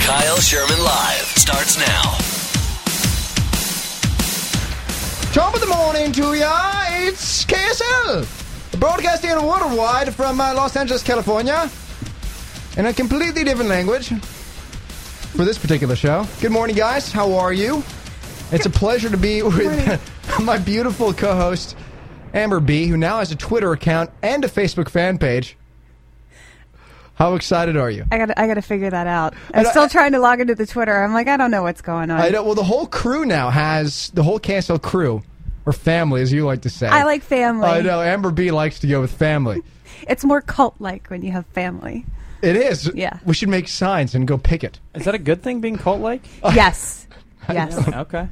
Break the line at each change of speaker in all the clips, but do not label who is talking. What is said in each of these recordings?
Kyle Sherman Live starts now.
Top of the morning to ya. It's KSL, broadcasting worldwide from uh, Los Angeles, California, in a completely different language for this particular show. Good morning, guys. How are you? It's a pleasure to be with my beautiful co-host Amber B, who now has a Twitter account and a Facebook fan page. How excited are you?
I got to I got to figure that out. I'm
know,
still
I-
trying to log into the Twitter. I'm like, I don't know what's going on.
I
I,
know. Well, the whole crew now has the whole KSL crew or family, as you like to say.
like family.
I know Amber B likes to go with family.
It's more cult like when you have family.
It is.
Yeah.
We should make signs and go pick it.
Is that a good thing being cult like?
yes. Yes.
okay.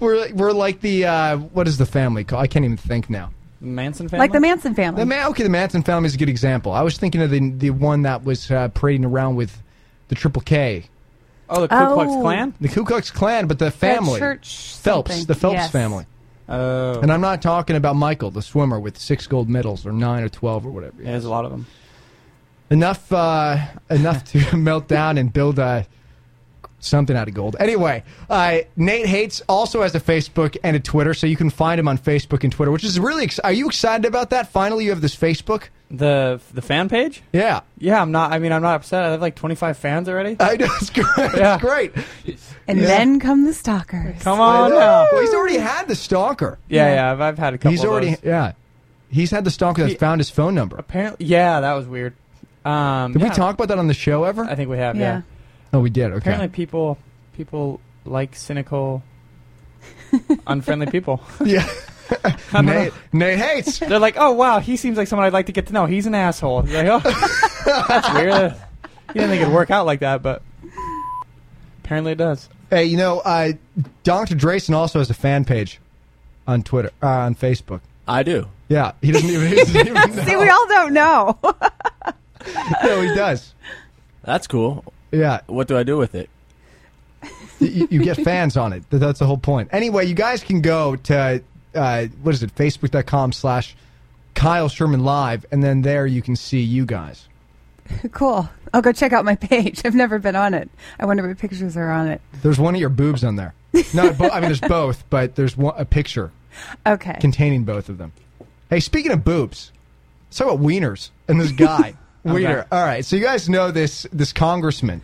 We're we're like the uh, what is the family called? I can't even think now.
Manson family?
Like the Manson family.
The man, okay, the Manson family is a good example. I was thinking of the the one that was uh, parading around with the Triple K,
Oh, the Ku Klux
Oh.
Klan?
the Ku Klux Klan, but the
That
family
church
Phelps,
something.
the Phelps
Yes.
family.
Oh.
And I'm not talking about Michael, the swimmer with six gold medals or nine or twelve or whatever.
Yeah, there's a lot of them.
enough uh, enough to melt down and build uh, something out of gold. Anyway, uh, Nate Hates also has a Facebook and a Twitter, so you can find him on Facebook and Twitter, which is really. Ex- Are you excited about that? Finally, you have this Facebook.
The the fan page?
Yeah,
Yeah, I'm not. I mean, I'm not upset. I have like 25 fans already.
I know it's great.
Yeah.
It's great.
and
Yeah.
then come the stalkers.
Come
I
on
know.
now.
Well, he's already had the stalker.
Yeah, yeah. I've, I've had a couple.
he's already
Of those.
yeah. He's had the stalker that's
He-
found his phone number.
Apparently, yeah, that was weird. Um,
Did we
yeah,
talk about that on the show ever?
I think we have. Yeah.
Yeah.
no, we Oh, did. Okay.
Apparently, people people like cynical, unfriendly people.
yeah.
I don't know.
Nate, Nate hates.
They're like, oh wow, he seems like someone I'd like to get to know. He's an asshole. Like, oh, that's weird. He didn't think it'd work out like that, but apparently it does.
Hey, you know, uh, Dr. Drayson also has a fan page on Twitter, uh, on Facebook.
I do.
Yeah, he doesn't even. He doesn't even know.
See, we all don't know.
No, he does.
That's cool.
Yeah,
What do I do with it?
you, you get fans on it. Th- That's the whole point. Anyway, you guys can go to uh, what is it? Facebook.com slash Kyle Sherman Live, and then there you can see you guys.
cool. I'll go check out my page. I've never been on it. I wonder what pictures are on it.
There's one of your boobs on there. Not, bo- I mean, there's both, but there's one, a picture
Okay.
containing both of them. Hey, speaking of boobs, let's talk about wieners and this guy. Wiener.
Okay.
All right, so you guys know this this congressman,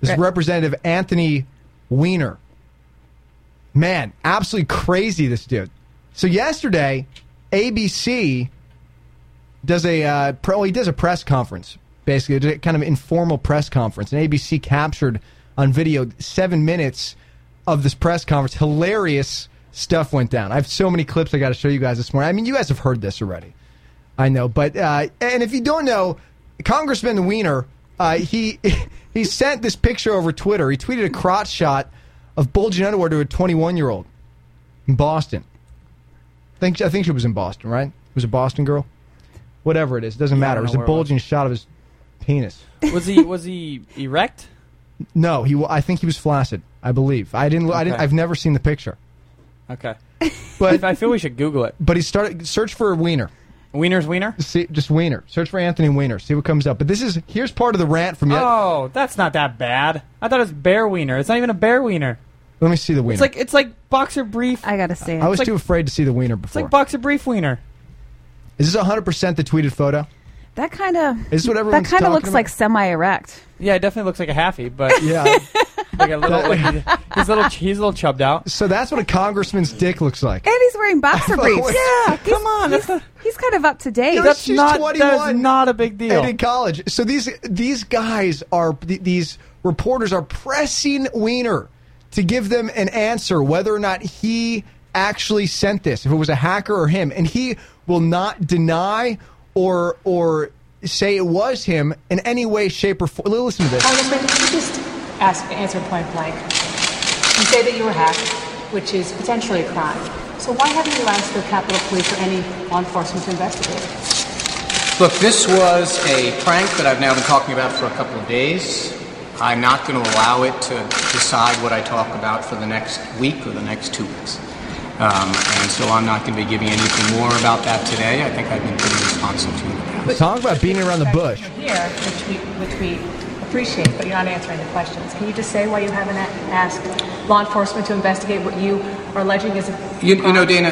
this
Right.
representative Anthony Weiner. Man, absolutely crazy this dude. So yesterday, ABC does a uh, pre- well, he does a press conference, basically It did a kind of informal press conference, and ABC captured on video seven minutes of this press conference. Hilarious stuff went down. I have so many clips I got to show you guys this morning. I mean, you guys have heard this already. I know, but uh, and if you don't know, Congressman Weiner, uh, he he sent this picture over Twitter. He tweeted a crotch shot of bulging underwear to a 21 year old in Boston. I think I think she was in Boston, right? It was a Boston girl, whatever it is, it doesn't
Yeah, I
matter.
don't
It was a
know where it was.
bulging shot of his penis.
Was he was he erect?
No, he. wa- I think he was flaccid. I believe. I didn't. I didn't.
Okay.
I've never seen the picture.
Okay.
But
I feel we should Google it.
but he started search for Weiner.
Wiener's wiener.
See, just Weiner. Search for Anthony Weiner. See what comes up. But this is here's part of the rant from yet.
Oh, that's not that bad. I thought it was bear wiener. It's not even a bear wiener.
Let me see the Weiner.
It's like it's like boxer brief.
I got to see it.
I was
like-
too afraid to see the wiener
It's
before.
like boxer brief wiener.
is this 100% the tweeted photo?
that kind of
Is this what
that
everyone's
kind of
talking
looks
about?
like semi erect.
Yeah, it definitely looks like a halfie, but
Yeah.
like a little. Like he's, he's a little. He's a little chubbed out.
so that's what a congressman's dick looks like.
And he's wearing boxer briefs.
Oh, Yeah,
He's-
come on, that's
He's, he's kind of up to date.
That's-
That's
She's
not.
21.
That's not a big deal.
And in college. So these these guys are th- these reporters are pressing Weiner to give them an answer whether or not he actually sent this, if it was a hacker or him, and he will not deny or or say it was him in any way, shape, or form. Listen to this.
Congressman, could you just ask, answer point blank? You say that you were hacked, which is potentially a crime. So why haven't you asked the Capitol Police or any law enforcement to investigate it?
Look, this was a prank that I've now been talking about for a couple of days. I'm not going to allow it to decide what I talk about for the next week or the next two weeks. Um, and so I'm not going to be giving anything more about that today. I think I've been pretty responsive to it.
Talk about beating around the bush.
Here, which we, which we appreciate, but you're not answering the questions. Can you just say why you haven't a- asked law enforcement to investigate what you are alleging is a
You, you know,
crime?
Dana,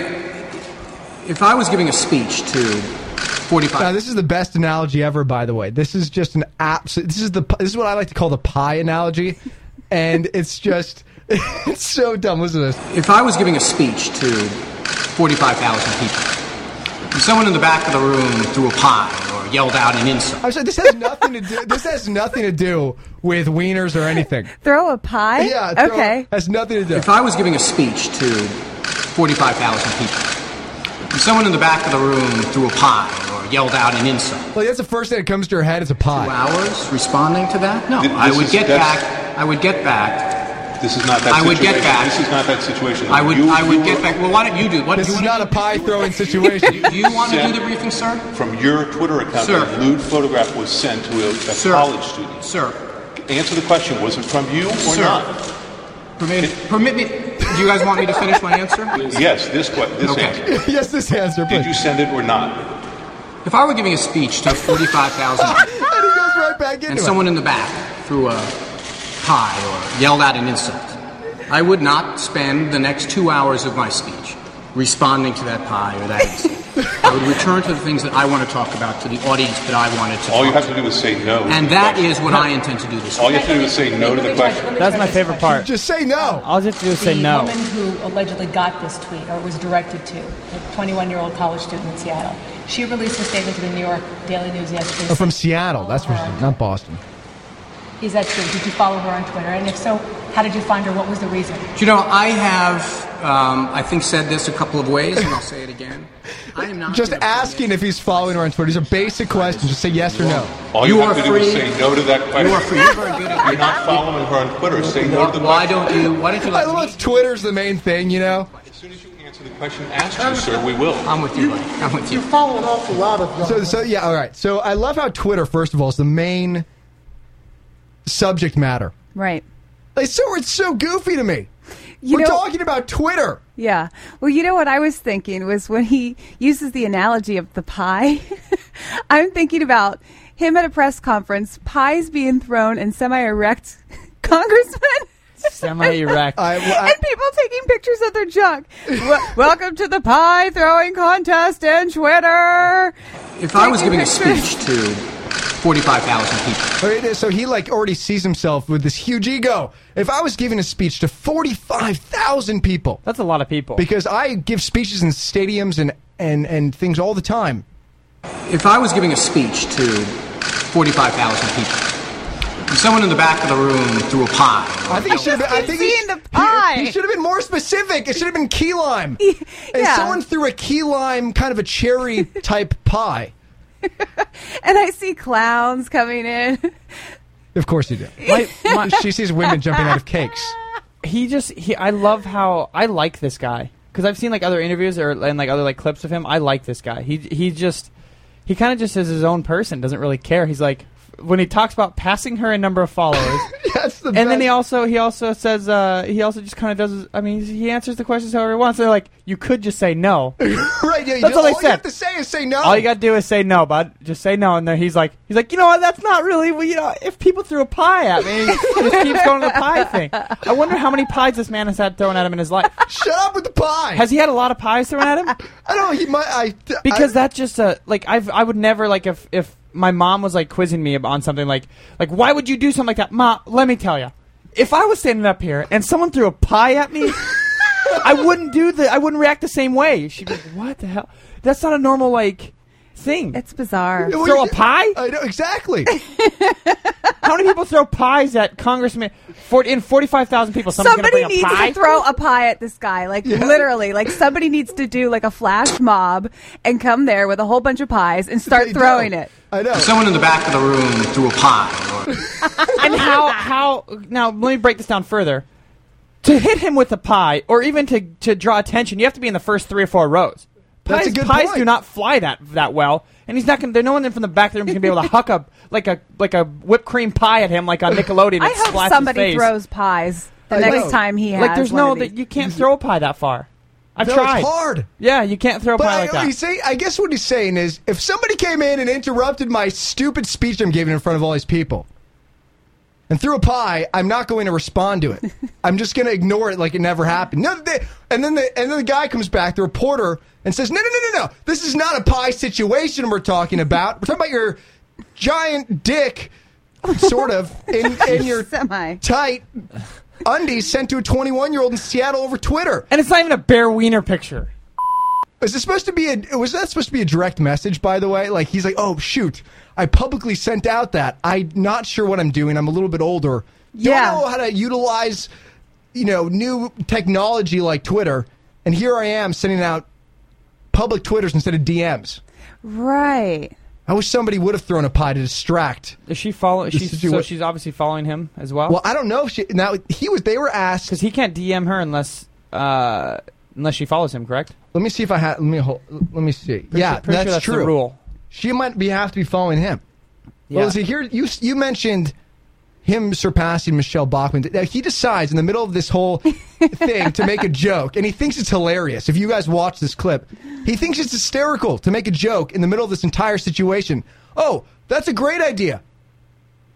if I was giving a speech to 45.
Now, this is the best analogy ever, by the way. This is just an absolute. This is the. This is what I like to call the pie analogy, and it's just it's so dumb. Listen to this.
If I was giving a speech to 45,000 people, and someone in the back of the room threw a pie or yelled out an
I
insult,
was like, this has nothing to do. This has nothing to do with wieners or anything.
Throw a pie?
Yeah. throw-
okay.
Has nothing to do.
if I was giving a speech to 45,000 people, and someone in the back of the room threw a pie or yelled out an insult,
Like that's the first thing that comes to your head is a
two
pie.
hours responding to that? No,
Th-
I
this
would
is-
get
that's-
back, I would get back,
This is not that
I would
situation.
get back.
This is not that situation.
I would,
You-
I
you
would get
were-
back, well, why don't you do, what, do
This
you
is
wanna-
not a pie throwing situation.
Do you want to do
Sent
the briefing, sir?
From your Twitter account,
Sir.
a lewd photograph was sent to a, a
Sir.
college student.
Sir,
Answer the question: Was it from you or
Sir.
not?
permit, permit me, do you guys want me to finish my answer?
Yes. This que- This
Okay.
answer.
yes, this answer. Please.
Did you send it or not?
If I were giving a speech to 45,000 people
and he goes right back into
and
it.
someone in the back threw a pie or yelled out an insult, I would not spend the next two hours of my speech responding to that pie or that insult. I would return to the things that I want to talk about to the audience that I wanted to
All you
talk
have to do is say no. to
And
the
that
question.
is what I intend to do this
All
week.
you have to do is say no to the question.
That's my favorite part.
Just say no.
All I have to do is say
the
no.
woman who allegedly got this tweet or was directed to, a 21-year-old college student in Seattle, she released a statement to the New York Daily News yesterday.
Oh, from Seattle. That's where she's not Boston.
Is that true? Did you follow her on Twitter? And if so, how did you find her? What was the reason?
Do You know, I have, um, I think, said this a couple of ways, and I'll say it again. I am not
Just
gonna permit-
asking if he's following her on Twitter. These are basic questions. Just say yes or no.
All you,
You
have
are
to do is
free.
say no to that question.
You are free. You're very good at
You're not following her on Twitter. Say no to the
Why
question.
don't you? Why don't you
I
let
love
me?
it's Twitter's the main thing, you know.
As soon as you answer the question asked you, sir, we will.
I'm with you. buddy. I'm with you.
follow an awful lot of them.
So, so yeah, all right. So I love how Twitter, first of all, is the main subject matter.
right.
It's so it's so goofy to me.
You
We're
know-
talking about Twitter.
Yeah. Well, you know what I was thinking was when he uses the analogy of the pie, I'm thinking about him at a press conference, pies being thrown and semi erect congressmen.
Semi erect.
I, well, I-
and people taking pictures of their junk. Wel- Welcome to the pie throwing contest in Twitter.
If I was giving a
Taking
speech to 45,000 people,
all right, Oh, so he like already sees himself with this huge ego. If I was giving a speech to forty five thousand people,
That's a lot of people.
because I give speeches in stadiums and and and things all the time.
if I was giving a speech to 45,000 people, and someone in the back of the room threw a pie,
I think he should have. Been, I
keep
think he,
seeing the
he-
pie.
He, should have been more specific. It should have been key lime. yeah. And
yeah.
someone threw a key lime, kind of a cherry type pie.
And I see clowns coming in.
Of course you do.
My- my-
she sees women jumping out of cakes.
he just he I love how I like this guy because I've seen like other interviews or and like other like clips of him. I like this guy. He he just he kind of just is his own person. Doesn't really care. He's like when he talks about passing her a number of followers,
That's the.
and then he
best.
also he also says uh, he also just kind of does. his- I mean he answers the questions however he wants. They're like you could just say no.
Right, yeah, you
That's
just-
all I
you
said.
have to say is say no.
All you gotta do is say no, bud. Just say no, and then he's like, he's like, you know what? That's not really. Well, you know, if people threw a pie at me, he just keeps going to the pie thing. I wonder how many pies this man has had thrown at him in his life.
Shut up with the pie.
Has he had a lot of pies thrown at him?
I don't know. He might. I,
Because
I,
that's just a like I've I would never like if if my mom was like quizzing me on something like like why would you do something like that? Ma, let me tell you. If I was standing up here and someone threw a pie at me, I wouldn't do the I wouldn't react the same way. She'd be like, "What the hell? That's not a normal like thing."
It's bizarre.
Well,
throw
you-
a pie?
I know exactly.
How many people throw pies at Congressman? For, in forty five thousand people, someone's
Somebody
gonna bring
needs
a pie.
to throw a pie at this guy, like literally, like somebody needs to do like a flash mob and come there with a whole bunch of pies and start
They do.
throwing it.
I know.
someone in the back of the room threw a pie, or
and how how now let me break this down further to hit him with a pie or even to to draw attention you have to be in the first three or four rows
That's
pies,
a good
pies
point.
do not fly that that well and he's not gonna there no one from the back of the room is gonna be able to huck up like a like a whipped cream pie at him like on nickelodeon
I
and splash
hope
his
somebody
face.
throws pies the
I
next
know.
time he has.
like there's
one
no
of these.
that you can't throw a pie that far i've
No,
tried
It's hard.
yeah you can't throw a
But
pie
I,
like that
he's saying- I guess what he's saying is, if somebody came in and interrupted my stupid speech I'm giving in front of all these people, and through a pie, I'm not going to respond to it. I'm just going to ignore it like it never happened. No, they, and then the and then the guy comes back, the reporter, and says, "No, no, no, no, no. This is not a pie situation we're talking about. We're talking about your giant dick, sort of, in, in your
Semi.
tight undies sent to a 21 year old in Seattle over Twitter.
And it's not even a bare wiener picture.
Is this supposed to be a was that supposed to be a direct message? By the way, like he's like, oh shoot, I publicly sent out that I'm not sure what I'm doing. I'm a little bit older.
Yeah.
Don't know how to utilize, you know, new technology like Twitter. And here I am sending out public twitters instead of DMs.
Right.
I wish somebody would have thrown a pie to distract.
Is she following?
The
She's,
situa-
so she's obviously following him as
Well, I don't know if she now he was. They were asked.
because he can't DM her unless uh, unless she follows him. Correct?
Let me see if I had. Let me hold, let me see. yeah,
pretty sure
that's,
that's the
true.
rule.
She might be have to be following him.
Yeah.
Well, see here you you mentioned him surpassing Michelle Bachman. Now he decides in the middle of this whole thing to make a joke, and he thinks it's hilarious. If you guys watch this clip, he thinks it's hysterical to make a joke in the middle of this entire situation. Oh, that's a great idea.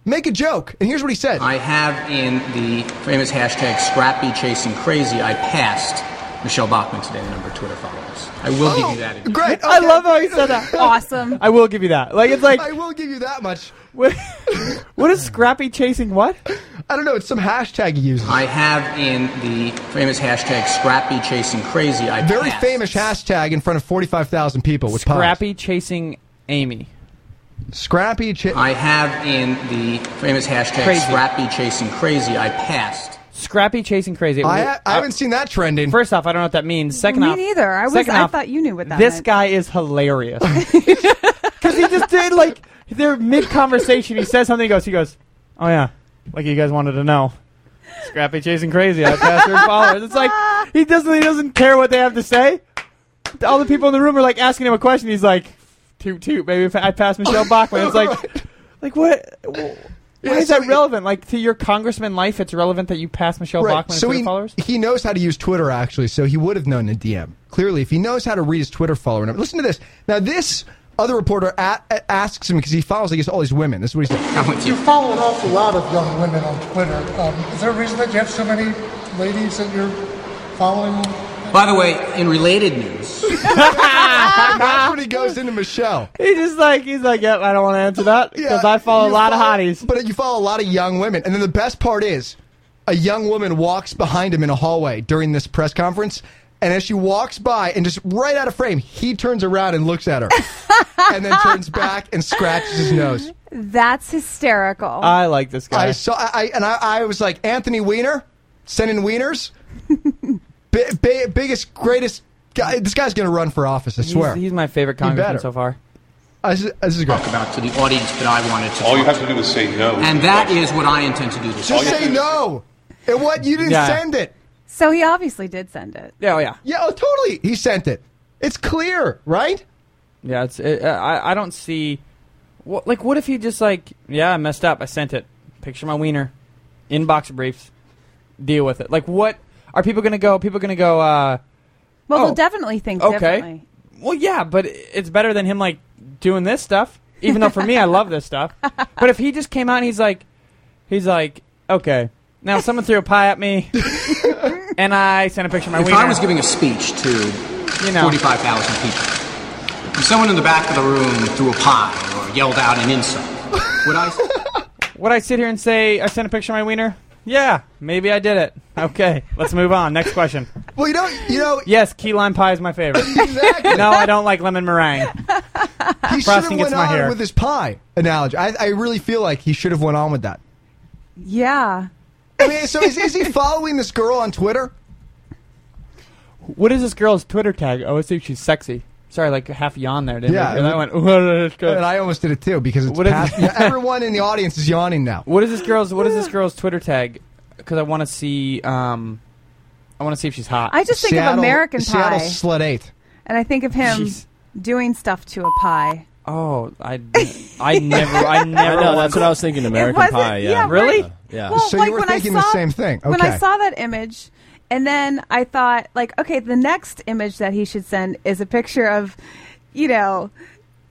Make a joke, and here's what he said.
I have in the famous hashtag Scrappy Chasing Crazy, I passed Michelle Bachman today, the number of Twitter followers. I will give you that. in-
Great.
I
okay.
love how
Oh,
he said that.
Awesome.
I will give you that. Like it's like
I will give you that much.
what, what is Scrappy chasing? What?
I don't know. It's some hashtag he uses.
I have in the famous hashtag Scrappy Chasing Crazy, I
Very
passed.
famous hashtag in front of 45,000 people with pies.
Scrappy chasing Amy.
Scrappy. Chi-
I have in the famous hashtag
Crazy.
Scrappy Chasing Crazy, I passed.
Scrappy chasing crazy. uh,
I, ha- I haven't seen that trending.
First off, I don't know what that means. Second
Me
off,
neither. I was-
second
I
off,
thought you knew what that
This
meant.
guy is hilarious because he just did like they're mid conversation. He says something. He goes. He goes. Oh yeah, like you guys wanted to know. Scrappy chasing crazy. I passed her followers. It's like he doesn't. He doesn't care what they have to say. All the people in the room are like asking him a question. He's like, toot toot, baby. if I passed Michelle Bachman. It's like, like what? Why is
so
that
he-
relevant? Like to your congressman life, it's relevant that you passed Michelle Bachman
So
and
he,
Twitter followers.
he knows how to use Twitter, actually, so he would have known a DM. Clearly, if he knows how to read his Twitter follower number. Listen to this. Now, this other reporter a- a- asks him because he follows, I guess, all these women. This is what he said.
I'm with you.
You follow an awful lot of young women on Twitter. Um, is there a reason that you have so many ladies that you're following?
By the way, in related news,
That's when he goes into Michelle.
He's just like he's like, yep, I don't want to answer that because
Yeah,
I follow a
you
lot
follow-
of hotties.
But you follow a lot of young women. And then the best part is a young woman walks behind him in a hallway during this press conference. And as she walks by and just right out of frame, he turns around and looks at her. and then turns back and scratches his nose.
That's hysterical.
I like this guy.
I saw I, I and I, I was like Anthony Weiner sending wieners. Bi bi- biggest, greatest guy. This guy's gonna run for office. I
he's,
swear.
he's my favorite
better.
congressman so far.
Uh, this, is, this is great.
talk about to the audience that I wanted to
All you
talk
have to do is say no. to
And
the
that
question.
is what I intend to do this
Just
you
say
do-
no. And what you didn't
Yeah.
send it.
so he obviously did send it.
Yeah, oh, yeah,
Yeah, oh, totally. He sent it. It's clear, right?
yeah. It's it, uh, I I don't see, what, like, what if he just like, yeah, I messed up. I sent it. Picture my wiener, inbox briefs, deal with it. Like, what are people gonna go? People gonna go? uh
Well,
Oh.
they'll definitely think
Okay.
differently.
Well, yeah, but it's better than him like doing this stuff. Even though for me, I love this stuff. But if he just came out and he's like, he's like, okay, now someone threw a pie at me, and I sent a picture of my
If
wiener.
I was giving a speech to
You know.
45,000 people, if someone in the back of the room threw a pie or yelled out an insult, would I?
Would I sit here and say I sent a picture of my wiener? Yeah, maybe I did it. Okay, let's move on. Next question.
Well, you know, you know
Yes, key lime pie is my favorite.
exactly.
No, I don't like lemon
he
meringue.
should have
frosting
went
gets my
on
hair.
with his pie analogy. I, I really feel like he should have went on with that.
Yeah.
I mean, so is, is he following this girl on Twitter?
What is this girl's Twitter tag? Oh, I think she's sexy. Sorry, like half yawn there, didn't
Yeah,
I? And
it
I went. "What is this
And
girl-"
I almost did it too because it's
What is-
past- yeah, everyone in the audience is yawning now.
What is this girl's? What is this girl's Twitter tag? Because I want to see. Um, I want to see if she's hot.
I just think of American
Seattle
Pie,
slut eight.
and I think of him
Jeez.
doing stuff to a pie.
Oh, I, I never, I
I
never.
know
was-
that's what I was thinking. American
wasn't-
Pie. Yeah.
yeah,
Really?
Uh, yeah.
Well,
So you
like
were
when
thinking the
I saw,
same thing.
When I
Okay.
saw that image, and then I thought, like, okay, the next image that he should send is a picture of, you know,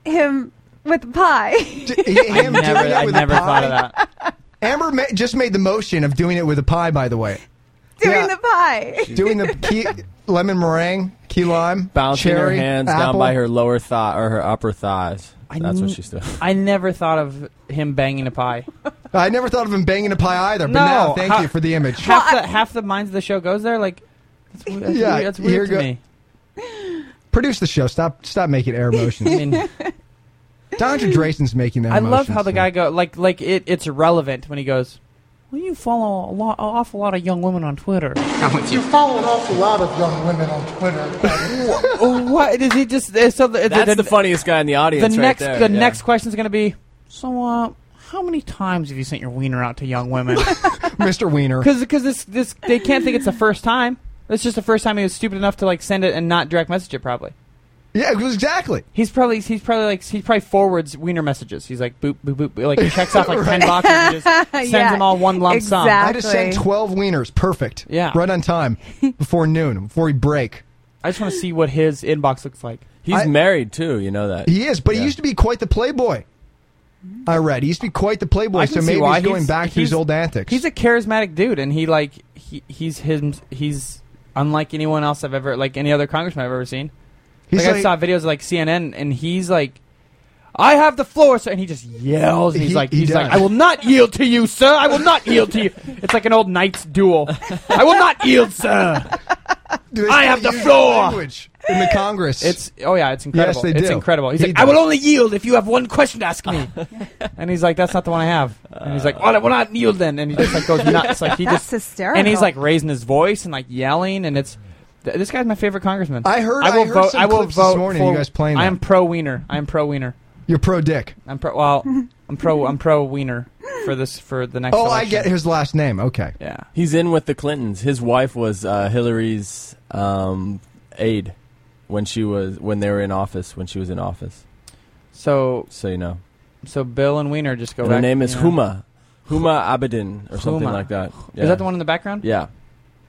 him with pie.
D- him
never,
doing it
I
with a
never
pie?
thought of that.
Amber ma- just made the motion of doing it with a pie. By the way,
Doing
Yeah.
the pie.
doing the key, lemon meringue, key lime,
Bouncing
cherry,
her hands down
apple.
by her lower thigh or her upper thighs. That's
kn-
what she's doing.
I never thought of him banging a pie.
I never thought of him banging a pie either. But
No,
now, thank
how-
you for the image.
half the half the minds of the show goes there. Like, that's weird. That's
Yeah,
weird, that's
here
weird to
go-
me.
Produce the show. Stop. Stop making air
I
motions.
mean,
Dr. Drayson's making that.
I love
motion,
how the
so.
guy go like like it. It's relevant when he goes. Well, you follow a lot, an awful lot of young women on Twitter.
I'm with
You
you.
follow an awful lot of young women on Twitter.
oh, what is he just? uh, So the,
That's the, funniest guy in the
the
audience. right
next
there,
the
yeah.
next question is going to be. So, uh, how many times have you sent your wiener out to young women?
Mr. Wiener.
Because this this they can't think it's the first time. It's just the first time he was stupid enough to like send it and not direct message it. Probably
Yeah, exactly.
he's probably he's probably like he probably forwards wiener messages. He's like boop boop boop, boop. like he checks off like ten boxes and just sends
Yeah,
them all one lump sum.
exact-
I just sent
Exactly.
12 wieners. Perfect.
Yeah.
Right on time before noon, before we break.
I just want to see what his inbox looks like.
He's
I-
married too. You know that.
He is, but he
Yeah.
used to be quite the playboy. I read. He used to be quite the playboy,
I can
so
see
maybe
why.
he's going
He's-
back to his
he's-
old antics.
He's a charismatic dude, and he like he, he's him he's unlike anyone else I've ever like any other congressman I've ever seen.
He's
like, I
like-
saw videos of, like CNN, and he's like, "I have the floor, sir," and he just yells. And he's
He-
like,
he
"He's
does.
like, I will not yield to you, sir. I will not yield to you." It's like an old knight's duel. I will not yield, sir.
Do they
I
still
have the
use that
floor!
language in the Congress.
It's oh yeah, it's incredible.
they
It's
do.
incredible. He's
He
like, I
does.
will only yield if you have one question to ask me. and he's like, that's not the one I have. And he's like, well, I will not yield then. And he just like goes nuts. Like he
That's
just
hysterical.
and he's like raising his voice and like yelling, and it's th- this guy's my favorite congressman.
I heard- I heard some clips this morning, you guys playing
I am
that.
pro Wiener. I am pro Wiener.
you're pro dick.
I'm pro. Well, I'm pro. I'm pro Wiener for this for the next.
Oh, I
election.
get his last name. Okay.
Yeah.
He's in with the Clintons. His wife was uh, Hillary's um, aide when she was when they were in office. When she was in office,
So
so you know.
so Bill and Wiener just go.
And
back,
her name is
you know.
Huma, Huma Abedin or something
Huma.
like that. Yeah.
Is that the one in the background?
Yeah,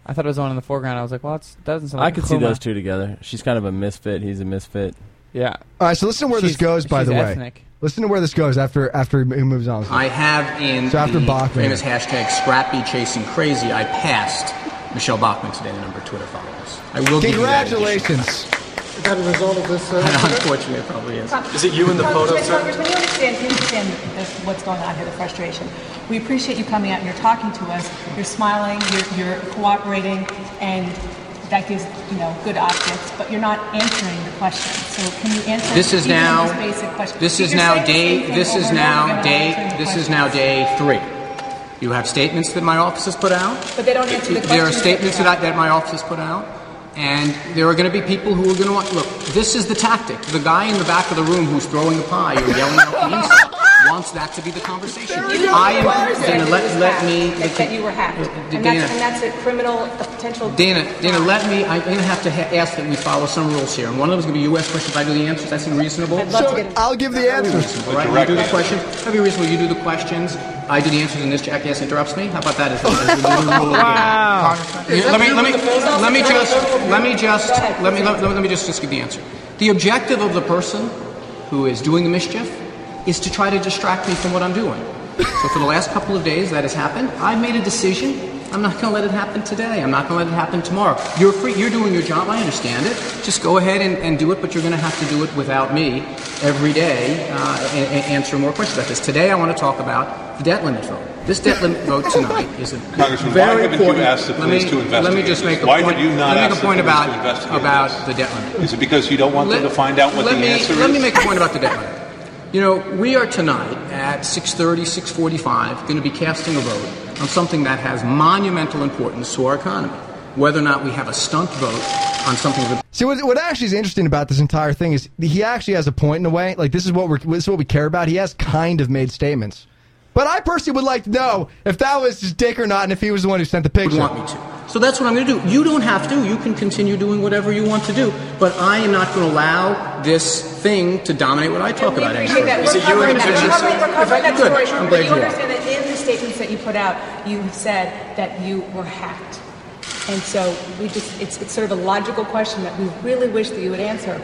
I thought it was the one in the foreground. I was like, well, that's, that doesn't sound
I
like
could
a
see
Huma.
those two together. She's kind of a misfit. He's a misfit.
Yeah.
All right. So listen to where this
She's-
goes. By
she's
the way,
ethnic.
listen to where this goes after after he moves on.
I have in
So after
the
Bachman.
famous hashtag Scrappy Chasing Crazy, I passed Michelle Bachman today, the number of Twitter followers. I will give you that additional-
Congratulations.
Is that a result of this? Uh,
Unfortunately, it probably is.
Is it you in the photo,
Congressman,
sir?
Congressman, you understand, you understand this, what's going on here, the frustration. We appreciate you coming out and you're talking to us. You're smiling, you're, you're cooperating, and that gives, you know, good optics, but you're not answering the question. So can you answer
This is
even
now,
this basic question?
this
If
is
you're
now
saying the
day,
same thing
this
over
is
and over
now
again, answering
day,
the
this is
question.
now day three. You have statements that my office has put out.
But they don't answer the
There are
questions that
statements
we
that, I,
have.
that my office has put out, and there are going to be people who are going to want. Look, this is the tactic. The guy in the back of the room who's throwing the pie or yelling out the insult wants that to be the conversation. I am Dana, let, let me. uh,
That that you were hacked. And
Dana,
that's, and that's a criminal, a potential.
Dana, Dana, let me. I'm going to have to ha- ask that we follow some rules here, and one of them is going to be U.S. questions. I do the answers. That seem reasonable.
I'd love to get.
I'll give the answers.
All right, you do the questions. That'd be reasonable. You do the questions. I do the answers, and this jackass interrupts me. How about that? As as the new rule again? Yeah, Let me let me let me just let me just let me let, me- let me just just give the answer. The objective of the person who is doing the mischief is to try to distract me from what I'm doing. So for the last couple of days, that has happened. I've made a decision. I'm not going to let it happen today. I'm not going to let it happen tomorrow. You're free. You're doing your job. I understand it. Just go ahead and, and do it, but you're going to have to do it without me every day uh, and, and answer more questions about this. Today, I want to talk about the debt limit vote. This debt limit vote tonight is a
Congressman, why
very
haven't you
important.
asked the
Let
police
me-
to
Let me
investigate
just
this?
make a
Why
point.
did you
let
not
me make
ask
a
the
point
police
about
to investigate
about
this?
the debt limit.
Is it because you don't want them to find out what
let
the
me,
answer
Let
is?
me make a point about the debt limit. You know, we are tonight at 6.30, 6.45 going to be casting a vote on something that has monumental importance to our economy, whether or not we have a stunt vote on something that
See what, what actually is interesting about this entire thing is he actually has a point in a way. Like this is what we're this is what we care about. He has kind of made statements, but I personally would like to know if that was his dick or not, and if he was the one who sent the
would
picture.
want me to. So that's what I'm going to do. You don't have to. You can continue doing whatever you want to do, but I am not going to allow this thing to dominate what I talk
We
about. any
appreciate
further.
that. We're covering that. We're covering- we're covering that
Good.
story.
I'm
But
glad
you
you are.
understand that in the statements that you put out, you have said that you were hacked. And so we just, it's, it's sort of a logical question that we really wish that you would answer.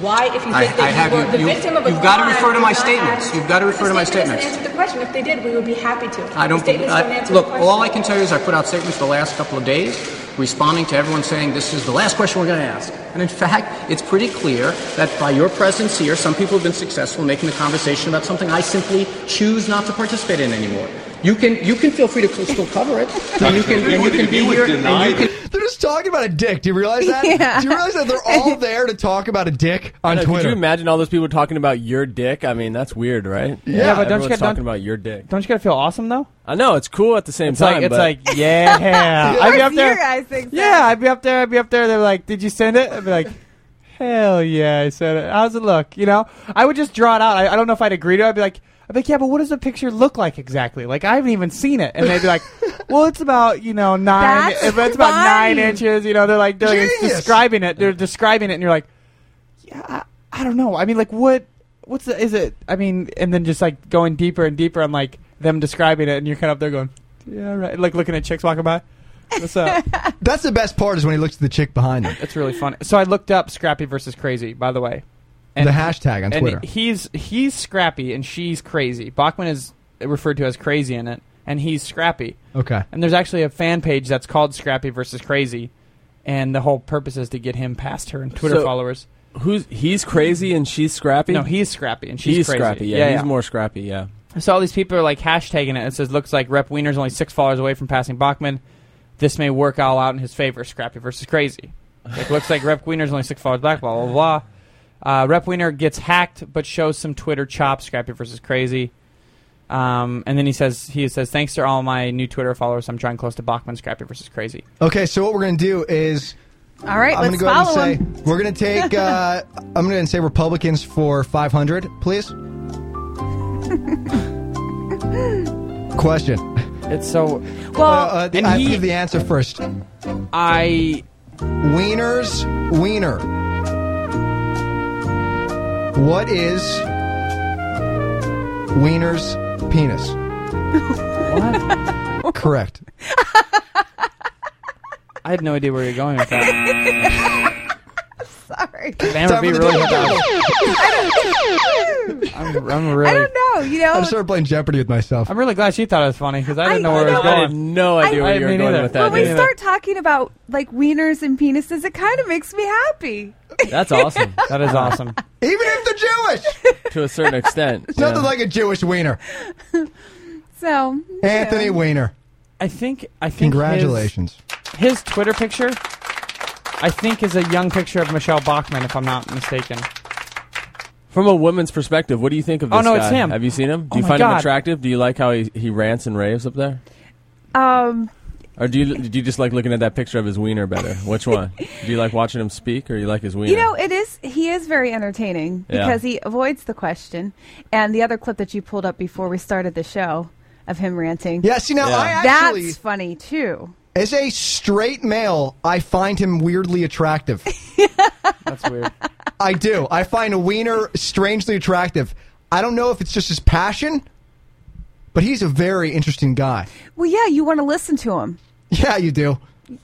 Why, if you
I-
think
I
that
have
you were
you-
the
you-
victim of a crime,
you've gotta refer to
do
my
not
statements.
ask-
You've gotta refer to my
The
statements.
statement doesn't answer the question. If they did, we would be happy to.
I don't.
The statements
I-
don't answer
look,
the question.
all I can tell you is I put out statements the last couple of days, responding to everyone saying this is the last question we're going to ask. And in fact, it's pretty clear that by your presence here, some people have been successful in making the conversation about something I simply choose not to participate in anymore. You can you can feel free to still cover it. And you can and you can
If
be
you would
here. and
deny
you can-
They're just talking about a dick. Do you realize that?
Yeah.
Do you realize that they're all there to talk about a dick on
Now, Could
Twitter?
you imagine all those people talking about your dick? I mean, that's weird, right? Yeah,
but don't you
Everyone's
get-
talking
don't-
about your dick.
Don't you gotta feel awesome though?
I know it's cool at the same
It's like
time.
it's
but
like yeah. I'd be up
Your
there.
guys think so.
Yeah, I'd be up there. I'd be up there. They're like, "Did you send it?" I'd be like, "Hell yeah, I sent it." How's it look? You know, I would just draw it out. I, I don't know if I'd agree to. it. I'd be like, "I'd be like, yeah, but what does the picture look like exactly? Like, I haven't even seen it." And they'd be like, "Well, it's about you know nine.
That's
It's about nine
fine.
inches. You know, they're like they're like, it's
Genius.
describing it. They're describing it, and you're like, yeah, I, I don't know. I mean, like, what? What's the? Is it? I mean, and then just like going deeper and deeper on like them describing it, and you're kind of up there going, "Yeah, right." Like looking at chicks walking by. What's up?
That's the best part is when he looks at the chick behind him.
It's really funny. So I looked up Scrappy versus Crazy, by the way. And
the hashtag on
and
Twitter.
he's he's Scrappy and she's Crazy. Bachman is referred to as Crazy in it, and he's Scrappy.
okay.
And there's actually a fan page that's called Scrappy versus Crazy, and the whole purpose is to get him past her and Twitter
So-
followers.
who's he's crazy and she's scrappy.
No, he's Scrappy and she's
he's
Crazy.
scrappy. Yeah, he's more scrappy. Yeah.
So all these people are like hashtagging it. It says looks like Rep Wiener's only six followers away from passing Bachman. This may work all out in his favor. Scrappy versus crazy. Like looks like Rep Wiener's only six followers back. Blah blah blah. Uh, Rep Wiener gets hacked, but shows some Twitter chops. Scrappy versus crazy. Um, and then he says he says thanks to all my new Twitter followers, I'm drawing close to Bachman. Scrappy versus crazy.
Okay, so what we're going to do is
All right,
I'm going
let's
to go ahead
follow
and say
him.
we're going to take uh, I'm going to say Republicans for 500, please. Question.
It's so
Well,
Uh, uh,
and
I have to
he-
give the answer first.
I
Wiener's wiener. What is Wiener's penis? What? Correct.
I had no idea where you're going with that.
sorry.
Man would
Time
be
for the
really.
double.
I'm, I'm really.
I don't know. You know,
I started playing Jeopardy with myself.
I'm really glad she thought it was funny because I didn't
I-
know where it
I
was
know.
I
going.
had no idea
I
where you were
didn't
going
either.
with
Well,
that.
when we
dude.
start talking about like wieners and penises, it kind of makes me happy.
That's awesome
That is awesome.
Even if they're Jewish, it's
to a certain extent.
nothing
yeah.
like a Jewish wiener.
So you know.
Anthony Wiener.
I think I think
Congratulations.
His, his Twitter picture, I think, is a young picture of Michelle Bachman, if I'm not mistaken.
From a woman's perspective, what do you think of
Oh,
this
no, it's
guy?
him.
Have you seen him? Do
Oh
you
my
find him
God.
attractive? Do you like how he, he rants and raves up there?
Um,
Or do you do you just like looking at that picture of his wiener better? Which one? do you like watching him speak or you like his wiener?
you know, it is. He is very entertaining
Yeah.
because he avoids the question. And the other clip that you pulled up before we started the show of him ranting.
Yeah, see, now
Yeah.
I
That's
actually,
funny too.
as a straight male, I find him weirdly attractive.
That's weird.
I do. I find a wiener strangely attractive. I don't know if it's just his passion, but he's a very interesting guy.
Well, yeah, you want to listen to him.
Yeah, you do.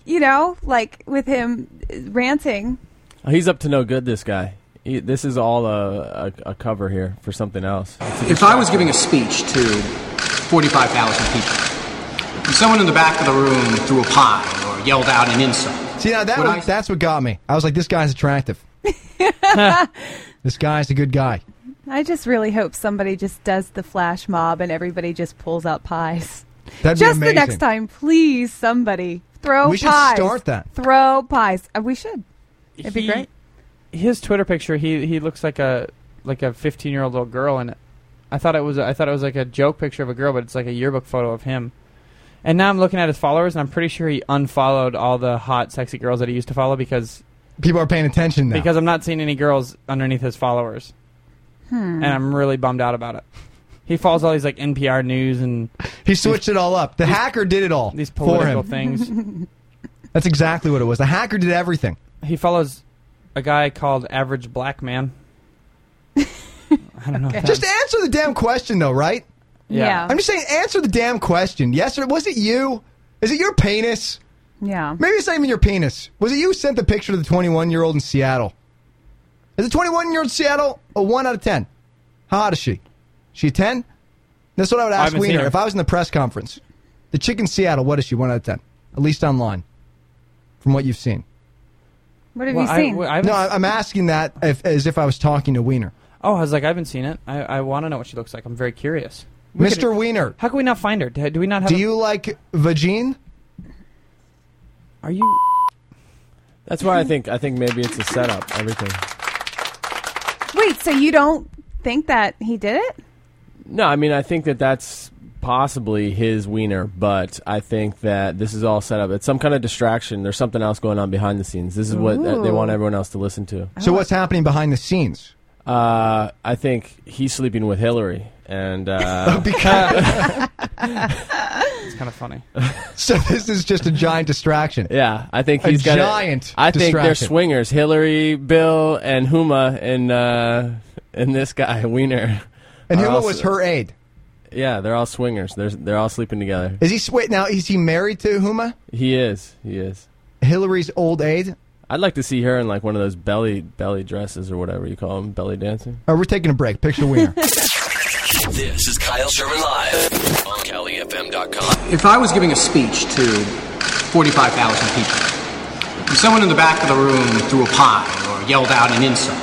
You know, like with him uh, ranting.
He's up to no good. This guy. He, this is all a, a, a cover here for something else.
If I was giving a speech to 45,000 people, and someone in the back of the room threw a pie or yelled out an insult,
See, now that
Would
one,
I-
that's what got me. I was like, this guy's attractive. this guy's a good guy.
I just really hope somebody just does the flash mob and everybody just pulls out pies.
That'd
just
be
the
amazing.
next time, please, somebody throw
We should
pies.
start that.
Throw pies. Uh, we should. It'd be great.
His Twitter picture, he he looks like a like a 15 year old little girl, and I thought it was I thought it was like a joke picture of a girl, but it's like a yearbook photo of him. And now I'm looking at his followers, and I'm pretty sure he unfollowed all the hot, sexy girls that he used to follow because
People are paying attention now.
because I'm not seeing any girls underneath his followers,
Hmm.
and
Mm.
I'm really bummed out about it. He follows all these like NPR news and
he switched it all up. The hacker did it all
these
for
political
him.
things.
That's exactly what it was. The hacker did everything.
He follows a guy called Average Black Man. I don't know. if that-
Just answer the damn question, though, right?
Yeah.
I'm just saying, answer the damn question. Yes or was it you? Is it your penis?
Yeah.
Maybe it's not even your penis. Was it you who sent the picture to the 21 year old in Seattle? Is a 21 year old Seattle a 1 out of 10? How hot is she? She a 10? That's what I would
I
ask
haven't seen
Wiener
her.
if I was in the press conference. The chick in Seattle, what is she? 1 out of 10? At least online, from what you've seen.
What have
Well,
you
I-
seen?
well, I haven't
No,
s-
I- I'm asking that if, as if I was talking to Wiener.
oh, I was like, I haven't seen it. I, I want to know what she looks like. I'm very curious. We could-
Mr. Wiener,
how can we not find her? Do do we not have?
do
a-
you like vagine?
Are you?
That's why I think I think maybe it's a setup. Everything.
Wait, so you don't think that he did it?
No, I mean I think that that's possibly his wiener, but I think that this is all set up. It's some kind of distraction. There's something else going on behind the scenes. This is what uh, they
Ooh.
want everyone else to listen to.
So what's happening behind the scenes?
Uh, I think he's sleeping with Hillary, and uh,
It's kind of funny.
So this is just a giant distraction.
yeah, I think he's got
giant
I think they're
distraction.
swingers: Hillary, Bill, and Huma, and uh, and this guy Wiener.
And
are
who
all
was
s-
her aide?
Yeah, they're all swingers. They're they're all sleeping together.
Is he s- wait now? Is he married to Huma?
He is. He is.
Hillary's old aide?
I'd like to see her in like one of those belly belly dresses or whatever you call them, belly dancing.
Oh, we're taking a break. Picture Wiener.
This is Kyle Sherman Live on CaliFM.com.
If I was giving a speech to 45,000 people, and someone in the back of the room threw a pie or yelled out an insult,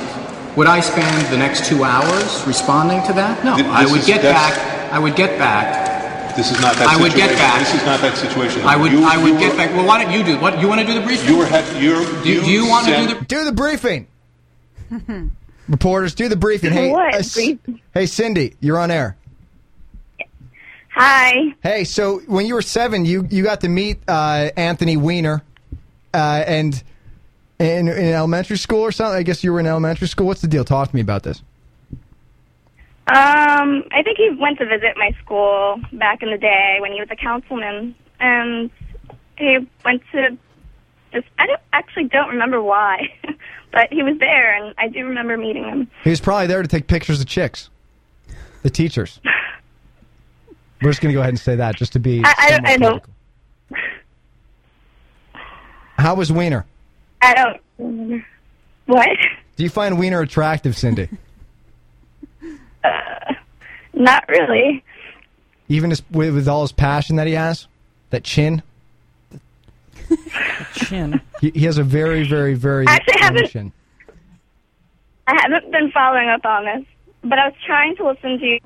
would I spend the next two hours responding to that? No,
Th-
I
this
would
is-
get
that's-
back. I would get back.
This is not that
I
situation.
would get back.
This is not that situation.
I would.
You-
I would
you
get
were-
back. Well, why don't you do what? You want to do the briefing?
You were, had- you're,
do,
you
do you want to
said-
do the?
do the briefing. Reporters, do the briefing. Hey,
What
uh, S-
brief-
hey, Cindy, you're on air.
Hi.
Hey, so when you were seven, you you got to meet uh, Anthony Weiner, uh, and in, in elementary school or something. I guess you were in elementary school. What's the deal? Talk to me about this.
Um, I think he went to visit my school back in the day when he was a councilman, and he went to this. I don't actually don't remember why, but he was there, and I do remember meeting him.
He was probably there to take pictures of chicks, the teachers. We're just gonna go ahead and say that just to be.
I- I-
somewhat
I don't-
political. How was Wiener?
I don't remember what.
Do you find Wiener attractive, Cindy?
Not really.
Even his, with, with all his passion that he has, that chin.
Chin.
He, he has a very, very, very
I actually
long
haven't-
chin.
I haven't been following up on this, but I was trying to listen to you.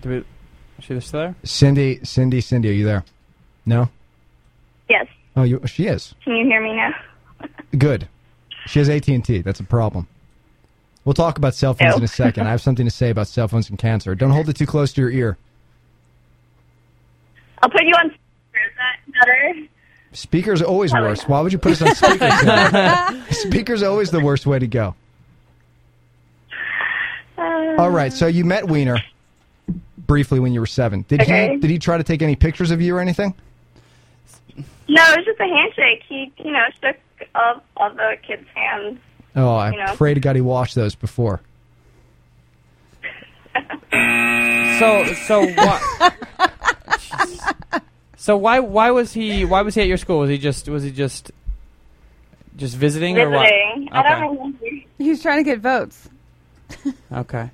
Do we? Is she still there?
Cindy, Cindy, Cindy, are you there? No.
Yes,
Oh, you, she is
can you hear me now?
good. She has AT and T. That's a problem. We'll talk about cell phones in
Ew.
a second. I have something to say about cell phones and cancer. Don't hold it too close to your ear.
I'll put you on. speaker. Is that better?
Speaker's always worse. Why would you put us on speaker? Sam? Speaker's always the worst way to go.
Um,
All right, so you met Wiener briefly when you were seven. Did
Okay.
he did he try to take any pictures of you or anything?
No, it was just a handshake. He, you know, shook all, all the kids' hands.
Oh, I
You know.
pray to God he washed those before.
So so what? so why why was he why was he at your school? Was he just was he just just visiting, or what?
Visiting. I
Okay.
don't remember.
He's trying to get votes.
Okay.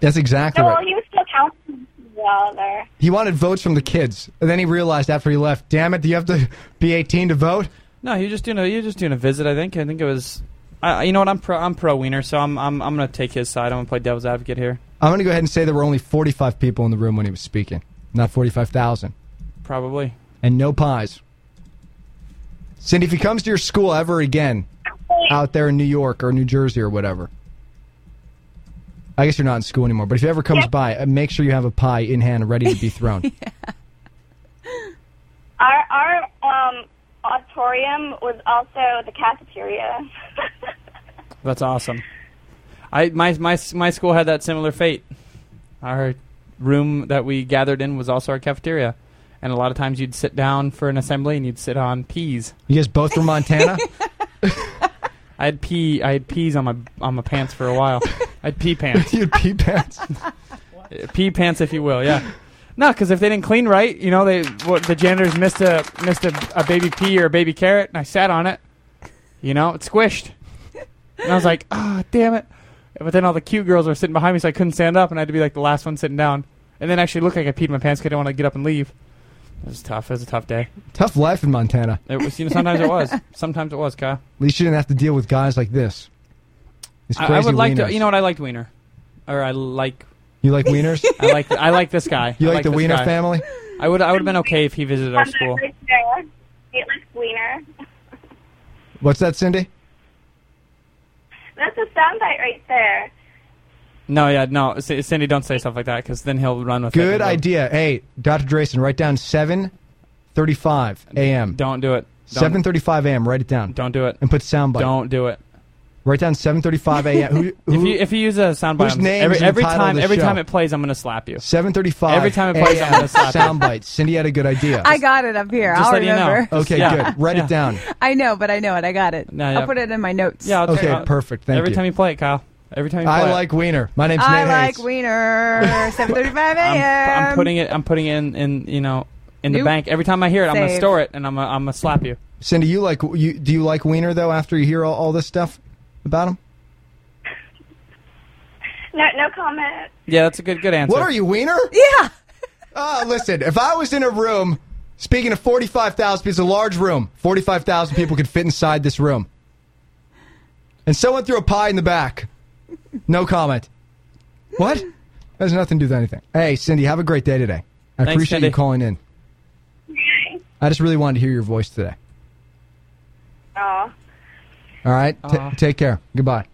That's exactly
No, well,
right.
he was still counting while there.
He wanted votes from the kids, and then he realized after he left, damn it, do you have to be 18 to vote?
No, you're just doing a you're just doing a visit. I think. I think it was. I, you know what? I'm pro. I'm pro Wiener, so I'm I'm I'm gonna take his side. I'm gonna play devil's advocate here.
I'm going to go ahead and say there were only 45 people in the room when he was speaking, not 45,000,
Probably.
and no pies. Cindy, if he comes to your school ever again, out there in New York or New Jersey or whatever, I guess you're not in school anymore. But if he ever comes by, uh, make sure you have a pie in hand, ready to be thrown.
Our our um, auditorium was also the cafeteria.
That's awesome. I my my my school had that similar fate. Our room that we gathered in was also our cafeteria, and a lot of times you'd sit down for an assembly and you'd sit on peas.
You guys both from Montana?
I had pea I had peas on my on my pants for a while. I had pea pants,
you had pee pants.
Uh, pea pants, if you will. Yeah. No, because if they didn't clean right, you know they what, the janitors missed a missed a, a baby pea or a baby carrot, and I sat on it. You know, it squished. And I was like, ah, damn it. But then all the cute girls were sitting behind me, so I couldn't stand up, and I had to be like the last one sitting down. And then actually looked like I peed my pants because I didn't want to get up and leave. It was tough. It was a tough day.
Tough life in Montana.
It was, you know, sometimes it was. Sometimes it was, Kyle.
At least you didn't have to deal with guys like this. It's
I-
crazy
I, would like
wieners.
to. You know what? I liked Wiener, or I like.
You like wieners?
I like. I like this guy.
You
I
like, the
this
wiener
guy.
family?
I would. I would have been okay if he visited our school.
There. Meatless wiener.
What's that, Cindy?
That's a soundbite right there.
No, yeah, no, C- Cindy, don't say stuff like that because then he'll run with it.
Good
He'll-
idea. Hey, Dr. Drayson, write down 7:35 a.m.
Don't do it. Don't,
7:35 a.m. Write it down
Don't do it.
and put soundbite.
Don't do it.
Write down 7:35 a.m. Who,
If
who-
you if you use a soundbite,
Whose
I'm-
name
every
is
every
entitled
time
this
every
show?
time it plays, I'm gonna slap you.
7:35
Every time it plays, I'm
a.m.
gonna slap it.
soundbite. Cindy had a good idea.
I got it up here.
Just
I'll
let you know.
remember.
okay,
Yeah.
good. Write
Yeah.
it down.
I know, but I know it. I got it.
No, yeah.
I'll put it in my notes.
Yeah. I'll
Okay,
I'll-
perfect. Thank
every
you.
time you play it, Kyle. Every time you play
I
it.
like wiener. My name's
I
Nate
like
Hayes.
wiener. 7:35
I'm,
a.m.
I'm putting it. I'm putting it in, in you know in the
Nope.
bank. Every time I hear it, I'm gonna
Save.
store it and I'm gonna, I'm gonna slap you.
Cindy, you like you do you like wiener though after you hear all, all this stuff about him?
No, no comment.
Yeah, that's a good good answer.
What are you wiener?
Yeah.
Oh, listen, if I was in a room, speaking of 45,000 people, it's a large room. 45,000 people could fit inside this room. And someone threw a pie in the back. No comment. What? That has nothing to do with anything. Hey, Cindy, have a great day today. I
Thanks,
appreciate
Cindy.
you calling in. I just really wanted to hear your voice today.
Oh,
All right? T-
Aw.
take care. Goodbye.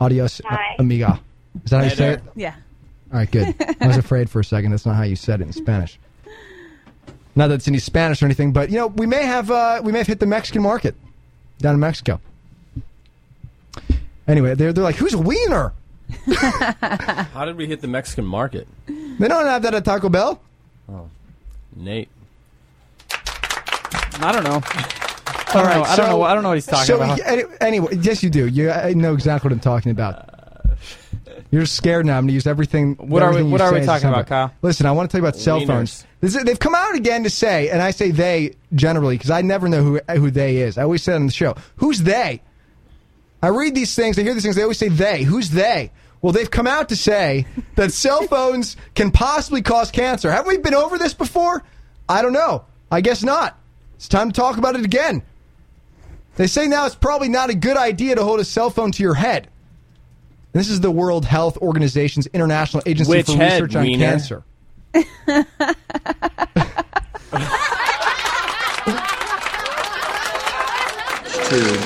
Adios, uh,
Bye.
amiga. Is that how you say it?
Yeah.
All right, good. I was afraid for a second. That's not how you said it in Spanish. Not that it's any Spanish or anything, but you know, we may have uh, we may have hit the Mexican market down in Mexico. Anyway, they're they're like, who's wiener?
How did we hit the Mexican market,
They don't have that at Taco Bell. Oh.
Nate?
I don't know. I don't
right,
know. I don't
so-
know. I don't know what he's talking
so
about.
any, anyway, yes, you do. You I know exactly what I'm talking about. You're scared now. I'm going to use everything.
Uh, What are we-
everything you
what are
say
we
as a
talking about,
soundbite.
Kyle?
Listen, I want to talk about cell
Wieners.
phones. This is, they've come out again to say, and I say they generally because I never know who who they is. I always say it on the show, who's they? I read these things, I hear these things, they always say they. Who's they? Well, they've come out to say that cell phones can possibly cause cancer. Have we been over this before? I don't know. I guess not. It's time to talk about it again. They say now it's probably not a good idea to hold a cell phone to your head. And this is the World Health Organization's International Agency
Which
for
head,
Research on
wiener?
Cancer.
to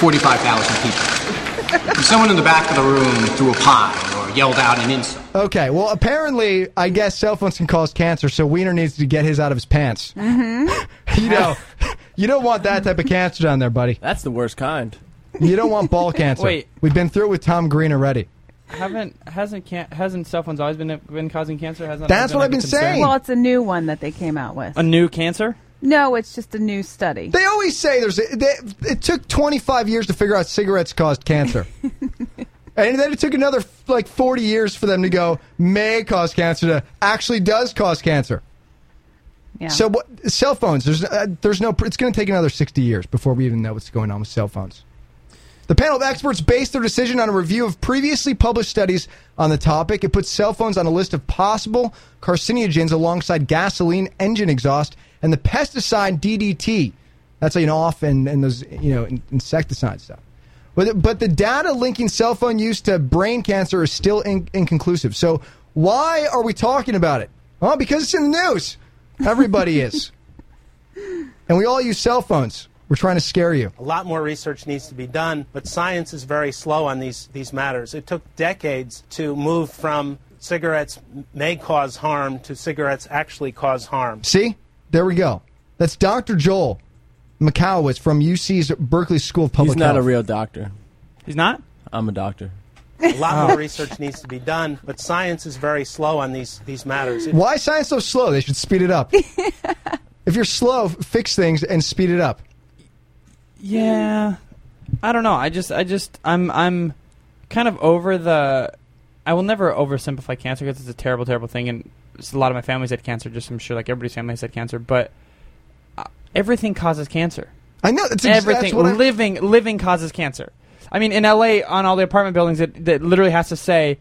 45,000 people. If someone in the back of the room threw a pie or yelled out an insult,
Okay, well, apparently, I guess cell phones can cause cancer, so Wiener needs to get his out of his pants. Mm-hmm. you know, you don't want that type of cancer down there, buddy.
That's the worst kind.
You don't want ball cancer.
Wait.
We've been through it with Tom Green already.
haven't hasn't can, hasn't cell phones always been been causing cancer? Hasn't
That's what
like
I've
a
been
concern?
saying.
Well, it's a new one that they came out with.
A new cancer?
No, it's just a new study.
They always say there's. A, they, it took 25 years to figure out cigarettes caused cancer. And then it took another like 40 years for them to go may cause cancer to actually does cause cancer.
Yeah.
So what, cell phones there's uh, there's no it's going to take another 60 years before we even know what's going on with cell phones. The panel of experts based their decision on a review of previously published studies on the topic. It puts cell phones on a list of possible carcinogens alongside gasoline, engine exhaust, and the pesticide DDT. That's like an off and, and those you know in- insecticide stuff. But the, but the data linking cell phone use to brain cancer is still in, inconclusive. So why are we talking about it? Well, because it's in the news. Everybody is, and we all use cell phones. We're trying to scare you.
A lot more research needs to be done, but science is very slow on these, these matters. It took decades to move from cigarettes may cause harm to cigarettes actually cause harm.
See? There we go. That's Dr. Joel Mikowitz from UC's Berkeley School of Public
He's not
Health.
a real doctor.
He's not.
I'm a doctor.
A
Oh.
lot more research needs to be done, but science is very slow on these, these matters. It-
Why is science so slow? They should speed it up. if you're slow, f- fix things and speed it up.
Yeah, I don't know. I just, I just, I'm, I'm kind of over the. I will never oversimplify cancer because it's a terrible, terrible thing, and it's a lot of my family's had cancer. Just I'm sure, like everybody's family has had cancer, but uh, everything causes cancer.
I know that's ex-
everything.
that's what I-
living living causes cancer. I mean, in LA, on all the apartment buildings, it that literally has to say,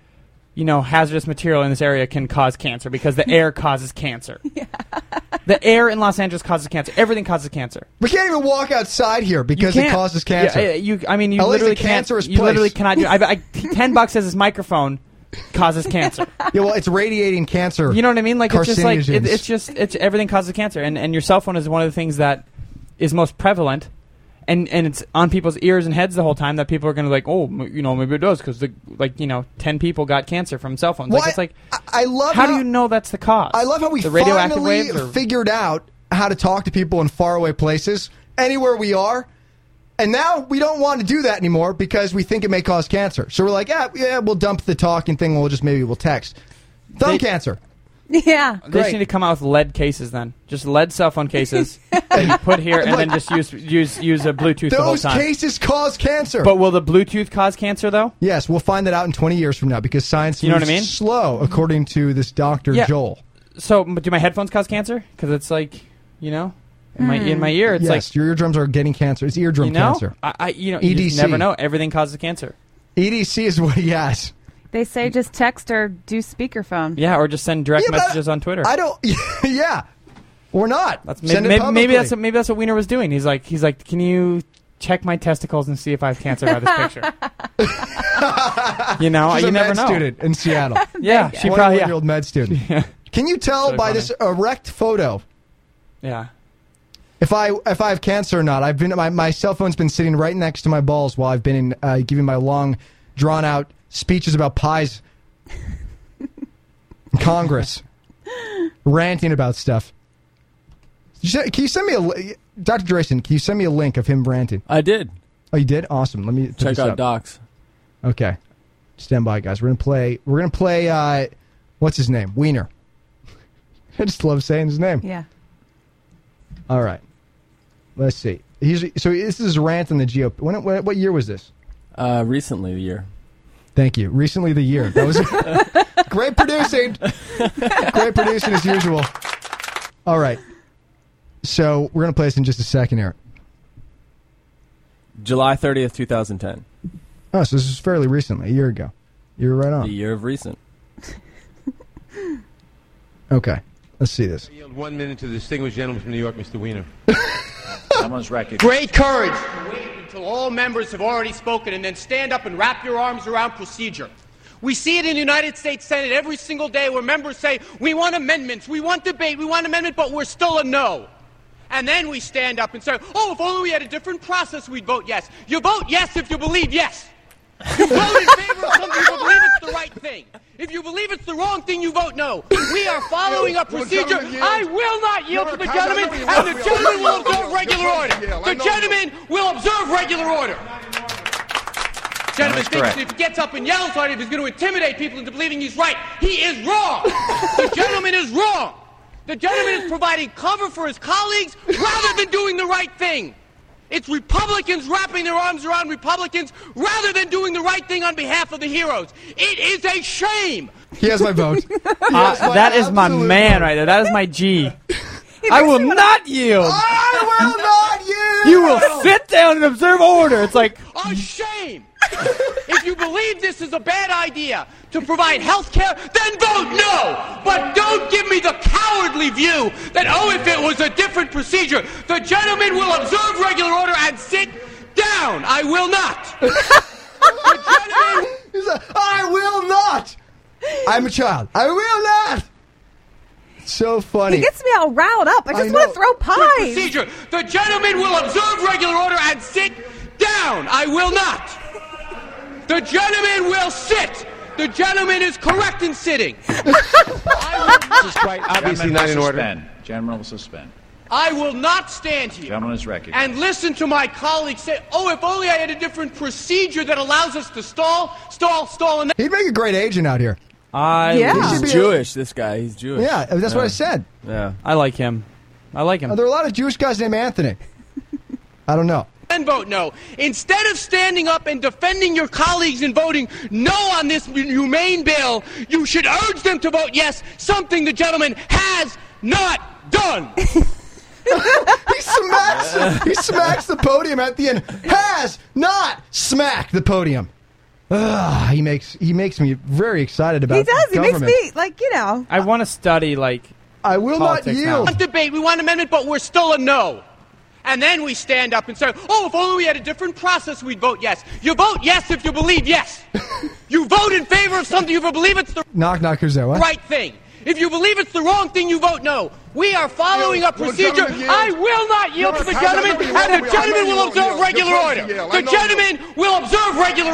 you know, hazardous material in this area can cause cancer because the air causes cancer. the air in Los Angeles causes cancer. Everything causes cancer.
We can't even walk outside here because it
can't-
causes cancer.
Yeah, uh, you, I mean, you
At least
literally
a cancerous
can't. You literally
place.
cannot do. I, I, Ten bucks says this microphone causes cancer.
yeah, well, it's radiating cancer.
You know what I mean? Like it's just like it,
Carcinogens.
it's just it's everything causes cancer, and and your cell phone is one of the things that is most prevalent, and and it's on people's ears and heads the whole time that people are going to like, oh, m- you know, maybe it does because like you know, ten people got cancer from cell phones.
Why-
Like it's like
I love
how, do you know that's the cause?
I love how we
the radioactive
finally
waves. Or,
figured out how to talk to people in faraway places, anywhere we are. And now we don't want to do that anymore because we think it may cause cancer. So we're like, yeah, yeah, we'll dump the talking thing. We'll just maybe we'll text. Thumb
They-
cancer.
Yeah.
they just need to come out with lead cases then, just lead cell phone cases that you put here, and then just use use use a Bluetooth the whole
Those
time.
cases cause cancer.
but will the Bluetooth cause cancer though?
yes, we'll find that out in 20 years from now because science
You know what I
moves
mean?
slow, according to this Dr.
Yeah.
Joel.
So m- do my headphones cause cancer? Because it's like you know, in my in my ear, it's
yes,
like.
your eardrums are getting cancer. It's eardrum
you know,
cancer. E
I, I you know, you just
EDC.
never know. Everything causes cancer.
EDC E is what he has.
They say just text or do speakerphone.
Yeah, or just send direct
Yeah, but
messages on Twitter.
I don't. Yeah, we're not.
That's
Send
maybe,
it
maybe, maybe
publicly.
that's what, maybe that's what Wiener was doing. He's like he's like, can you check my testicles and see if I have cancer by this picture? you know,
She's
you
a
never
med
know.
student in Seattle.
Yeah, she
21
probably
year
yeah.
old med student. Can you tell
So
by
funny.
this erect photo
yeah.
if I if I have cancer or not? I've been my, my cell phone's been sitting right next to my balls while I've been in, uh, giving my long, drawn out speeches about pies in Congress, ranting about stuff. You said- Can you send me a li- Dr. Drayson? Can you send me a link of him ranting?
I did.
Oh, you did? Awesome. Let me put
Check
this
out
up.
Docs.
Okay. Stand by, guys. We're gonna play. We're gonna play. Uh, what's his name? Wiener. I just love saying his name.
Yeah.
All right. Let's see. He's, so this is a rant on the GOP. When, when, what year was this?
Uh, recently, the year.
Thank you. Recently, the year that was great producing. great producing as usual. All right. So we're gonna play this in just a second, Eric.
July 30th, 2010.
Oh, so this is fairly recently, a year ago. You're right
The
on.
year of recent.
Okay. Let's see this.
Yield one minute to the distinguished gentleman from New York, Mr. Weiner.
Someone's recognized.
Great courage. Wait until all members have already spoken and then stand up and wrap your arms around procedure. We see it in the United States Senate every single day where members say, We want amendments, we want debate, we want amendment, but we're still a no. And then we stand up and say, Oh, if only we had a different process, we'd vote yes. You vote yes if you believe yes. You vote in favor of something if you believe it's the right thing. If you believe it's the wrong thing, you vote no. We are following a
Will the
procedure.
gentleman yield?
I will not yield
No,
to the
no,
gentleman,
no, no,
and the
no,
gentleman
no,
will
no, no,
observe
no,
regular
no, no,
order.
no, no,
The
no,
gentleman will observe regular order. Gentleman thinks
That's correct.
if he gets up and yells at him, he's going to intimidate people into believing he's right. He is wrong. the gentleman is wrong. The gentleman is providing cover for his colleagues rather than doing the right thing. It's Republicans wrapping their arms around Republicans rather than doing the right thing on behalf of the heroes. It is a shame.
He has my vote.
Uh, that is my man right there. That is my G. I will not yield.
I
You
Oh.
will sit down and observe order. It's like
a shame. if you believe this is a bad idea to provide health care, then vote no. But don't give me the cowardly view that, oh, if it was a different procedure, the gentleman will observe regular order and sit down. I will not.
He's like, I will not. I'm a child. I will not. So funny.
He gets me all riled up. I just
I
want
know.
to throw pies.
procedure, the gentleman will observe regular order and sit down. I will not. The gentleman will sit. The gentleman is correct in sitting.
Right,
obviously not in order.
Gentlemen will suspend.
I will not stand here.
Gentlemen is recognized.
and listen to my colleagues say, oh, if only I had a different procedure that allows us to stall, stall, stall, and
He'd make a great agent out here.
I.
Yeah.
He should be
He's
a-
Jewish, this guy. He's Jewish.
Yeah, that's what I said.
Yeah.
I like him. I like him.
There are a lot of Jewish guys named Anthony. I don't know.
then vote no. Instead of standing up and defending your colleagues and voting no on this humane bill, you should urge them to vote yes, something the gentleman has not done.
he smacks. he smacks the podium at the end. Has not smacked the podium. Ugh, he makes he makes me very excited about.
he does. He makes
government.
me like you know.
I want to study like.
I will
not
We want debate. We want amendment, but we're still a no. And then we stand up and say, "Oh, if only we had a different process, we'd vote yes." You vote yes if you believe yes. you vote in favor of something if you believe it's the
Knock knock. Who's that? What?
right thing. If you believe it's the wrong thing, you vote no. We are following a
Yield. Will the
procedure.
gentleman yield?
I will not yield
No,
to the
I- I
gentleman,
know you won't.
and
I
the
know
gentleman
you
will
won't
observe
yield. You're
regular
supposed to
order.
yell. I
The
know you won't.
gentleman will observe regular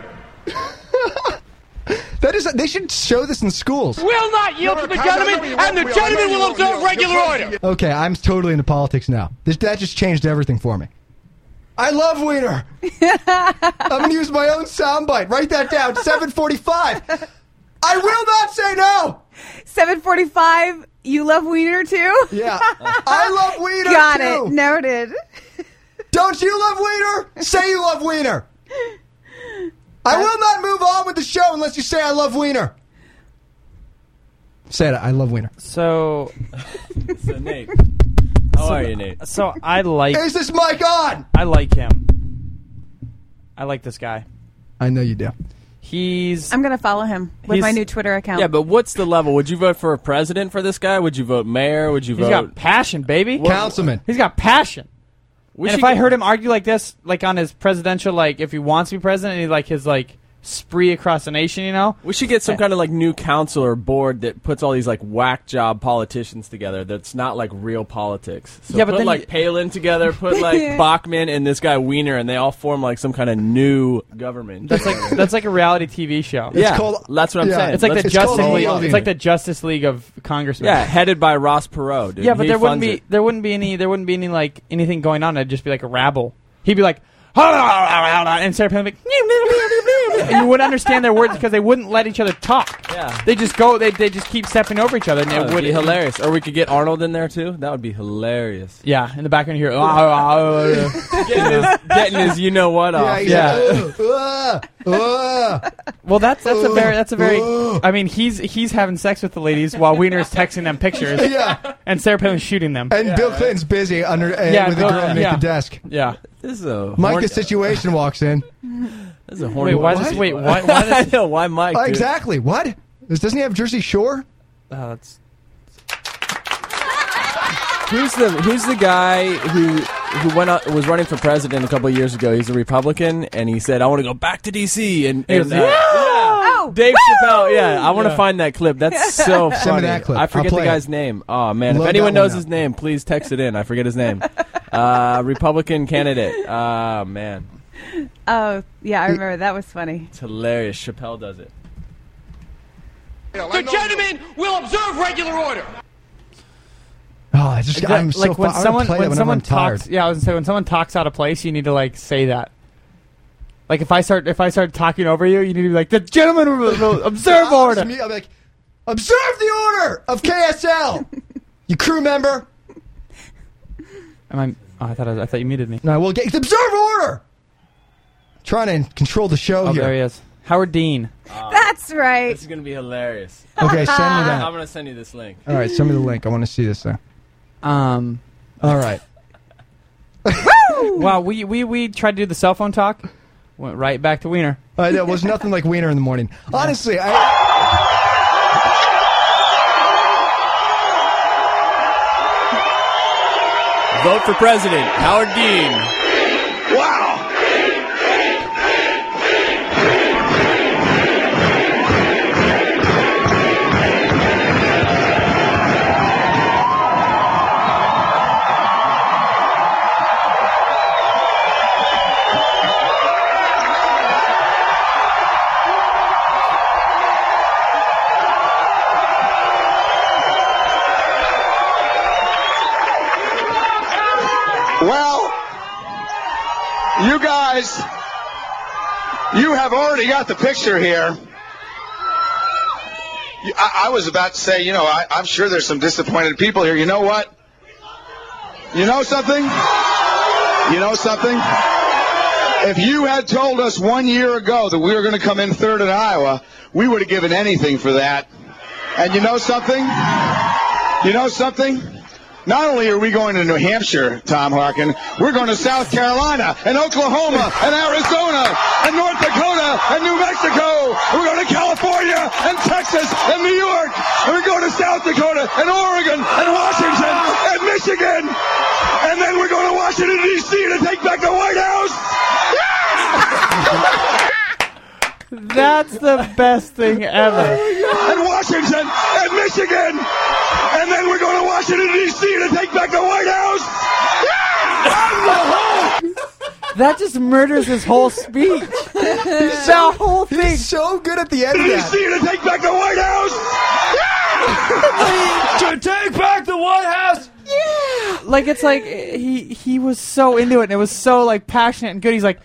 order.
That is. They should show this in schools.
Will not yield to the gentleman, and the gentleman will observe regular order.
Okay, I'm totally into politics now. This, that just changed everything for me. I love Wiener. I'm going to use my own soundbite. Write that down. 745. I will not say no.
745. You love Wiener too?
Yeah. I love Wiener
Got
too.
it. Noted.
Don't you love Wiener? Say you love Wiener. I will not move on with the show unless you say I love Wiener. Say it. I love Wiener.
So.
so Nate, how are you, Nate?
So I like.
Is this mic on?
I like him. I like this guy.
I know you do.
He's.
I'm gonna follow him with
He's-
my new Twitter account.
Yeah, but what's the level? Would you vote for a president for this guy? Would you vote mayor? Would you
He's
vote
got passion, baby.
Councilman.
He's got passion.
We
and
should
if I
get-
heard him argue like this, like on his presidential, like if he wants to be president, he like his like spree across the nation, you know.
We should get some kind of like new council or board that puts all these like whack job politicians together. That's not like real politics. So
Yeah, but
put
then
like
you-
Palin together, put like Bachman and this guy Wiener, and they all form like some kind of new government.
That's like that's like a reality TV show.
yeah, that's what I'm saying.
It's like
Let's
the
just
Justice
hold
League.
on.
It's like the Justice League of congressmen.
yeah, headed by Ross Perot. Dude.
yeah, but
He
there wouldn't
funds
be
it.
there wouldn't be any there wouldn't be any like anything going on. It'd just be like a rabble. He'd be like, and Sarah Palin would be like, and you wouldn't understand their words because they wouldn't let each other talk.
Yeah.
they just go. They they just keep stepping over each other, and
That
it
would
would
be hilarious. Or we could get Arnold in there too. That would be hilarious.
Yeah, in the background here. oh, ah, getting his,
Getting his, you know what off.
Uh,
Well, that's that's a very that's a very. I mean, he's he's having sex with the ladies while Wiener's texting them pictures.
Yeah.
and Sarah Palin's shooting them.
And Bill Clinton's busy under uh,
Yeah,
with
Bill-
a girl underneath
yeah.
the desk.
yeah.
This is a
Mike,
horn-
the situation walks in.
This is a
Wait,
horny.
why
one.
does wait why why
I
does?
know why Mike.
Uh,
dude.
exactly. What? This doesn't he have Jersey Shore?
Oh, that's-
Who's the Who's the guy who who went out, was running for president a couple of years ago? He's a Republican, and he said, "I want to go back to D.C." And, and
He was-
uh,
oh,
Dave
woo!
Chappelle, yeah, I want to
Yeah.
find that clip. That's so funny.
that clip.
I
I'll
forget the
play it.
guy's name. Oh man,
Load
if
that
anyone
one
knows
up.
his name, please text it in. I forget his name. Uh, Republican candidate. Oh man,
Oh, yeah, I remember that was funny.
it's hilarious. Chappelle does it.
The gentleman will observe regular order.
Oh, I just I'm so
like when
fu- I wanna
someone
play
when
that whenever
someone
I'm
talks,
tired.
yeah, I was gonna say when someone talks out of place, you need to like say that. Like if I start if I start talking over you, you need to be like the gentleman will- will observe
I'll just
order.
mute- I'm like, observe the order of KSL. you crew member.
Am I? Oh, I thought I, was- I thought you muted me.
No, I will get observe order. Trying to control the show
Oh,
here.
there he is, Howard Dean.
That's right.
This is gonna be hilarious.
Okay, send me
I'm
that.
gonna send you this link.
All right, send me the link. I want to see this thing.
Um.
All right.
Wow, we, we we tried to do the cell phone talk, went right back to Wiener.
Uh, there was nothing like Wiener in the morning. Honestly, I.
Vote for president, Howard Dean.
Well, you guys, you have already got the picture here. You- I, I was about to say, you know, I, I'm sure there's some disappointed people here. You know what? You know something? You know something? If you had told us one year ago that we were going to come in third in Iowa, we would have given anything for that. And you know something? You know something? Not only are we going to New Hampshire, Tom Harkin, we're going to South Carolina and Oklahoma and Arizona and North Dakota and New Mexico. We're going to California and Texas and New York. And we're going to South Dakota and Oregon and Washington and Michigan. And then we're going to Washington, D.C. to take back the White House.
That's the best thing
Oh,
ever.
and Washington and Michigan. And then we're going to Washington, D.C. to take back the White House.
That just murders his whole speech. that whole thing.
so good at the end
of that. D.C. to take back the White
to
House.
take back the White House.
Like it's like eh, he he was so into it and it was so like passionate and good. He's like,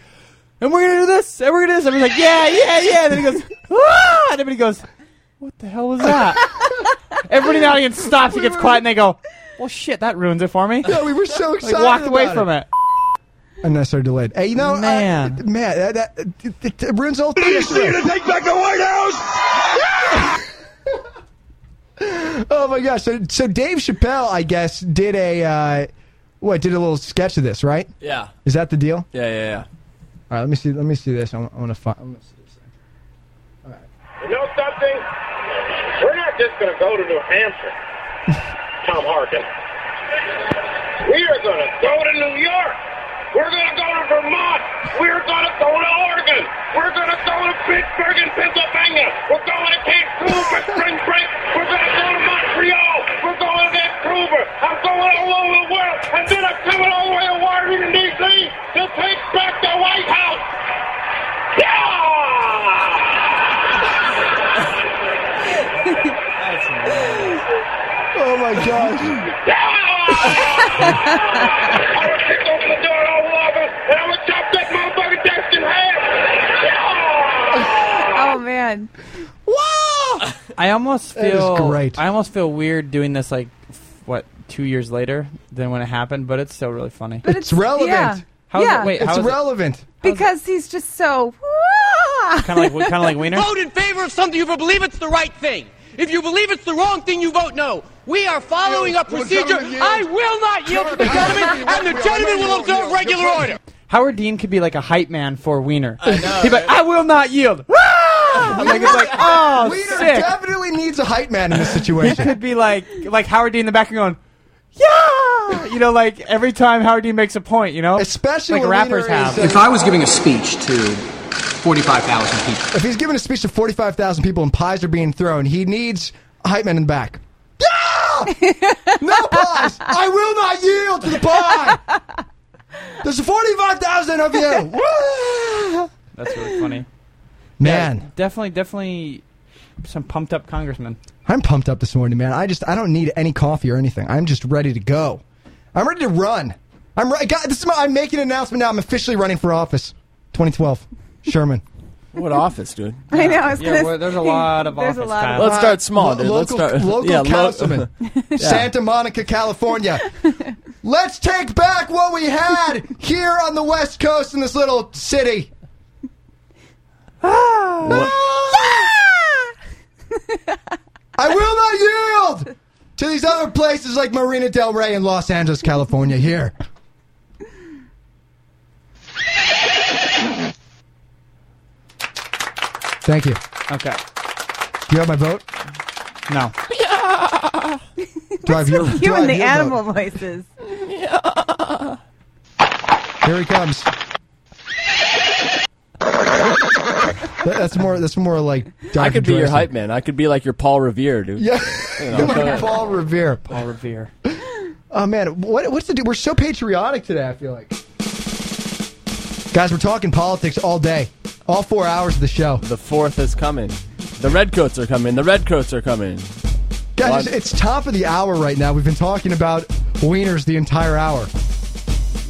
and we're gonna do this and we're gonna do this. And he's like, yeah, yeah, yeah. And then he goes, ah! And everybody goes, what the hell was that? everybody in the audience stops. It gets quiet and they go, well, shit, that ruins it for me.
Yeah, we were so
Like,
excited.
walked away
about
from it.
Unnecessary delayed. Hey, you know, man, man, that, that uh, it, it, it ruins the whole thing.
D.C. to take back the White House.
Oh my gosh! So, so Dave Chappelle, I guess, did a uh, what? Did a little sketch of this, right?
Yeah.
Is that the deal?
Yeah, yeah, yeah.
All right, let me see. Let me see this. I want, I want to find.
You know something? We're not just going to go to New Hampshire, Tom Harkin. We are going to go to New York. We're going to go to Vermont. We're going to go to Oregon. We're going to go to Pittsburgh and Pennsylvania. We're going to Cancun for spring break. We're going to go to Montreal. We're going to Vancouver. I'm going all over the world. And then I'm coming all the way to Washington, D.C. to take back the White House.
Oh my gosh!
Oh man.
Wow! I almost
That is
feel
great.
I almost feel weird doing this like f- what two years later than when it happened, but it's still really funny.
But it's,
relevant.
Yeah.
How is
yeah.
it- wait,
It's
how is it?
relevant.
because he's just so.
Kind of like kind of like Wiener.
Vote in favor of something if you believe it's the right thing. If you believe it's the wrong thing, you vote no. We are following a procedure.
gentleman yield.
I will not yield to the gentleman, and the gentleman will observe regular order.
Howard Dean could be like a hype man for Wiener. He'd be like, I will not yield. I'm like it's like oh
Wiener
sick.
definitely needs a hype man in this
He
situation.
could be like like Howard Dean in the back going, yeah. You know, like every time Howard Dean makes a point, you know,
especially
like
when
rappers
Wiener
have.
is, uh,
If I was giving a speech to 45,000 people,
if he's giving a speech to forty-five thousand people and pies are being thrown, he needs a hype man in the back. Yeah! no pies! I will not yield to the pie. There's forty-five thousand of you. Woo!
That's really funny.
Man.
Yeah, definitely, definitely some pumped up congressman.
I'm pumped up this morning, man. I just I don't need any coffee or anything. I'm just ready to go. I'm ready to run. I'm right. God, this is my. I'm making an announcement now. I'm officially running for office, 2012, Sherman.
What office, dude?
I know. I was
Yeah,
gonna
well, there's a
say-
lot of
there's a
office
lot
time.
of
Let's start small,
Lo-
dude.
Local,
Let's start
local
yeah, lo-
councilman, Santa Monica, California. Let's take back what we had here on the West Coast in this little city. Ah! I will not yield to these other places like Marina Del Rey in Los Angeles, California. Here. Thank you.
Okay.
Do you have my vote?
No.
Do I have your, do
You
I have
and the
your
animal
vote?
voices.
Here he comes. That- that's more. That's more like.
I
Dr.
could be your
Dresden.
hype man. I could be like your Paul Revere, dude.
Yeah.
You know,
Like Paul Revere.
Paul Revere.
Oh man, what, what's the deal? We're so patriotic today. I feel like. Guys, we're talking politics all day, all four hours of the show.
The fourth is coming. The redcoats are coming. The redcoats are coming.
Guys,
What?
it's, it's top of the hour right now. We've been talking about wieners the entire hour.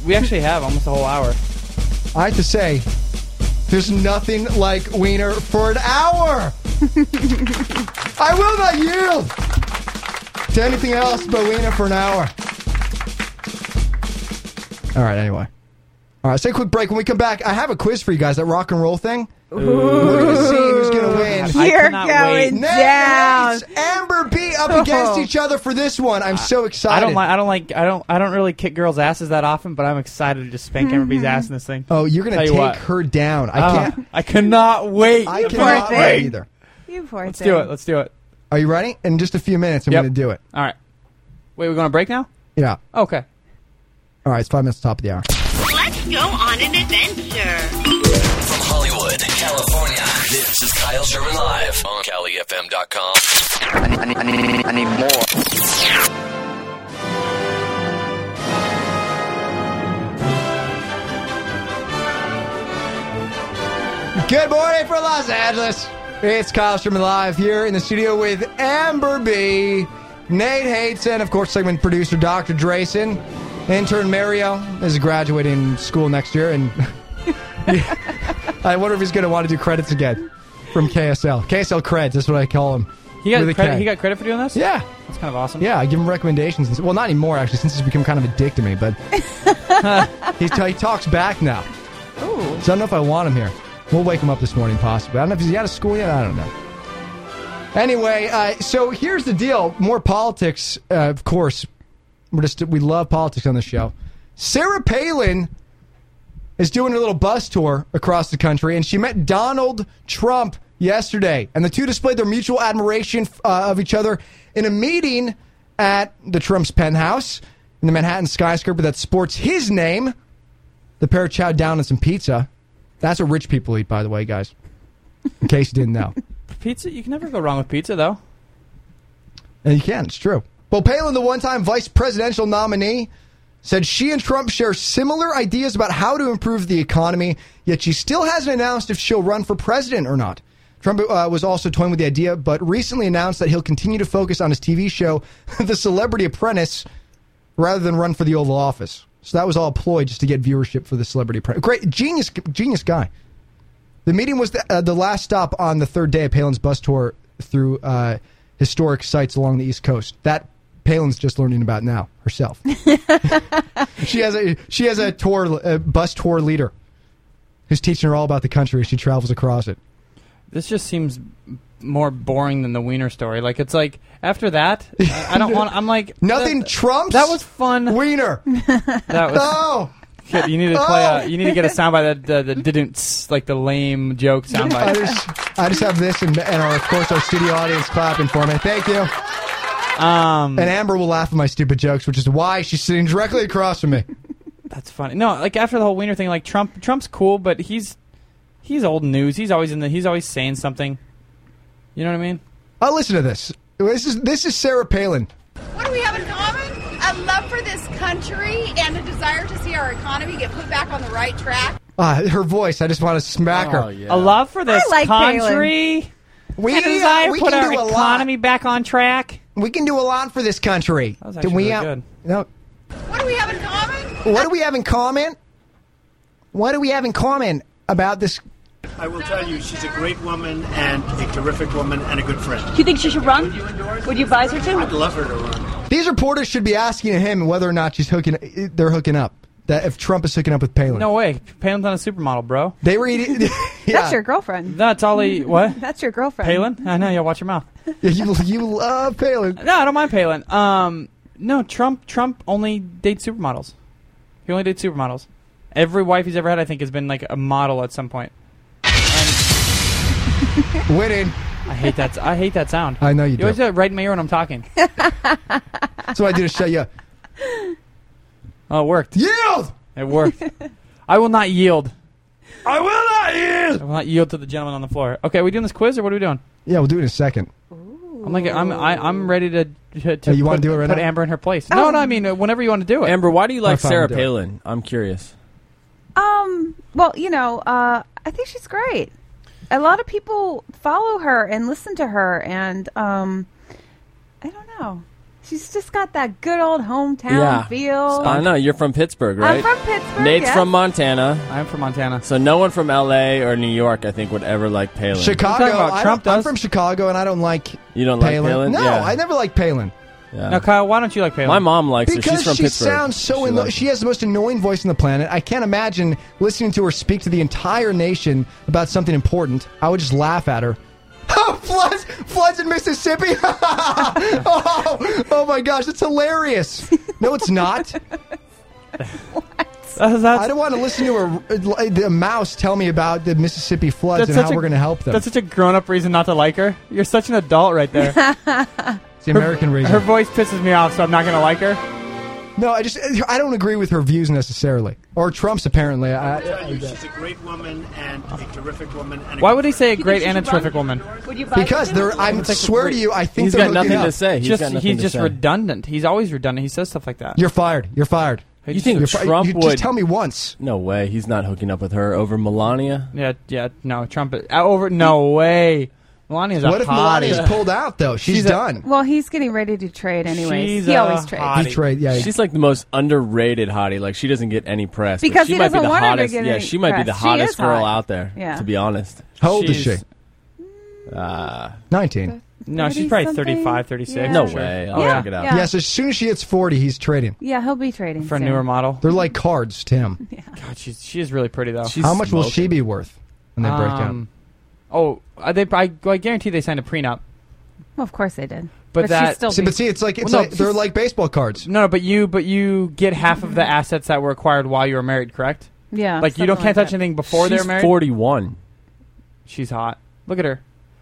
We actually have almost a whole hour.
I have to say, there's nothing like wiener for an hour. I will not yield to anything else but wiener for an hour. All right, anyway. All right, let's take a quick break. When we come back, I have a quiz for you guys that rock and roll thing. We're going to see who's going to win.
Oh, I
You're
cannot wait.
going
Next
down.
race, Amber B up against each other for this one. I'm so
I
excited.
don't like. I don't like. I don't. I don't really kick girls' asses that often, but I'm excited to just spank
Mm-hmm.
everybody's ass in this thing.
Oh, you're gonna
Tell you
take
what.
her down. I
Ah,
can't.
I cannot wait.
I cannot
Poor
wait
thing.
either.
You poor
Let's
thing.
do it. Let's do it.
Are you ready? In just a few minutes, I'm
Yep.
going to do it.
All right. Wait, we're going to break now?
Yeah.
Okay.
All right. It's five minutes top of the hour.
Let's go on an adventure.
From Hollywood, California, this is Kyle Sherman Live on CaliFM.com. I need, I need, I need, I need more.
Good morning for Los Angeles. It's Kyle Sherman live here in the studio with Amber B, Nate Hateson, of course, segment producer Dr. Drayson, intern Mario is graduating school next year, and I wonder if he's going to want to do credits again from KSL. KSL creds, that's what I call him.
He got,
With a
credit,
K.
he got credit for doing this?
Yeah.
That's kind of awesome.
Yeah, I give him recommendations. and s- Well, not anymore, actually, since he's become kind of a dick to me, but he, t- he talks back now. So I don't know if I want him here. We'll wake him up this morning, possibly. I don't know if he's out of school yet. I don't know. Anyway, uh, so here's the deal. More politics, uh, of course. We're just we love politics on the show. Sarah Palin is doing a little bus tour across the country, and she met Donald Trump yesterday. And the two displayed their mutual admiration uh, of each other in a meeting at the Trump's penthouse in the Manhattan skyscraper that sports his name. The pair chowed down on some pizza. That's what rich people eat, by the way, guys. In case you didn't know.
Pizza? You can never go wrong with pizza, though.
And you can, it's true. Well, Palin, the one time vice presidential nominee, said she and Trump share similar ideas about how to improve the economy, yet she still hasn't announced if she'll run for president or not. Trump uh, was also toying with the idea, but recently announced that he'll continue to focus on his TV show, The Celebrity Apprentice, rather than run for the Oval Office. So that was all a ploy just to get viewership for The Celebrity Apprentice. Great, genius, genius guy. The meeting was the, uh, the last stop on the third day of Palin's bus tour through uh, historic sites along the East Coast. That Palin's just learning about now herself. she has a she has a tour a bus tour leader who's teaching her all about the country as she travels across it.
This just seems more boring than the wiener story. Like, it's like, after that, I I don't want. I'm like.
Nothing
that-
trumps
That was fun.
Wiener.
That was.
Oh.
Shit, you need to play. A, you need to get a soundbite that that, that didn't like the lame joke
I
soundbite.
just, I just have this and, and our, of course our studio audience clapping for me. Thank you.
Um,
and Amber will laugh at my stupid jokes, which is why she's sitting directly across from me.
That's funny. No, like after the whole wiener thing, like Trump. Trump's cool, but he's he's old news. He's always in the. He's always saying something. You know what I mean?
Oh, listen to this. This is this is Sarah Palin.
What do we have in common? A love for this country and a desire to see our economy get put back on the right track.
Ah, her voice. I just want to smack her.
A love for this
I like
country.
We, uh,
and desire
we
to put
can
our
do a lot.
economy back on track.
We can do a lot for this country. That
was
do
actually
we
really
have,
good.
No.
What do we have in common?
What do we have in common? What do we have in common about this?
I will tell you, she's a great woman and a terrific woman and a good friend.
Do you think she should run? Would you advise her to?
I'd love her to run.
These reporters should be asking him whether or not she's hooking. They're hooking up. That if Trump is hooking up with Palin.
No way. Palin's not a supermodel, bro.
They were eating.
That's your girlfriend.
That's all he. What?
That's your girlfriend.
Palin? I know. Yeah, watch your mouth.
you, you love Palin.
No, I don't mind Palin. Um, no, Trump. Trump only dates supermodels. He only dates supermodels. Every wife he's ever had, I think, has been like a model at some point.
Winning.
I hate that. I hate that sound.
I know you
You
do.
always do it right in my ear when I'm talking.
That's what I do to shut you up.
Oh, it worked.
Yield.
It worked. I will not yield.
I will not yield.
I will not yield to the gentleman on the floor. Okay, are we doing this quiz or what are we doing?
Yeah, we'll do it in a second.
I'm like I'm I, I'm ready to to, to
Hey, you wanna
put,
do it right
put
now?
Amber in her place. No, no, I mean uh, whenever you want to do it.
Amber, why do you like
If I
Sarah
would do it.
Palin? I'm curious.
Um. Well, you know, uh, I think she's great. A lot of people follow her and listen to her, and um, I don't know. She's just got that good old hometown feel.
I know you're from Pittsburgh, right?
I'm from Pittsburgh.
Nate's
yes.
from Montana.
I'm from Montana.
So no one from LA or New York, I think, would ever like Palin.
Chicago. I don't- I'm from Chicago, and I don't like
You don't
Palin.
like Palin?
No,
Yeah.
I never liked Palin.
Yeah.
Now, Kyle, why don't you like Palin?
My mom likes her.
because
She's from
she
Pittsburgh.
sounds so
She
anno-
likes
she has the most annoying voice on the planet. I can't imagine listening to her speak to the entire nation about something important. I would just laugh at her. Oh, plus Floods in Mississippi? oh, oh my gosh, it's hilarious. No, it's not. I don't want to listen to a, a mouse tell me about the Mississippi floods and how
such a-
we're going to help them.
That's such a grown-up reason not to like her. You're such an adult right there.
It's the American reason.
Her voice pisses me off, so I'm not going to like her.
no, I just I don't agree with her views necessarily, or Trump's apparently. I,
tell you, she's a great woman and a terrific woman. And a
Why
good-
would he say a great and a terrific woman?
Would you
because they're, I swear to you, I think
He's
they're hooking up.
just, he's just redundant. He's always redundant. He says stuff like that.
You're fired. You're fired.
You think
You're fi-
Trump
you
would?
Just tell me once.
No way. He's not hooking up with her over Melania.
Yeah, yeah. No, Trump. Is, uh, over. No way. Melania's a
What if
hottie.
Melania's
pulled out though? She's
She's a- done.
Well, he's getting ready to trade anyways.
She's
he
a
always trades.
hottie.
trade- yeah.
She's like the most underrated hottie. Like she doesn't get any press. but
Because
she
he
might be
doesn't
the
want her to
hottest.
get
yeah,
any
she might be
press.
the
She
hottest
is
girl
hot.
out there.
Yeah.
To be honest,
How old is
She's-
she?
Mm.
Uh,
Nineteen.
No, she's probably 35, 36.
Yeah.
No way. I'll
Yeah.
check it out.
Yeah.
Yes, as soon as she hits forty, he's trading
Yeah, he'll be trading
For a
soon.
newer model.
They're like cards, Tim.
God, she's she is really pretty though.
How much will she be worth when they break down?
Um, Oh, uh, they. I, I guarantee they signed a prenup.
Well, of course they did.
But,
she'd
that.
still
See,
be-
but see, it's like it's
Well, no,
like they're
she's-
like baseball cards.
No, no, but you but you get half of the assets that were acquired while you were married, correct?
Yeah,
Like you don't
something
can't
like
touch
that.
anything before they're
She's
married.
41.
She's hot. Look at her.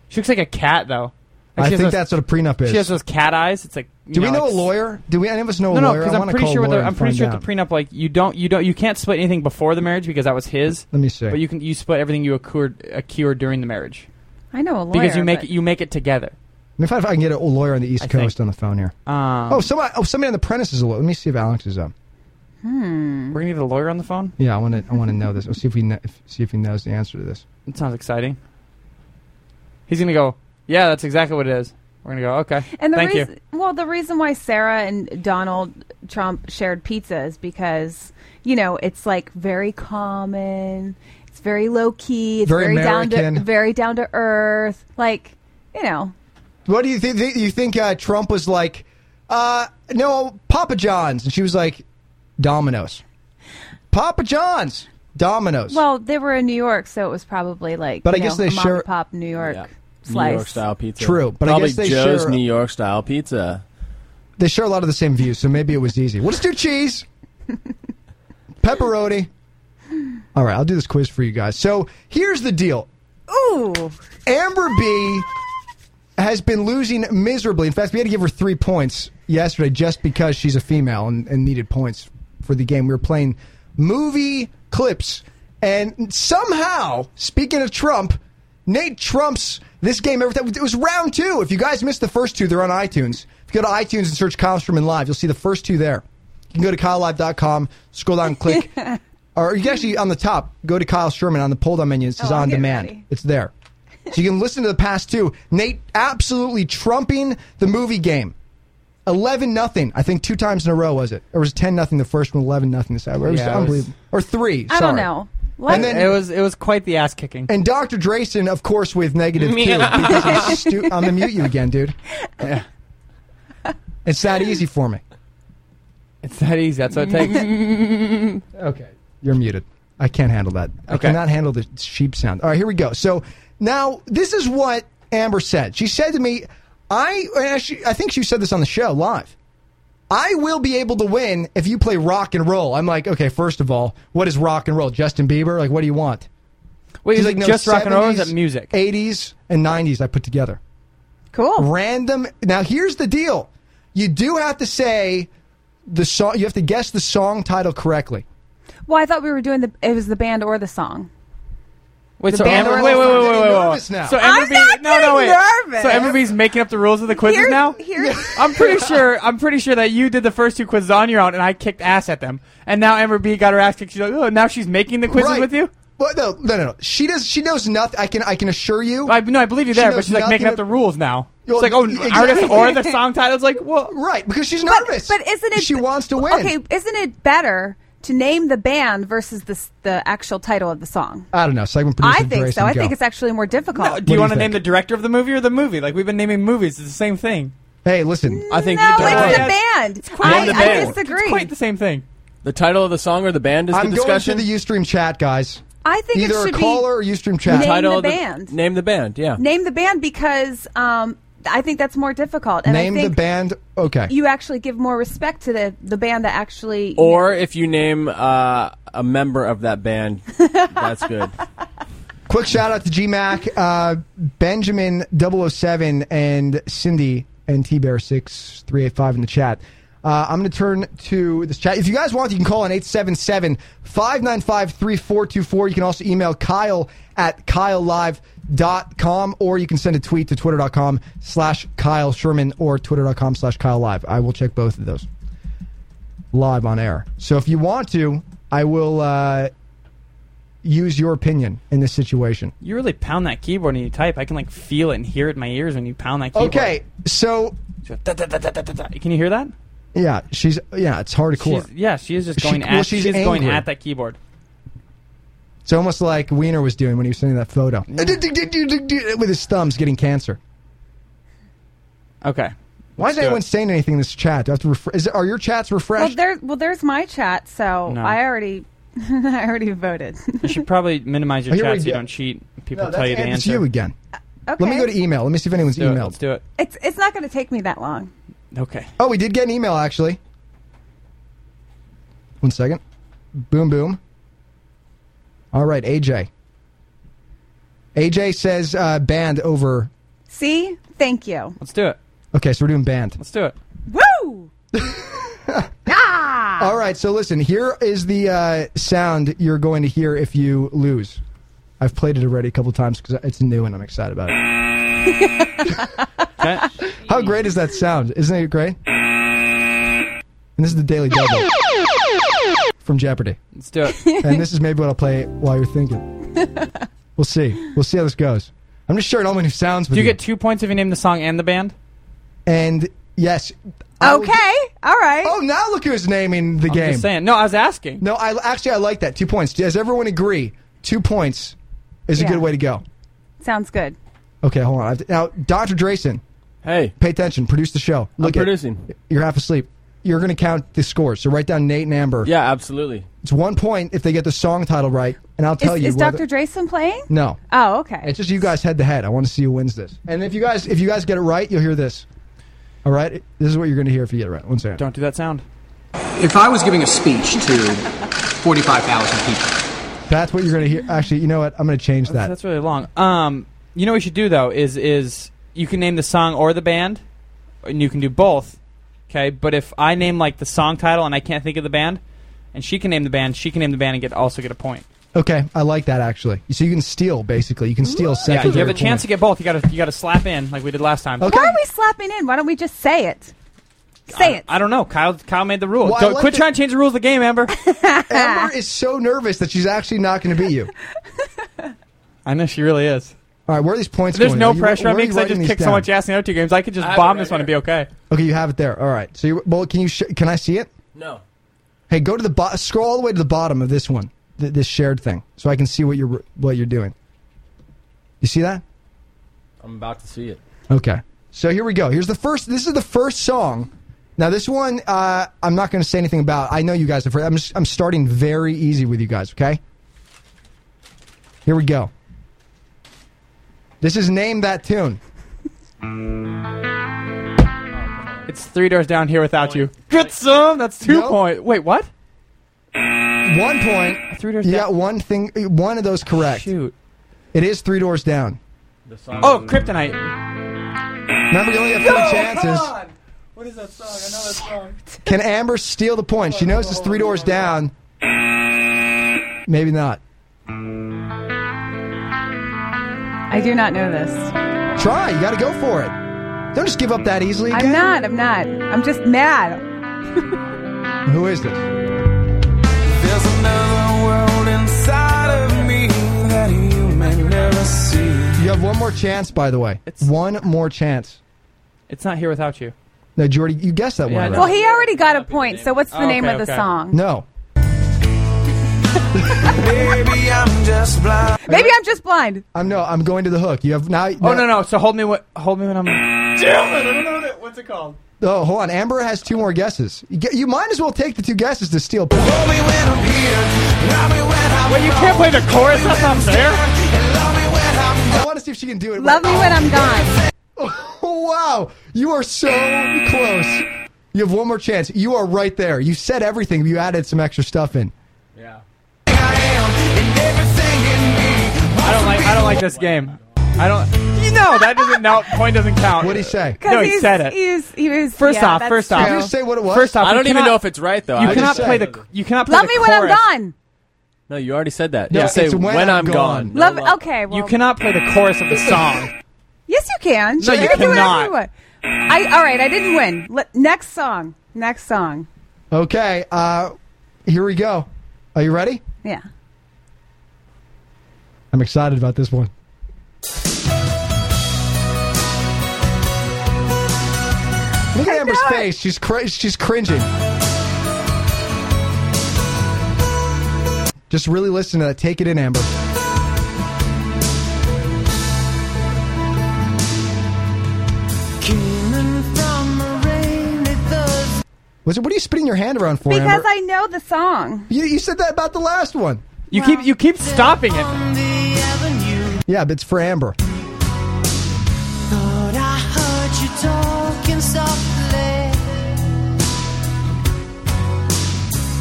She looks like a cat though. Like,
I
she has
think
those-
that's what a prenup is.
She has those cat eyes. It's like. you
Do we know
like-
a lawyer? Do we any of us know
No,
a
no,
lawyer?
because
I
I'm
wanna
pretty
call
sure.
a
With the,
lawyer
I'm
and
pretty
find
sure
out.
with the prenup, like you don't, you don't, you can't split anything before the marriage because that was his.
Let me see.
But you can you split everything you accrued, accrued during the marriage
I know a lawyer.
because you make it,
but-
you make it together.
Let me find if I can get a lawyer on the East
I think-
Coast on the phone here.
Um,
oh, somebody, oh, somebody on the apprentice is a lawyer. Let me see if Alex is up.
Hmm.
We're gonna need a lawyer on the phone.
Yeah, I want to. I want to know this. Let's see if we know, if, see if he knows the answer to this.
It sounds exciting. He's gonna go. Yeah, that's exactly what it is. We're gonna go. Okay.
And the
Thank you.
reason, well, the reason why Sarah and Donald Trump shared pizza is because you know it's like very common, it's very low key, it's
Very
very, down to
American.
very down to earth. Like you know,
What do you think? Do you think uh, Trump was like, uh, no, Papa John's, and she was like, Domino's, Papa John's, Domino's.
well, they were in New York, so it was probably like.
But I
you
guess
know,
they
a mom
share-
and pop New York
New
slice.
York style pizza.
True, but I
probably
guess they
Joe's
share-
New York style pizza.
they share a lot of the same views, so maybe it was easy. We'll just do cheese, pepperoni. All right, I'll do this quiz for you guys. So here's the deal.
Ooh.
Amber B has been losing miserably. In fact, we had to give her three points yesterday just because she's a female and, and needed points for the game. We were playing movie clips, and somehow, speaking of Trump, Nate Trump's this game every time it was round two. If you guys missed the first two, they're on iTunes. If you go to iTunes and search Kyle Sherman Live, you'll see the first two there. You can go to KyleLive.com, scroll down, click, or you can actually on the top go to Kyle Sherman on the pull down menu. It says
Oh, I'm
on
getting
demand.
ready.
It's there. So you can listen to the past two. Nate absolutely trumping the movie game. 11 nothing. I think two times in a row was it? Or was it 10 nothing the first one, 11 nothing the second. It was
Yeah, it was-
unbelievable. Or 3.
I
sorry.
don't know.
And then
it was it was quite the ass kicking.
and Dr. Drayson, of course, with negative two.
Yeah.
Because I'm, stu- I'm gonna mute you again, dude. Yeah. It's that easy for me.
It's that easy. That's what it takes.
okay. You're muted. I can't handle that. I
Okay.
cannot handle the sheep sound. All right, here we go. So now this is what Amber said. She said to me, "I and she, I think she said this on the show live. I will be able to win if you play rock and roll." I'm like, okay, first of all, what is rock and roll? Justin Bieber? Like, what do you want?
Wait,
She's
is it just rock and roll or is
70s,
it music?
80s and 90s I put together.
Cool.
Random. Now here's the deal. You do have to say the song you have to guess the song title correctly.
Well, I thought we were doing the. It was the band or the song.
Wait,
The
so
band
Amber,
or
wait, wait,
the-
wait,
I'm
wait,
getting
wait, wait.
nervous now.
So
I'm
Amber B,
not
no, no, wait.
getting nervous.
So Amber B's making up the rules of the quizzes
Here's-
now.
here's-
I'm pretty sure. I'm pretty sure that you did the first two quizzes on your own, and I kicked ass at them. And now Amber B got her ass kicked. She's like, oh, now she's making the quizzes
Right.
with you.
Well, no, no, no, no. She does. She knows nothing. I can. I can assure you.
I, no, I believe you there,
She
but
knows
she's like making
nothing
up the rules now.
Well,
it's like, oh,
exactly.
artist or the song title. It's like, well,
right, because she's
But-
nervous.
But, isn't it?
She wants to win.
Okay, isn't it better to name the band versus the s- the actual title of the song?
I don't know. Segment producer.
I think
Grayson,
so. I
go.
think it's actually more difficult.
Uh, do you want to name the director of the movie or the movie? Like we've been naming movies. It's the same thing.
Hey, listen.
I think
Mm, no,
the,
it's the
title,
band.
the
I, I
band.
disagree.
It's quite the same thing.
the title of the song or the band is
I'm
the
going to
discussion.
the UStream chat, guys.
I think
Either
it
a
should
caller
be
or Ustream chat.
Name
Title
the
of the-
band.
Name the band. Yeah.
Name the band because um, I think that's more difficult. And
Name
I
the
think
band. Okay.
You actually give more respect to the the band that actually.
Or if you name uh, a member of that band, that's good.
Quick
shout out
to G Mac, uh, Benjamin 007, and Cindy and T Bear 6385 in the chat. Uh, I'm going to turn to this chat. If you guys want, you can call on 877 595 3424. You can also email Kyle at KyleLive.com or you can send a tweet to twitter.com slash Kyle Sherman or twitter.com slash Kyle Live. I will check both of those live on air. So if you want to, I will uh, use your opinion in this situation.
You really pound that keyboard when you type. I can like feel it and hear it in my ears when you pound that keyboard.
Okay, so
Can you hear that?
yeah, she's yeah, it's hardcore.
She's, yeah, she is just
She-
going
well,
at.
she's
She's, going
angry.
at that keyboard.
it's almost like Wiener was doing when he was sending that photo with his thumbs getting cancer.
Okay.
Why is
Let's do
anyone
it.
saying anything in this chat? Do I have to refre- is, are your chats
Well,
refreshed?
there. Well, there's my chat. So
No.
I already, I already voted.
You should probably minimize your
Oh, Here we
chat so you
go.
don't cheat. People
No,
tell
that's
you the
Ann-
it's
answer.
you again.
Okay.
Let me go to e- email. Let me see if anyone's
do it.
emailed.
Let's do it.
It's it's not going to take me that long.
Okay.
Oh, we did get an email actually. One second. Boom boom. All right, AJ. AJ says uh, band over.
See, thank you.
Let's do it.
Okay, so we're doing band.
Let's do it.
Woo!
All right, so listen, here is the uh, sound you're going to hear if you lose. I've played it already a couple times because it's new and I'm excited about it. How great is that sound? Isn't it great? And this is the Daily Double from Jeopardy.
Let's do it.
and this is maybe what I'll play while you're thinking. We'll see. We'll see how this goes. I'm just sharing all my new sounds with
Do you
you.
get two points if you name the song and the band?
and yes.
Okay. All right.
Oh, now look who's naming the
I'm
game.
just saying. No, I was asking.
No, I actually I like that. Two points. Does everyone agree? Two points is
Yeah.
a good way to go.
Sounds good.
Okay, hold on. I have to- Now, Dr. Drayson.
Hey.
Pay attention. Produce the show.
I'm
Look at-
producing.
You're half asleep. You're going to count the scores. So write down Nate and Amber.
Yeah, absolutely.
It's one point if they get the song title right, and I'll tell
Is,
you.
is
whether-
Dr. Drayson playing?
No.
Oh, okay.
It's just you guys head to head. I want to see who wins this. And if you guys if you guys get it right, you'll hear this. All right? This is what you're going to hear if you get it right. One second.
Don't do that sound.
If I was giving a speech to 45,000 people,
That's what you're going to hear. Actually, you know what? I'm going to change that.
That's really long. Um, you know what you should do though is is you can name the song or the band, and you can do both. Okay, but if I name like the song title and I can't think of the band, and she can name the band, she can name the band and get also get a point.
Okay, I like that actually. So you can steal basically. You can steal
Yeah,
second.
you have a chance to get both. You gotta you gotta slap in like we did last time.
Why are we slapping in? Why don't we just say it? Say it.
I don't know. Kyle Kyle made the rule.
Well, I
Don't-
like
quit
that-
trying to change the rules of the game, Amber.
Amber is so nervous that she's actually not going to beat you.
I know she really is.
All right, where are these points?
There's
going?
no
Are you-
pressure on
where
me
are you
because I
writing
just
these
kicked so
down?
much ass in the other two games. I could just
I have
bomb
it
this
right
one and be okay.
Okay, you have it there. All right. So you well, can you sh- can I see it?
No.
Hey, go to the bo- scroll all the way to the bottom of this one, th- this shared thing, so I can see what you're what you're doing. You see that?
I'm about to see it.
Okay. So here we go. Here's the first. This is the first song. Now this one, uh, I'm not going to say anything about. I know you guys have heard. I'm just, I'm starting very easy with you guys. Okay. Here we go. This is name that tune.
It's three doors down here without you. Good some. That's two
No.
point. Wait, what?
One point.
Three
You got one thing. One of those correct.
Shoot.
It is three doors down.
Oh, kryptonite.
Remember, you only have three chances.
What is that song? I know that song.
Can Amber steal the point? She knows it's three doors down. Maybe not.
I do not know this.
Try. You got to go for it. Don't just give up that easily.
I'm
again.
not. I'm not. I'm just mad.
Who is this?
There's another world inside of me that you may never see.
You have one more chance, by the way. one more chance.
It's not here without you.
No, Jordy, you guessed that
Yeah, I
one.
know.
Well, he already got a point. So what's the
Oh,
name
okay,
of the
okay.
song?
No.
Maybe I'm just blind.
Maybe I'm just blind.
I'm no. I'm going to the hook. You have now.
Oh no no. So Oh, hold me. wh- Hold me when I'm.
Damn it! I don't know that. What's it called?
Oh, hold on. Amber has two more guesses. You, get- you might as well take the two guesses to steal. points.
Wait, you can't play the chorus. That's not fair.
I want to see if she can do it.
Love me when I'm gone.
wow, you are so close. You have one more chance. You are right there. You said everything. but You added some extra stuff in.
I don't like. I don't like this game. I don't. You know that doesn't. No, point doesn't count. What
did he say?
No, he
he's-
said it.
He's, he was,
First
yeah,
off,
that's
first
true.
off, First off,
I
you
don't even
cannot-
know if it's right, though.
You
I
cannot
just
play
said-
the. You cannot play
Love
the
me when I'm
chorus.
gone.
No, you already said that.
No,
No, say
it's
when,
when
I'm
I'm
gone.
Love. Okay. Well,
You cannot play the chorus of the song.
Yes, you can.
No,
Sure,
you
can do whatever
cannot.
you want. I all right. I didn't win. Let, next song. Next song.
Okay, uh, here we go. Are you ready?
Yeah.
I'm excited about this one. Look at Amber's face. She's cr- she's cringing. Just really listen to that. Take it in, Amber. Was it? What are you spinning your hand around for,
Because
Amber?
I know the song.
you, you said that about the last one.
You keep you keep stopping it.
Yeah, but it's for Amber.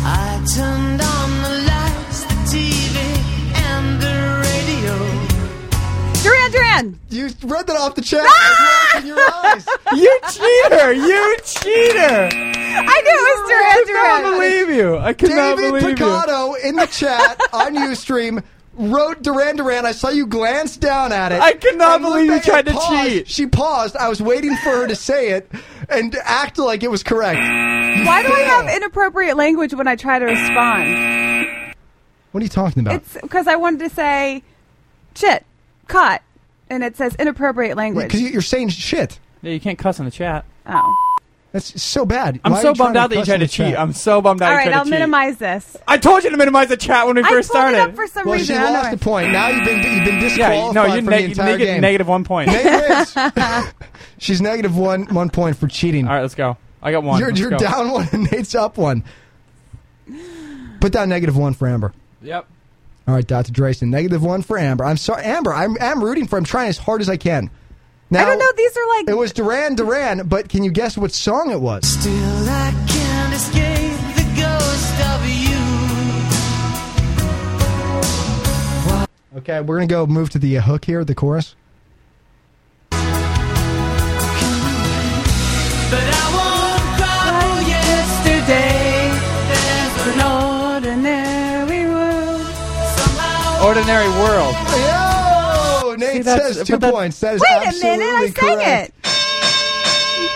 I turned on the lights, the TV, and the radio.
Duran Duran. Ah!
You read that off the chat. I was watching your eyes.
You cheater! You cheater!
I knew it was Duran
I
Duran.
cannot believe you. I cannot
David
believe you.
Picado in the chat on Ustream wrote Duran Duran. I saw you glance down at it.
I cannot
and looked
believe you
at it
tried to
paused.
cheat.
She paused. I was waiting for her to say it and act like it was correct.
Why do I have inappropriate language when I try to respond?
What are you talking about?
It's because I wanted to say, "Shit, caught," and it says inappropriate language.
Because you're saying shit.
Yeah, you can't cuss in the chat.
Oh.
That's so bad.
I'm
Why are
so
you trying
bummed out that you
cuss
tried
in
to
the
cheat.
chat?
I'm so bummed out
All
you
right,
tried
I'll
to cheat.
minimize this.
I told you to minimize the chat when we
I
first
pulled it
started.
up for some
Well,
reason.
she
I don't know
lost
why.
the point. Now you've been you've been
Yeah, you-
disqualified
no, you
from
neg-
the entire
neg-
game.
negative one point.
Negatives. She's negative one one point for cheating.
All right, let's go. I got one.
You're,
Let's
you're
go.
down one and Nate's up one. Put down negative one for Amber.
Yep.
All right, Dr. Drayson, negative one for Amber. I'm sorry, Amber. I'm, I'm rooting for. I'm trying as hard as I can. Now,
I don't know. These are like
It was Duran Duran, but can you guess what song it was?
Can't escape the ghost of you.
Okay, we're gonna go move to the uh, hook here, the chorus.
But I won't cry for
yesterday. There's an ordinary world.
Ordinary world.
Yo, Nate
See, that's-
says two
but that-
points. That is
Wait a
absolutely
minute! I sang it.
correct.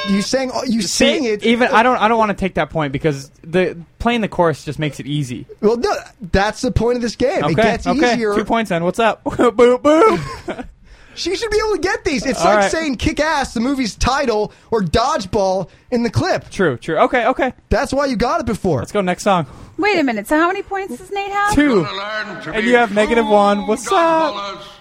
You sang. You sang it.
Even I don't. I don't want to take that point because the playing the chorus just makes it easy.
Well, no, that's the point of this game.
Okay.
It gets
okay.
easier.
Two points in. What's up? boop boop.
She should be able to get these. It's
All
like
right.
saying "kick ass," the movie's title, or "dodgeball" in the clip.
true. True. Okay. Okay.
That's why you got it before.
Let's go next song.
Wait a minute. So how many points does Nate have?
Two. And you have negative one. What's up?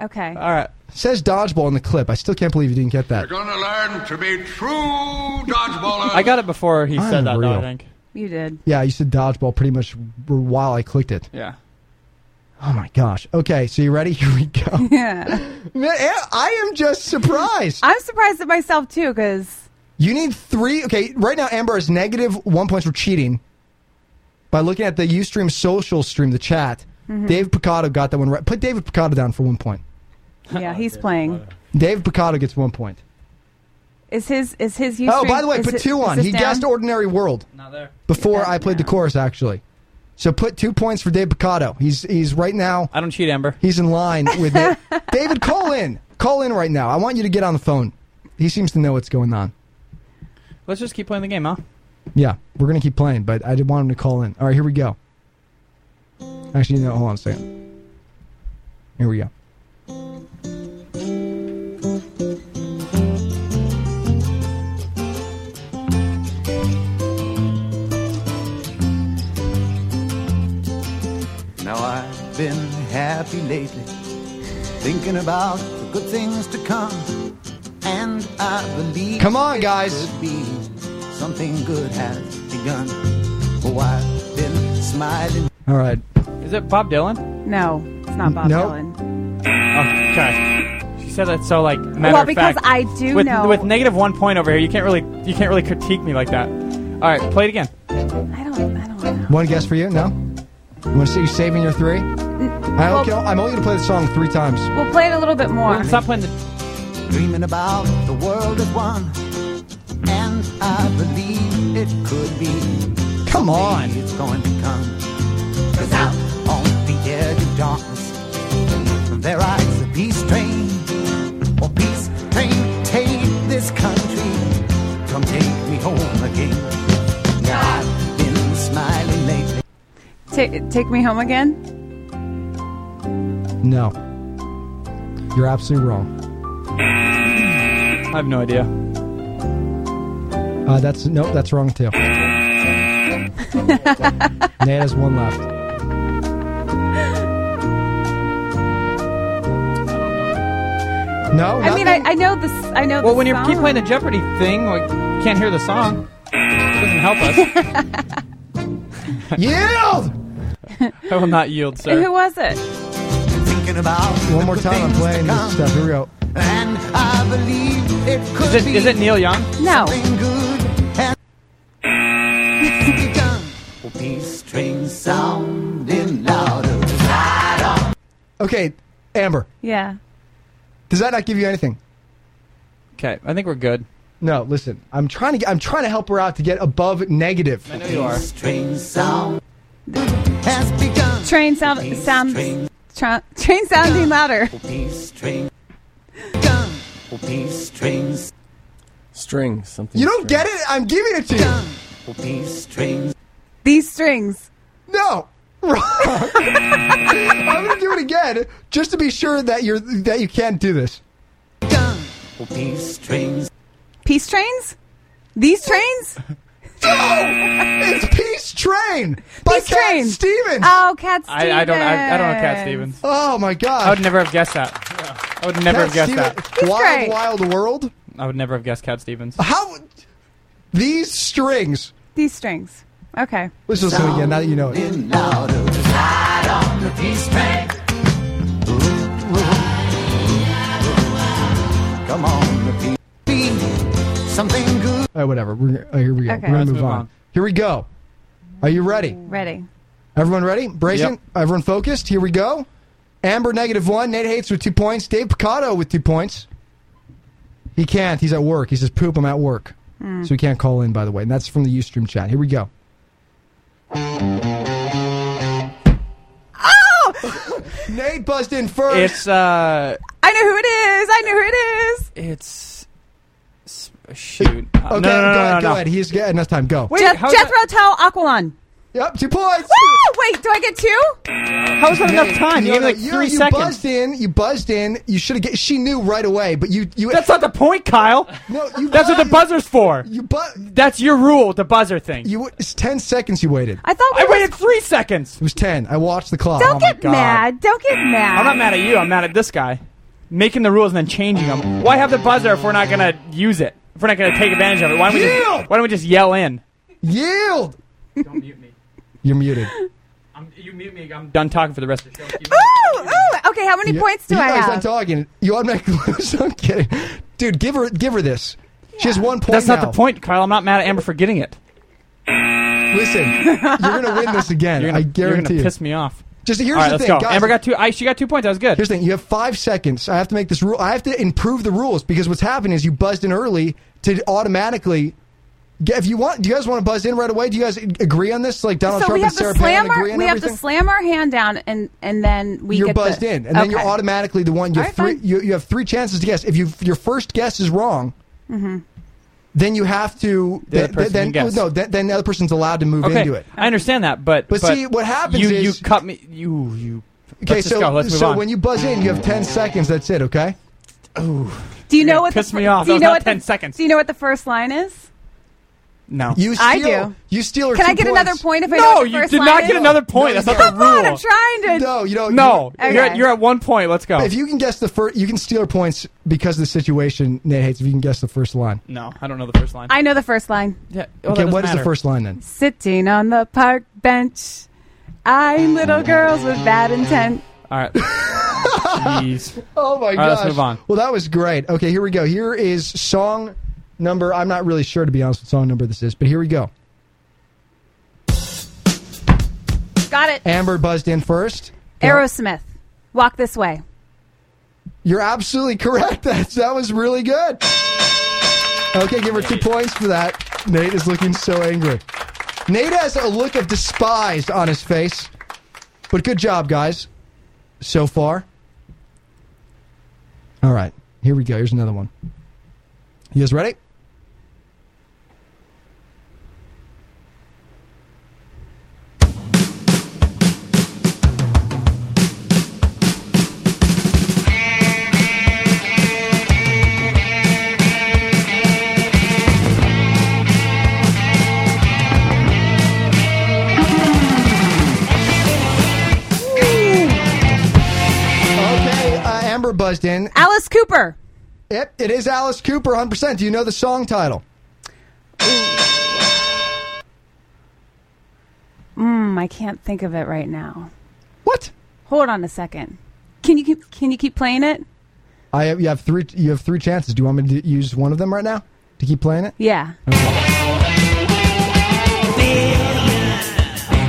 Okay.
All right.
Says dodgeball in the clip. I still can't believe you didn't get that.
Gonna learn to be true dodgeballers.
I got it before he said that. Though, I
Unreal.
think.
You did.
Yeah, you said dodgeball pretty much while I clicked it.
Yeah.
Oh my gosh. Okay, so you ready? Here we go.
Yeah.
Man, I I am just surprised.
I'm surprised at myself too because
You need three. Okay, right now Amber is negative one points for cheating. By looking at the UStream social stream, the chat,
Mm-hmm.
Dave Picado got that one right. Put David Picado down for one point.
yeah, he's playing.
Dave Picado gets one point.
Is his is his?
Oh,
Ustream-
by the way,
is
put
it-
two
is
on.
this
He
down?
guessed Ordinary World
Not there.
before I played the chorus, actually. So put two points for Dave Picado. He's he's right now
I don't cheat, Amber.
he's in line with it. David, call in, call in right now. I want you to get on the phone. He seems to know what's going on.
Let's just keep playing the game, huh?
Yeah, we're gonna keep playing, but I did want him to call in. All right, here we go. Actually, no, hold on a second. Here we go.
Now I've been happy lately, thinking about the good things to come.
And I believe
Come on, guys.
could be something good has begun. Oh, I've been smiling.
All right.
Is it Bob Dylan?
No, it's not Bob
Nope.
Dylan.
Okay. Oh, She said that so like matter
well,
of
because
fact.
I do
with,
know.
With negative one point over here, you can't really you can't really critique me like that. All right, play it again.
One guess for you? No? You want to see you saving your three? I don't care. I'm only going to play the song three times.
we'll play it a little bit more.
Stop playing the.
Dreaming about the world at one. And I believe it could be.
Come on.
It's going to come. 'Cause out on the edge of darkness, there rides a peace train. Or peace train, take this country. Come take me home again. I've been smiling lately.
Take, take me home again.
No. You're absolutely wrong.
I have no idea.
Uh, that's nope. That's wrong too. Nate has one left. No.
I mean, I, I know this. I know.
Well,
the
when you
song.
keep playing the Jeopardy thing, like you can't hear the song. It doesn't help us.
Yield!
I will not yield, sir.
Who was it?
Thinking about
One more time. I'm playing this stuff. Here we go.
And I believe it could
Is it,
be
is it Neil Young?
No.
something good has begun. Oh, These strings sounding louder.
Okay, Amber.
Yeah.
Does that not give you anything?
Okay, I think we're good.
No. Listen, I'm trying to. Get, I'm trying to help her out to get above negative. I
know you are.
Train sound has begun.
Train sound sound. Tra- train sounding louder.
These strings. Oh, These strings.
Strings, something.
You don't get it. I'm giving it to you.
Oh, These strings.
These strings.
No. Wrong. I'm gonna do it again just to be sure that you're that you can't do this.
Oh, These strings.
Peace trains. These trains.
It's Peace Train by
Peace
Cat
Train.
Stevens.
Oh, Cat Stevens.
I, I don't. I, I don't know Cat Stevens.
Oh my
I
God!
would never have guessed that. I would never have guessed that.
Stevens- Wild Wild World.
I would never have guessed Cat Stevens.
How these strings?
These strings. Okay.
Let's listen to it again. Now that you know it.
These strings. Come on, repeat. Be something good.
All right, whatever. We're, gonna- all right, here we go.
Okay.
We're gonna
Let's
move,
move
on.
on.
Here we go. Are you ready?
Ready.
Everyone ready? Bracing.
Yep.
Everyone focused. Here we go. Amber negative one. Nate hates with two points. Dave Picato with two points. He can't. He's at work. He says, "Poop, I'm at work,"
Mm.
so he can't call in. By the way, and that's from the UStream chat. Here we go.
Oh!
Nate buzzed in first.
It's uh,
I know who it is. I know who it is.
it's s- shoot. Uh,
Okay,
no, no, no,
go
no,
ahead,
no.
go ahead. He's got enough time. Go.
Wait,
Jeth-
how's
Jethro Tull Aqualon.
Yep, two points.
Woo! Wait, do I get two?
that, how is that enough time? You
No,
gave me
no,
like
you-
three
you
seconds.
buzzed in. You buzzed in. You should have. get She knew right away, but you you
That's not the point, Kyle.
no. You
That's what the
buzzed-
buzzer's for.
You but
That's your rule, the buzzer thing.
you it's ten seconds. You waited.
I thought we
I
were-
waited three seconds.
It was ten. I watched the clock.
Don't
Oh my
get
God.
mad. Don't get mad.
I'm not mad at you. I'm mad at this guy making the rules and then changing them. Why have the buzzer if we're not gonna use it? If we're not gonna take advantage of it? Why don't we
Yield!
just, Why don't we just yell in?
Yield.
Don't mute me.
You're muted.
I'm, you mute me. I'm done talking for the rest of the show. Keep-
Ooh, ooh. Okay, how many
You-
points do
you
I
guys not
have?
talking. You automatically lose. I'm kidding, dude. Give her give her this. She has one point.
That's not
now.
the point, Kyle. I'm not mad at Amber for getting it.
Listen, you're gonna win this again.
You're gonna,
I
you're
guarantee
gonna
you.
piss me off.
Just here's
All right,
the
let's
thing,
go.
guys.
Amber got two. I, she got two points. That was good.
Here's the thing: you have five seconds. I have to make this rule. I have to improve the rules because what's happening is you buzzed in early to automatically. Get, if you want, do you guys want to buzz in right away? Do you guys agree on this? Like Donald
so
Trump
we
and
have to
Sarah
slam
Palin agree
our
on
we have
everything.
to slam our hand down and and then we
you're
get
buzzed
the,
in, and then you're
Okay.
automatically the one. You have
All right,
three. You, you have three chances to guess. If you your first guess is wrong,
Mm-hmm.
then you have to.
The other
th-
person
then oh,
can guess.
no, then, then the other person's allowed to move
okay.
into it.
I understand that, but
But see, what happens
you,
is-
you cut me. You you.
Okay,
let's
so
just go. Let's move
so
on.
when you buzz in, you have ten seconds. That's it. Okay.
Do you know what
piss
the, fir-
me off.
Do you
That was
know
not
what
10
the,
seconds.
Do you know what the first line is?
No.
You steal,
I do.
You steal her
Can
two
I get
points.
another point if I know what the first line is?
No, you
Come
don't.
on, I'm trying to.
No, you don't.
No,
you-
you're, at, you're at one point. Let's go.
If you can guess the first, you can steal her points because of the situation Nate hates. If you can guess the first line.
no, I don't know the first line.
I know the first line.
Yeah.
okay, what is the first line then?
Sitting on the park bench, eyeing little girls with bad intent.
All right. Jeez.
Oh my
All
gosh.
right, let's move on.
Well, that was great. Okay, here we go. Here is song number. I'm not really sure to be honest what song number this is, but here we go.
Got it.
Amber buzzed in first.
Aerosmith. Walk this way.
You're absolutely correct. That that was really good. Okay, give her two points for that. Nate is looking so angry. Nate has a look of despised on his face. But good job, guys. So far. All right. Here we go. Here's another one. You guys ready? Okay, uh, Amber buzzed in.
Alice Cooper.
Yep, it is Alice Cooper, 100%. Do you know the song title?
Mm, I can't think of it right now.
What?
Hold on a second. Can you keep, can you keep playing it?
I have, you have three. You have three chances. Do you want me to use one of them right now to keep playing it?
Yeah.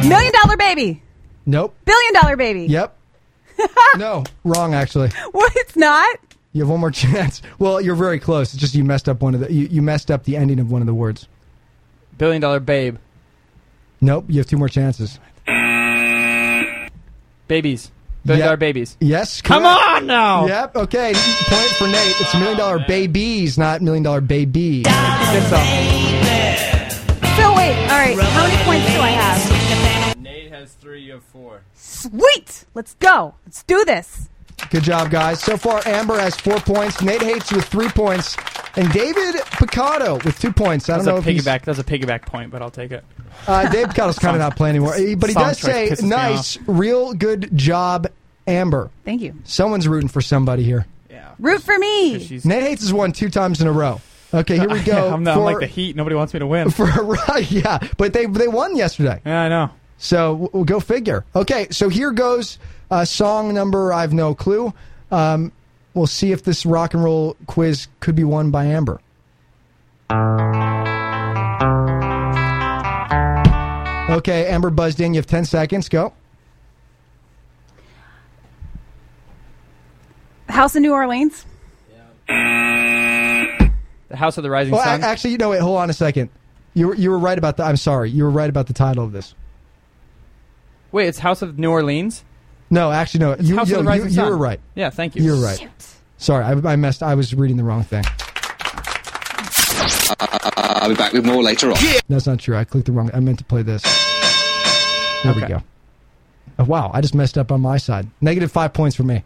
Million Dollar Baby.
Nope.
Billion Dollar Baby.
Yep. no, wrong. Actually,
What? It's not?
you have one more chance. Well, you're very close. It's just you messed up one of the. You, you messed up the ending of one of the words.
Billion Dollar Babe.
Nope. You have two more chances.
Babies. Billion
Yep.
Dollar Babies.
Yes.
Come
correct.
on now. Oh,
Yep. Okay. Point for Nate. It's million dollar babies, not million dollar baby.
Good song.
So wait, all right. How many points do I have?
Nate has three. You have four.
Sweet. Let's go. Let's do this.
Good job, guys. So far, Amber has four points. Nate Hates with three points, and David Picado with two points. I
That's
don't
a
know if he's
piggyback. That's a piggyback point, but I'll take it.
Uh, Dave Cottle's kind of not playing anymore, He- but he
Song
does
choice
say,
pisses me
"Nice, real good job, Amber."
Thank you.
Someone's rooting for somebody here.
Root for me.
Nate Hates has won two times in a row. Okay, here we go.
Yeah, I'm, not,
for,
I'm like the Heat. Nobody wants me to win.
for right, yeah, but they they won yesterday.
Yeah, I know.
So w- w- go figure. Okay, so here goes uh, song number. I've no clue. Um, we'll see if this rock and roll quiz could be won by Amber. Okay, Amber buzzed in. You have ten seconds. Go.
House in New Orleans.
The House of the Rising
Well,
Sun.
Oh, a- actually, you know, wait. Hold on a second. You were, you were right about the. I'm sorry. You were right about the title of this.
Wait, it's House of New Orleans.
No, actually, no. You,
House
you,
of the
you,
Rising
you
Sun.
were right.
Yeah, thank you.
You were right. Sorry, I, I messed. I was reading the wrong thing.
I'll be back with more later on.
That's not true. I clicked the wrong. I meant to play this. There we go. Oh, wow, I just messed up on my side. Negative five points for me.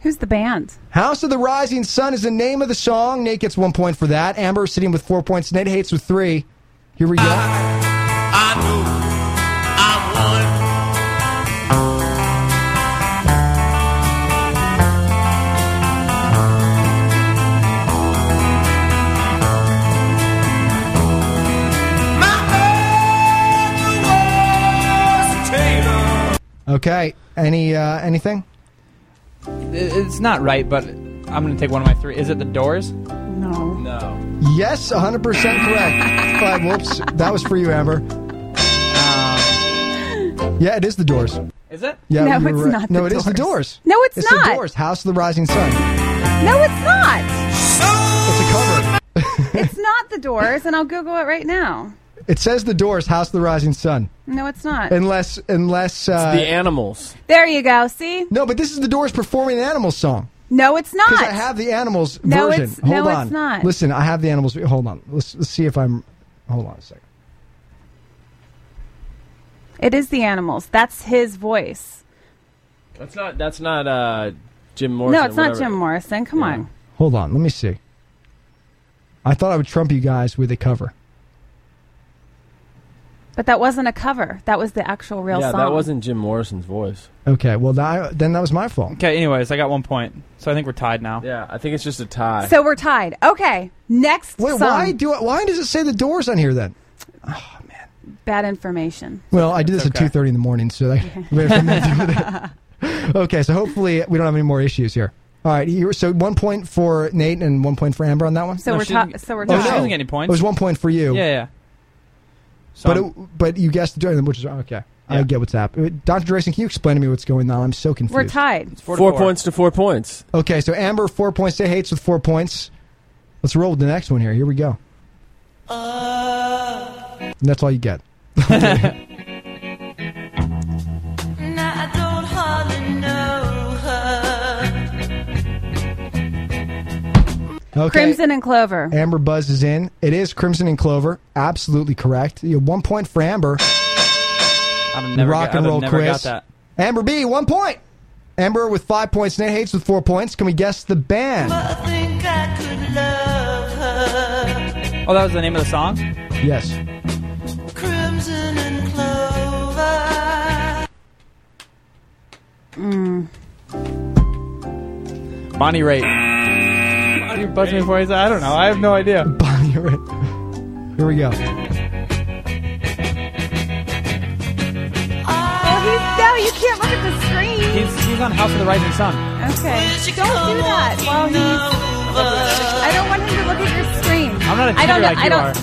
Who's the band?
House of the Rising Sun is the name of the song. Nate gets one point for that. Amber is sitting with four points. Nate hates with three. Here we go.
I know I'm one.
Okay. Any uh, anything?
It's not right, but I'm gonna take one of my three. Is it the Doors?
No.
No.
Yes, 100% correct. Five, whoops. That was for you, Amber.
Um,
Yeah, it is the doors.
Is it?
Yeah,
No,
you were
it's
right.
not
No,
The
it is the
Doors.
doors.
No, it's not.
the doors. House of the Rising Sun.
No, it's not.
It's a cover.
It's not the Doors, and I'll Google it right now.
It says the doors, House of the Rising Sun.
No, it's not.
Unless, unless uh,
the animals.
There you go. See?
No, but this is the Doors performing an Animals song.
No, it's not.
Because I have the Animals
No,
version.
it's-
hold
no,
on.
it's not.
Listen, I have the Animals. Hold on. Let's, let's see if I'm. Hold on a second.
It is the Animals. That's his voice.
That's not. That's not uh, Jim Morrison.
no, it's not
whatever.
Jim Morrison. Come on.
Hold on. Let me see. I thought I would trump you guys with a cover.
But that wasn't a cover. That was the actual real
yeah,
song.
that wasn't Jim Morrison's voice.
Okay, well, that, then that was my fault.
Okay, anyways, I got one point. So I think we're tied now.
Yeah, I think it's just a tie.
So we're tied. Okay, next
Wait,
song.
why do I, why does it say the doors on here then?
Bad information.
Well, I do this at two thirty in the morning, so I wait for a minute to do it. Okay, so hopefully we don't have any more issues here. All right, you, so one point for Nate and one point for Amber on that one.
So No, we're she ti- didn't- so we're
Oh,
tied.
no.
She doesn't get
any
It
points.
was one point for you.
Yeah, yeah.
but it, but you guessed during them, which is okay. I get what's happening. Doctor Drayson, can you explain to me what's going on? I'm so confused.
We're tied.
Four, points to four points.
Okay, so Amber four points. Say hates with four points. Let's roll with the next one here. Here we go. And that's all you get.
Now I don't hardly know her.
Okay.
Crimson and Clover.
Amber Buzz is in. It is Crimson and Clover. Absolutely correct. You have one point for Amber.
I've never
Rock
got,
and
I've
roll,
never
Chris.
got
Amber B, one point. Amber with five points. Nate Hates with four points. Can we guess the band?
I think I could love her.
that. Oh, that was the name of the song?
Yes.
Crimson and clover.
Mm. Bonnie Raitt. Bonnie Buzz me before I say- I don't know. I have no idea.
Bonnie Raitt. Here we go.
Oh, he's, no, you can't look at the screen.
He's, he's on House of the Rising Sun.
Okay. Don't do that while he's. I don't want him to look at your screen.
I'm not a
I don't
cheater
know.
like
I
you
don't.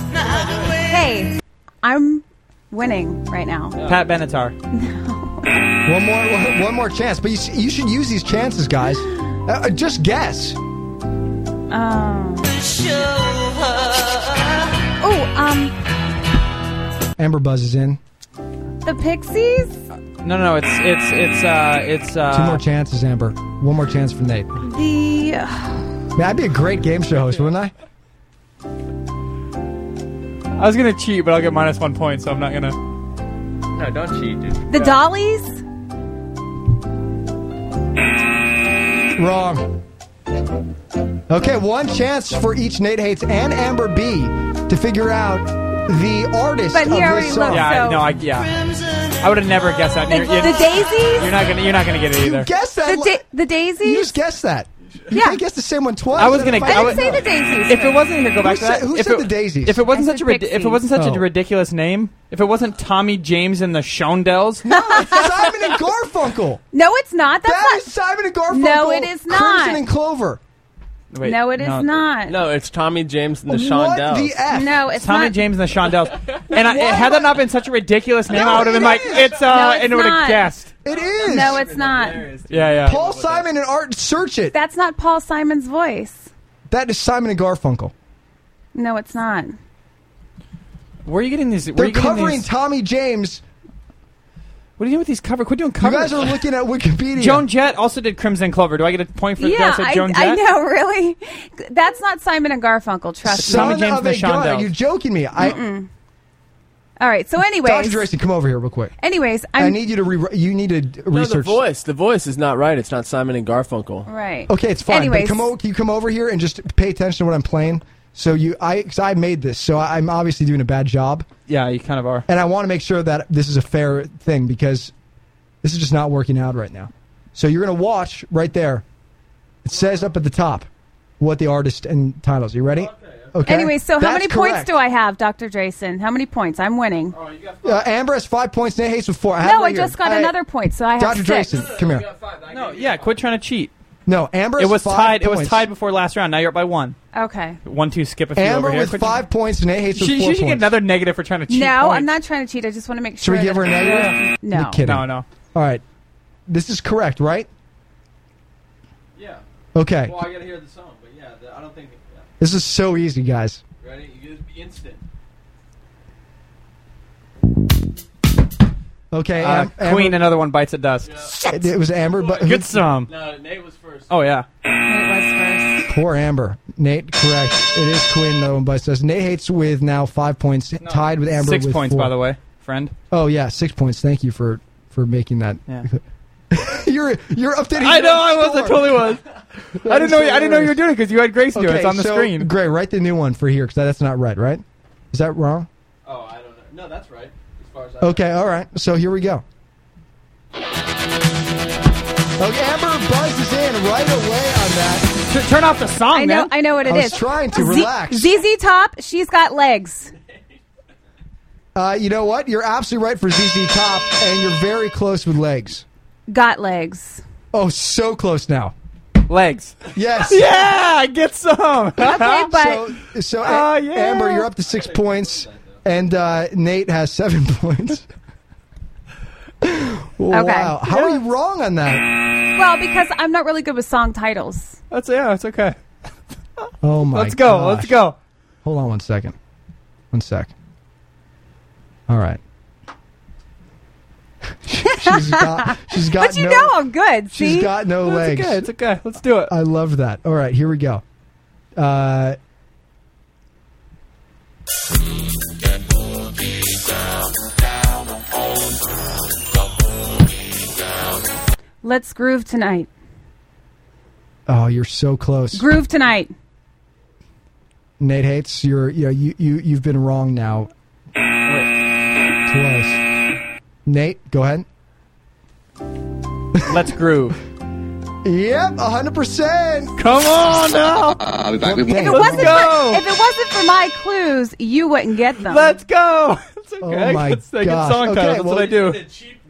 Hey, I'm winning right now.
Pat Benatar.
One more, one- one more chance. But you, s- you should use these chances, guys. Uh, uh, just guess.
Um. Oh, um,
Amber Buzz is in.
the Pixies.
No, no, no. It's, it's, it's, uh, it's, uh.
Two more chances, Amber. One more chance for Nate. Man,
The
I'd be a great game show host, wouldn't I?
I was gonna cheat, but I'll get minus one point, so I'm not gonna.
No, don't cheat, dude.
the Dollies.
Wrong. Okay, one chance for each Nate Hates and Amber B to figure out the artist
But he
of this
already
song.
looked,
Yeah,
so-
no, I yeah. I would have never guessed that.
The,
You're- you're-
the Daisies.
You're not gonna, you're not gonna get it either.
Guess that.
The, da- the Daisies.
you just guessed that. You
Yeah.
can't guess the same one twice.
I was gonna.
If
I
I
didn't
would-
say the Daisies.
If it wasn't here, go back
who
to that.
said, who
if
said
it,
the Daisies?
If it wasn't
I
such a
said
rid- if it wasn't such
Oh.
a ridiculous name, if it wasn't Tommy James and the Shondells,
Simon and Garfunkel.
no, it's not. That's
That
not.
is Simon and Garfunkel.
No, it is not.
Crimson and Clover.
Wait,
no, it is not.
No, it's Tommy James and the
what
Shondells.
the F?
No, it's
Tommy
not.
James and the Shondells. And I, had that not been such a ridiculous name, I would have
it
been like,
is.
it's uh,
No, it's
and would
not.
have guessed.
It is.
No, it's not.
Yeah, yeah.
Paul Simon and Art. Search it.
That's not Paul Simon's voice.
that is Simon and Garfunkel.
No, it's not.
Where are you getting these? Where are
They're
you getting
covering
these?
Tommy James.
what are you doing with these cover? Quit doing
You guys
covers.
are looking at Wikipedia.
Joan Jett also did Crimson Clover. Do I get a point for
yeah,
that? I said
I,
Joan
I
Jett?
know. Really, that's not Simon and Garfunkel. Trust me.
Son
Tommy James
of
and
a
the
gun. Are
Shondells.
you joking me? I,
All right. So,
Dr.
anyways,
Drayson, come over here real quick.
anyways,
i
I'm
need you to re- you need to
No, the
research.
voice. The voice is not right. It's not Simon and Garfunkel.
right.
Okay, it's fine.
Anyways,
But come over, you come over here and just pay attention to what I'm playing. So you, I, cause I made this, so I- I'm obviously doing a bad job,
Yeah, you kind of are.
and I want to make sure that this is a fair thing because this is just not working out right now. So you're gonna watch right there. It says up at the top what the artist and titles. You ready? Okay.
Anyway, so how
That's
many points
correct.
do I have, Dr. Drayson? How many points? I'm winning.
Uh, Amber has five points. Nate Hayes with four. I have it
no,
right
I just
here.
got
Hey,
another point, so I have
Dr.
six.
Drayson, come here.
Oh,
No, yeah, quit trying to cheat.
No, Amber.
It
has
was
five
tied. It was
points.
tied before last round. Now you're up by one.
Okay.
One, two, skip a few
Amber
over here.
with
Quit-
five points. Nate Hayes
She,
with
she
four
should get
points.
another negative for trying to cheat.
no, I'm
points.
not trying to cheat. I just want to make
Should
sure.
we give
that-
her a negative?
No.
You're kidding.
No, no.
All right. This is correct, right?
Yeah.
Okay.
I gotta hear the song, but yeah, I don't think.
This is so easy, guys.
Ready? You just be instant.
Okay.
Uh,
Am- Amber-
Queen, another one bites at dusk.
It, it was Amber, but who-
Good song.
No, Nate was first.
Oh yeah.
It was first.
poor Amber. Nate, correct. It is Queen, though, and Buzz says Nate hates with now five points, tied with Amber.
Six
with
points,
four.
by the way, friend.
Oh yeah, six points. Thank you for for making that.
Yeah.
you're you're updating.
I
your
know. I was. I
score.
totally was. I didn't know. I didn't know you were doing it because you had Grace do it.
Okay,
It's on the
so,
screen.
Gray, write the new one for here because that's not right. Right? Is that wrong?
Oh, I don't know. No, that's right. It's
far as I Okay, all right. So here we go. Okay, Amber buzzes in right away on that.
turn off the song,
I know, I know what it is.
I was trying to
Z-
relax.
ZZ Top, she's got legs.
Uh, you know what? You're absolutely right for ZZ Top, and you're very close with legs.
Got legs.
Oh, so close now.
Legs.
Yes.
Yeah, get some.
Okay, but-
so, so A-
Oh, yeah.
Amber, you're up to six points, and uh, Nate has seven points. Wow, how are you wrong on that?
Well, because I'm not really good with song titles.
That's yeah, it's okay.
Oh my!
Let's go, let's
gosh.
go.
Hold on one second. One sec. All right. she's got. She's got.
but you
no,
know I'm good. See,
She's got no legs.
okay, it's okay. Let's do it.
I love that. All right, here we go. Uh,
Let's groove tonight.
oh, you're so close.
Groove tonight.
Nate hates you're you know, you you you've been wrong now. Twice. Nate, go ahead.
Let's groove.
Yep, hundred percent.
Come on now.
Oh.
I'll be back with
If it
more.
wasn't for if it wasn't for my clues, you wouldn't get them.
Let's go. It's okay.
Oh my
It's a good
gosh.
song
Okay,
title. That's
well-
what I do.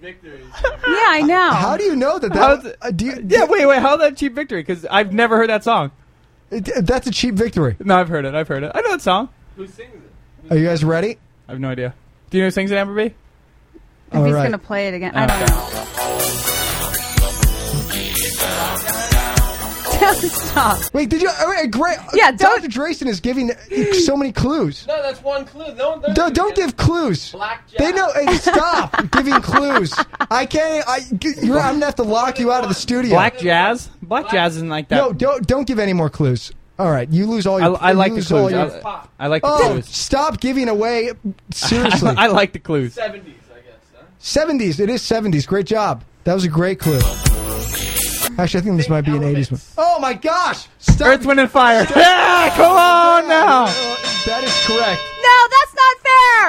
yeah, I know.
How do you know that?
How
that
th-
uh, do you,
Yeah, wait, wait. How that cheap victory? Because I've never heard that song.
d- that's a cheap victory.
No, I've heard it. I've heard it. I know that song.
Are you guys ready?
I have no idea. Do you know who sings it, Amber B?
if
All
he's
right.
gonna play it again, I don't know. Stop.
Wait, did you? all right, great.
Yeah,
Dr. Drayson is giving so many clues.
No, that's one clue. No,
Don't, don't give clues.
Blackjack.
They know. Hey, stop giving clues. I can't. I, you're, I'm gonna have to lock you out of the studio.
Black Jazz. Black, Jazz isn't like that.
No, don't don't give any more clues. All right, you lose all
I,
your.
I
you
like the
lose all
clues.
your-
I, I like the
oh,
clues.
stop giving away. Seriously,
I like the clues.
seventies. It is seventies. Great job. That was a great clue. Actually, I think this might be an eighties one. Oh my gosh! Stop.
Earth, Wind, and Fire. Yeah, come on now.
That is correct.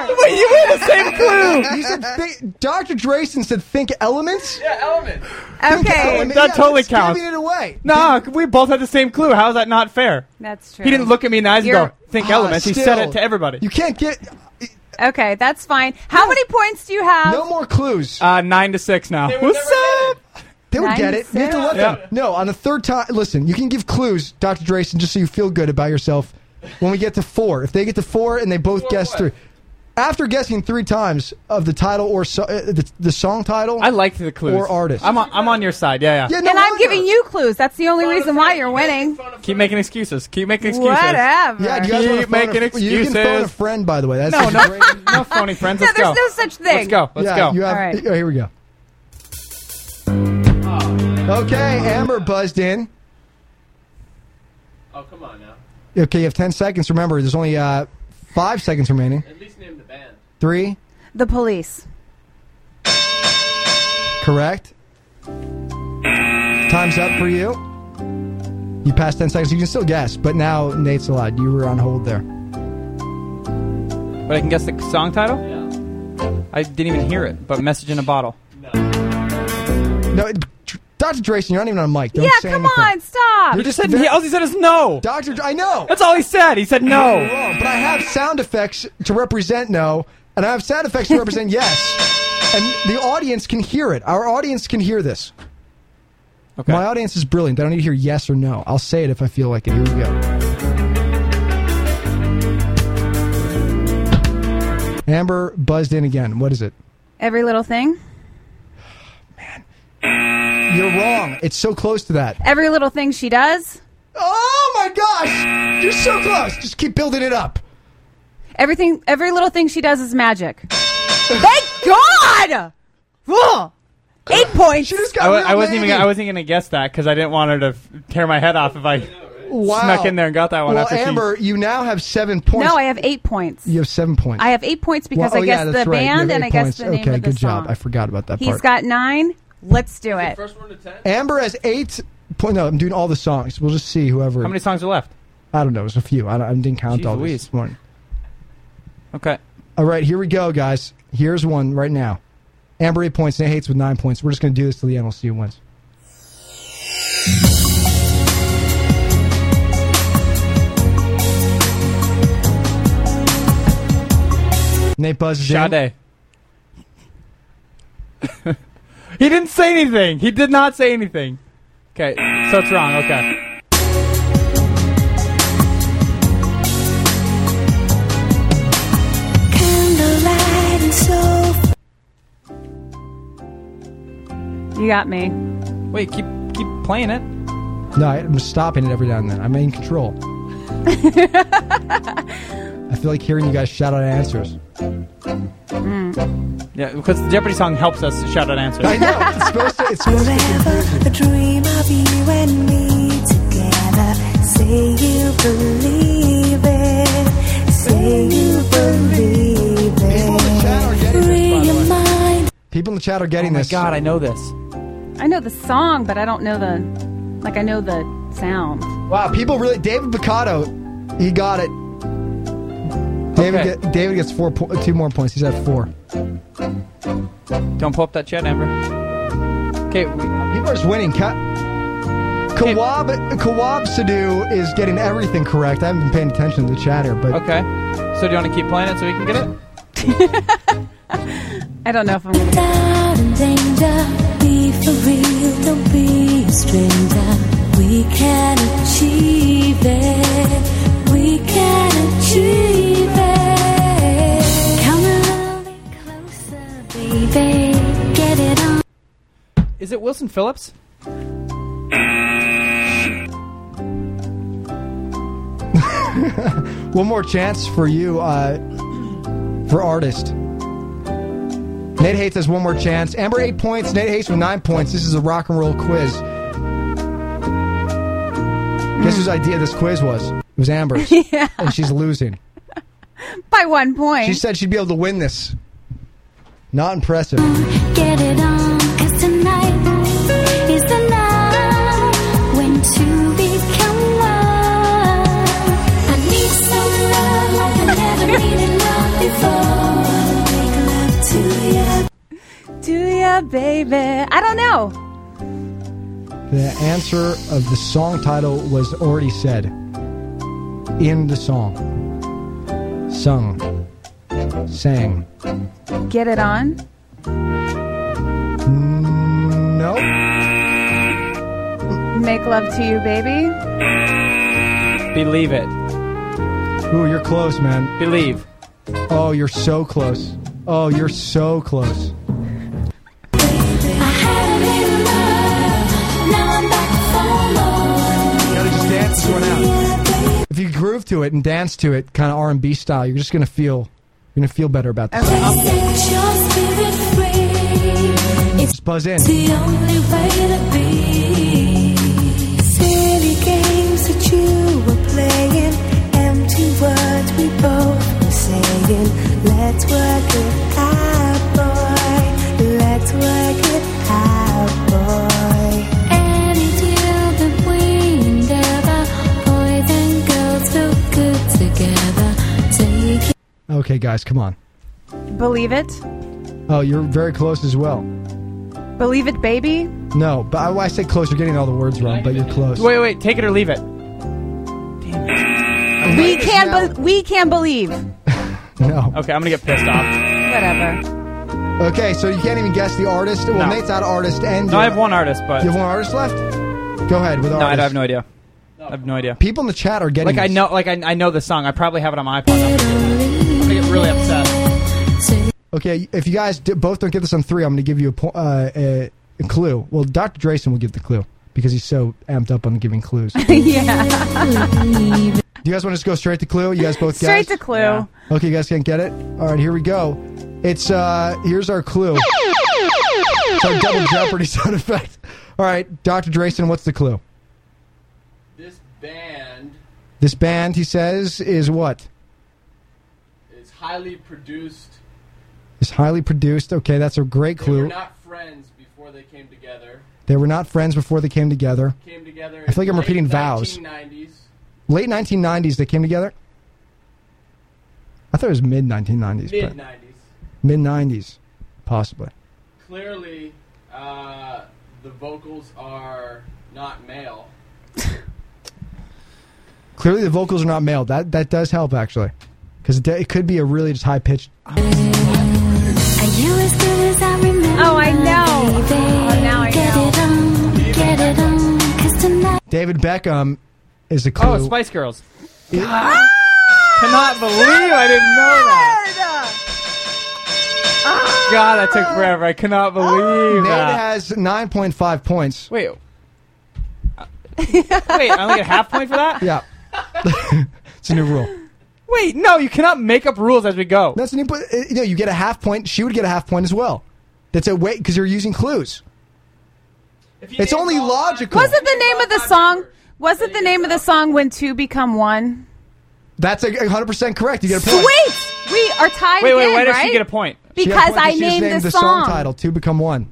No, that's not fair.
Wait, you had the same clue.
You said think, Dr. Drayson said think elements.
Yeah, elements.
Think
Okay,
elements.
that
Yeah,
totally
it's
counts.
Giving it away.
No, we both had the same clue. How is that not fair?
that's true.
He didn't look at me in the eyes
You're-
and go, think
Ah,
elements. he said
still.
it to everybody.
You can't get
Okay, that's fine. How many points do you have?
no more clues.
uh, nine to six now. What's up?
They would get it. You have to let them.
Yeah.
No, on the third time. Listen, you can give clues, Dr. Drayson, just so you feel good about yourself. When we get to four, if they get to four and they both guess three, after guessing three times of the title or so, uh, the, the song title,
I liked the clues.
Or artists.
I'm on, I'm on your side. Yeah, yeah.
Yeah, no
and I'm
wonder.
giving you clues. That's the only reason why you're winning.
Keep making excuses. Keep making excuses.
Whatever.
Yeah, do you guys
Keep
want to phone a,
making
You can phone a
excuses.
friend, by the way. That's
No,
that's
no,
great.
no phony friends.
No,
Let's
there's
go.
no such thing.
Let's go. Let's
yeah,
go.
You have,
All right.
oh, here we go. Okay, Amber buzzed in.
Oh, come on now.
Okay, you have ten seconds. Remember, there's only uh, five seconds remaining.
At least name the band.
Three,
The police.
correct. Time's up for you. You passed 10 seconds. You can still guess, but now Nate's allowed. You were on hold there.
But I can guess the song title. I didn't even hear it. But message in a bottle.
No, it, Dr. Drayson, you're not even on mic. Don't
yeah,
say
come
anything.
on, stop.
He just said.
very-
He, all he said is no.
Dr. Dr- I know.
That's all he said. He said
You're
no.
wrong, Oh, but I have sound effects to represent no, and I have sound effects to represent yes. And the audience can hear it. Our audience can hear this.
Okay.
My audience is brilliant. They don't need to hear yes or no. I'll say it if I feel like it. Here we go. Amber buzzed in again. What is it?
Every little thing.
You're wrong. It's so close to that.
Every little thing she does.
Oh my gosh! You're so close. Just keep building it up.
Everything. Every little thing she does is magic. Thank God. Ugh. Eight points.
She just
I,
got.
w-
real
I wasn't even.
mad.
I wasn't gonna guess that because I didn't want her to f- tear my head off if I
Wow.
snuck in there and got that one.
Well,
after she-
Amber, you now have seven points.
No, I have eight points.
You have seven points.
I have eight points because
Well,
I
oh,
guess
yeah,
the
that's right. You have
band and
eight
I guess
points.
the name
okay,
of the
good
song.
job. I forgot about that
He's
part.
got nine. Let's do it.
First one to ten.
Amber has eight. Point, no, I'm doing all the songs. We'll just see whoever.
How many songs are left?
I don't know. It's a few. I, don't- I didn't count
Jeez
all these
Louise.
this morning.
Okay.
All right, here we go, guys. Here's one right now. Amber eight points, Nate Hates with nine points. We're just going to do this till the end. We'll see who wins. Nate buzzes in.
Sade. he didn't say anything. He did not say anything. Okay, so it's wrong. Okay.
You got me.
Wait, keep keep playing it.
No, I'm stopping it every now and then. I'm in control. I feel like hearing you guys shout out answers.
Mm.
Yeah, because the Jeopardy song helps us shout out answers.
I know. It's supposed to. It's supposed
A dream of you and me together. Say you believe it. Say you believe it. Free your mind.
People in the chat are getting
Oh my
this.
God, I know this.
I know the song, but I don't know the like I know the sound.
Wow, Uh, people really. David Picato, he got it. David,
Okay.
get, David gets four, po- two more points. He's at four.
Don't pull up that chat, Amber. Okay,
people are just winning. Ka- Kawab Kawab Sadu is getting everything correct. I haven't been paying attention to the chatter, but
Okay. So do you want to keep playing it so we can get it?
I don't know if I'm gonna
Out in danger. Be for real. Don't be a stranger. We can achieve it. We can achieve it. Come a little bit closer, baby. Get it on.
Is it Wilson Phillips?
one more chance for you, uh, for artist. Nate Hates has one more chance. Amber eight points. Nate Hates with nine points. This is a rock and roll quiz. Guess whose idea this quiz was? It was Amber's,
Yeah.
and she's losing.
By one point.
She said she'd be able to win this. Not impressive.
Get it on, cause tonight is the night when to become one. I need some love like I never needed love before. Make love to you.
Do ya, baby? I don't know.
The answer of the song title was already said in the song. Sung. Sang.
Get it on?
No.
Make love to you, baby.
Believe it.
Ooh, you're close, man.
Believe.
Oh, you're so close. Oh, you're so close.
Now I'm back for more.
just dance one out. If you groove to it and dance to it, kind of R and B style, you're just gonna feel, you're gonna feel better about this.
Set your spirit free. It's
Just buzz in.
the only way to be. Silly games that you were playing, empty words we both were saying. Let's work it out, boy. Let's work it out, boy. Any deal that we endeavor, boys and girls feel good together. Take it.
Okay, guys, come on.
Believe it?
Oh, you're very close as well.
Believe it, baby?
No, but I, I say close. You're getting all the words wrong, but you're close.
Wait, wait. Take it or leave it.
We can be- we can believe.
No.
Okay, I'm gonna get pissed off.
Whatever.
Okay, so you can't even guess the artist. Well,
No.
Nate's out of artist and
No, I have one artist, but
You have one artist left? Go ahead with
no,
artist.
I have no idea. I have no idea.
People in the chat are getting
Like I
this.
know, like I, I know the song. I probably have it on my iPod. I'm gonna get really upset.
Okay, if you guys d- both don't get this on three, I'm going to give you a, po- uh, a, a clue. Well, Dr. Drayson will give the clue because he's so amped up on giving clues. Do
yeah.
you guys want to just go straight to clue? You guys both
Straight
guessed?
to clue.
Okay, you guys can't get it? All right, here we go. It's, uh, here's our clue. It's our double Jeopardy sound effect. All right, Dr. Drayson, what's the clue?
This band
This band, he says, is what?
is highly produced.
Is highly produced. Okay, that's a great
They
clue.
were not friends before they came together.
They were not friends before they came together.
Came together.
I feel like
in
I'm
late
repeating vows.
1990s.
Late 1990s, they came together. I thought it was mid 1990s.
Mid 90s.
Mid 90s, possibly.
Clearly, uh, the vocals are not male.
Clearly, the vocals are not male. That that does help actually, because it, d- it could be a really just high pitched.
Are you as good as I remember?
Oh, I know.
Baby?
Oh, now I
get
know.
it on, get it on, 'cause tonight.
David Beckham is a clue.
Oh, Spice Girls. Cannot believe I didn't know that.
Ah!
God, that took forever. I cannot believe
Nate
that.
has 9.5 points.
Wait. Wait, I only get half point for that?
Yeah. it's a new rule.
Wait, no, you cannot make up rules as we go.
That's an input. uh, You know, you get a half point. She would get a half point as well. That's a way because you're using clues. It's only logical.
Wasn't the name of the song? Wasn't the name of the song when two become one?
That's a 100 percent correct. You get a point.
Sweet, we are tied
Wait, wait,
again,
why does
right?
she get a point?
She got a
Because
point
I
she just
named the
the song.
song.
title "Two Become One."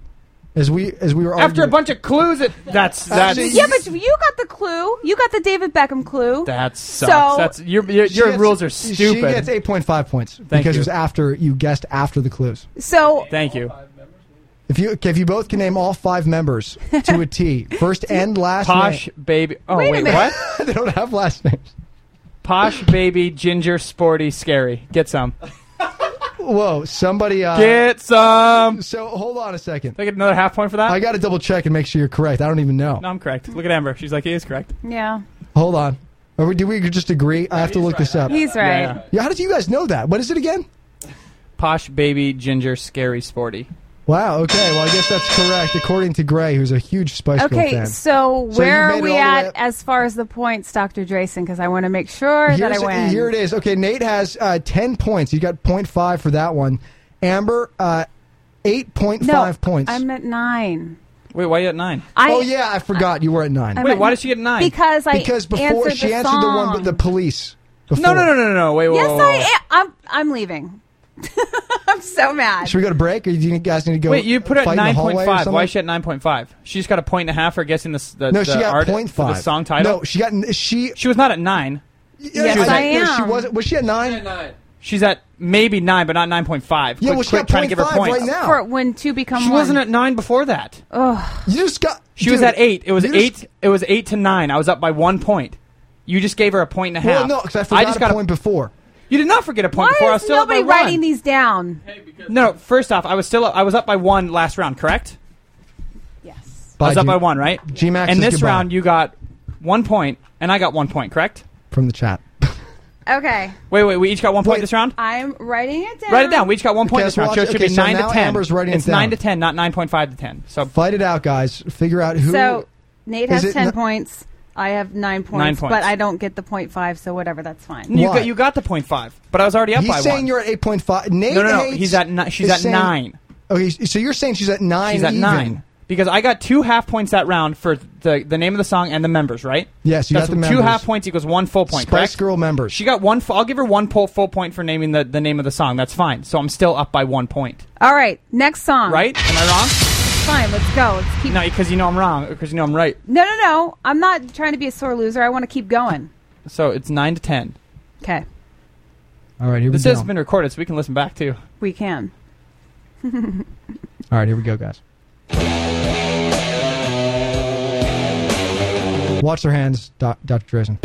As we as we were
After a
arguing.
bunch of clues, it, that's that's
Actually,
Yeah, but you got the clue. You got the David Beckham clue.
that sucks.
So-
that's your your,
She
your
gets-
rules are
She
stupid.
gets 8.5 points because it
you.
was after you guessed after the clues.
So
Thank you.
If you if you both can name all five members to a T, first and last
Posh baby. Oh
Wait a
wait,
minute.
what?
name. they don't have last names.
Posh baby ginger sporty scary. Get some.
Whoa, somebody. Uh,
Get some. Do
so hold on a second.
I get another half point for that?
I got to double check and make sure you're correct. I don't even know.
no, I'm correct. Look at Amber. She's like, he is correct.
yeah,
Hold on. Are we, do we just agree? I have to look this up.
he's right.
Yeah, yeah.
Yeah, how did you guys know that? What is it again?
Posh baby ginger scary sporty.
Wow. Okay. Well, I guess that's correct, according to Gray, who's a huge Spice Girl
Okay,
fan.
so
So you
where
made
are
it
we
all the way
at
up.
as far as the points, Dr. Drayson? Because I want to make sure that I
Here's-
win.
Here it is. Okay, Nate has uh, ten points. You got point five for that one. Amber, uh, eight point
no,
five points.
I'm at nine.
Wait, why are you at nine?
I,
oh yeah, I forgot you were at 9
I'm
Wait,
at
why
nine.
did she get nine?
Because I
because before
answered
she
the
answered the one with the
song.
police.
no,
before.
no, no, no, no, no. Wait, wait,
yes,
wait,
I
wait.
am. I'm, I'm leaving. I'm so mad.
Should we go to break, or do you guys need to go?
Wait, you put it
fight
at
in the
nine
hallway
point
or
five. Why
something?
is she at nine point five? She's got a point and a half for guessing the s- the,
No,
the
she got
art-
point
for
five.
the song title.
No, she got she.
She was not at nine.
Yes,
she was
I
at- no, she
am.
wasn't. Was she at nine?
She's at maybe nine, but not nine point five.
Yeah,
quick,
well, she
quick,
got
trying to give her
0.5
points.
right now.
For when two become
She
one.
wasn't at nine before that.
You just got.
She was
dude,
at eight. It was
you just-
eight. It was eight to nine. I was up by one point. You just gave her a point and a half.
Well, no, because I forgot
just
a
got
point before.
You did not forget a point
Why
before. I was
is
still up by
nobody
one.
writing these down?
No, first off, I was still up, I was up by one last round, correct?
Yes.
I was
Bye,
up
G-
by one, right?
G-Max
And
is
this
goodbye.
round, you got one point, and I got one point, correct?
from the chat.
Okay,
Wait, wait, we each got one point
Wait.
this round.
I'm writing it down.
Write it down. We each got one point
Okay,
this
so
round.
watch
So
it.
it should
Okay,
be
so
nine
now
to ten.
Amber's writing it
it's nine
down.
to ten, not nine point five to ten. So
Fight it out, guys. Figure out who.
So Nate
Is
has
it
ten
n-
points. I have nine points,
points.
but I don't get the point five, so whatever. That's fine.
you
Why?
got you got the point five, but I was already up
he's
by
saying
one.
you're at eight point five. Nate
no, no, no.
hates
He's at ni- she's
is
at
saying-
nine.
Okay, so you're saying she's at nine.
She's at
even.
nine because I got two half points that round for the the name of the song and the members, right?
Yes, you
That's
got the
two
members.
half points equals one full point.
Spice
correct?
Girl members.
She got one. Full, I'll give her one po- full point for naming the, the name of the song. That's fine. So I'm still up by one point,
All right, next song.
right? Am I
Fine. Let's go. Let's
wrong?
keep.
No, because you know I'm wrong. Because you know I'm right.
No, no, no. I'm not trying to be a sore loser. I want to keep going.
So it's nine to ten.
Okay,
All right, here
This
we
has
go.
been recorded, so we can listen back too.
we can.
All right, here we go, guys. Watch their hands, Doc- Dr. Dresden.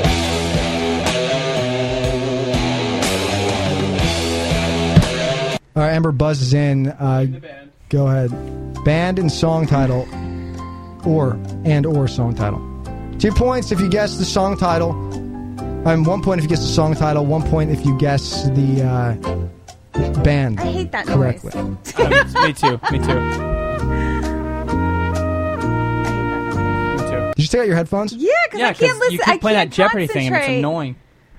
All right, Amber buzzes in. Uh, go ahead. Band and song title, or and or song title. Two points if you guess the song title. Um, one point if you guess the song title. One point if you guess the uh, band.
I hate that noise.
correctly.
Um, me too. Me too. Me too.
Did you take out your headphones?
Yeah, because
Yeah,
I can't listen.
you keep
I
playing
can't
that Jeopardy thing, and it's
concentrate.
annoying.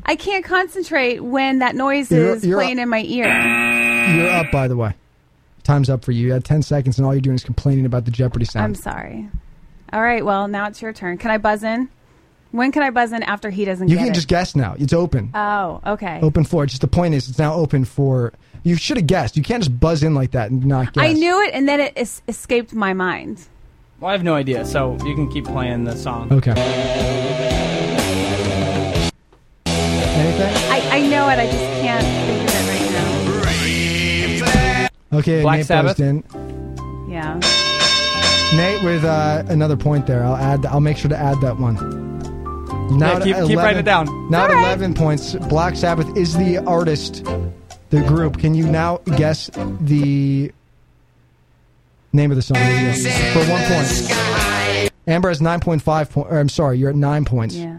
I can't concentrate when that noise
You're-
is
you're-
playing in my ear.
You're up, by the way. Time's up for you. You had 10 seconds, and all you're doing is complaining about the Jeopardy
I'm
sound.
sorry. All right, well now it's your turn. Can I buzz in? When can I buzz in after he doesn't
you
get
can
it?
just guess now. It's open.
Oh, okay.
open floor. Just the point is, it's now open for. You should have guessed. You can't just buzz in like that and not guess.
I knew it, and then it es- escaped my mind.
Well, I have no idea. So you can keep playing the song.
Okay. Anything?
I, I know it. I just can't think of it right
Okay,
Black
Nate
Sabbath?
buzzed in.
Yeah.
Nate with uh, another point there. I'll add. I'll make sure to add that one. Now
Yeah,
at
keep- keep writing it down.
Now at eleven points. Black Sabbath is the artist, the group. Can you now guess the name of the song for one point? Amber has nine point five points. I'm sorry, you're at nine points.
Yeah.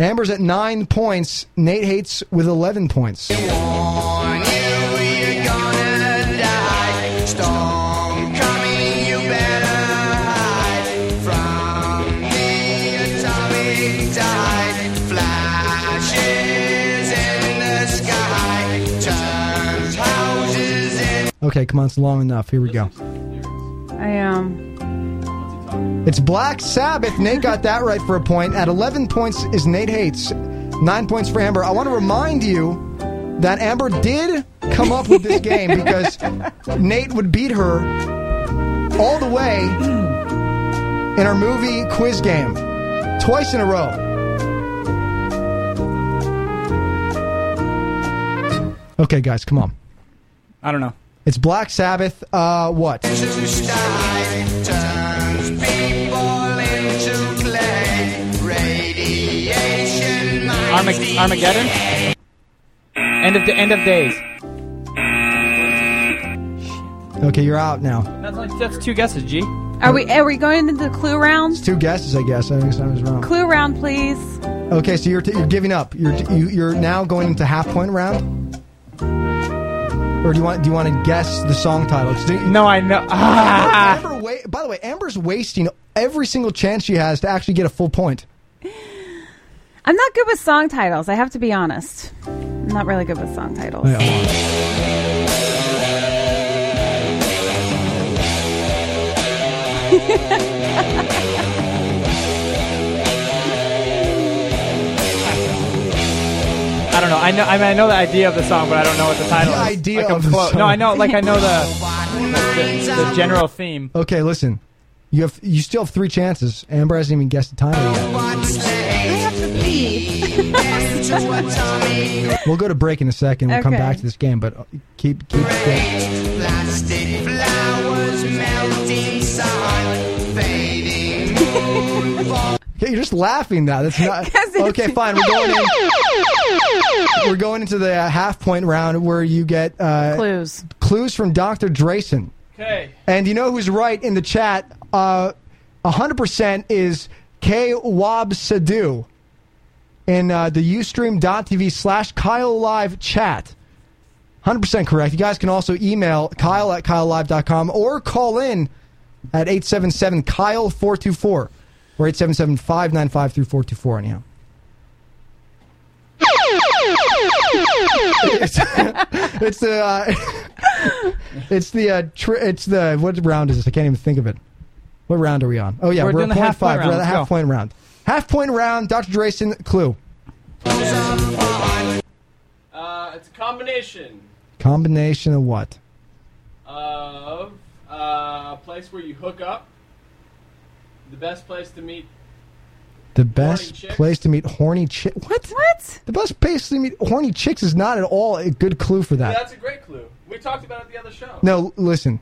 Amber's at nine points. Nate hates with eleven points. Okay, come on, it's long enough. Here we go.
I am.
It's Black Sabbath. Nate got that right for a point. At 11 points is Nate Hates. Nine points for Amber. I want to remind you that Amber did come up with this game because Nate would beat her all the way in our movie quiz game twice in a row. Okay, guys, come on.
I don't know.
It's Black Sabbath. Uh, what?
Armag- Armageddon. End of the end of days.
Okay, you're out now.
That's like that's two guesses. G.
Are we are we going into the clue round?
Two guesses, I guess. I think I was wrong.
Clue round, please.
Okay, so you're, t- you're giving up. You're t- you, you're now going into half point round. Or do you want do you want to guess the song title? Just do-
No, I know. Ah.
Amber, wa- by the way, Amber's wasting every single chance she has to actually get a full point.
I'm not good with song titles. I have to be honest. I'm not really good with song titles.
I don't know. I know. I mean, I know the idea of the song, but I don't know what the title
The
is.
idea
Like, I'm
of the
close.
song.
No, I know. Like I know the the, the general theme.
Okay, listen, you have you still have three chances. Amber hasn't even guessed the title yet. We'll go to break in a second. We'll come
Okay.
back to this game, but uh, keep keep.
Plastic flowers melting sun, fading moon.
Yeah, you're just laughing now. That's not okay. Fine, we're going in. We're going into the uh, half point round where you get uh,
clues.
Clues from Dr. Drayson.
Okay.
And you know who's right in the chat? Uh, 100% is K Wab Sadu in uh, the Ustream.tv slash Kyle Live chat. 100% correct. You guys can also email kyle at kylelive.com or call in at 877 Kyle 424 or 877 595 3424. Anyhow. it's, it's the uh, it's the uh, tr- it's the what round is this? I can't even think of it. What round are we on? Oh yeah,
We're
we're,
doing
at
the
point
half point
five.
round.
We're at the
Let's
half
go.
point round. Half point round. Dr. Drayson, clue
Uh, it's a combination
combination of what?
of uh, a place where you hook up, the best place to meet.
The best place to meet horny chick. What?
What?
The best place to meet horny chicks is not at all a good clue for that.
that's a great clue. We talked about it the other show.
No, l- listen.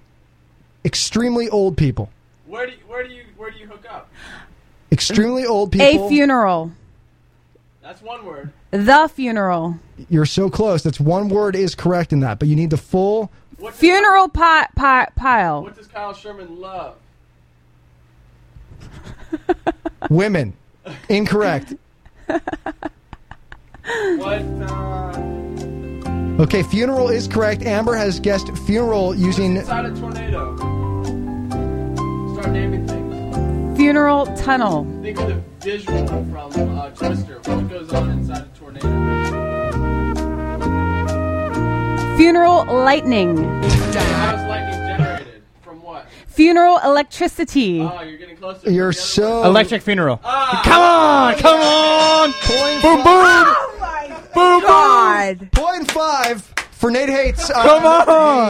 Extremely old people.
Where do you, where do you where do you hook up?
Extremely old people.
A funeral.
That's one word.
The funeral.
You're so close. That's one word is correct in that, but you need the full.
funeral pi- pi- pile.
What does Kyle Sherman love?
Women. Incorrect.
What? Uh,
Okay, funeral is correct. Amber has guessed funeral using.
inside a tornado. Start naming things.
Funeral tunnel.
Think of the visual from uh, Twister. What goes on inside a tornado?
Funeral lightning.
How's lightning generated? From what?
Funeral electricity.
Oh, you're getting close.
You're so
Electric funeral. come on, come on. boom, boom.
Boom,
God.
Point five for Nate Hates.
Come on.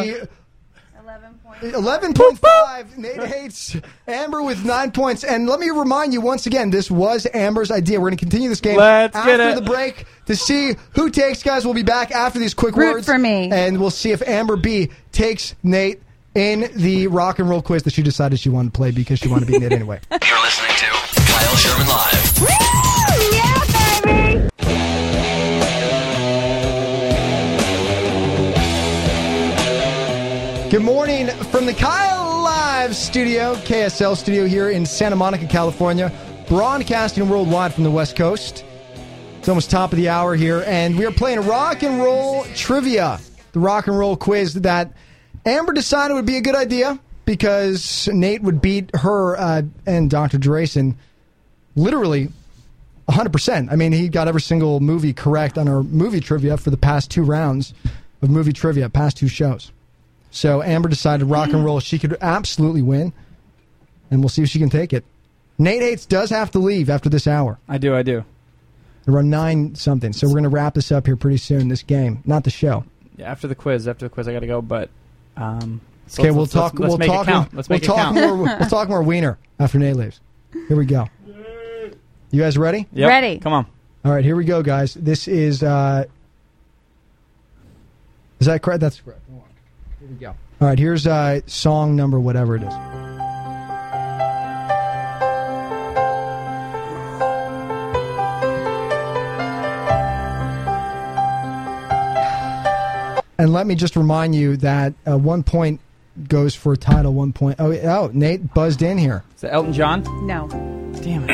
the uh, Eleven point five. Nate hates Amber with nine points. And let me remind you once again, this was Amber's idea. We're going to continue this game
Let's
after
get it.
the break to see who takes. Guys, we'll be back after these quick
Root
words
for me.
and we'll see if Amber B takes Nate in the rock and roll quiz that she decided she wanted to play because she wanted to beat Nate anyway.
You're listening to Kyle Sherman Live.
Good morning from the Kyle Live Studio, KSL Studio here in Santa Monica, California, broadcasting worldwide from the West Coast. It's almost top of the hour here, and we are playing rock and roll trivia, the rock and roll quiz that Amber decided would be a good idea because Nate would beat her uh, and Dr. Drayson literally 100%. I mean, he got every single movie correct on our movie trivia for the past two rounds of movie trivia, past two shows. So Amber decided rock and roll, she could absolutely win, and we'll see if she can take it. Nate Hates does have to leave after this hour.
I do, I do.
Around nine something. So we're going to wrap this up here pretty soon, this game, not the show.
Yeah, after the quiz, after the quiz, I gotta go. But um, so
Okay,
let's-
we'll
let's-
talk.
Let's, let's
we'll
make
talk.
it count. Let's
we'll
make it
talk
count.
more. We'll talk more wiener after Nate leaves. Here we go. You guys ready?
Yep. Ready. Come on.
All right, here we go, guys. This is. uh Is that correct? That's correct. Hold on. Here we go. All right, here's uh song number whatever it is. And let me just remind you that uh, one point goes for title, one point. Oh, oh, Nate buzzed in here.
Is it Elton John?
No.
Damn it.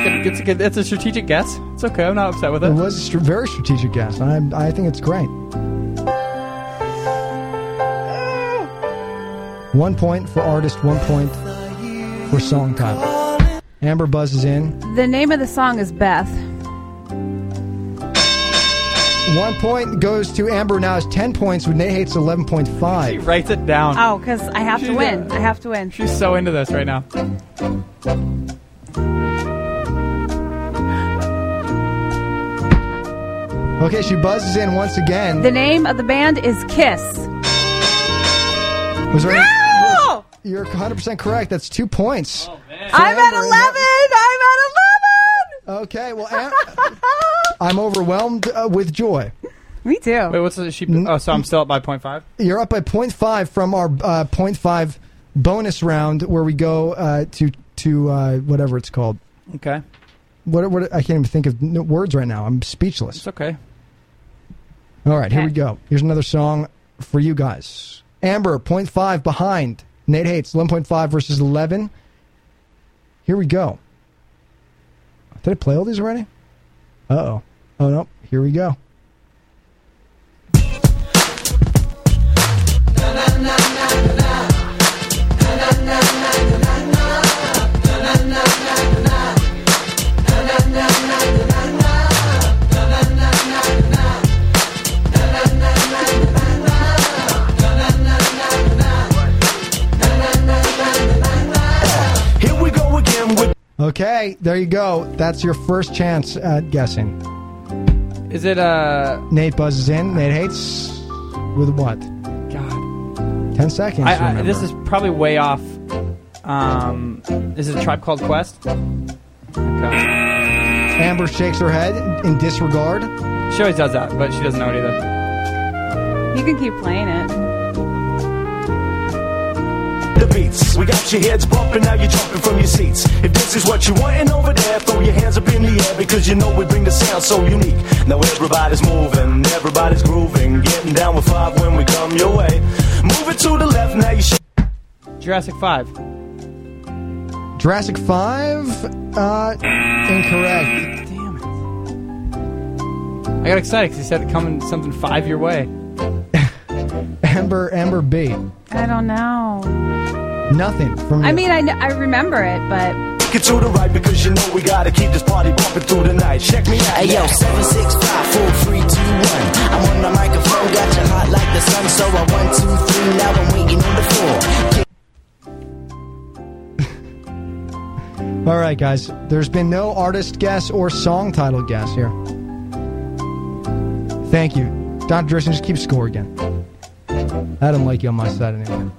It's, good, it's, a good, it's a strategic guess. It's okay. I'm not upset with it.
It was a str- very strategic guess. I, I think it's great. One point for artist, one point for song title. Amber buzzes in.
The name of the song is Beth.
One point goes to Amber. Now is 10 points with Nate Hates 11.5.
She writes it down.
Oh, because I have to
She's,
win.
uh,
I have to win.
She's so into this right now.
Okay, she buzzes in once again.
The name of the band is Kiss.
Was there any-
No!
You're 100% correct. That's two points.
I'm at 11. I'm at
11. Okay, well, I'm overwhelmed uh, with joy.
Me too.
Wait, what's the, she?
Mm-hmm.
Oh, so I'm still up by 0.5?
You're up by 0.5 from our uh, 0.5 bonus round where we go uh, to to uh, whatever it's called.
Okay.
What, what I can't even think of n- words right now. I'm speechless.
It's okay.
All right, here we go. Here's another song for you guys. Amber 0.5 behind Nate Hates 11.5 versus 11. Here we go. Did I play all these already? Uh oh. Oh no. Here we go.
Here we go again with
Okay, there you go. That's your first chance at guessing.
Is it, uh.
Nate buzzes in. Nate hates with what?
God.
Ten seconds.
I, I,
remember.
this is probably way off. Um, is it a tribe called Quest? Okay.
Amber shakes her head in disregard.
She always does that, but she doesn't know it either.
You can keep playing it.
the beats. We got your heads bumping, now you're jumping from your seats. If this is what you want, and over there, throw your hands up in the air because you know we bring the sound so unique. Now everybody's moving, everybody's grooving, getting down with five when we come your way. Moving to the left, now you. Sh-
Jurassic 5.
Jurassic Five. Uh, incorrect.
I got excited because he said coming something five your way.
Amber. Amber B.
I don't know.
Nothing from.
I
you.
mean, I, kn- I remember it, but
Get to the right because you know we gotta keep this party bumping through the night. Check me out.
Hey yo, seven six five four three two one. I'm on the microphone, got you hot like the sun. So I one two three, now I'm waiting on the floor.
All right, guys. There's been no artist guess or song title guess here. Thank you, Don Drison. Just keep score again. I don't like you on my side anymore.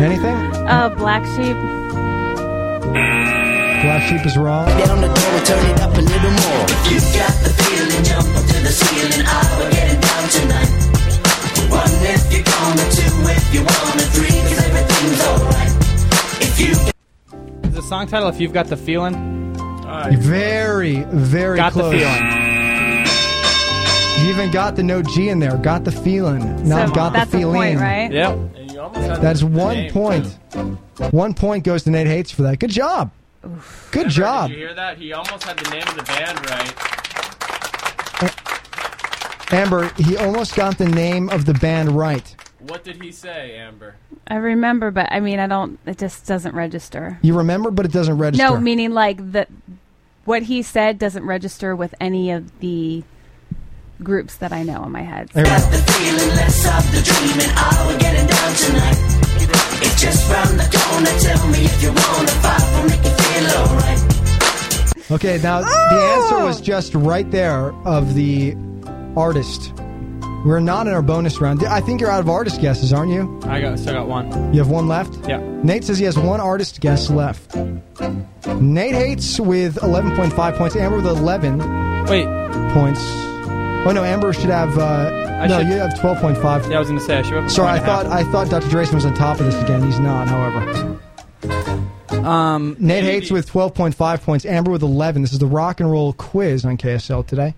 Anything?
Uh, black sheep.
Black sheep is wrong.
Get on the door and turn it up a little more.
You got the feeling, jump up to the ceiling. I will get it down tonight. One if you're gonna, two if you wanna, three 'cause everything's alright. If you
Is the song title "If You've Got the Feeling"?
Very, very
Got the
close.
feeling.
You even got the no G in there. Got the feeling. Not
So
got
that's
the
a
feeling.
point, right?
Yep.
That's one point. One point goes to Nate Hates for that. Good job. Good job.
Did you hear that? He almost had the name of the band right.
Amber, he almost got the name of the band right.
What did he say, Amber?
I remember, but I mean, I don't. It just doesn't register.
You remember, but it doesn't register.
No, meaning like the what he said doesn't register with any of the groups that I know in my head.
There we go.
feeling less of the dreaming, I will get it down tonight. It's just round the corner, tell me if you wanna fight, we'll make you feel alright.
Okay, now the answer was just right there of the artist. We're not in our bonus round. I think you're out of artist guesses, aren't you?
I got still got one.
You have one left?
Yeah.
Nate says he has one artist guess left. Nate hates with 11.5 points. Amber with 11
Wait.
points. Oh no, Amber should have. Uh,
I
no,
should-
you have 12.5.
Yeah, I was gonna say I should. have a
Sorry, I
point and
thought
a half.
I thought Dr. Drayson was on top of this again. He's not, however.
Um,
Nate hates with 12.5 points. Amber with 11. This is the rock and roll quiz on KSL today.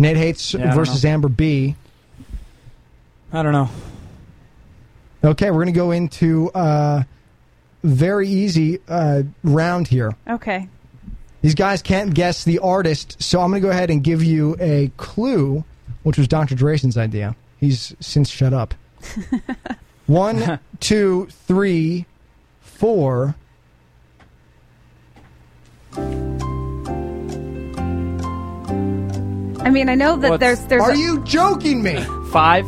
Nate hates
Yeah, I don't
versus
know.
Amber B.
I don't know.
Okay, we're going to go into uh, very easy uh, round here.
Okay.
These guys can't guess the artist, so I'm going to go ahead and give you a clue, which was Dr. Drayson's idea. He's since shut up. One, two, three, four.
I mean, I know that
What's-
there's there's.
Are
a-
you joking me?
Five.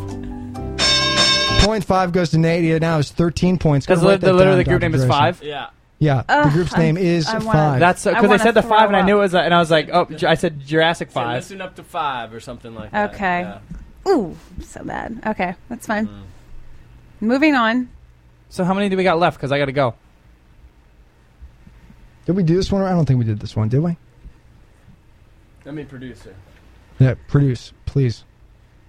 Point five goes to Nate. He now is 13 points. Go
That's
write
li- the
that
literally
down,
the group
Dr.
name is
Drayson.
five. Yeah.
Yeah, the
Ugh,
group's
I'm-
name is
I wanna-
five.
That's
I
because I
wanna
said the
throw
five, and I
up.
knew it was, a, and I was like, oh, Ju- I said Jurassic five.
Listen up to five or something like that.
Okay.
Yeah.
Ooh, so bad. Okay, that's fine. Moving on.
So how many do we got left? Because I got to go.
Did we do this one? I don't think we did this one, did we?
Let me producer.
Yeah, produce, please.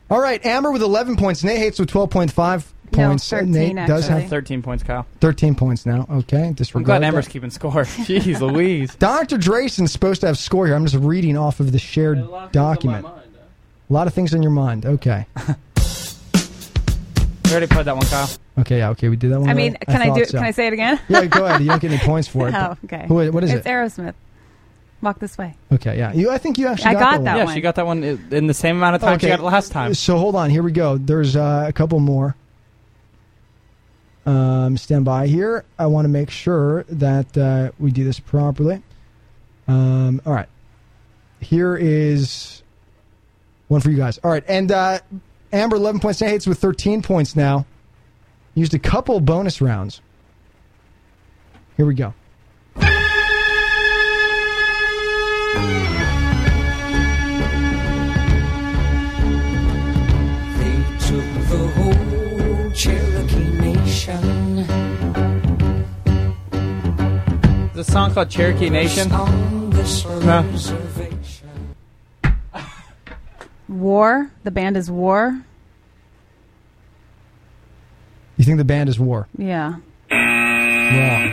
All right, Amber with 11 points. Nate hates with 12.5
No,
points.
13
Nate does
actually.
have
Thirteen points, Kyle.
13 points now. Okay,
I'm
disregard.
glad
that.
Amber's keeping score. Jeez, Louise.
Dr. Drayson's supposed to have score here. I'm just reading off of the shared document. A lot of things on your mind. Okay.
We already played that one, Kyle.
Okay, yeah, okay, we did that one.
I mean,
right?
can I,
thought
do? it?
so.
Can I say it again?
yeah, go ahead. You don't get any points for it.
oh,
but-
okay.
Who, what is
it's
it?
Aerosmith. Walk this way.
Okay, yeah. You, I think you actually
I got
that,
that
yeah,
one.
she got that one i- in the same amount of
one.
time she got it last time.
So hold on. Here we go. There's uh, a couple more. Um, stand by here. I want to make sure that uh, we do this properly. Um, all right. Here is one for you guys. All right. And uh, Amber, 11 points. Nate Hates with 13 points now. Used a couple bonus rounds. Here we go.
They took the whole Cherokee Nation.
There's a song called Cherokee Nation.
On this
No.
reservation.
War. The band is War.
You think the band is war?
Yeah.
Wrong.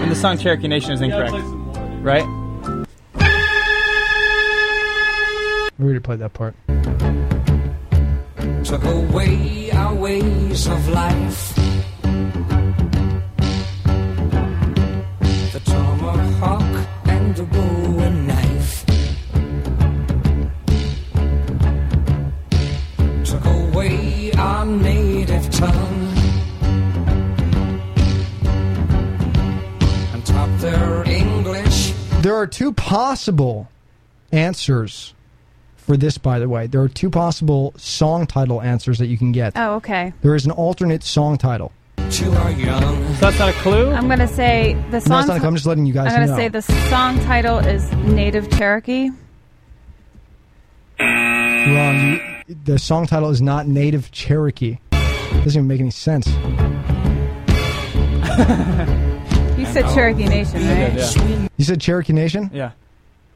And the song Cherokee Nation is incorrect. Right?
We already played that part.
Took away our ways of life. The tomahawk and the bow and knife. Took away our native tongue. And taught their English
There are two possible answers for this, by the way. There are two possible song title answers that you can get.
Oh, okay.
There is an alternate song title.
to our young.
So that's not a clue?
I'm gonna say the
No,
song.
it's not a clue. I'm just letting you guys
I'm gonna
know.
say the song title is Native Cherokee.
Wrong. You- The song title is not Native Cherokee. Doesn't even make any sense.
You said
Oh.
Cherokee Nation, right?
You said Cherokee Nation?
Yeah.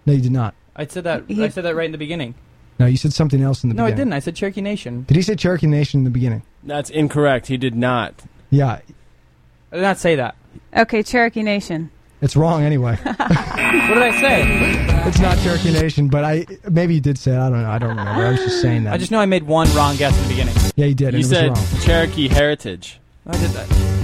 No, you did not.
I said that. I said that right in the beginning.
No, you said something else in the
No, I
beginning.
didn't. I said Cherokee Nation.
Did he say Cherokee Nation in the beginning?
That's incorrect. He did not.
Yeah,
I did not say that.
Okay, Cherokee Nation.
it's wrong anyway.
What did I say?
it's not Cherokee Nation, but I maybe you did say it. I don't know. I don't remember. I was just saying that.
I just know I made one wrong guess in the beginning.
yeah, you did. and it
you
was
said
wrong.
Cherokee heritage.
I did that.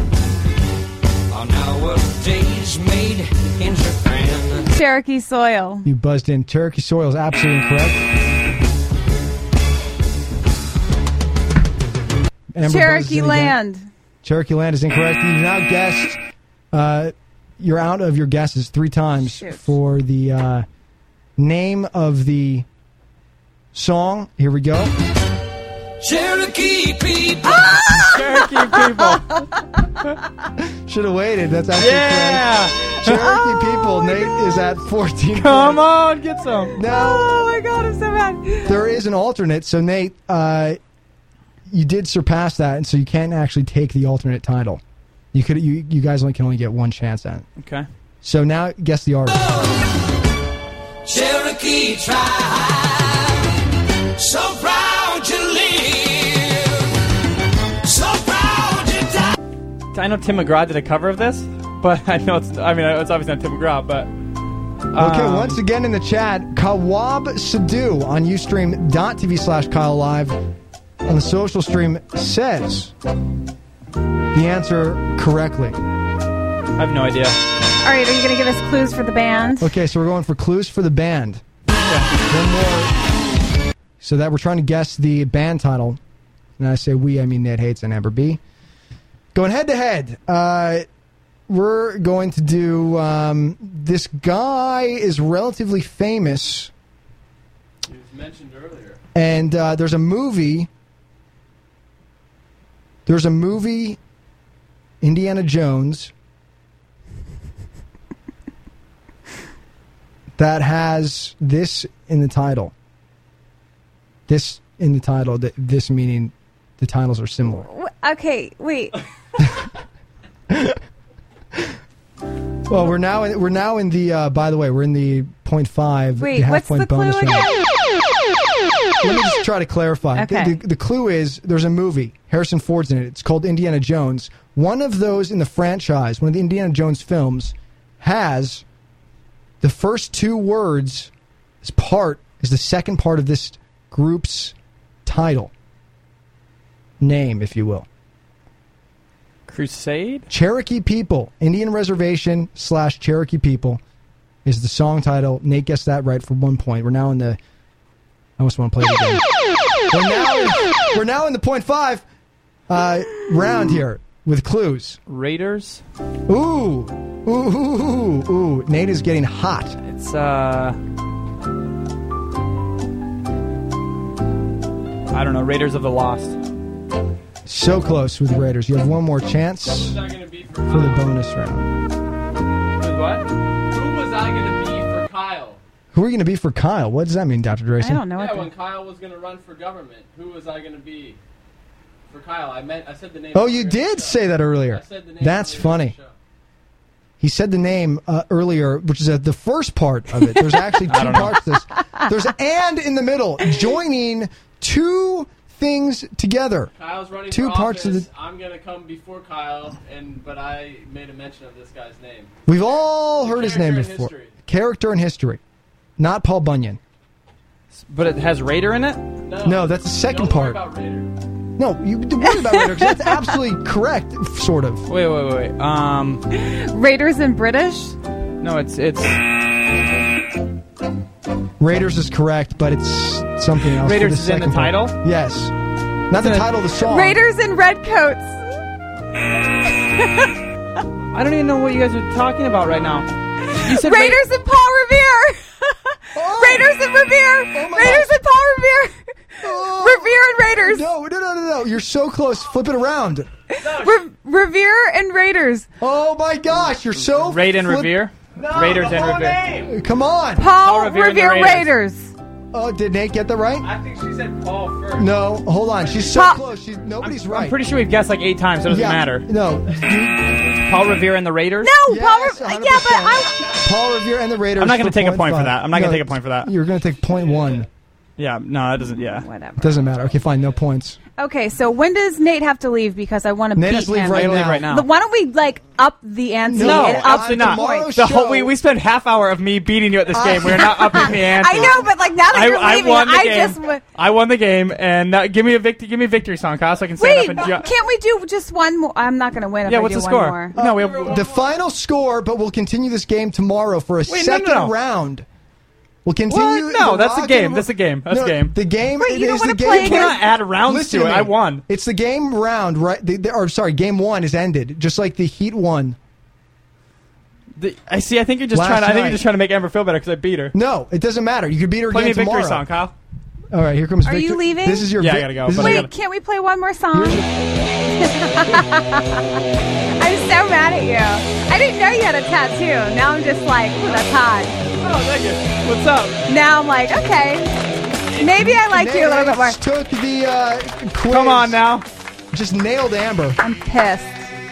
On our days made in Japan.
Cherokee soil.
You buzzed in. Cherokee soil is absolutely incorrect. Amber buzzes in
Cherokee
again.
land.
Cherokee land is incorrect. You now guessed. Uh, you're out of your guesses three times
Shoot.
for the uh, name of the song. Here we go.
Cherokee people.
Cherokee people.
Should have waited. That's actually
Yeah.
correct. Cherokee
Oh,
people. Nate is at 14.
Come on, get some.
No,
Oh my god, I'm so mad.
there is an alternate. So Nate, uh, you did surpass that, and so you can't actually take the alternate title. You could. You you guys only can only get one chance at it.
Okay.
So now guess the artist.
Cherokee tribe. So proud you live. So proud you die.
I know Tim McGraw did a cover of this, but I know it's. I mean, it's obviously not Tim McGraw, but.
Okay,
um,
once again in the chat, Kawab Sadu on Ustream.tv slash Kyle Live on the social stream says the answer correctly.
I have no idea.
All right, are you going to give us clues for the band?
Okay, so we're going for clues for the band. One more. So that we're trying to guess the band title. And I say we, I mean Ned Hates and Amber B. Going head to head, uh, we're going to do. Um, this guy is relatively famous.
It was mentioned earlier.
and uh, there's a movie. There's a movie, Indiana Jones, that has this in the title. This in the title. th- This meaning the titles are similar.
W- Okay, wait.
Well, we're now in, we're now in the. Uh, by the way, we're in the point five.
Wait,
the half
what's
point
the clue
bonus
again?
round. Let me just try to clarify. The-
Okay.
The, the clue is there's a movie. Harrison Ford's in it. It's called Indiana Jones. One of those in the franchise, one of the Indiana Jones films, has the first two words. This part is the second part of this group's title, name, if you will.
Crusade.
Cherokee People, Indian Reservation slash Cherokee People is the song title. Nate guessed that right for one point. We're now in the. I almost want to play it again. We're now, we're now in the point five uh, round here with clues.
Raiders.
Ooh, ooh, ooh, ooh, ooh. Nate is getting hot.
It's uh. I don't know. Raiders of the Lost.
So close with Raiders. You have one more chance
I gonna be
for the bonus round.
what? Who was I gonna be for Kyle?
Who are you going to be for Kyle? What does that mean, Dr. Drayson?
I don't know what. the-
Kyle was going to run for government, who was I going to be for Kyle? I meant I said the name.
Oh, you did say that earlier. That's funny. He said the name uh, earlier, which is uh, the first part of it. There's actually two parts to this. There's and in the middle, joining two things together.
Kyle's running
Two for parts of office. the-
I'm gonna come before Kyle, and but I made a mention of this guy's name.
We've all heard his name
Character and
before.
history.
Character and history. Not Paul Bunyan.
But it has Raider in it.
No, that's the second part. No, you worry about Raider 'cause that's absolutely correct, sort of.
Wait, wait, wait. wait. Um,
Raiders and British?
no, it's it's
Raiders is correct, but it's something else. for
Raiders
the
is in the
second part.
title?
Yes. Not the
It's a-
title of the song.
Raiders and Redcoats.
I don't even know what you guys are talking about right now. You said Ra-
Raiders and Paul Revere. Raiders and Revere.
Oh my
Raiders
God.
and Paul Revere.
Oh.
Revere and Raiders.
No, no, no, no, no. You're so close. Flip it around.
Re- Revere and Raiders.
Oh my gosh, you're so.
Raid and
flip-
Revere. Raiders and Revere.
Come on.
Paul,
Revere and the
Revere
Raiders.
Raiders.
Oh, did Nate get that right?
I think she said Paul first.
No, hold on. She's so close. She's nobody's right.
I'm pretty sure we've guessed like eight times, so it doesn't
Yeah.
matter.
No.
Paul Revere and the Raiders?
No, Paul.
Yes,
Re- yeah, but I.
Paul Revere and the Raiders.
I'm not gonna
for
take a point for
five.
that. I'm not gonna take a point for that.
You're going to take point one.
Yeah, no, that doesn't, yeah. Whatever.
Doesn't matter. Okay, fine. No points.
Okay, so when does Nate have to leave? Because I want to
Nate
beat
has to leave
him.
right Nate, now. leave right now.
But why don't we like up the ante?
No,
and up
absolutely
the
not.
point?
The whole, we, we spent half hour of me beating you at this
Uh,
game. We're not upping the ante.
I know, but like now that
I,
you're
I
leaving,
won the
I
game.
just wa-
I won the game, and now give me a victory. Give me a victory song, Kyle, so I can stand
wait.
up and. Ju-
can't we do just one more? I'm not going to win. If
Yeah,
I
what's
do
the
one
score?
More.
No,
Oh,
we have-
The final score, but we'll continue this game tomorrow for a
Wait, no, no,
second
no.
round. We'll continue.
What? No,
the
that's a
rock
game.
and-
That's a game. That's a game.
The game.
Wait,
it
you don't
is
wanna
the game.
play You cannot again? add rounds
Listen
to it.
me.
I won.
It's the game round, right? The, the, or sorry, game one is ended, just like the Heat won.
The- I see. I think you're just
Last
trying. I think
night.
you're just trying to make Amber feel better because I beat her.
No, it doesn't matter. You could beat her
Play me a
again
victory
tomorrow.
song, Kyle.
All right, here comes.
Are you
victor-
leaving?
This is your.
Yeah, I
vic-
gotta go,
this is
but I
your-
gotta-
Wait, can't we play one more song? I'm so mad at you. I didn't know you had a tattoo. Now I'm just like, "Ooh, that's hot.
Oh, thank you. What's up?
Now I'm like, okay, maybe I like you a little bit more.
Nate Took the uh, quiz.
Come on now.
Just nailed Amber.
I'm pissed.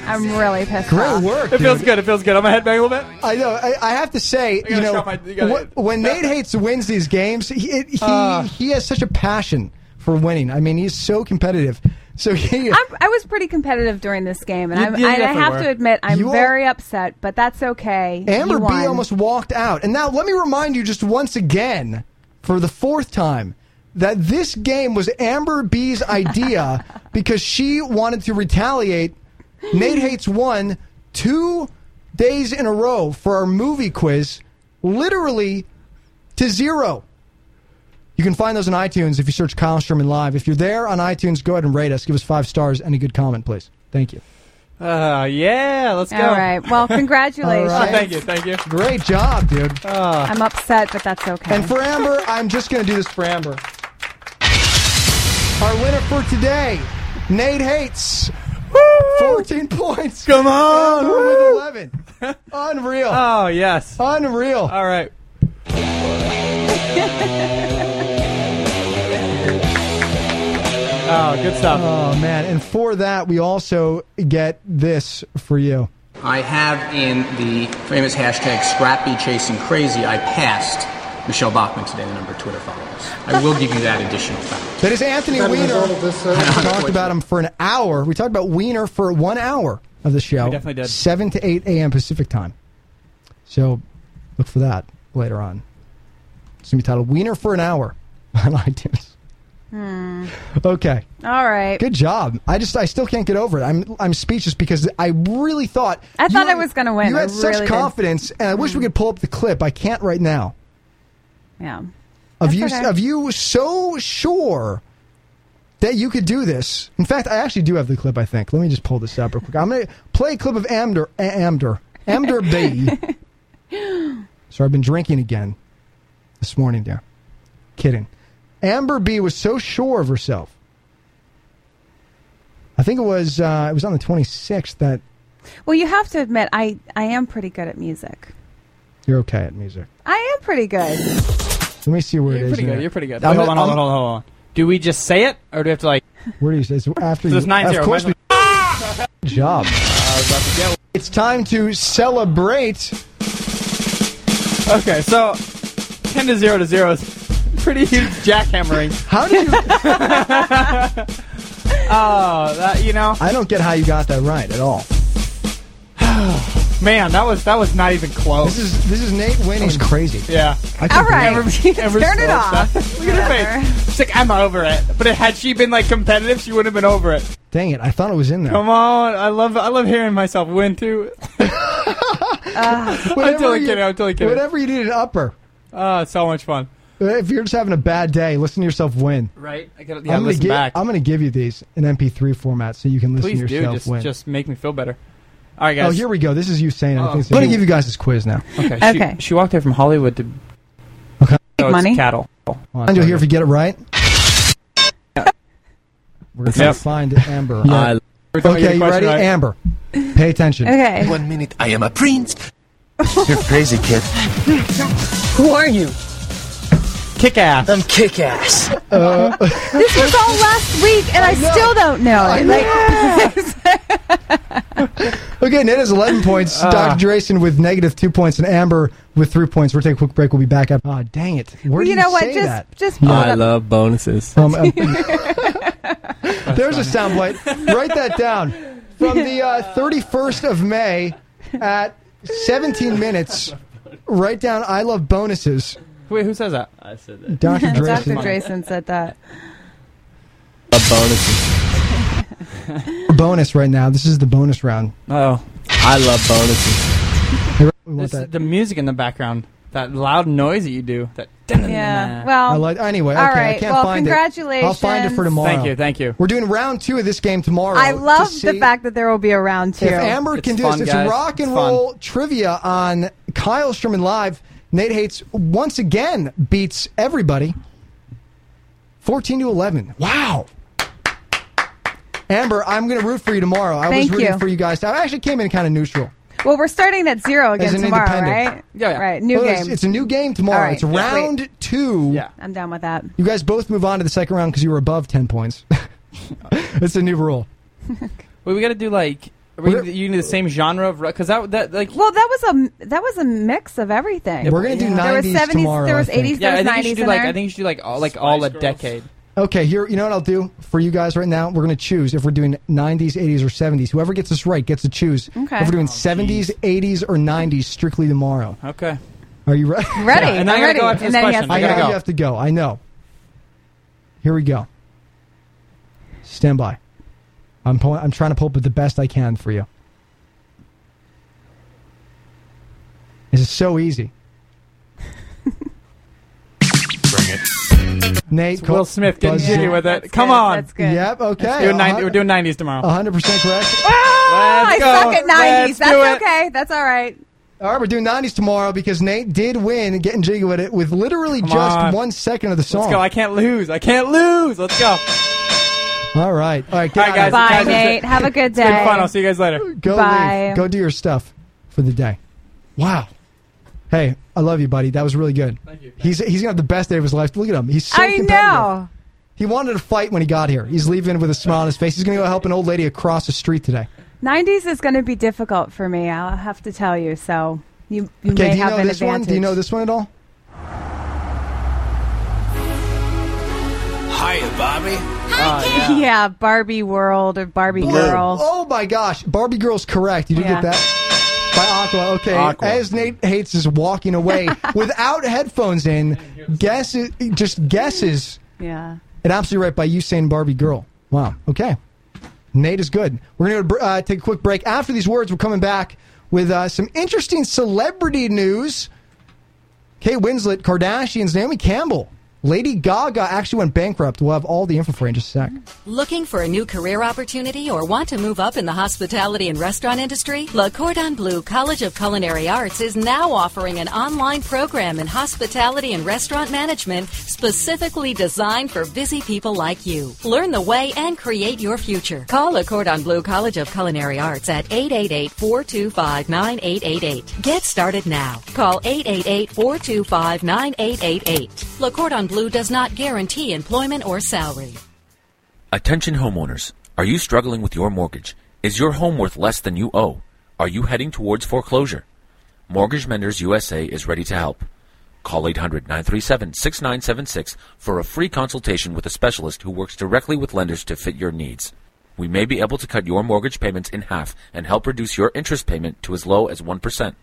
I'm really pissed.
Great
off.
work.
Ah, It feels
dude.
good. It feels good. I'm a headbang a little bit.
I know. I, I have to say,
gotta
you know,
drop my- you gotta-
wh- when Nate hates wins these games, he it, he,
Uh.
he has such a passion for winning. I mean, he's so competitive. So he,
I'm, I was pretty competitive during this game, and
You-
I'm,
you
and I
definitely
have
were.
to admit I'm
You all-
very upset, but that's okay.
Amber
You
B
won.
almost walked out. And now let me remind you just once again, for the fourth time, that this game was Amber B's idea because she wanted to retaliate. Nate Hates won two days in a row for our movie quiz, literally to zero. You can find those on iTunes if you search Kyle Sherman Live. If you're there on iTunes, go ahead and rate us. Give us five stars and a good comment, please. Thank you.
Uh, yeah. Let's go.
All right. Well, congratulations.
Oh, thank you. Thank you.
Great job, dude.
I'm upset, but that's okay.
Ah. And for Amber, I'm just going to do this for Amber. Our winner for today, Nate Hates. 14 points.
Come on.
Amber
Woo.
with 11. Unreal.
Oh yes.
Unreal.
All right. oh, good stuff.
Oh, man. And for that, we also get this for you.
I have in the famous hashtag Scrappy Chasing Crazy, I passed Michelle Bachman today, the number of Twitter followers. I will give you that additional fact.
That is Anthony
That
Weiner.
result of this, uh,
We talked about him for an hour. We talked about Weiner for one hour of the show.
We definitely did.
7 to 8 a.m. Pacific time. So look for that later on. It's going to be titled Wiener for an Hour on iTunes. Okay.
Hmm. All right.
Good job. I just I still can't get over it. I'm I'm speechless because I really thought
I thought
you-
I was gonna win.
You
I
had such
really did.
confidence, and I wish we could pull up the clip. I can't right now.
Yeah.
Of
That's
you
okay.
of you so sure that you could do this. In fact, I actually do have the clip. I think. Let me just pull this up real quick. I'm gonna play a clip of Amder A- Amder Amder B. Sorry, I've been drinking again this morning. There, kidding. Amber B was so sure of herself. I think it was uh, it was on the 26th that
Well, you have to admit I I am pretty good at music.
you're okay at music.
I am pretty good.
Let me see where it
You're
is
pretty
in
good.
there.
You're pretty good.
I'm
Wait, hold on,
gonna-
hold on,
I'm-
hold on, hold on. Do we just say it, or do we have to like?
Where do you say it's after
So
you?
it's 9-0,
Of course,
might
we, Good job. It's time to celebrate.
Okay, so ten to zero to zero is pretty huge jackhammering.
How did you?
oh, that you know,
I don't get how you got that right at all.
man, that was that was not even
This
close.
is this is Nate winning. It's crazy.
yeah.
I can't
All right.
believe
Amber
Turn it
still
off.
upset. Look at her
Whatever.
face. She's like, I'm over it. But if, had she been like competitive, she would have been over it.
it. Dang it! I thought it was in there.
Come on, I love I love hearing myself win too.
Uh,
I'm totally
you,
kidding. I'm totally kidding.
Whatever you need an upper.
Oh, so much fun.
If you're just having a bad day, listen to yourself win.
Right? I gotta yeah,
I'm gonna
listen
give,
back.
I'm going to give you these in MP3 format so you can listen
Please
to
do
yourself
just
win.
just make me feel better. All right, guys.
oh, here we go. This is you saying. it. I
Oh.
think so. I'm going to give you guys this quiz now.
Okay.
Okay.
She, she walked here from Hollywood to
Okay.
so it's
money?
cattle.
And you'll hear if you get it right. We're going to
Yep.
find Amber.
I-
Okay, you ready?
Right.
Amber, pay attention.
Okay.
One minute I am a prince. You're crazy, kid. Who are you?
kick ass.
Them kick ass.
Uh,
this was all last week, and I, still don't know.
I
it.
know.
Like,
Okay, Nate has 11 points.
Ah.
Dr. Drayson with negative two points, and Amber with three points. We're taking a quick break. We'll be back up. Oh, dang it. Where
Ah, Well,
do
you know what?
say
Just-
that?
just
Yeah.
I love bonuses.
Um, um, There's a soundbite. Write that down. From the uh, 31st of May at 17 minutes, write down I love bonuses.
Wait, who says that?
I said
that. Dr.
Dr.
Drayson.
Drayson said that.
love bonuses.
Bonus right now. This is the bonus round.
Ah.
Oh,
I love bonuses.
We want that.
the music in the background, that loud noise that you do. That
Yeah. Well.
I like- anyway,
all
okay, I
right.
can't
well,
find it.
congratulations.
I'll find it for tomorrow.
Thank you, thank you.
We're doing round two of this game tomorrow.
I
to
love
see-
the fact that there will be a round two.
If Amber can do this, it's rock and roll trivia on Kyle Sherman Live. Nate Hates once again beats everybody 14 to 11. Wow. Amber, I'm going to root for you tomorrow. I
Thank
was rooting
you.
for you guys. I actually came in kind of neutral.
Well, we're starting at zero
As
again
an
tomorrow,
independent.
right? Yeah, Right. New
Well,
game.
It's, it's a new game tomorrow.
All right.
It's
Yeah.
round
Wait.
two.
I'm down with that.
You guys both move on to the second round because you were above 10 points. it's a new rule.
Wait, we got to do like. Are we, you need the same genre of because that that like.
Well, that was a that was a mix of everything.
Yeah, We're gonna do
There was
90s
seventies.
tomorrow,
There was
I think.
eighties.
Yeah, I
there was
think you should
nineties
do
in
like
there.
I think you should do like all like all a decade.
Okay, here. You know what I'll do for you guys right now. We're gonna choose if we're doing '90s, '80s, or '70s. Whoever gets this right gets to choose.
Okay.
If we're doing '70s, '80s, or '90s, strictly tomorrow.
Okay.
Are you ready?
Ready. Yeah, and I I'm gotta ready. go after And this then he question. has
I
to
know
go.
you have to go. I know. Here we go. Stand by. I'm pull- I'm trying to pull up the best I can for you. This is so easy.
Bring it.
Nate,
It's Will Smith getting
Buzz
jiggy
in.
with it. Come on.
That's good. Yep. Okay.
Let's do a 90
Uh-huh.
we're doing nineties tomorrow.
100% correct.
Ah,
Let's
I
go.
suck at nineties. That's
Let's do it.
okay. That's all right.
All right, we're doing 90s tomorrow because Nate did win getting jiggy with it with literally
Come
just
on.
one second of the song.
Let's go. I can't lose. I can't lose. Let's go.
All right. All right, get out
All right,
of here.
guys. Guys,
Bye,
that's it.
Nate. Have a good
It's been
day.
fun. I'll see you guys later.
Go
Bye.
leave. Go do your stuff for the day. Wow. Hey, I love you, buddy. That was really good. Thank you. He's he's gonna have the best day of his life. Look at him. He's so
I
competitive.
know.
He wanted to fight when he got here. He's leaving with a smile on his face. He's gonna go help an old lady across the street today.
Nineties is going to be difficult for me. I'll have to tell you. So you, you
Okay,
may
do you
have
know
an
this one?
advantage.
Do you know this one at all?
Hiya, Bobby.
Uh,
Uh, yeah. Barbie World or Barbie Girl.
Oh my gosh, Barbie Girl's correct. You did
Yeah.
get that by Aqua. Okay,
Aqua.
as Nate hates is walking away without headphones in, guesses just guesses.
Yeah.
And absolutely right by you saying Barbie Girl. Wow. Okay. Nate is good. We're going to uh, take a quick break. After these words, we're coming back with uh, some interesting celebrity news. Kate Winslet, Kardashians, Naomi Campbell, Lady Gaga actually went bankrupt. We'll have all the info for you in just a sec.
Looking for a new career opportunity or want to move up in the hospitality and restaurant industry? La Cordon Bleu College of Culinary Arts is now offering an online program in hospitality and restaurant management specifically designed for busy people like you. Learn the way and create your future. Call La Cordon Bleu College of Culinary Arts at 888-425-9888. Get started now. Call 888-425-9888. La Cordon Bleu does not guarantee employment or salary.
Attention homeowners. Are you struggling with your mortgage? Is your home worth less than you owe? Are you heading towards foreclosure? Mortgage Menders USA is ready to help. Call 800 937 6976 for a free consultation with a specialist who works directly with lenders to fit your needs. We may be able to cut your mortgage payments in half and help reduce your interest payment to as low as 1%.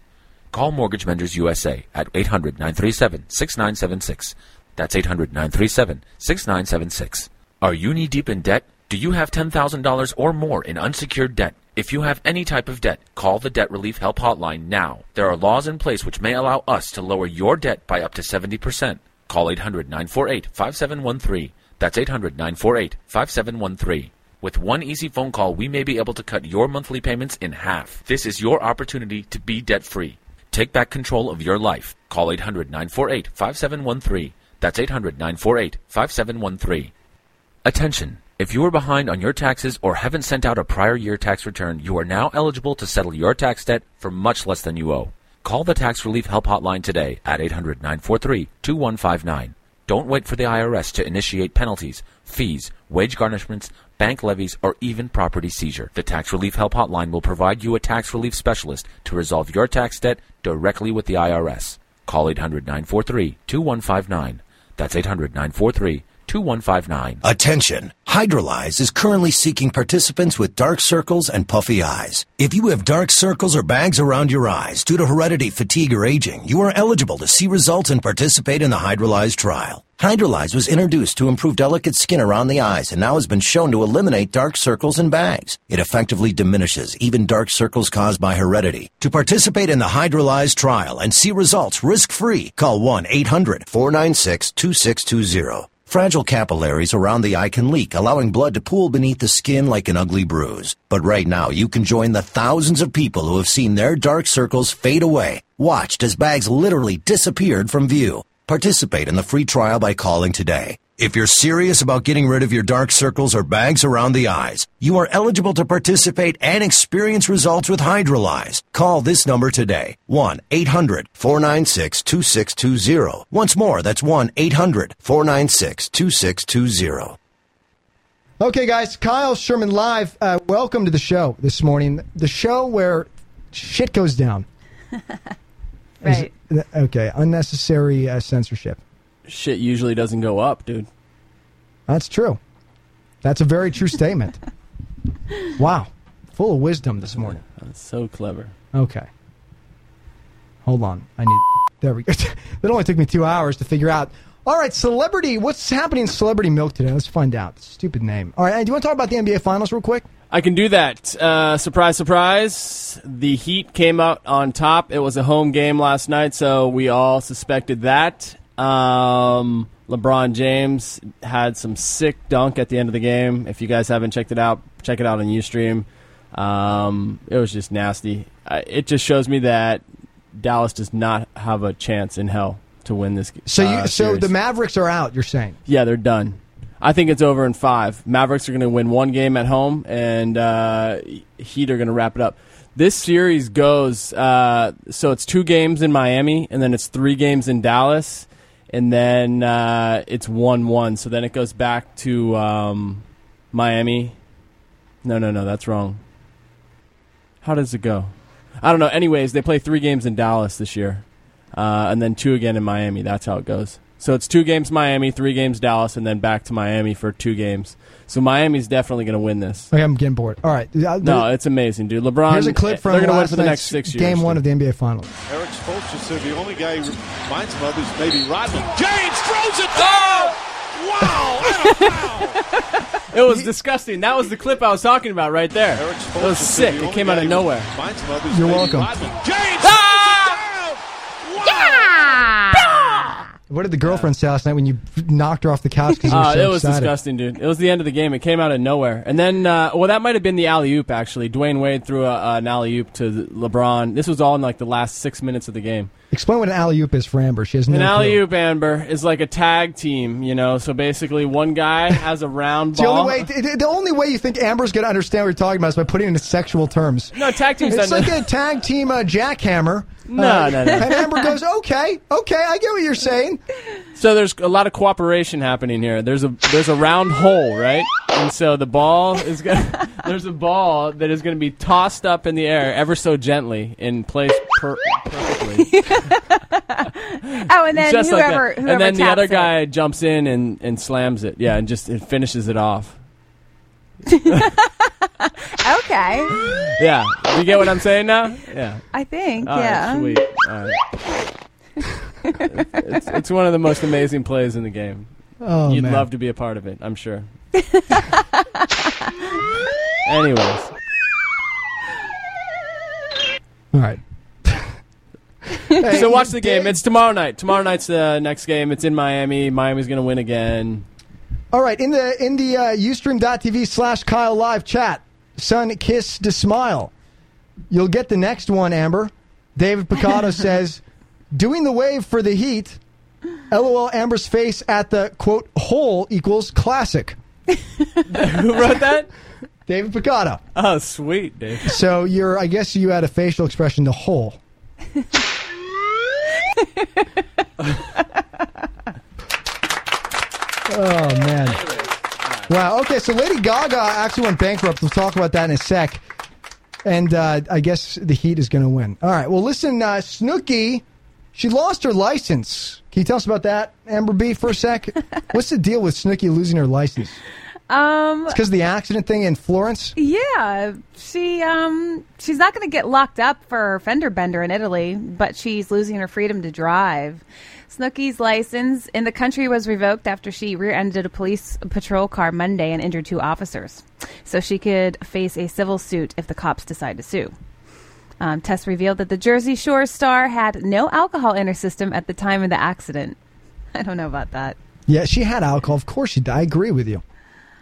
Call Mortgage Menders USA at 800 937 6976. That's 800 937 6976. Are you knee deep in debt? Do you have $10,000 or more in unsecured debt? If you have any type of debt, call the Debt Relief Help Hotline now. There are laws in place which may allow us to lower your debt by up to 70%. Call 800 948 5713. That's 800 948 5713. With one easy phone call, we may be able to cut your monthly payments in half. This is your opportunity to be debt free. Take back control of your life. Call 800 948 5713. That's 800 948 5713. Attention! If you are behind on your taxes or haven't sent out a prior year tax return, you are now eligible to settle your tax debt for much less than you owe. Call the Tax Relief Help Hotline today at 800 943 2159 Don't wait for the IRS to initiate penalties, fees, wage garnishments, bank levies, or even property seizure. The Tax Relief Help Hotline will provide you a tax relief specialist to resolve your tax debt directly with the IRS. Call 800 943 2159. That's 800 943 2159.
Attention! Hydrolyze is currently seeking participants with dark circles and puffy eyes. If you have dark circles or bags around your eyes due to heredity, fatigue, or aging, you are eligible to see results and participate in the Hydrolyze trial. Hydrolyze was introduced to improve delicate skin around the eyes and now has been shown to eliminate dark circles and bags. It effectively diminishes even dark circles caused by heredity. To participate in the Hydrolyze trial and see results risk-free, call 1-800-496-2620. Fragile capillaries around the eye can leak, allowing blood to pool beneath the skin like an ugly bruise. But right now, you can join the thousands of people who have seen their dark circles fade away, watched as bags literally disappeared from view. Participate in the free trial by calling today. If you're serious about getting rid of your dark circles or bags around the eyes, you are eligible to participate and experience results with Hydrolyze. Call this number today 1 800 496 2620. Once more, that's 1 800 496 2620.
Okay, guys, Kyle Sherman live. Uh, welcome to the show this morning. The show where shit goes down. Is
Right.
it- okay, unnecessary uh, censorship.
Shit usually doesn't go up, dude.
That's true. That's a very true statement. wow, full of wisdom this morning.
That's so clever.
Okay. Hold on. I need. There we go. it only took me two hours to figure out. All right, celebrity. What's happening in celebrity milk today? Let's find out. Stupid name. All right. and Do you want to talk about the NBA Finals real quick?
I can do that. Uh, surprise, surprise. The Heat came out on top. It was a home game last night, so we all suspected that. Um, LeBron James had some sick dunk at the end of the game. If you guys haven't checked it out, check it out on Ustream. Um, it was just nasty. I, it just shows me that Dallas does not have a chance in hell to win this uh, game.
So you. so the Mavericks are out. You're saying.
Yeah, they're done. I think it's over in five. Mavericks are going to win one game at home, and uh, Heat are going to wrap it up. This series goes uh, so it's two games in Miami, and then it's three games in Dallas, and then uh, it's one-one. So then it goes back to um, Miami. No, no, no, that's wrong. How does it go? I don't know. Anyways, they play three games in Dallas this year, uh, and then two again in Miami. That's how it goes. So it's two games Miami, three games Dallas, and then back to Miami for two games. So Miami's definitely going to win this.
Okay, I'm getting bored. All right. uh,
No, it's amazing, dude. LeBron. eh,
Here's a clip from
they're going to win
last
for the
night's
next six years.
game one of the NBA Finals.
Eric Spoelstra said the only guy he reminds him of is maybe Rodman. James throws it down! Wow!
It was disgusting. That was the clip I was talking about right there. It was sick. It came out of nowhere.
You're welcome.
James!
Ah!
What did the girlfriend say last night when you knocked her off the couch because you were
Uh,
so
it was
excited?
disgusting, dude. It was the end of the game. It came out of nowhere. And then, uh, well, that might have been the alley oop, actually. Dwayne Wade threw a, an alley oop to the- LeBron. This was all in like the last six minutes of the game.
Explain what an alley oop is for Amber. She has no.
An
clue.
alley oop, Amber, is like a tag team, you know? So basically, one guy has a round
It's the
ball.
only way. th- th- The only way you think Amber's going to understand what you're talking about is by putting it in sexual terms.
no, tag team's
It's
not-
like a tag team uh, jackhammer.
No,
Uh,
no, no.
And Amber goes, "Okay, okay, I get what you're saying."
So there's a lot of cooperation happening here. There's a there's a round hole, right? And so the ball is gonna there's a ball that is gonna be tossed up in the air ever so gently in place per- perfectly.
Oh, and then
Just like that.
whoever, whoever
and then the
taps
other
it.
guy jumps in and, and slams it. Yeah, and just it finishes it off.
Okay,
Yeah. You get what I'm saying now? Yeah.
I think.
All right,
yeah.
sweet. All right. it's, it's one of the most amazing plays in the game.
Oh,
You'd
man.
love to be a part of it, I'm sure. Anyways,
All right.
so watch the game. It's tomorrow night. Tomorrow night's the next game. It's in Miami. Miami's going to win again.
All right, in the in the uh, ustream.tv slash Kyle live chat, son kiss to smile. You'll get the next one, Amber. David Picado says, doing the wave for the heat. LOL Amber's face at the quote hole equals classic.
Who wrote that?
David Picado.
Oh, sweet, dude.
So you're I guess you had a facial expression to hole. Oh, Okay, so Lady Gaga actually went bankrupt. We'll talk about that in a sec. And uh, I guess the Heat is going to win. All right. Well, listen, uh, Snooki, she lost her license. Can you tell us about that, Amber B, for a sec? What's the deal with Snooki losing her license?
Um,
It's because of the accident thing in Florence?
yeah, she um she's not going to get locked up for fender bender in Italy, but she's losing her freedom to drive. Snooki's license in the country was revoked after she rear-ended a police patrol car Monday and injured two officers. So she could face a civil suit if the cops decide to sue. Um, tests revealed that the Jersey Shore star had no alcohol in her system at the time of the accident. I don't know about that.
Yeah, she had alcohol. Of course she did. I agree with you.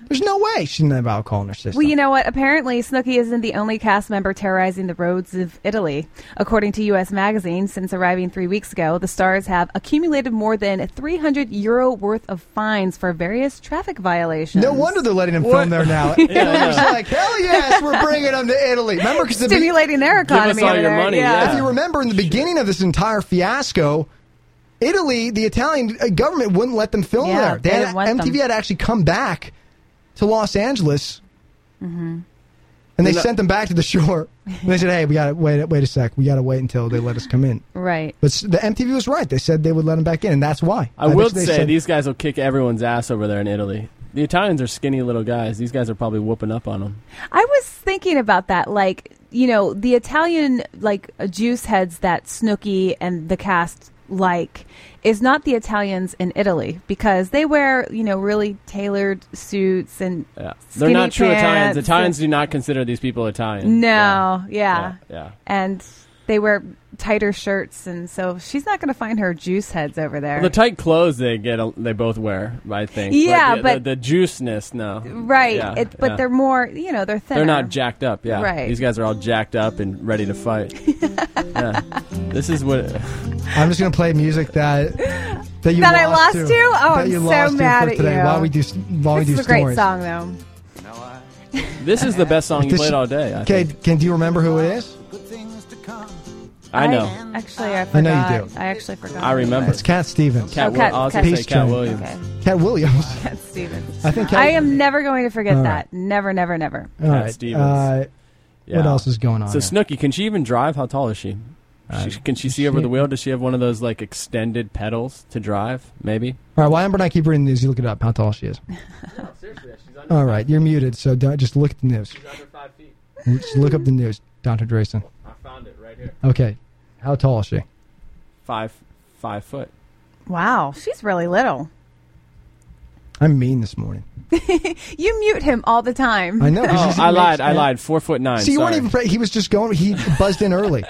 There's no way she didn't have alcohol in her system.
Well, you know what? Apparently, Snooki isn't the only cast member terrorizing the roads of Italy. According to U.S. Magazine, since arriving three weeks ago, the stars have accumulated more than 300 euro worth of fines for various traffic violations.
No wonder they're letting him film there now.
Yeah.
Everyone's like, hell yes, we're bringing him to Italy. Remember, because the be-
Stimulating their Give us economy all over your there, money, yeah.
If you remember, in the beginning of this entire fiasco, Italy, the Italian uh, government wouldn't let them film
Yeah,
there. They
they
had-
didn't want
MTV
them.
had actually come back to Los Angeles,
Mhm.
and they
No.
sent them back to the shore. And they said, "Hey, we got to wait. Wait a sec. We got to wait until they let us come in."
Right.
But s- the MTV was right. They said they would let them back in, and that's why.
I will
bet you
say
they said-
these guys will kick everyone's ass over there in Italy. The Italians are skinny little guys. These guys are probably whooping up on them.
I was thinking about that, like you know, the Italian like uh, juice heads that Snooki and the cast like is not the Italians in Italy because they wear you know really tailored suits and
Yeah.
skinny
They're not true Italians.
pants.
Italians do not consider these people Italian.
No, yeah.
Yeah, yeah.
And they wear tighter shirts, and so she's not going to find her juice heads over there.
Well, the tight clothes they get, uh, they both wear. I think.
Yeah,
the,
but-
the, the juiceness, no.
right.
Yeah,
it, but
yeah.
they're more, you know, they're thinner.
They're not jacked up. Yeah.
Right.
These guys are all jacked up and ready to fight. yeah. This is what.
I'm just gonna play music that that you
That I
lost
lost
to.
to? Oh,
That
I'm
you
so
lost to
mad
for
at
today
you.
While we do s- while we
This
do
is a
stories.
great song, though.
This is the best song you
This-
played all day. I
okay, can do you remember who it is?
I know.
Actually, I forgot.
I know you do.
I actually forgot.
I remember.
It's Cat Stevens.
Cat Oh, Wil- Cat- I was gonna
Peace
say Cat
Train.
Williams.
Cat Williams.
Cat Stevens.
I think Cat-
I am never going to forget
All Oh.
that. Never, never, never.
All right. Uh, What else is going on?
So
here?
Snooki, can she even drive? How tall is she?
Uh,
she can she see over the wheel? Does she have one of those like extended pedals to drive? Maybe.
All right, why Amber and I keep reading the news? You look it up. How tall she is? All right, you're muted, so don't just look at the news. She's under five feet. Just look up the news, Dr. Drayson.
I found it right here.
Okay, how tall is she?
Five five foot.
Wow, she's really little.
I'm mean this morning.
You mute him all the time.
I know. 'cause
Oh,
he's-
I lied. I
yeah.
lied. Four foot nine.
See, you
sorry.
weren't even. Pre- he was just going. He buzzed in early.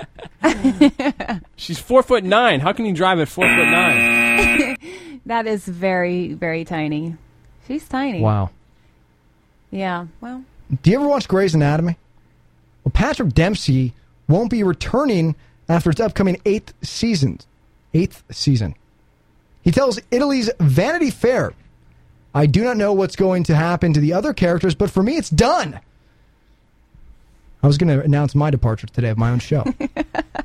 She's four foot nine. How can you drive at four foot nine?
that is very, very tiny. She's tiny.
Wow.
Yeah. Well,
Do you ever watch Grey's Anatomy? Well, Patrick Dempsey won't be returning after its upcoming eighth season. Eighth season. He tells Italy's Vanity Fair, I do not know what's going to happen to the other characters, but for me, it's done. I was going to announce my departure today of my own show.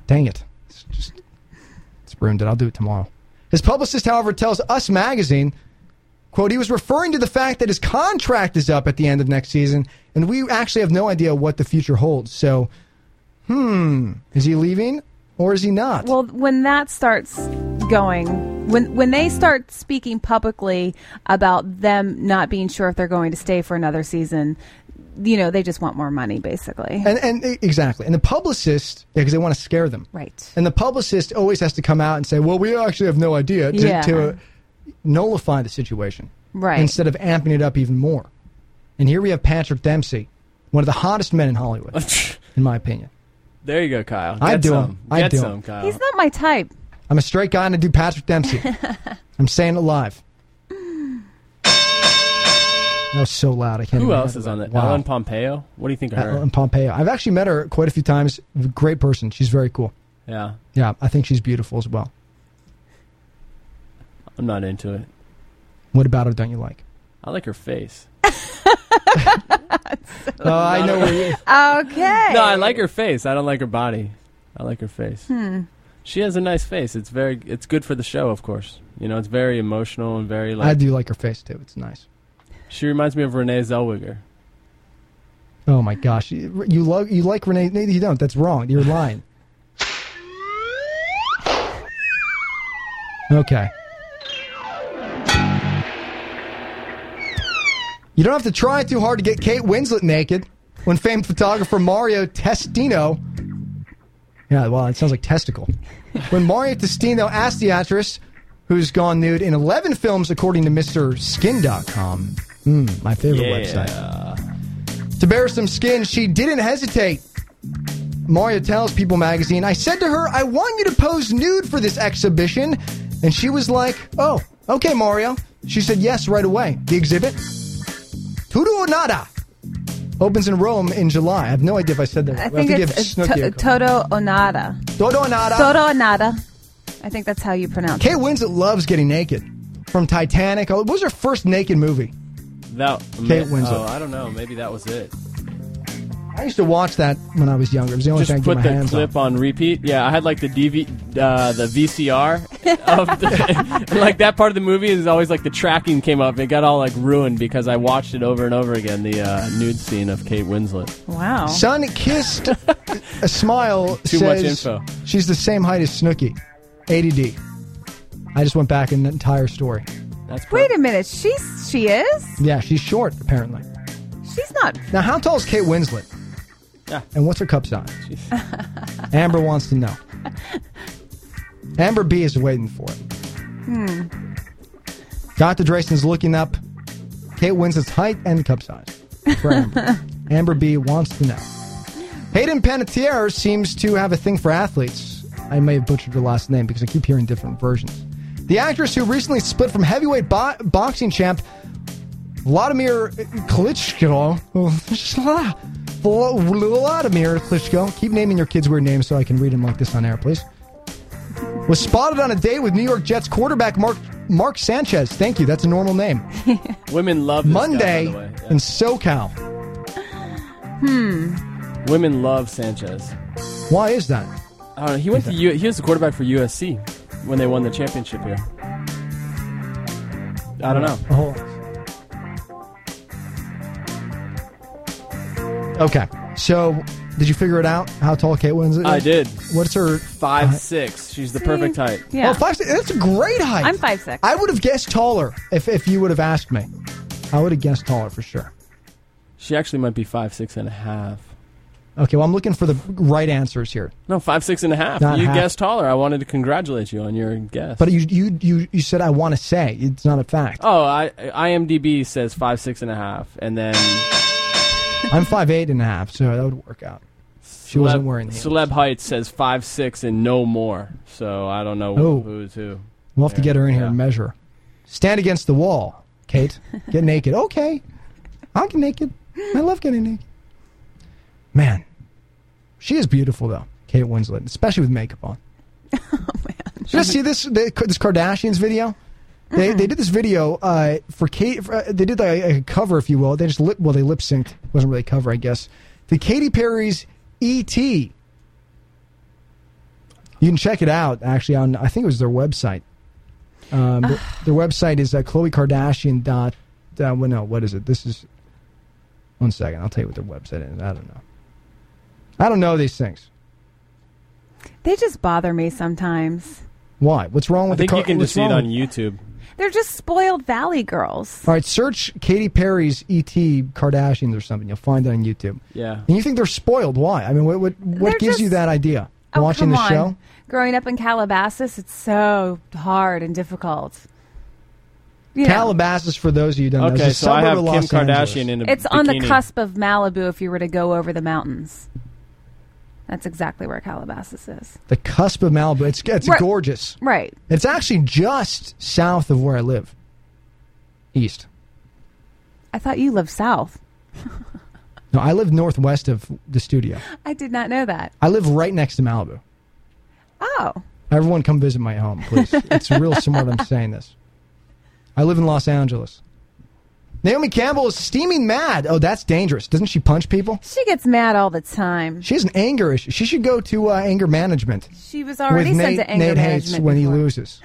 Dang it. It's just, it's ruined it. I'll do it tomorrow. His publicist, however, tells Us Magazine Quote, he was referring to the fact that his contract is up at the end of next season, and we actually have no idea what the future holds. So, hmm, is he leaving or is he not?
well, when that starts going, when when they start speaking publicly about them not being sure if they're going to stay for another season, you know, they just want more money, basically.
And, and e- exactly. And the publicist, yeah, because they want to scare them.
Right.
And the publicist always has to come out and say, well, we actually have no idea to,
Yeah.
to nullify the situation.
Right.
Instead of amping it up even more. And here we have Patrick Dempsey, one of the hottest men in Hollywood, in my opinion.
There you go, Kyle.
I
Get
do 'em.
Some.
I
Get
do 'em.
some, Kyle.
He's not my type.
I'm a straight guy and I do Patrick Dempsey. I'm saying it live. That was so loud. I can't.
Who
even
else
remember
is on that?
Wow. Uh,
Ellen Pompeo. What do you think of her?
Ellen Pompeo. I've actually met her quite a few times. Great person. She's very cool.
Yeah,
Yeah, I think she's beautiful as well.
I'm not into it.
What about her? Don't you like?
I like her face.
Oh, I know. Where you,
Oh, Okay.
No, I like her face. I don't like her body. I like her face.
Hmm.
She has a nice face. It's very. It's good for the show, of course. You know, it's very emotional and very like.
I do like her face too. It's nice.
She reminds me of Renee Zellweger.
Oh my gosh, you you love you like Renee? No, you don't. That's wrong. You're lying. Okay. You don't have to try too hard to get Kate Winslet naked. When famed photographer Mario Testino, yeah, well, it sounds like testicle. When Mario Testino asked the actress, who's gone nude in 11 films according to MrSkin.com, mm, my favorite
Yeah.
website, to bare some skin, she didn't hesitate. Mario tells People magazine, I said to her, I want you to pose nude for this exhibition. And she was like, Oh, okay, Mario. She said yes right away. The exhibit? Tudo or nada. Opens in Rome in July. I have no idea if I said that.
I
right. We'll have
think
to
it's,
give
it's
Snooki
to-
a call.
Toto Onada.
Toto Onada.
Toto Onada. I think that's how you pronounce
Kate Winslet loves getting naked. From Titanic. Oh, What was her first naked movie?
That
Kate Winslet.
Oh, I don't know. Maybe that was it.
I used to watch that when I was younger. It was the only
Just
thing I
put
could get my
the
hands
clip on. repeat. Yeah, I had like the DV, uh, the VCR of the, and, like that part of the movie is always like the tracking came up. It got all like ruined because I watched it over and over again. The uh, nude scene of Kate Winslet.
Wow.
on. Son kissed a smile.
Too much
says
info.
She's the same height as Snooki. ADD. I just went back in the entire story.
Wait a minute. She's she is?
Yeah, she's short apparently.
She's not.
Now, how tall is Kate Winslet?
Yeah.
And what's her cup size? Amber wants to know. Amber B is waiting for it.
Hmm.
Dr. Drayson's looking up Kate Winslet's height and cup size for Amber. Amber B wants to know. Hayden Panettiere seems to have a thing for athletes. I may have butchered her last name because I keep hearing different versions. The actress who recently split from heavyweight bo- boxing champ Vladimir Klitschko. Vladimir Klitschko. Keep naming your kids weird names so I can read them like this on air, please. Was spotted on a date with New York Jets quarterback Mark Mark Sanchez. Thank you. That's a normal name.
Women love this guy, by
Monday
the way.
in SoCal.
Hmm. Women love Sanchez.
Why is that?
I don't know. He went to U- he was the quarterback for USC when they won the championship here. I don't know.
Oh. Okay. So, did you figure it out how tall Kate Winslet is?
I did.
What's her
Five
height?
six. She's the perfect height.
Oh, five six. That's a great height.
I'm five six.
I would have guessed taller if, if you would have asked me. I would have guessed taller for sure.
She actually might be five six and a half.
Okay, well, I'm looking for the right answers here.
No, five six and a half.
Not
you
half.
guessed taller. I wanted to congratulate you on your guess.
But you you you, you said I want to say it's not a fact.
Oh, I, IMDb says five six and a half, and then
I'm five eight and a half, so that would work out. She wasn't wearing the
Celeb Heights says five six and no more. So I don't know
Oh.
who's who.
We'll have to get her in here and measure. Stand against the wall, Kate. Get naked. Okay. I'll get naked. I love getting naked. Man, she is beautiful, though, Kate Winslet, especially with makeup on. Did you see this the, this Kardashians video? They they did this video uh, for Kate. For, uh, they did like a cover, if you will. They just lip well they lip synced. wasn't really a cover, I guess. The Katy Perry's E E.T. You can check it out actually on I think it was their website. Um, their,
Ah.
their website is uh, Khloe Kardashian dot. Uh, well, no, what is it? This is one second. I'll tell you what their website is. I don't know. I don't know these things.
They just bother me sometimes.
Why? What's wrong
I
with
think
the
you
Kar-
can
what's
just see it
wrong
on
with-
YouTube.
They're just spoiled valley girls.
All right, search Katy Perry's ET Kardashians or something. You'll find it on YouTube.
Yeah.
And you think they're spoiled? Why? I mean, what what, what
They're
gives you
just-
that idea?
Oh,
Watching
come
the
on.
show?
Growing up in Calabasas, it's so hard and difficult. You know.
Calabasas, for those of you who don't know, is
Okay,
a
so I
suburb
have
of
Kim
Los Angeles.
Kardashian in a
It's on the
bikini.
cusp of Malibu if you were to go over the mountains. That's exactly where Calabasas is.
The cusp of Malibu. It's, it's
Right.
gorgeous.
Right.
It's actually just south of where I live. East.
I thought you lived south.
No, I live northwest of the studio.
I did not know that.
I live right next to Malibu.
Oh.
Everyone come visit my home, please. It's real smart I'm saying this. I live in Los Angeles. Naomi Campbell is steaming mad. Oh, that's dangerous. Doesn't she punch people?
She gets mad all the time.
She has an anger issue. She should go to uh, anger management.
She was already
with
sent
Nate,
to anger
Nate Hates
management
when he
before.
loses.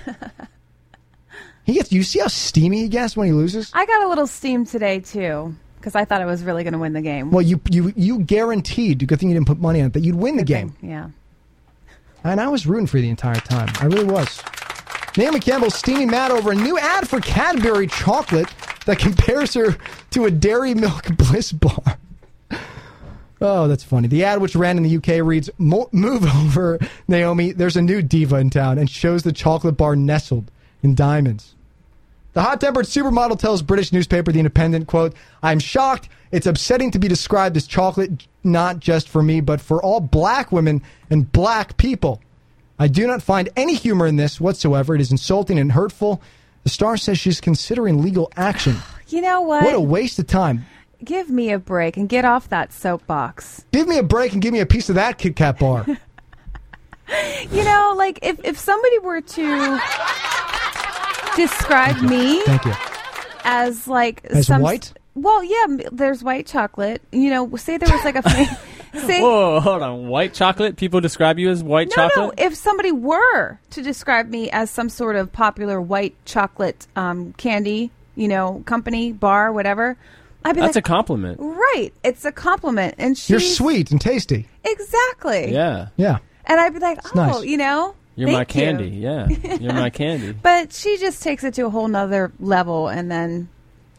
He gets. You see how steamy he gets when he loses.
I got a little steam today too because I thought I was really going to win the game.
Well, you you you guaranteed. Good thing you didn't put money on it that you'd win the game.
Yeah.
And I was rooting for you the entire time. I really was. Naomi Campbell steaming mad over a new ad for Cadbury chocolate that compares her to a Dairy Milk Bliss bar. Oh, that's funny. The ad, which ran in the UK, reads "Mo- Move over, Naomi. There's a new diva in town, and shows the chocolate bar nestled in diamonds. The hot tempered supermodel tells British newspaper The Independent, quote, I'm shocked. It's upsetting to be described as chocolate, not just for me, but for all black women and black people. I do not find any humor in this whatsoever. It is insulting and hurtful. The star says she's considering legal action.
You know what?
What a waste of time.
Give me a break and get off that soapbox.
Give me a break and give me a piece of that Kit Kat bar.
You know, like if, if somebody were to describe me
Thank you.
as like
As white?
Well, yeah, m- there's white chocolate. You know, say there was like a fa- say
Whoa, hold on. White chocolate? People describe you as white
no,
chocolate?
no. If somebody were to describe me as some sort of popular white chocolate um, candy, you know, company, bar, whatever, I'd be
That's a
like,
compliment.
right. It's a compliment, and she's
You're sweet and tasty.
exactly.
Yeah.
Yeah.
and I'd be like, oh,
nice.
you know,
You're my
thank you."
candy. Yeah. You're my candy.
But she just takes it to a whole nother level, and then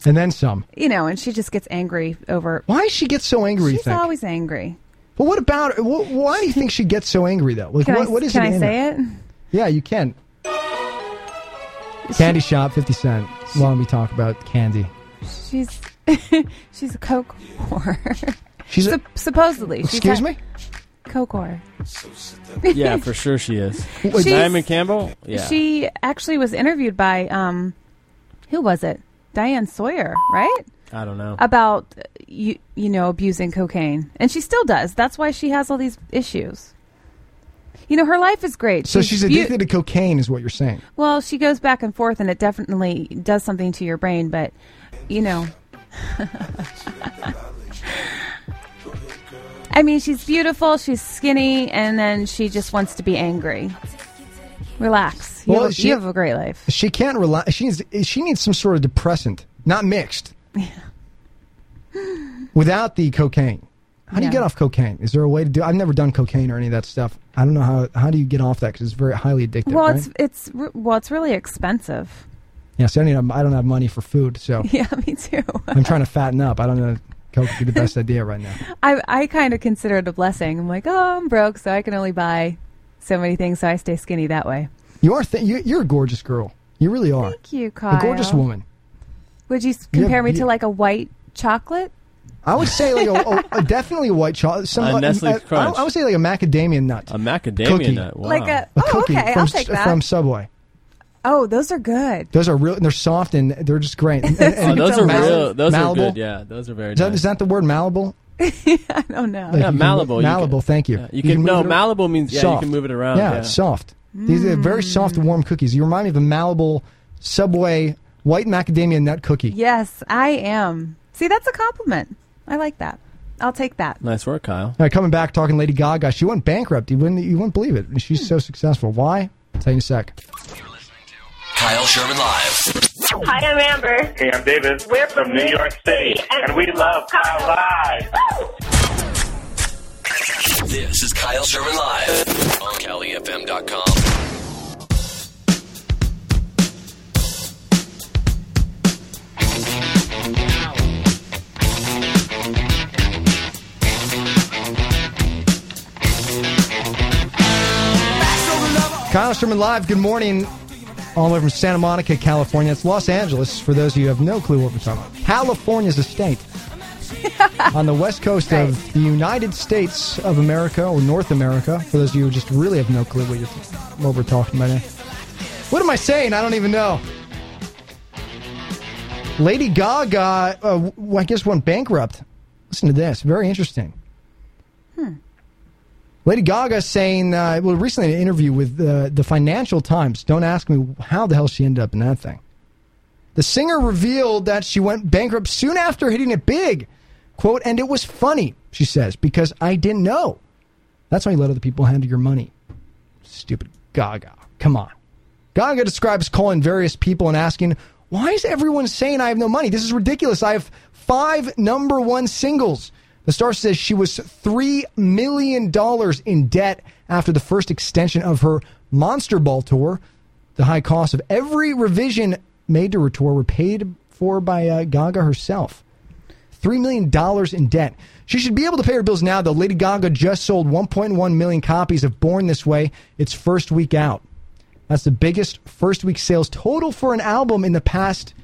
And then some.
you know, and she just gets angry over.
Why does she get so angry, you
She's
think?
always angry.
Well, what about. Wh- why do you think she gets so angry, though? Like,
Can
what,
I,
what is
can
it
I
in
say
her?
it?
Yeah, you can. Candy shop, 50 Cent. Why don't we talk about candy?
She's she's a coke whore.
She's a-
Sup- supposedly. She's
Excuse
a-
me?
Coke whore.
yeah, for sure she is. Diamond Campbell? Yeah.
She actually was interviewed by um, who was it? Diane Sawyer, right?
I don't know.
About uh, you you know abusing cocaine, and she still does. That's why she has all these issues. You know, her life is great.
So she's
beau-
addicted to cocaine, is what you're saying.
Well, she goes back and forth, and it definitely does something to your brain. But you know, I mean, she's beautiful, she's skinny, and then she just wants to be angry. Relax. You,
Well,
have,
she-
you have a great life.
She can't rely. She needs. She needs some sort of depressant, not mixed. Without the cocaine, how do you
Yeah.
get off cocaine? Is there a way to do? I've never done cocaine or any of that stuff. I don't know how. How do you get off that? Because it's very highly addictive.
Well,
right?
it's it's re- well, it's really expensive.
yeah. So I, don't have, I don't have money for food, so
Yeah, me too.
I'm trying to fatten up. I don't know. if Coke would be the best idea right now.
I I kind of consider it a blessing. I'm like, oh, I'm broke, so I can only buy so many things, so I stay skinny that way.
You are. Th- you, you're a gorgeous girl. You really are.
Thank you, Kyle.
A gorgeous woman.
Would you s-
You have-
compare me
you-
to like a white chocolate?
I would say like a, a, a definitely a white chocolate. Some uh,
A Nestle
I- I-
Crunch.
I would say like a macadamia nut.
A macadamia
Cookie.
nut. Wow.
Like a,
A
oh,
cookie
okay,
from, uh,
I'll take that.
from Subway.
oh, those are good.
Those are real. and They're soft and they're just great. And, and-
Oh,
and-
those are
mal-
real. Those
malleable.
are good. Yeah, those are very
Is that,
nice.
is that the word malleable?
I don't know.
Like
yeah,
you can-
malleable. you
malleable.
can-
thank you.
yeah, you, can, no
move it ar-
malleable means yeah,
soft.
you can move it around.
Yeah,
Yeah,
it's soft. These are very soft, warm cookies. You remind me of a malleable Subway white macadamia nut cookie.
Yes, I am. See, that's a compliment. I like that. I'll take that.
Nice work, Kyle.
All right, coming back, talking Lady Gaga. She went bankrupt. You wouldn't, you wouldn't believe it. And She's so successful. Why? I'll tell you in a sec.
Kyle Sherman Live.
Hi, I'm Amber.
Hey, I'm David. We're from New York City, and we love Kyle Live.
This is Kyle Sherman Live on CaliFM.com.
Kyle Sherman Live, good morning. All the way from Santa Monica, California. It's Los Angeles, for those of you who have no clue what we're talking about. California's a state on the west coast of the United States of America, or North America, for those of you who just really have no clue what, you're, what we're talking about. Here. What am I saying? I don't even know. Lady Gaga, uh, w- I guess, went bankrupt. Listen to this. Very interesting.
Hmm.
Lady Gaga saying, uh, well, recently in an interview with uh, the Financial Times, don't ask me how the hell she ended up in that thing. The singer revealed that she went bankrupt soon after hitting it big. Quote, and it was funny, she says, because I didn't know. That's why you let other people handle your money. Stupid Gaga. Come on. Ganga describes calling various people and asking, Why is everyone saying I have no money? This is ridiculous. I have five number one singles. The star says she was $3 million in debt after the first extension of her Monster Ball tour. The high cost of every revision made to her tour were paid for by uh, Gaga herself. $3 million in debt. She should be able to pay her bills now, though. Lady Gaga just sold 1.1 million copies of Born This Way its first week out. That's the biggest first week sales total for an album in the past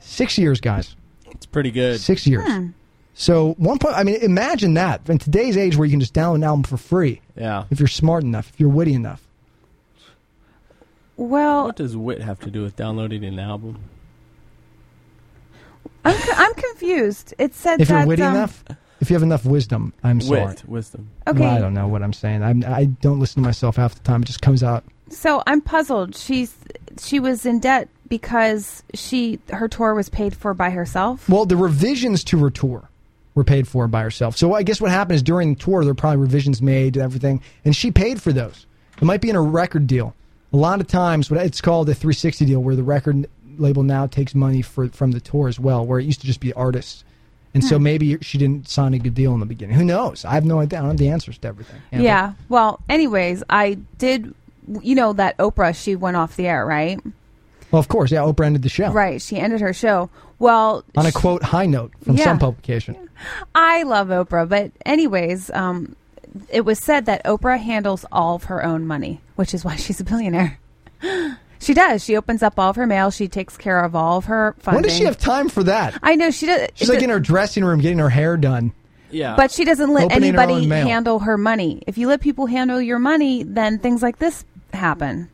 six years, guys.
It's pretty good.
Six years.
Hmm.
So one point, I mean, imagine that in today's age where you can just download an album for free.
Yeah.
If you're smart enough, if you're witty enough.
Well,
What does wit have to do with downloading an album?
I'm, co- I'm confused. It said
if
that
you're witty
um,
enough, if you have enough wisdom, I'm sorry.
Wit, wisdom.
Okay.
I don't know what I'm saying. I'm, I don't listen to myself half the time. It just comes out.
So I'm puzzled. She's she was in debt because she her tour was paid for by herself.
Well, the revisions to her tour were paid for by herself. So I guess what happened is during the tour, there were probably revisions made and everything, and she paid for those. It might be in a record deal. A lot of times, what it's called a 360 deal, where the record label now takes money for, from the tour as well, where it used to just be artists. And so
Hmm.
maybe she didn't sign a good deal in the beginning. Who knows? I have no idea. I don't have the answers to everything. Amber.
Yeah. Well, anyways, I did. You know that Oprah she went off the air, right?
Well, of course. Yeah, Oprah ended the show
Right. She ended her show. Well,
on a quote high note from
Yeah.
some publication.
I love Oprah, but anyways, um, it was said that Oprah handles all of her own money, which is why she's a billionaire. she does. She opens up all of her mail. She takes care of all of her funding.
When does she have time for that?
I know she does.
She's like in her dressing room getting her hair done.
Yeah.
But she doesn't let
Opening her
anybody
own mail.
handle her money. If you let people handle your money, then things like this happen.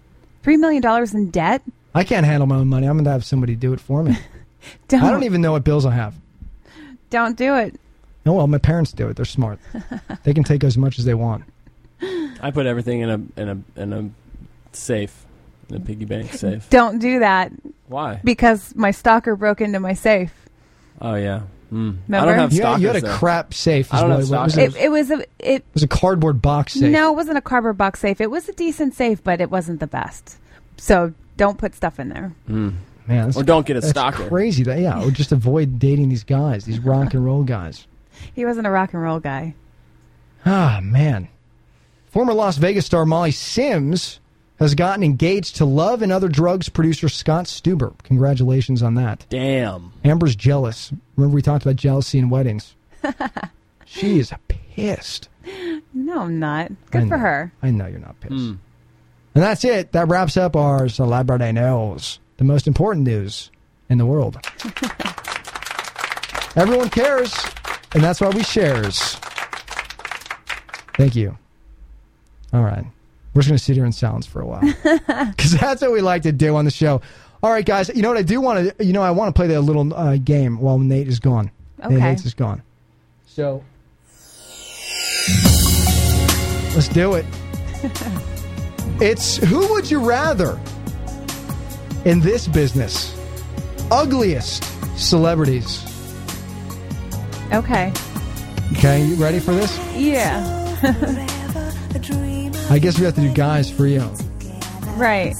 Three million dollars in debt.
I can't handle my own money. I'm going to have somebody do it for me.
Don't.
I don't even know what bills I have.
Don't do it.
No, well, my parents do it. They're smart. they can take as much as they want.
I put everything in a in a in a safe, in a piggy bank safe.
Don't do that.
Why?
Because my stalker broke into my safe.
Oh yeah. Mm. I
Remember?
don't have
You
stockers.
had- you had a
though.
crap safe
I
is
don't
what
have
it was.
stockers.
It, it was a it.
It was a cardboard box safe.
No, it wasn't a cardboard box safe. It was a decent safe, but it wasn't the best. So don't put stuff in there.
Man, that's-
Or don't get a
that's
stalker.
Crazy that yeah, or just avoid dating these guys, these rock and roll guys.
He wasn't a rock and roll guy.
Ah, man. Former Las Vegas star Molly Sims has gotten engaged to Love and Other Drugs producer Scott Stuber. Congratulations on that.
Damn.
Amber's jealous. Remember we talked about jealousy in weddings. she is pissed.
No, I'm not. Good
I
for
know.
her.
I know you're not pissed. And that's it. That wraps up our celebrity news, the most important news in the world. Everyone cares, and that's why we shares. Thank you. All right. We're just going to sit here in silence for a while because that's what we like to do on the show. All right, guys. You know what I do want to? You know, I want to play that little uh, game while Nate is gone. Nate
Okay.
Hates is gone. So Let's do it. it's who would you rather in this business? Ugliest celebrities.
Okay.
Okay, you ready for this?
Yeah.
I guess we have to do guys for you.
right.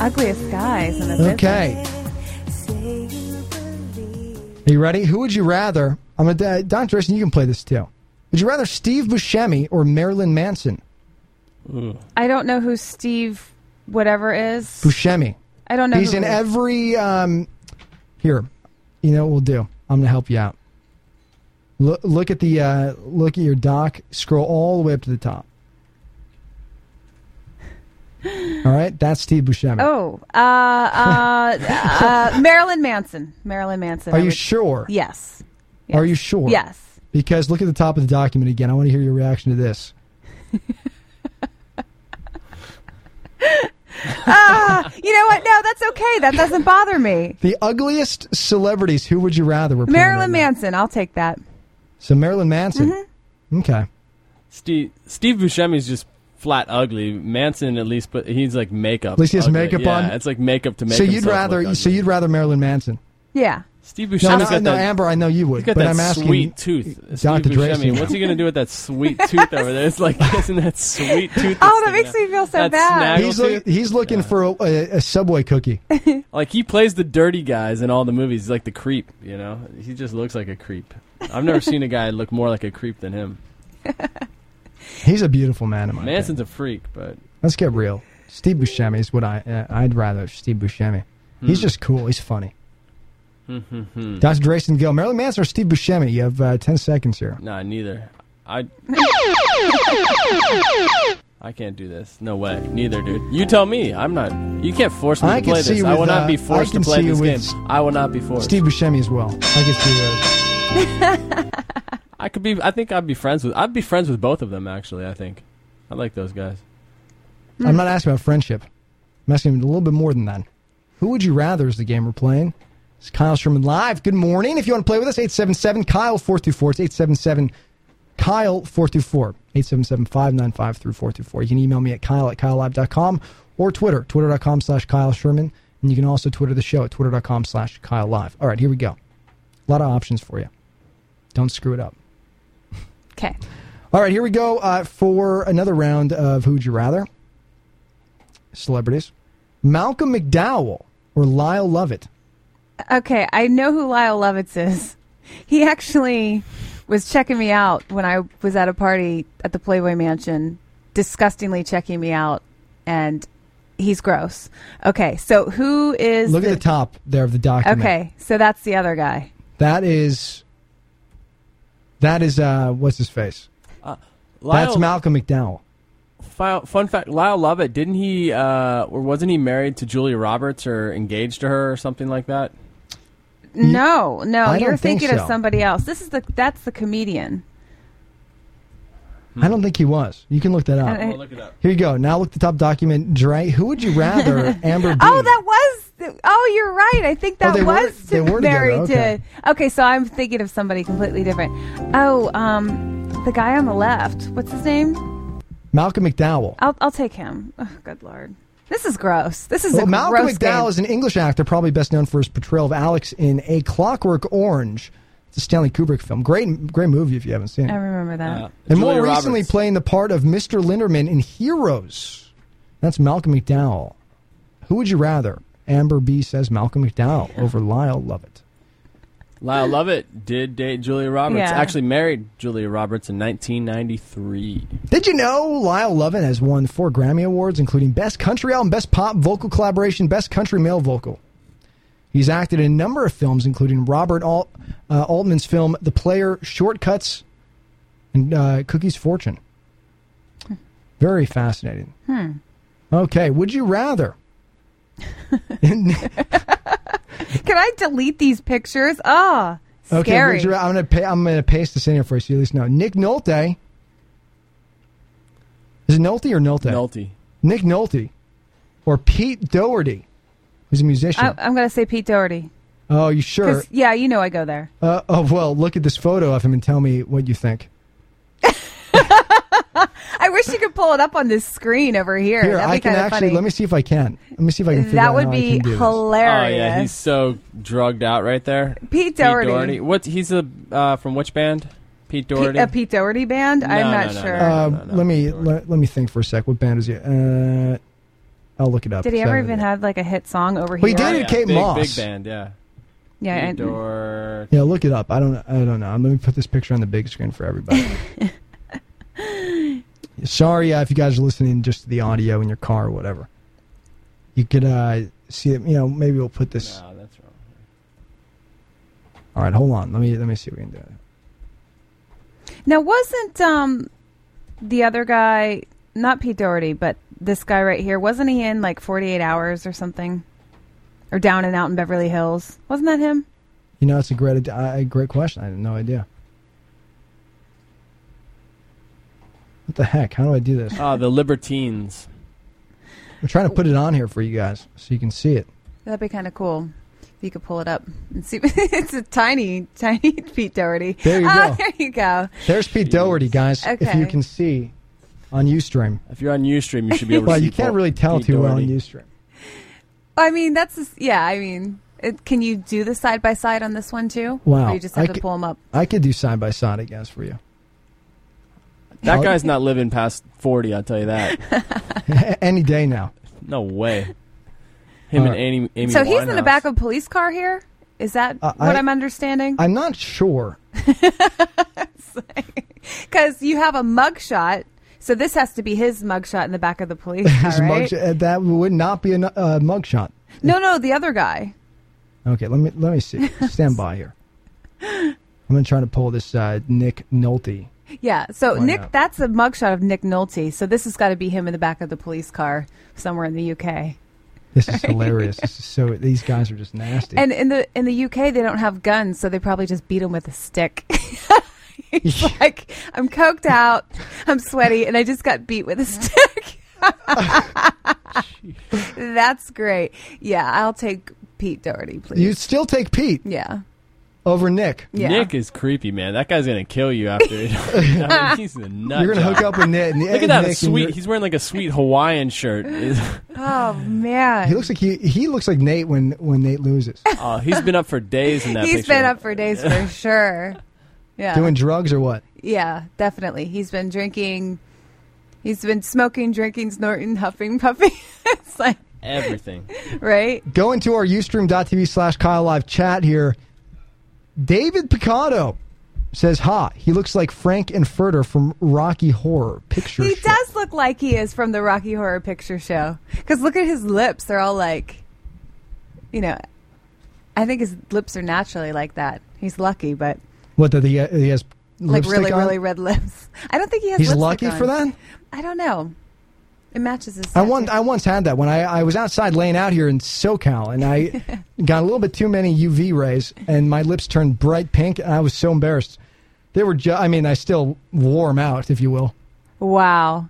Ugliest guys in the business.
Okay. Are you ready? Who would you rather? I'm a uh, Don Drayson. You can play this too. Would you rather Steve Buscemi or Marilyn Manson?
I don't know who Steve whatever is.
Buscemi.
I don't know
He's
who
in
he is.
every. Um, here, you know what we'll do. I'm gonna help you out. Look, look at the uh, look at your doc. Scroll all the way up to the top. All right, that's Steve Buscemi.
Oh, uh, uh, uh, Marilyn Manson. Marilyn Manson.
Are
I
you
would-
sure?
Oh, Yes.
Are you sure?
Yes.
Because look at the top of the document again. I want to hear your reaction to this.
ah, you know what? No, that's okay. That doesn't bother me.
The ugliest celebrities. Who would you rather? We're playing right
Marilyn
now.
Manson. I'll take that.
So Marilyn Manson.
Mm-hmm.
Okay.
Steve Steve Buscemi's just flat ugly. Manson at least, but he's like makeup.
At least he has
ugly.
makeup
Yeah,
on.
It's like makeup to make.
so you'd
himself look
rather.
ugly.
So you'd rather Marilyn Manson.
Yeah.
Steve
No,
Buscemi's
no,
got
no,
that.
Amber, I know you would.
He's got
but
that
I'm asking
sweet tooth.
Dr.
Steve
Dre
Buscemi,
syndrome.
What's he gonna do with that sweet tooth over there? It's like isn't that sweet tooth?
Oh, that
that's
makes me feel so
That
bad.
snaggle
He's, look- he's looking for a, a, a Subway cookie.
tooth? Like he plays the dirty guys in all the movies. He's like the creep. You know, he just looks like a creep. I've never seen a guy look more like a creep than him.
He's a beautiful man. In my
Manson's a freak, but
Let's get real. Steve Buscemi is what I. Uh, I'd rather Steve Buscemi. He's
Hmm.
just cool. He's funny.
Mhm.
Dr. Drayson Gill, Marilyn Manson or Steve Buscemi? You have uh, ten seconds here.
Nah, neither. I I can't do this. No way. Neither, dude. You tell me. I'm not. You can't force me
I
to
can
play
see
this. I
with,
will
uh,
not be
I
forced to
can
play
see
this
with
game.
S-
I will not be forced.
Steve Buscemi as well. I can see
I could be. I think I'd be friends with. I'd be friends with both of them. Actually, I think. I like those guys.
that. I'm not asking about friendship. I'm asking a little bit more than that. Who would you rather is the game we're playing? It's Kyle Sherman live. Good morning. If you want to play with us, 877 Kyle 424. It's 877 Kyle 424. 877 595 3424. You can email me at Kyle at KyleLive.com or Twitter, twitter.com slash Kyle Sherman. And you can also Twitter the show at twitter.com slash Kyle Live. All right, here we go. A lot of options for you. Don't screw it up.
Okay.
All right, here we go uh, for another round of Who'd You Rather? Celebrities. Malcolm McDowell or Lyle Lovett?
Okay, I know who Lyle Lovitz is. He actually was checking me out when I was at a party at the Playboy Mansion, disgustingly checking me out, and he's gross. Okay, so who is.
Look at the top there of the document.
Okay, so that's the other guy.
That is. That is, uh, what's his face?
Uh, Lyle,
That's Malcolm McDowell.
fi- Fun fact: Lyle Lovett didn't he uh, or wasn't he married to Julia Roberts or engaged to her or something like that?
No, no,
I don't
you're
think
thinking
so.
of somebody else. This is the that's the comedian.
I don't think he was. You can look that up.
I- I'll look it
Here you go. Now look the top document. Dre, who would you rather? Amber.
Oh,
Bede?
that was. Oh, you're right. I think
Oh,
that
they were-
was
they
to
were together.
married
Okay.
to. Okay, so I'm thinking of somebody completely different. Oh, um, the guy on the left. What's his name?
Malcolm McDowell.
I'll I'll take him. Oh, good lord, this is gross. This is
well,
a
Malcolm
gross
McDowell
game.
is an English actor, probably best known for his portrayal of Alex in A Clockwork Orange. It's a Stanley Kubrick film. Great, great movie if you haven't seen it.
I remember that.
and more
Uh, Julia
recently, playing the part of Mr. Linderman in Heroes. That's Malcolm McDowell. Who would you rather? Amber B says Malcolm McDowell over Lyle Lovett. Mm.
Lyle Lovett did date Julia Roberts.
Yeah.
Actually, married Julia Roberts in 1993.
Did you know Lyle Lovett has won four Grammy Awards, including Best Country Album, Best Pop Vocal Collaboration, Best Country Male Vocal? He's acted in a number of films, including Robert Alt, uh, Altman's film The Player, Shortcuts, and uh, Cookie's Fortune. Very fascinating.
Hmm.
Okay, would you rather?
Can I delete these pictures? Ah, oh,
Okay,
scary.
would you, I'm gonna pay, I'm gonna paste this in here for you, so you at least know. Nick Nolte. Is it Nolte or Nolte?
Nolte.
Nick Nolte, or Pete Doherty, who's a musician.
I, I'm gonna say Pete Doherty.
oh, you sure?
Oh. 'Cause, Yeah, you know I go there.
Uh, oh well, look at this photo of him and tell me what you think.
I wish you could pull it up on this screen over here.
Here,
That'd be
I can
kinda
actually.
funny.
Let me see if I can. Let me see if I can. Figure
That
out
would
how I
be
can do this.
hilarious.
Oh yeah, he's so drugged out right there.
Pete Doherty.
What? He's a uh, from which band?
Pete-
Pete Doherty.
a Pete Doherty band? I'm
No,
not
no, no,
sure.
Uh, let me let, let me think for a sec. What band is he? Uh, I'll look it up.
Did he ever
Sorry.
even have like a hit song over
Well, he
here?
did at Kate
Oh, big,
Moss.
Big band, yeah. Uh,
Yeah,
Pete
and-
Doherty.
Yeah, look it up. I don't. I don't know. Let me put this picture on the big screen for everybody. Sorry uh, if you guys are listening just to the audio in your car or whatever. You could uh, see it. You know, maybe we'll put this.
No, that's wrong.
All right, hold on. Let me let me see what we can do.
Now, wasn't um the other guy not Pete Doherty, but this guy right here? Wasn't he in like 48 Hours or something, or Down and Out in Beverly Hills? Wasn't that him?
You know, it's a great a great question. I had no idea. What the heck? How do I do this?
Ah, the Libertines.
I'm trying to put it on here for you guys so you can see it.
That'd be kind of cool if you could pull it up and see. it's a tiny, tiny Pete Doherty.
There you
Ah,
go.
There you go.
There's Pete Doherty, guys. If you
Okay.
can see on UStream.
If you're on UStream, you should be able.
well,
to see
you can't
Paul-
really tell
Pete
too well on
Doherty.
UStream.
I mean, that's just, yeah. I mean, it, can you do the side by side on this one too?
Wow.
Or you just have
I
to
could-
pull them up.
I could do side by side, I guess, for you.
That
I'll-
guy's not living past 40, I'll tell you that.
Any day now.
No
Uh,
way. Him
All
and
right.
Amy, Amy
so he's in the
Winehouse.
back of a police car here. Is that
Uh,
what
I-
I'm understanding?
I'm not sure.
Because you have a mugshot, so this has to be his mugshot in the back of the police car,
His
right?
mugshot- uh, that would not be a nu- uh, mugshot.
No, no, the other guy.
Okay, let me let me see. Stand by here. I'm gonna try to pull this uh, Nick Nolte.
Yeah. So
Why
Nick,
not?
that's a mugshot of Nick Nolte. So this has got to be him in the back of the police car somewhere in the UK.
This is hilarious. This is so these guys are just nasty.
And in the in the UK, they don't have guns, so they probably just beat him with a stick. He's like, I'm coked out, I'm sweaty, and I just got beat with a stick. That's great. Yeah, I'll take Pete Doherty, please.
you still take Pete
yeah.
over Nick.
Nick is creepy, man. That guy's gonna kill you after. I mean, he's a nut.
You're gonna
job.
hook up with Nick.
Look at that
Nick and you're-
sweet. He's wearing like a sweet Hawaiian shirt.
Oh man.
He looks like he he looks like Nate when when Nate loses.
oh, he's been up for days in that.
He's
picture.
been up for days for sure. Yeah.
Doing drugs or what?
yeah, definitely. He's been drinking. He's been smoking, drinking, snorting, huffing, puffing. it's like
everything.
Right?
Go into our Ustream.tv slash Kyle Live chat here. David Picado says, "Ha! He looks like Frank and Furter from Rocky Horror Picture."
He does look like he is from the Rocky Horror Picture Show. Because look at his lips. They're all like, you know, I think his lips are naturally like that. He's lucky, but
What that he, uh, he has
like
lipstick
really,
on?
really red lips. I don't think he has
He's
lipstick
lucky for
on.
that?
I don't know. It matches his.
I once I once had that when I, I was outside laying out here in SoCal and I got a little bit too many UV rays and my lips turned bright pink and I was so embarrassed. They were ju- I mean I still wore 'em out if you will.
Wow.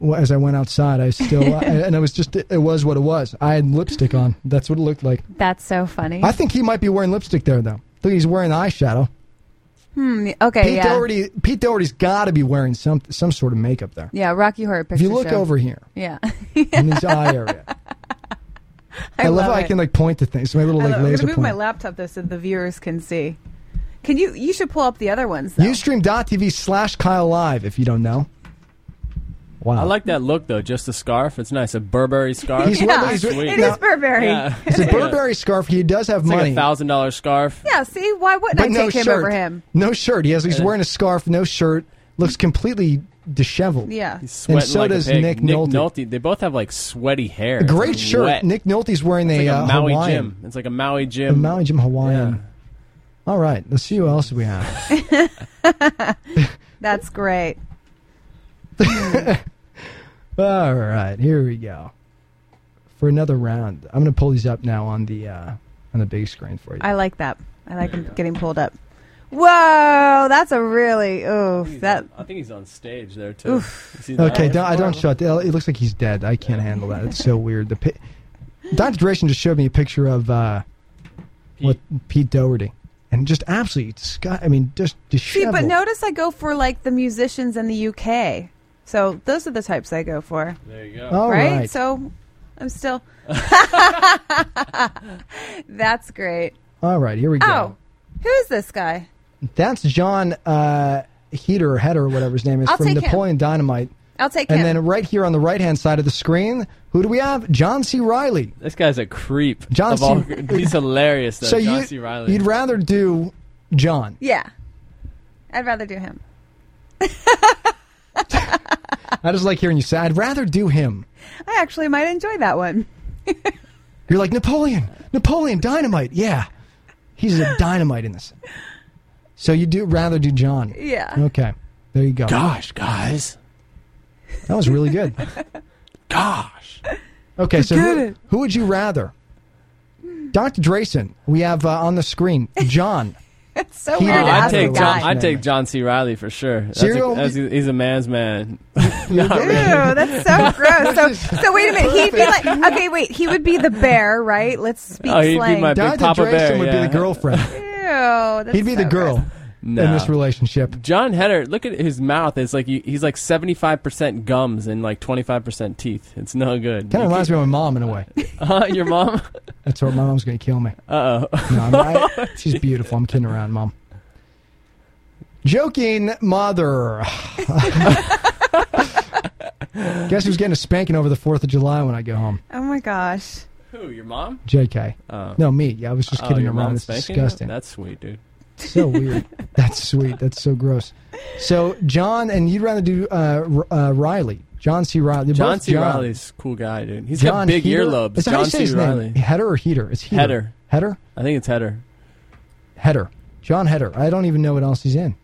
Well, As I went outside, I still I, and it was just it was what it was. I had lipstick on. That's what it looked like.
That's so funny.
I think he might be wearing lipstick there though. I think he's wearing eyeshadow.
Hmm. Okay.
Pete
yeah.
Doherty Pete Doherty's got to be wearing some some sort of makeup there.
Yeah. Rocky Horror Picture
If you look
Show.
over here.
Yeah.
in his eye area. I, love, how I
it.
can like point to things. My little
I
like
love it. I'm
laser
gonna move my
pointer.
laptop though, so the viewers can see. Can you? You should pull up the other ones. Though.
Ustream.tv slash Kyle Live if you don't know. Wow.
I like that look though. Just the scarf. It's nice. A Burberry scarf.
He's Yeah. wearing- he's-
Sweet.
it is
Burberry.
Yeah.
It's a Burberry scarf. He does have
It's like
money.
a thousand dollar scarf.
Yeah. See, why wouldn't I
but no
take him
shirt.
over him?
No shirt. He has he's wearing a scarf, no shirt, looks completely disheveled.
Yeah.
He's sweating
and so
like a
does
pig.
Nick, Nolte.
They both have like sweaty hair.
A great
It's
shirt.
wet.
Nick Nolte's wearing
It's
a,
like a
uh,
Maui Mm.
Hawaiian. Um,
Jim. It's like a Maui
A
Jim.
Maui Jim Hawaiian. All right. Let's see who else we have.
That's great.
All right. Here we go. For another round. I'm going to pull these up now on the uh, on the big screen for you.
I like that. I like him getting pulled up. Whoa, that's a really oof. That
I think he's on stage there too.
Oof.
You see that?
Okay, don't, I don't shut. It it looks like he's dead. I can't handle that. It's so weird. The pi- Dr. Duration just showed me a picture of uh, what Pete Doherty, and just absolutely, sky, I mean, just
see,
disheveled.
but notice I go for like the musicians in the UK. So those are the types I go for.
There you go.
All
right?
right.
So I'm still. that's great.
All right, here we go.
Oh, who's this guy?
That's John uh, Heater, or Header, or whatever his name is,
I'll
from
take him.
Napoleon Dynamite.
I'll take
and
him.
then right here on the right hand side of the screen, who do we have? John C. Riley.
This guy's a creep.
John
Of all-
C.
he's hilarious though.
so
John
you,
C. Riley.
you'd rather do John.
yeah, I'd rather do him.
I just like hearing you say, I'd rather do him.
I actually might enjoy that one.
You're like Napoleon, Napoleon Dynamite. Yeah, he's a dynamite in this. So you do rather do John?
Yeah.
Okay, there you go.
Gosh, guys,
that was really good.
Gosh.
Okay, so
Forget
who,
it.
who would you rather? Dr. Drayson. We have uh, on the screen John.
It's so
He
weird
did
to
it.
I
ask
take
a
John.
guy.
I take John C. Riley for sure. That's a-
Serial-
that's- he's a man's man.
Ew, Oh, that's so gross. So, so wait a minute. He'd be like, okay, wait. He would be the bear, right? Let's speak
Oh, he'd be
slang.
my big
Dr.
Papa
Drayson
Bear,
would be
yeah.
the girlfriend.
Ew, Oh, that's
He'd be the
so
girl
No.
in this relationship.
John Heder, look at his mouth. It's like you, he's like seventy five percent gums and like twenty five percent teeth. It's no good.
Kind of reminds me of my mom in a way.
Uh, your mom?
That's what my mom's going to kill me.
Uh
No, I'm not. She's beautiful. I'm kidding around, mom. Joking, mother. Guess who's getting a spanking over the 4th of July when I go home?
Oh my gosh.
Who? Your mom?
JK.
Oh.
No, me. Yeah, I was just
Oh,
kidding
your
around.
mom's
It's
spanking you?
disgusting.
That's sweet, dude.
So weird. That's sweet. That's so gross. So John and you'd rather do uh, R- uh, Riley, John C. Riley. They're
John
both
C.
John.
Riley's a cool guy, dude. He's
John
got big
Heater?
earlobes.
Is that how
John
you say
C.
his name?
Riley.
Header or Heater? It's Heater.
Header.
Header.
I think it's Header.
Header. John Header. I don't even know what else he's in.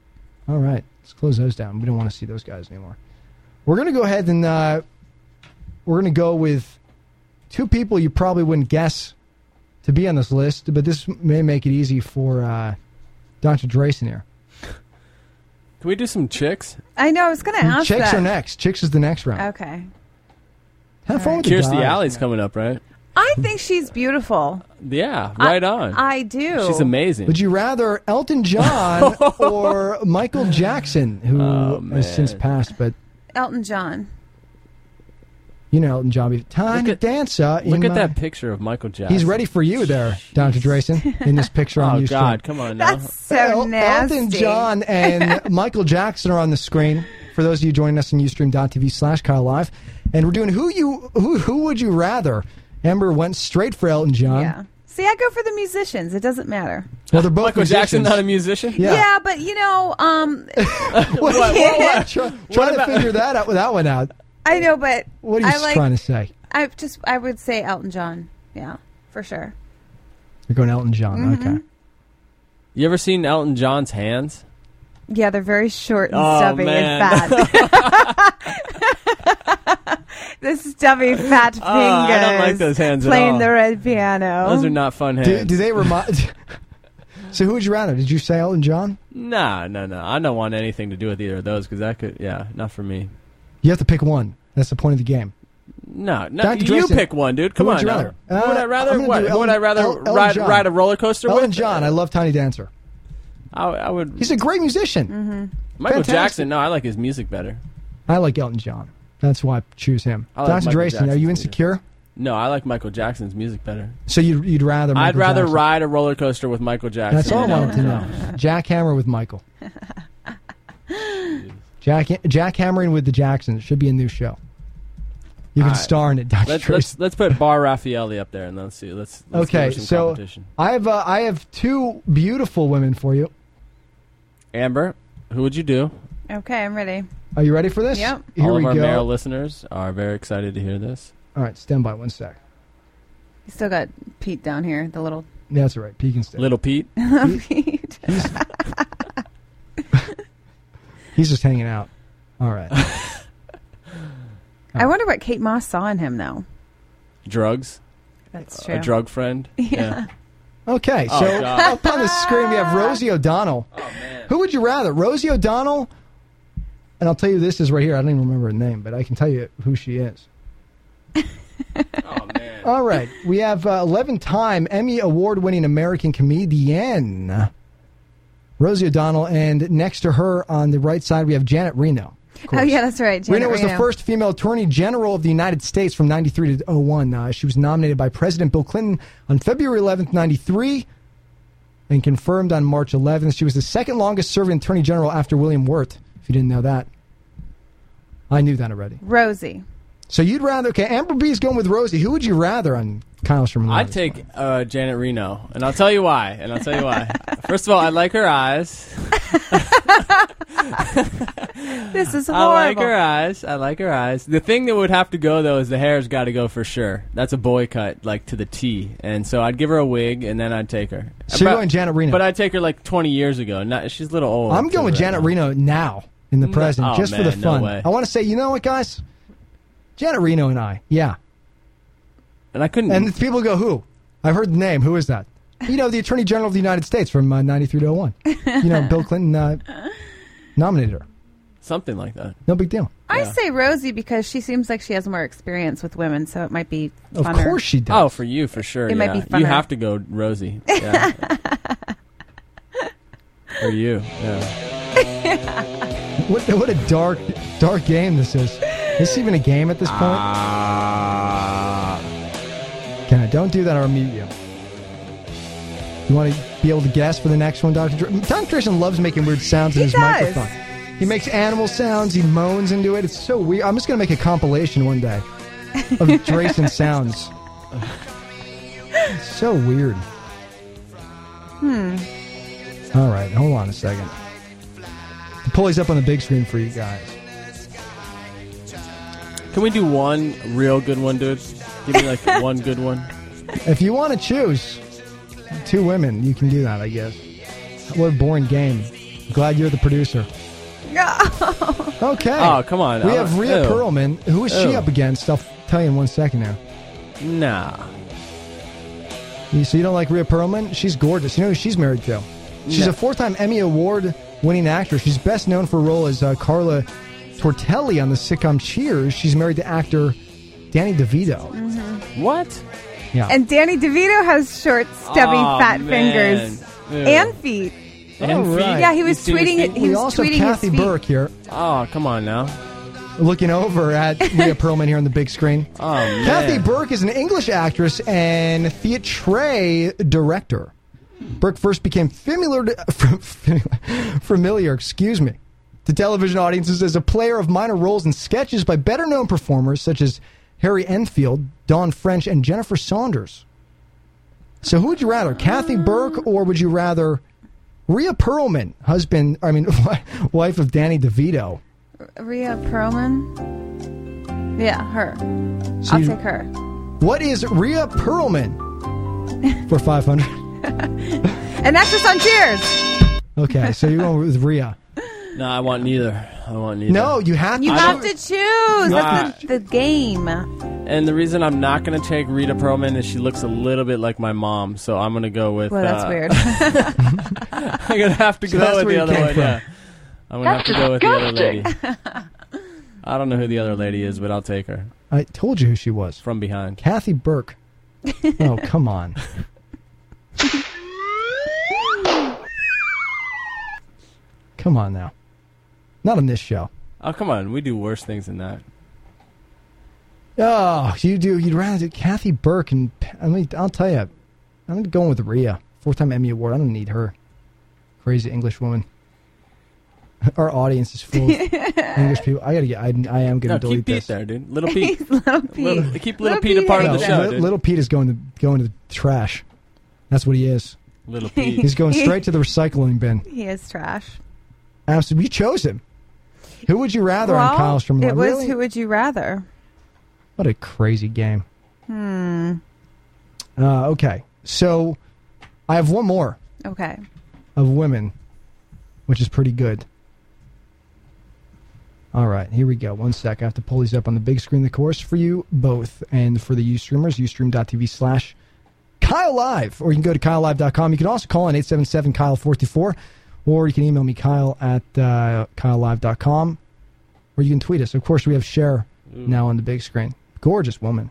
All right, let's close those down. We don't want to see those guys anymore. We're gonna go ahead and uh, we're gonna go with two people you probably wouldn't guess to be on this list, but this may make it easy for uh, Dr. Drayson here.
Can we do some chicks?
I know. I was going to ask
Chicks
that.
are next. Chicks is the next round.
Okay.
Have fun with the
Kirstie
guys.
Alley's coming up, right?
I think she's beautiful.
Yeah, right
I,
on.
I do.
She's amazing.
Would you rather Elton John or Michael Jackson, who
Oh,
has since passed, but
Elton John.
you know Elton John. Time to dance. Uh, in
Look at
my-
that picture of Michael Jackson.
He's ready for you there, Dr. Drayson, in this picture on
Oh
Ustream.
God, come on now.
So
El-
nasty.
Elton John and Michael Jackson are on the screen. For those of you joining us on Ustream.tv slash Kyle Live. And we're doing who you who who would you rather? Amber went straight for Elton John.
yeah. See, I go for the musicians. It doesn't matter.
Well, they're both
Michael Jackson,
musicians.
not a musician.
Yeah,
Yeah.
but you know, um,
What- what- what- Try, try
about-
to figure that out that one out.
I know, but
What are you
I like.
trying to say?
I just, I would say Elton John. Yeah, for sure.
You're going Elton John.
Mhm.
Okay.
You ever seen Elton John's hands?
Yeah, they're very short and
Oh,
stubby
man.
and fat. the stubby fat fingers.
Oh, I don't like those hands at
Playing
all.
the red piano.
Those are not fun hands.
Do, do they remind? so who would you rather? Did you say Elton John?
Nah, no, no. I don't want anything to do with either of those because that could, yeah, not for me.
You have to pick one. That's the point of the game.
No, no.
Dr.
You
Drayson,
pick one, dude. Come
who
on.
would you
now.
rather?
Who would I
Uh,
rather?
I'm gonna
What?
do
Who would I
Elton-
rather
El- Elton
ride
John.
ride a roller coaster
Elton
with?
John. I love Tiny Dancer.
I, I would. Mm-hmm.
He's a great musician.
Michael
fantastic.
Jackson. No, I like his music better.
I like Elton John. That's why I choose him.
I like
Dr. Drayson,
Michael
are
Jackson's
you
music.
insecure?
No, I like Michael Jackson's music better.
So you'd, you'd rather?
I'd
Michael
rather
Jackson.
ride a roller coaster with Michael Jackson.
That's all I
than
wanted to
Elton
know.
John.
Jackhammer with Michael. Jack Jackhammering with the Jacksons should be a new show. You can
All right.
star in it, Dr.
Let's,
Drayson.
let's let's put Bar Raffaele up there and let's see. Let's, let's give her
okay,
some
so
competition.
I have uh, I have two beautiful women for you.
Amber, who would you do?
Okay, I'm ready.
Are you ready for this?
Yep.
Here
all of
we
our
go.
male listeners are very excited to hear this.
All right, stand by one sec.
You still got Pete down here, the little.
Yeah, That's all right. Pekin stand.
Little Pete,
Pete.
He's just hanging out. All right.
I wonder what Kate Moss saw in him, though.
drugs,
That's
a drug friend.
Yeah.
Okay,
Oh,
so
God. Oh,
up on the screen we have Rosie O'Donnell. Who would you rather, Rosie O'Donnell? And I'll tell you, this is right here. I don't even remember her name, but I can tell you who she is. oh man! All right, we have uh, eleven-time Emmy award-winning American comedian Rosie O'Donnell, and next to her on the right side we have Janet Reno. of
Oh,
course.
yeah, that's right. Janet
Reno was the first female attorney general of the United States from 93 to 01. Uh, she was nominated by President Bill Clinton on February 11th, 93, and confirmed on March 11th. She was the second longest serving attorney general after William Wirt, if you didn't know that. I knew that already.
Rosie.
So you'd rather, okay, Amber B's going with Rosie. Who would you rather on Kyle Sherman?
I'd take uh, Janet Reno, and I'll tell you why. And I'll tell you why. First of all, I like her eyes.
This is
I
horrible.
like her eyes. I like her eyes. The thing that would have to go though is the hair's got to go for sure. That's a boycott, like to the T. And so I'd give her a wig, and then I'd take her.
So you're going Janet Reno.
But I'd take her like 20 years ago. Not she's a little old.
I'm going with
Janet
Janet Reno now in the present,
oh,
just for the
man, no
fun.
way.
I want to say, you know what, guys? Janet Reno and I, yeah.
And I couldn't.
And people go, who? I've heard the name. Who is that? You know, the Attorney General of the United States from uh, 93 to 01. You know, Bill Clinton uh, nominated her.
something like that.
No big deal.
I say Rosie because she seems like she has more experience with women, so it might be.
Of
funner.
course she does.
Oh, for you, for sure.
It
yeah.
might be
You
funner.
have to go Rosie. Yeah. for you. Yeah.
Hmm. What, what a dark, dark
Ah.
game this is. Is this even a game at this point? Kenna, don't do that or I'll mute you. You want to be able to guess for the next one, Dr. Dr. Tom Peterson loves making weird sounds in
He
his
does.
microphone. He makes animal sounds, he moans into it. It's so weird. I'm just going to make a compilation one day of Drayson sounds. It's so weird.
Hmm.
All right, hold on a second. The pulley's up on the big screen for you guys.
Can we do one real good one, dude? Give me like one good one.
If you want to choose two women, you can do that, I guess. What a boring game. Glad you're the producer. Okay.
Oh, come on.
We
Uh,
have Rhea
ew.
Perlman. Who is she
Ew.
up against? I'll tell you in one second now.
Nah.
You, so you don't like Rhea Perlman? She's gorgeous. You know who she's married to? She's
No.
a four-time Emmy Award-winning actress. She's best known for her role as uh, Carla Tortelli on the sitcom Cheers. She's married to actor Danny DeVito.
What?
Yeah.
Mm-hmm. And Danny DeVito has short, stubby,
Aw,
fat
man.
fingers
Ew.
and feet. Oh,
And feet?
Yeah, he was
You see his
tweeting it.
feet?
He
we
was
also have
tweeting his
Kathy
feet.
Burke here,
Oh, come on now.
looking over at Rhea Perlman here on the big screen.
Oh, man.
Kathy Burke is an English actress and theatre director. Burke first became familiar, to, familiar, excuse me, to television audiences as a player of minor roles in sketches by better-known performers such as Harry Enfield, Don French, and Jennifer Saunders. So, who would you rather, Kathy
Um.
Burke, or would you rather Rhea Perlman, husband, I mean, wife of Danny DeVito?
Rhea Perlman. Yeah, her.
So
I'll
you-
take her.
What is Rhea Perlman for five hundred?
An actress on Cheers.
Okay, so you're going with Rhea.
No, I want neither. I want neither.
No, you have to.
You
I
have
don't-
to choose. That's the, the game.
And the reason I'm not going to take Rita Perlman is she looks a little bit like my mom, so I'm going to go with.
Well, that's
uh,
weird.
I'm going to have to
So
go
that's
with
where
the
you
other
came
one.
from.
Yeah. I'm going to have to go with the other lady.
disgusting.
I don't know who the other lady is, but I'll take her
I told you who she was.
from behind.
Kathy Burke. Oh, come on. come on now. Not on this show.
Oh, come on. We do worse things than that.
Oh, you do. You'd rather do Kathy Burke and I mean, I'll tell you, I'm going with Rhea, four-time Emmy Award. I don't need her. Crazy English woman. Our audience is full of English people. I gotta get. I, I am gonna
No,
delete
keep Pete
this.
there, dude. Little Pete.
little
Pete. keep little, Pete a part
No,
of the show,
Li-
dude.
Little Pete is going to going to the trash. That's what he is.
Little Pete.
He's going straight to the recycling bin.
He is trash.
Absolutely, you chose him. Who would you rather on
well,
Kyle Sherman?
it was
Really?
who would you rather?
What a crazy game.
Hmm.
Uh, okay, so I have one more
Okay.
of women, which is pretty good. All right, here we go. One sec. I have to pull these up on the big screen, of course, for you both and for the Ustreamers, ustream.tv slash Kyle Live, or you can go to kylelive.com. You can also call in 877 Kyle 44, or you can email me, Kyle at uh, kylelive.com, or you can tweet us. Of course, we have Cher now on the big screen. Gorgeous woman.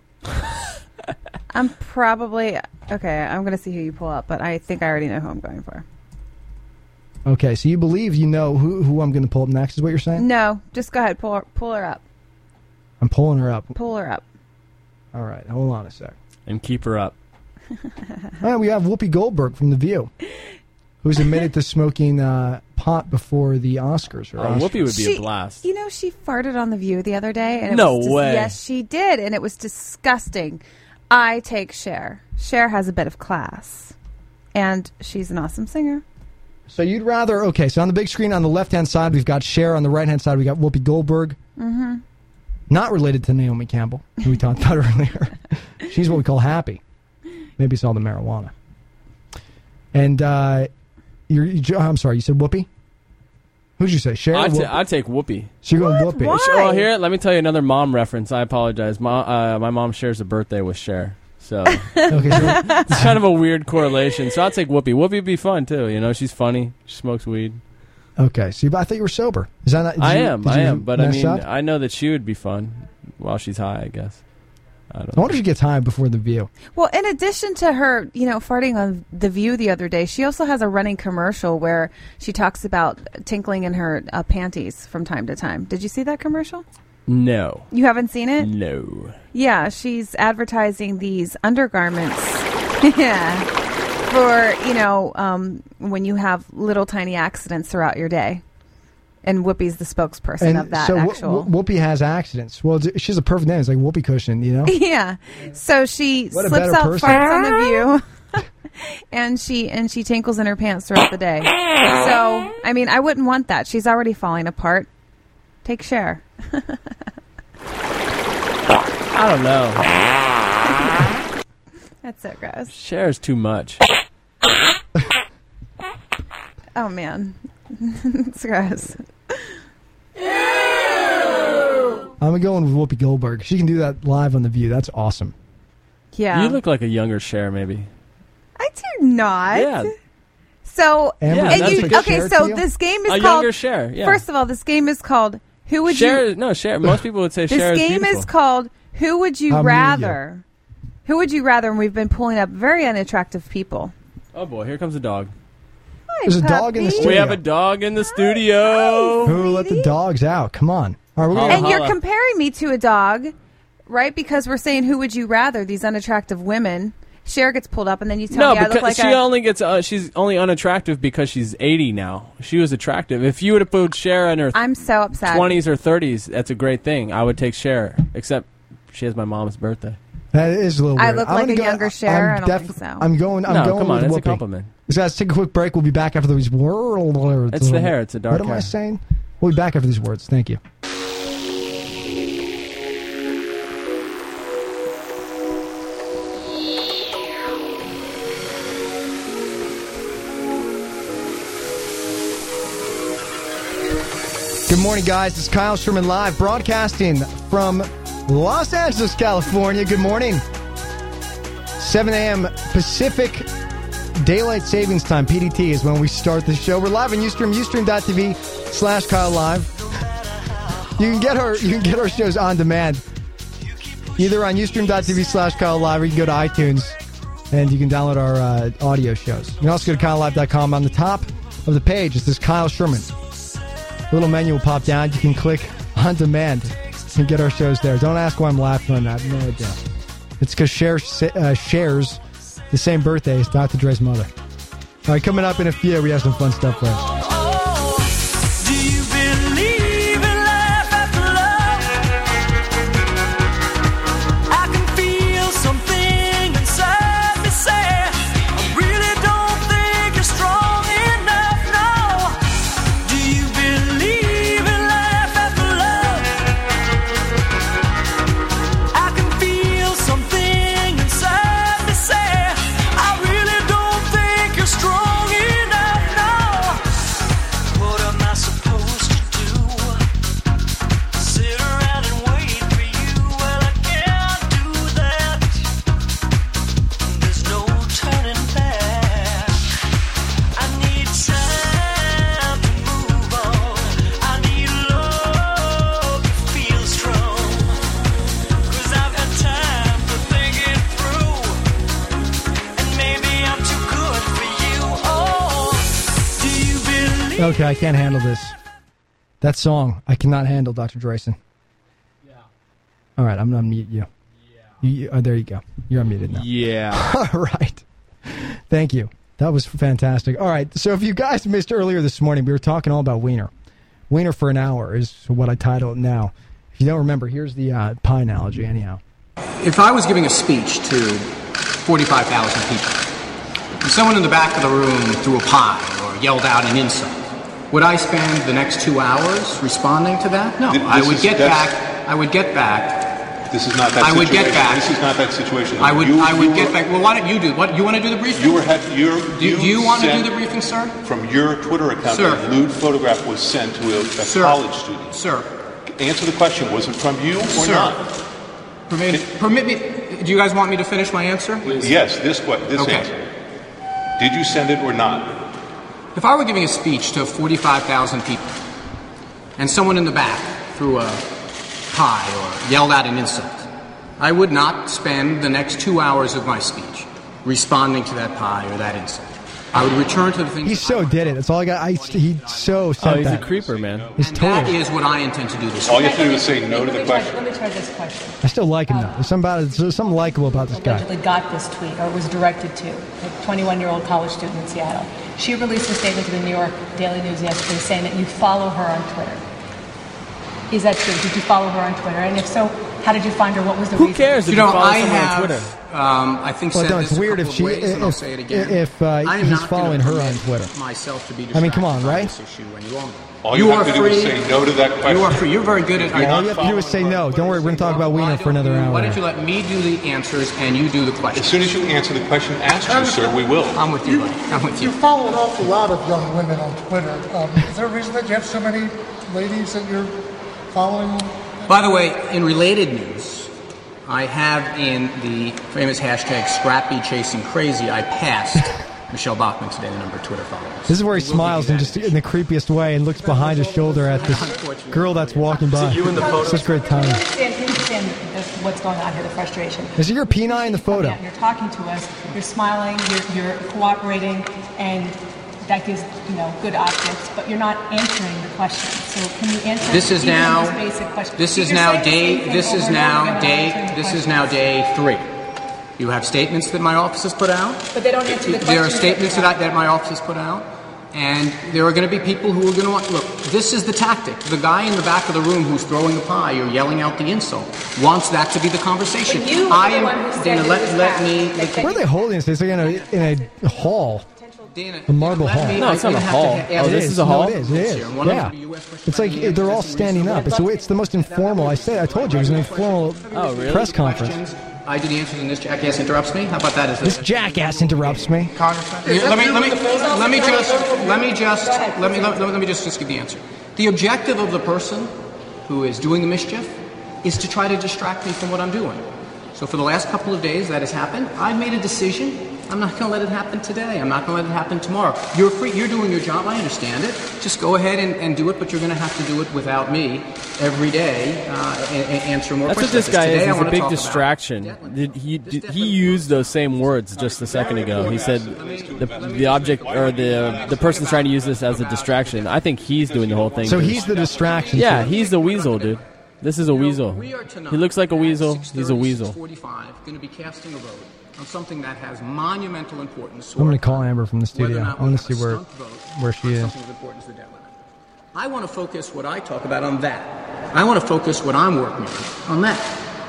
I'm probably okay. I'm gonna see who you pull up, but I think I already know who I'm going for.
Okay, so you believe you know who, who I'm going to pull up next, is what you're saying?
No, just go ahead. Pull her, pull her up.
I'm pulling her up.
Pull her up.
All right, hold on a sec.
And keep her up.
All right, we have Whoopi Goldberg from The View, who's admitted to smoking uh, pot before the Oscars. Or
Oh, Whoopi would be
She-
a blast.
You know, she farted on the View the other day, and it
No
was dis-
way.
Yes, she did, and it was disgusting. I take Cher. Cher has a bit of class, and she's an awesome singer.
So you'd rather okay? So on the big screen on the left hand side we've got Cher. On the right hand side we got Whoopi Goldberg,
Mm-hmm.
not related to Naomi Campbell, who we talked about earlier. She's what we call happy. Maybe it's all the marijuana. And uh, you're, you, I'm sorry, you said Whoopi. Who'd you say? Cher.
I
or
ta-
Whoopi?
I take Whoopi.
so you're going Whoopi.
Sh- Well, here, let me tell you another mom reference. I apologize. My, uh, my mom shares a birthday with Cher. So it's kind of a weird correlation. So I'll take Whoopi. Whoopi would be fun, too. You know, she's funny. She smokes weed.
Okay. So you, I thought you were sober. Is that not? did
I
you-
am.
did
I
you
am. But I
mess
mean,
up?
I know that she would be fun while she's high, I guess. I don't
I wonder if she gets high before the view.
Well, in addition to her, you know, farting on The View the other day, she also has a running commercial where she talks about tinkling in her uh, panties from time to time. Did you see that commercial?
No.
You haven't seen it?
No.
Yeah, she's advertising these undergarments. yeah. For, you know, um, when you have little tiny accidents throughout your day. And Whoopi's the spokesperson of that
so Wh-
actual.
Wh- Whoopi has accidents. Well, it's- she's a perfect name. It's like Whoopi cushion, you know.
yeah. So she
What a
slips
better
out
person.
farts on the view. And she and she tinkles in her pants throughout the day. So I mean, I wouldn't want that. She's already falling apart. Take share.
I don't know.
That's so gross.
Shares too much.
Oh man, it's gross.
I'm going with Whoopi Goldberg. She can do that live on the View. That's awesome.
Yeah,
You look like a younger Cher, maybe.
I do not.
Yeah.
So
Amber,
and
that's
you-
a good
okay,
share
so
to you?
this game is
A
called
younger share, yeah.
First of all, this game is called Who Would
Cher,
You?
no, Cher. Most people would say
this
Cher
game
is,
is called Who Would You
Amelia.
Rather? Who would you rather? And we've been pulling up very unattractive people.
Oh boy, here comes a dog.
There's a dog in the studio.
We have a dog in the studio.
Who let the dogs out? Come on. All right, we're
Holla,
gonna-
Oh, and you're comparing me to a dog, right? Because we're saying Who Would You Rather? These unattractive women. Cher gets pulled up, and then you tell
No,
me I look
because
like
she
a.
only gets uh, she's only unattractive because she's 80 now. She was attractive. If you would have put Cher in her
I'm so upset.
20s or 30s, that's a great thing. I would take Cher, except she has my mom's birthday.
That is a little
I
weird.
look
I'm
like
gonna
a
go-
younger Cher. I don't
def-
think so.
I'm going. I'm
No,
going
come on,
with
it's a
Whoopi.
compliment.
So let's take a quick break. We'll be back after these words.
It's the hair. It's a dark
What am I
hair.
saying? We'll be back after these words. Thank you. Good morning, guys. This is Kyle Sherman live broadcasting from Los Angeles, California. Good morning. 7 a.m. Pacific Daylight Savings Time, PDT, is when we start the show. We're live on Ustream, ustream.tv slash Kyle Live. You can get our you can get our shows on demand. Either on ustream.tv slash Kyle Live or you can go to iTunes and you can download our uh, audio shows. You can also go to KyleLive.com. On the top of the page, it says Kyle Sherman. A little menu will pop down. You can click on demand and get our shows there. Don't ask why I'm laughing on that. No idea. It's because Cher sa- uh, shares the same birthday as Dr. Dre's mother. All right, coming up in a few, we have some fun stuff for us.
Do you believe in life after love? I can feel something inside me say I really don't think you're strong enough. No. Do you believe in life after love? I can feel something inside me say I really don't think you're strong enough. No. What am I supposed to do? Sit around and wait for you? Well, I can't do that. There's no turning back. I need time to move on. I need love to feel strong. 'Cause I've had time to think it through, and maybe I'm too good for you. Oh, do you believe?
Okay, I can't handle this. That song, I cannot handle, Dr. Drayson. All right, I'm going to mute you. You- you- oh, there you go. You're unmuted now.
Yeah.
All right. Thank you. That was fantastic. All right. So, if you guys missed earlier this morning, we were talking all about Wiener. Wiener for an hour is what I title it now. If you don't remember, here's the uh, pie analogy, anyhow.
If I was giving a speech to 45,000 people, and someone in the back of the room threw a pie or yelled out an insult, would I spend the next two hours responding to that? No,
Th-
I
this
would
is-
get
that's-
back. I would get back.
This is not that
I would
situation.
get back.
This is not that situation.
I would.
You-
I would
you
get
were-
back. Well, why don't you do what? You want to do the briefing?
You were had your.
Do you, want to do
sent-
the briefing, sir?
From your Twitter account,
Sir.
a lewd photograph was sent to a, a college student.
Sir.
Answer the question. Was it from you or
Sir.
not?
Permit, permit me. Do you guys want me to finish my answer?
Yes. This que- This
Okay.
answer. Did you send it or not?
If I were giving a speech to 45,000 people and someone in the back threw a pie or yelled out an insult, I would not spend the next two hours of my speech responding to that pie or that insult. I would return to the things.
He so did it. That's all I got. I he so said
Oh,
that.
creeper, man.
He's
and that
total.
is what I intend to do this.
All you
have to do
is say no to the question.
Let me try this question.
I still like him though. There's something about it- there's something likable about this guy.
Allegedly got this tweet or was directed to a 21 year old college student in Seattle. She released a statement to the New York Daily News yesterday saying that you follow her on Twitter. Is that true? Did you follow her on Twitter? And if so, how did you find her? What was the reason?
you know, I have, Um, I think
Well,
said
no,
this
it's
a
weird
couple
if
of
she-
ways, and I'll
if-
say it again.
if, uh,
I am
he's
not gonna
following her on
permit
Twitter.
Myself to be
I mean, come on,
distracted by
right?
this issue any longer.
All you
you
have
are
to do
free.
is say no to that question.
You are free. You're very good at.
All you have to do is say no. Don't worry, we're gonna talk about Wiener for another
Why
hour.
don't you let me do the answers and you do the question? As
soon as you answer the question asked you, sir, we will.
I'm with you. buddy. I'm with you.
You follow an awful lot of young women on Twitter. Um, is there a reason that you have so many ladies that you're following?
By the way, in related news, I have in the famous hashtag Scrappy Chasing Crazy, I passed Michelle Bachman today, the number of Twitter followers.
This is where he smiles in just in the creepiest way and looks behind his shoulder at this girl that's walking by.
you in the photo?
Such great
I
timing.
understand, I understand the- what's going on here, the frustration.
Is it your penile in the photo?
You're talking to us, you're smiling, you're, you're cooperating, and that gives, you know, good optics, but you're not answering the question. So can you answer
This is
even
now.
this basic question?
This
You're
is now
saying the same
day.
thing
This
over
is
and over
now
again, not
day.
answering the
This is
question.
now day three. You have statements that my office has put out.
But they don't answer the question.
There are statements that, I, that my office has put out, and there are going to be people who are going to want. Look, this is the tactic. The guy in the back of the room who's throwing the pie or yelling out the insult wants that to be the conversation.
But you are
I
the
am.
one who said
Dana,
it
let,
was
let
bad.
me.
Where are they holding this? It's like in a, in a hall. A marble hall.
me- No, it's I- not you a have to hall. ha-
Oh,
Oh,
this
this
is,
is a
No,
hall?
it is. It is.
Here, one of
Yeah.
the
It's like eh, they're all standing up. It's, the way- it's the most informal. I said. I told you it was an informal
Oh,
Oh,
press conference.
I do the answers, and this jackass interrupts me. How about that? Is
This
this?
jackass interrupts me.
Yeah, let me let me let me just let me just let me let, me- let me just just give the answer. The objective of the person who is doing the mischief is to try to distract me from what I'm doing. So for the last couple of days that has happened. I made a decision. I'm not going to let it happen today. I'm not going to let it happen tomorrow. You're free. You're doing your job. I understand it. Just go ahead and, and do it. But you're going to have to do it without me every day. Uh, and, and answer more
That's what
questions.
this guy
Today
is.
I
He's a
wanna
big
talk about-
distraction. Did he did, he used those same words just a second ago. He said the, the object or the uh, the person's trying to use this as a distraction. I think he's doing the whole thing.
So he's the distraction.
yeah,
too.
he's the weasel, dude. This is a weasel. He looks like a weasel. He's a weasel.
45 going to be casting a vote on something that has monumental importance.
I'm gonna call Amber from the
Whether
studio.
or
I
not we
want to
have a
see where
stunt vote
where she
on
is.
Something of importance to the deadline. I want to focus what I talk about on that. I want to focus what I'm working on on that.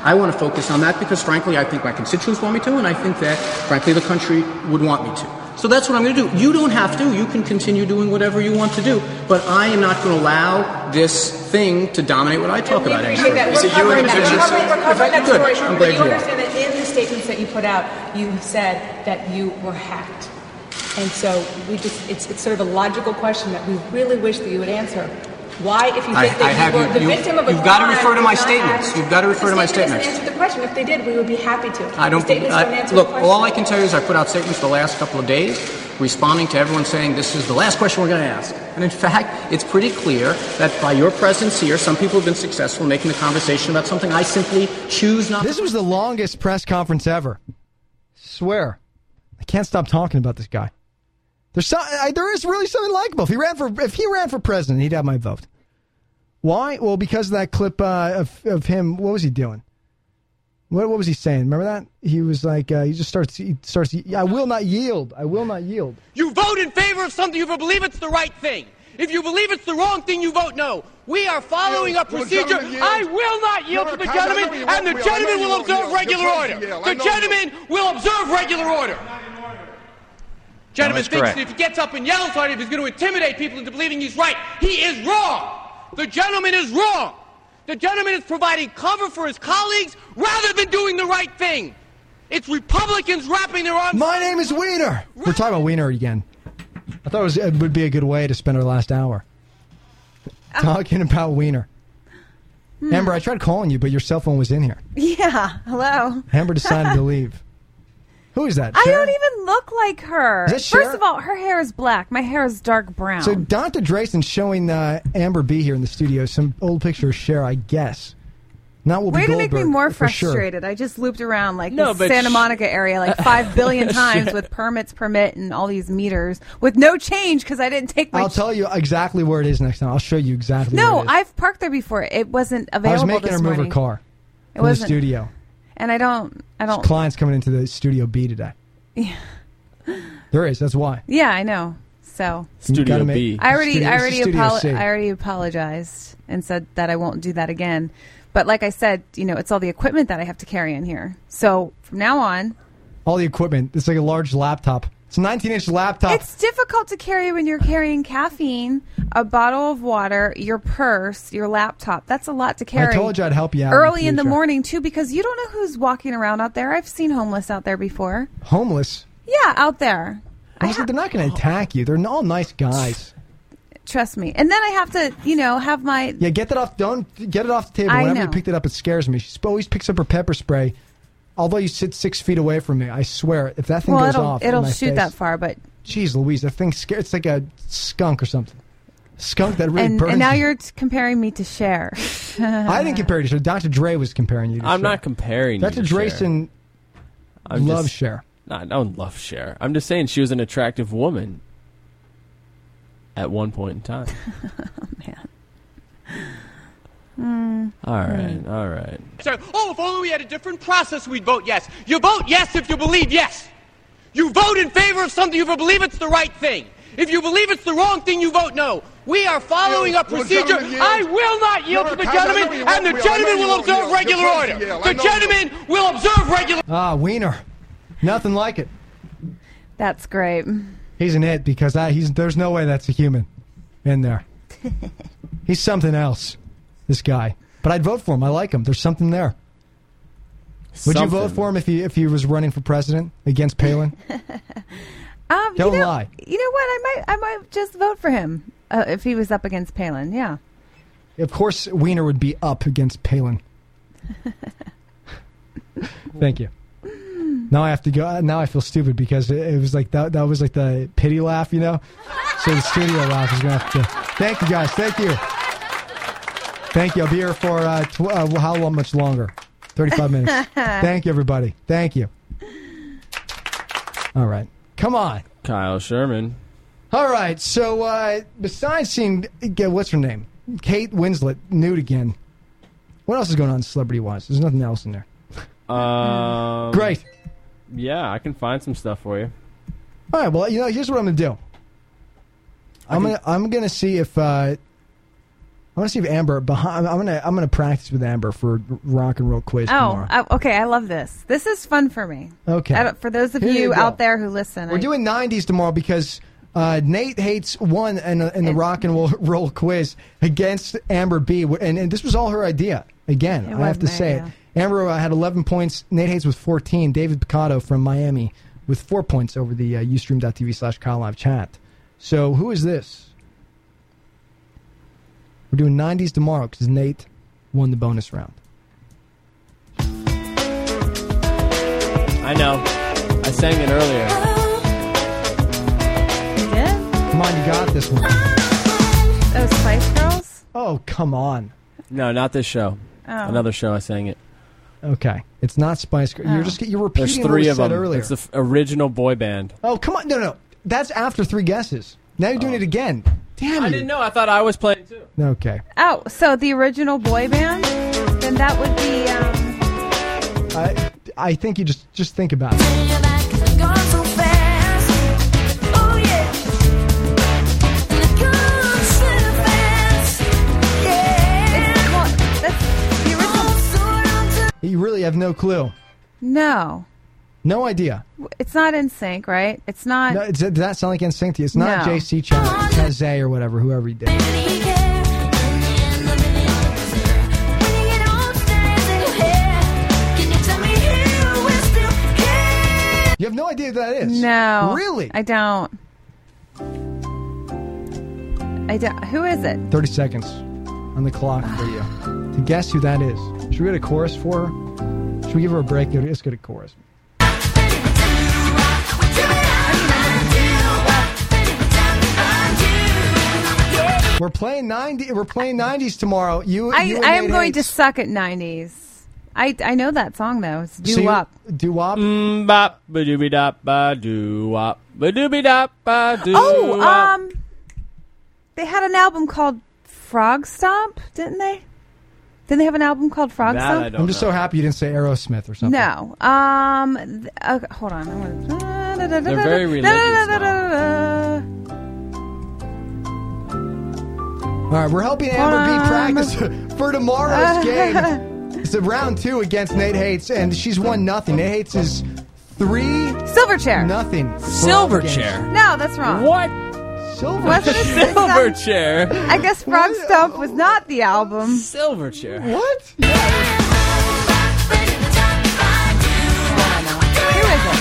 I want to focus on that because, frankly, I think my constituents want me to, and I think that, frankly, the country would want me to. So that's what I'm going to do. You don't have to. You can continue doing whatever you want to do, but I am not going to allow this thing to dominate what I talk about. any
appreciate that.
further.
We're covering that. We're covering, we're covering that
Good.
story.
I'm
But
glad
you
you are.
understand that in the statements that you put out, you said that you were hacked. And so we just, it's, it's sort of a logical question that we really wish that you would answer. Why, if you
I-
think
I
that
have
you were
you-
the
you-
victim of a
you've gotta
crime,
refer to my
not
statements.
hacked.
You've gotta
The
refer to my
statement doesn't
statements.
answer the question. If they did, we would be happy to.
I
The
don't.
statements
I-
don't answer
look,
the question.
all I can tell you is I put out statements the last couple of days, responding to everyone saying this is the last question we're going to ask. And in fact, it's pretty clear that by your presence here, some people have been successful in making the conversation about something I simply choose not.
This was the longest press conference ever. Swear, I can't stop talking about this guy. There's some, I, there is really something likable. If he ran for if he ran for president, he'd have my vote. Why? Well, because of that clip uh, of of him. What was he doing? What what was he saying? Remember that he was like uh, he just starts he starts. I will not yield. I will not yield.
You vote in favor of something if you believe it's the right thing. If you believe it's the wrong thing, you vote no. We are following a
Yield. Will the
procedure.
gentleman yield?
I will not yield
No,
to
no,
the
I know
gentleman,
you won't.
and the
Will, I know
gentleman
you
will
won't
observe
yield.
regular
You're supposed to
order.
yield. I
The
know
gentleman will observe regular order. Gentleman
That was
thinks
correct.
that if he gets up and yells hard, if he's going to intimidate people into believing he's right, he is wrong. The gentleman is wrong. The gentleman is providing cover for his colleagues rather than doing the right thing. It's Republicans wrapping their arms.
My name is Wiener. We're talking about Wiener again. I thought it, was, it would be a good way to spend our last hour
Ah.
talking about Wiener.
Hmm.
Amber, I tried calling you, but your cell phone was in here.
Yeah. Hello.
Amber decided to leave. Who is that?
I
Cher?
don't even look like her.
Is that
First
Cher?
of all, her hair is black. My hair is dark brown.
So Donta Drayson's showing uh, Amber B here in the studio some old picture of Cher, I guess. Not Whoopi
Way to make me
Goldberg,
more
for sure.
frustrated. I just looped around like
No,
the
but
Santa
sh-
Monica area like five billion times with permits, permit, and all these meters with no change because I didn't take my.
I'll tell you exactly where it is next time. I'll show you exactly.
no,
where it is.
I've parked there before. It wasn't
I was
available
making
this
her move
morning.
her car
It
from the
wasn't-
studio.
And I don't. I don't.
Clients coming into the studio B today.
Yeah.
There is. That's why.
Yeah, I know. So
Studio Gotta make- B.
I already,
Studio-
I already,
Studio
apolo-
C.
I already apologized and said that I won't do that again. But like I said, you know, it's all the equipment that I have to carry in here. So from now on,
All the equipment. It's like a large laptop. It's a 19 inch laptop.
it's difficult to carry when you're carrying caffeine, a bottle of water, your purse, your laptop. That's a lot to carry.
I told you I'd help you out.
Early in the
future.
morning too, because you don't know who's walking around out there. I've seen homeless out there before.
Homeless.
Yeah, out there.
I was like, they're not going to attack you. They're all nice guys.
Trust me. And then I have to, you know, have my
Yeah, get that off. Don't get it off the table.
I
Whenever you
know.
pick that up, it scares me. She sp- always picks up her pepper spray. Although you sit six feet away from me, I swear, if that thing
well,
goes
it'll
off, in
it'll
my
shoot
face-
that far, but
Jeez, Louise, that thing scares. It's like a skunk or something. Skunk that really
and,
burns.
and now
you.
you're t- comparing me to Cher.
I didn't compare you to. Dr. Dre was comparing you. to
I'm
Cher.
not comparing.
Dr.
you to Cher.
Drayson
I'm
loves
just-
Cher.
No, I don't love Cher. I'm just saying she was an attractive woman at one point in time.
Mm.
all right, all right.
So, oh, if only we had a different process, we'd vote yes. You vote yes if you believe yes. You vote in favor of something if you believe it's the right thing. If you believe it's the wrong thing, you vote no. We are following
Yield.
a
Will the
procedure.
gentleman yield?
I will not yield
No,
to the
Kaiser, I know
gentleman,
you
and
won't
the
yield. I know
gentleman
you
will
won't
observe
yield. You're
regular
supposed to
order.
yell. I
The
know you won't.
gentleman will observe regular.
Ah, Wiener. Nothing like it.
That's great. Um,
He's an it because I, he's there's no way that's a human in there. he's something else, this guy. But I'd vote for him. I like him. There's something there. Would you vote
Something.
for him if he if he was running for president against Palin?
Um,
Don't
you know,
lie.
You know what? I might I might just vote for him uh, if he was up against Palin. Yeah.
Of course, Wiener would be up against Palin. Thank you. Now I have to go. uh, Now I feel stupid because it, it was like that. That was like the pity laugh, you know. So the studio laugh is gonna have to. Thank you guys. Thank you. Thank you. I'll be here for uh, tw- uh, how long? Much longer? Thirty-five minutes. Thank you, everybody. Thank you. All right. Come on.
Kyle Sherman.
All right. So uh, besides seeing yeah, what's her name, Kate Winslet nude again. What else is going on celebrity wise? There's nothing else in there.
Um,
Great.
Yeah, I can find some stuff for you.
All right. Well, you know, here's what I'm gonna do. I'm gonna I'm gonna see if uh, I'm gonna see if Amber behind. I'm gonna I'm gonna practice with Amber for rock and roll quiz
Oh,
tomorrow.
I, okay. I love this. This is fun for me.
Okay.
I don't- for those of
Here you
you
go.
out there who listen,
We're
I-
doing 90s tomorrow because uh, Nate hates one in, in the rock and roll, roll quiz against Amber B. And, and this was all her idea. Again,
It
I have
was
to
my
say
idea.
it. Amber uh, had 11 points. Nate Hates with 14. David Picado from Miami with four points over the uh, ustream.tv slash Kyle Live chat. So who is this? We're doing 90s tomorrow because Nate won the bonus round.
I know. I sang it earlier.
Come on, you got this one.
those Spice Girls.
Oh, come on.
No, not this show.
Oh.
Another show I sang it.
Okay, it's not Spice Girls.
Oh.
You're just you're repeating
There's
what
three
we
of
said
them.
earlier.
It's the f- original boy band.
Oh, come on. No, no. That's after three guesses. Now you're doing it again. Damn
Oh. I
you.
didn't know. I thought I was playing too.
Okay.
Oh, so the original boy band? Then that would be. Um,
I, I think you just just think about it. You really have no clue.
no,
No idea.
it's not in sync, right? It's not.
No, it's, did that sound like NSYNC to you? It's not
No.
JC Ch- Chazay or whatever, whoever he did. You have no idea who that is.
No.
Really?
I don't. I don't. Who is it?
30 seconds on the clock for you to guess who that is. Should we get a chorus for her? Should we give her a break? Go to- Let's get a chorus. We're playing playing ninety. We're playing nineties tomorrow. You,
I,
you and
I am
Nate
going to
Hates.
suck at 90s. I, I know that song, though. It's
So
Do
you-
Up.
Do wop.
Mm, bop, ba doobie dop, ba doo wop, ba doobie dop, ba doo
Oh, um, they had an album called Frog Stomp, didn't they? Didn't they have an album called Frog
That
Stomp?
I am just so happy you didn't say Aerosmith or something.
No. Um. th- okay, hold on. I'm gonna... They're
very religious All right, we're helping Amber
Hold
beat
on.
practice for tomorrow's game. It's a round two against Nate Hates, and she's won nothing. Nate Hates is three
silver chair.
Nothing.
Silver chair?
No, that's wrong.
What?
Silver
Wasn't it
silver chair.
I guess Frog Stomp was not the album.
Silver chair.
What?
Who is it?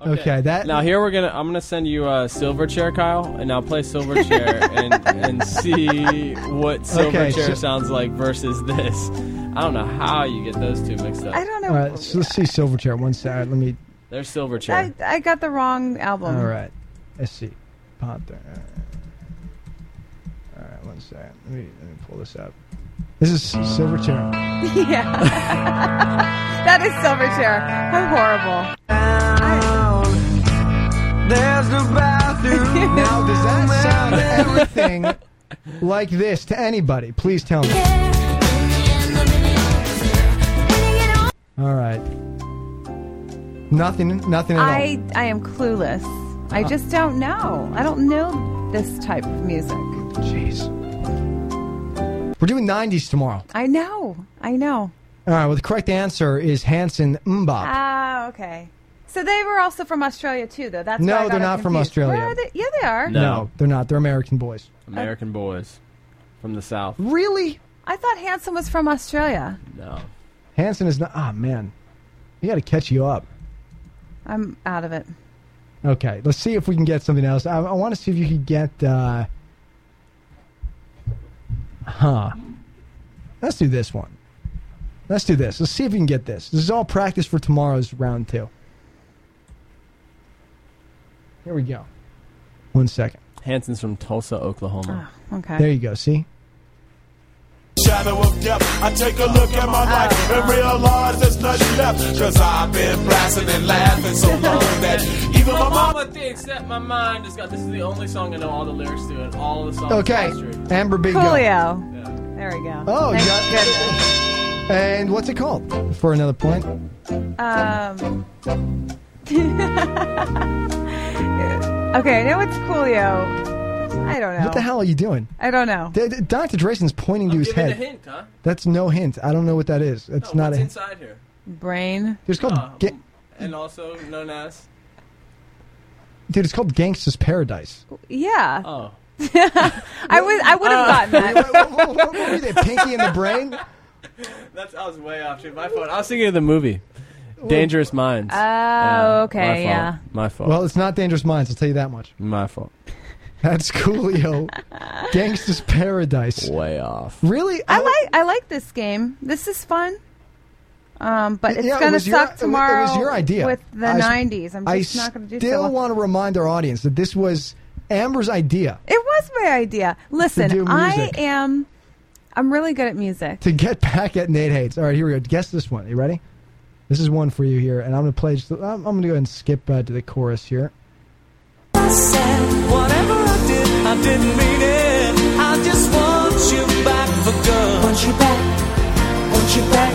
Okay. that
Now here we're gonna. I'm gonna send you a silver chair, Kyle, and now play silver chair and and see what silver
Okay,
chair
so-
sounds like versus this. I don't know how you get those two mixed up. I
don't
All right, so let's see Silver chair one side. Let me.
They're silver chair.
I, I got the wrong album.
All right, let's see. Panther. All right, one second. Let me let me pull this up. This is Silver chair.
yeah. that is Silver Chair. I'm horrible.
There's the bathroom. now, does that sound everything like this to anybody? Please tell me. All right. Nothing. Nothing at all.
I I am clueless.
Uh.
I just don't know. I don't know this type of music.
Jeez. We're doing 90s tomorrow.
I know. I know.
All right. Well, the correct answer is Hanson Mbop.
Ah, okay. So they were also from Australia too, though. That's
No,
why I got
they're
it
not from
confused.
Australia.
Where are they? Yeah, they are.
no. they're not. They're American boys.
American boys from the south.
Really?
I thought Hanson was from Australia.
No.
Hanson is not. Ah, man. We got to catch you up.
I'm out of it.
Okay, let's see if we can get something else. I, I want to see if you could get. Uh, huh. Let's do this one. Let's do this. Let's see if we can get this. This is all practice for tomorrow's round two. Here we go. One second.
Hanson's from Tulsa, Oklahoma.
Oh, okay.
There you go. See?
Shadow of death, I take a look at my
Ah.
life and realize there's nothing left. Cause I've been blasting and laughing so long that even my mama.
thinks that my mind has got. This is the only song I know all the lyrics to, and all the songs.
Okay. Amber Big. Go.
Coolio. There we go.
Oh, you
Thank
got- And what's it called? For another point.
Um. okay, I know it's Coolio. I don't know.
What the hell are you doing?
I don't know.
D- D- Dr. Drayson's pointing to his head.
huh?
That's no hint. I don't know what that is. That's not a hint.
inside Uh, here, Oh,
Brain.
It's called ga-
and also known as.
dude. It's called Gangsta's Paradise.
Yeah.
Oh.
I would. I
Uh,
would have gotten that.
Pinky in the brain.
That's I was way off. Dude, my fault. I was thinking of the movie, Dangerous Minds.
Oh, okay,
my fault.
yeah.
My fault.
Well, it's not Dangerous Minds. I'll tell you that much.
my fault.
That's Coolio. Gangsta's Paradise.
Way off.
Really?
I like. I like this game. This is fun. Um, but it's
Yeah, it
gonna
was your-
suck
it was-
tomorrow.
It was your idea
with the
I s-
'90s. I'm just
I
not gonna do
still
so. well.
want to remind our audience that this was Amber's idea
It was my idea.
do
Listen, I
music.
am. I'm really good at music.
to get back at Nate Hates. All right, here we go. Guess this one. You ready? This is one for you here, and I'm gonna play. Just, I'm, I'm gonna go ahead and skip uh, to the chorus here.
Said whatever I did, I didn't mean it. I just want you back for good. Want you back. Want you back.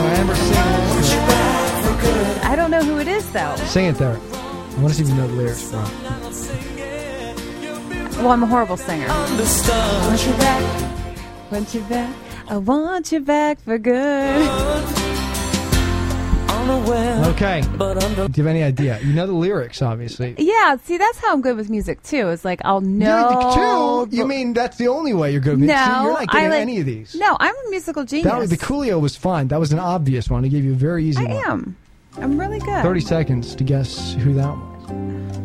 Want you back for good.
I don't know who it is though.
Sing it there. I want to see if you know the lyrics, bro.
Well, I'm a horrible singer.
Understood.
Want you back? Want you back? I want you back for good.
Unaware.
Okay. Do you have any idea? You know the lyrics, obviously.
Yeah, see, that's how I'm good with music too. It's like I'll know.
You, two, you mean that's the only way you're good?
no?
See, you're not
I
getting
like,
any of these.
No, I'm a musical genius.
That was, the Coolio was fine. That was an obvious one. I gave you a very easy
I
one.
am. I'm really good.
Thirty seconds to guess who that was.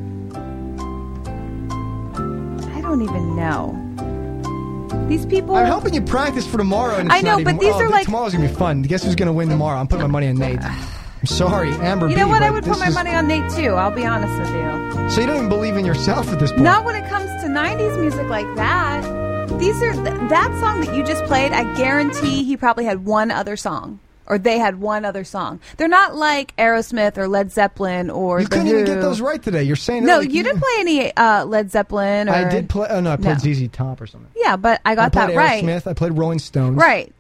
I don't even know. These people.
I'm helping you practice for tomorrow. And it's
I know,
not even-
but these
oh,
are
th-
like-
tomorrow's gonna be fun. Guess who's gonna win tomorrow? I'm putting my money on Nate. I'm sorry, Amber.
You know
B,
what? I
but
would
this
put my
is-
money on Nate too. I'll be honest with you.
So you don't even believe in yourself at this point.
Not when it comes to '90s music like that. These are th- that song that you just played. I guarantee he probably had one other song, or they had one other song. They're not like Aerosmith or Led Zeppelin or
you couldn't even get those right today. You're saying that
No,
like
you didn't play any uh, Led Zeppelin. Or,
I did play. Oh no, I played
No.
ZZ Top or something.
Yeah, but I
I
got
played
that right.
Aerosmith. I played Rolling Stones.
Right.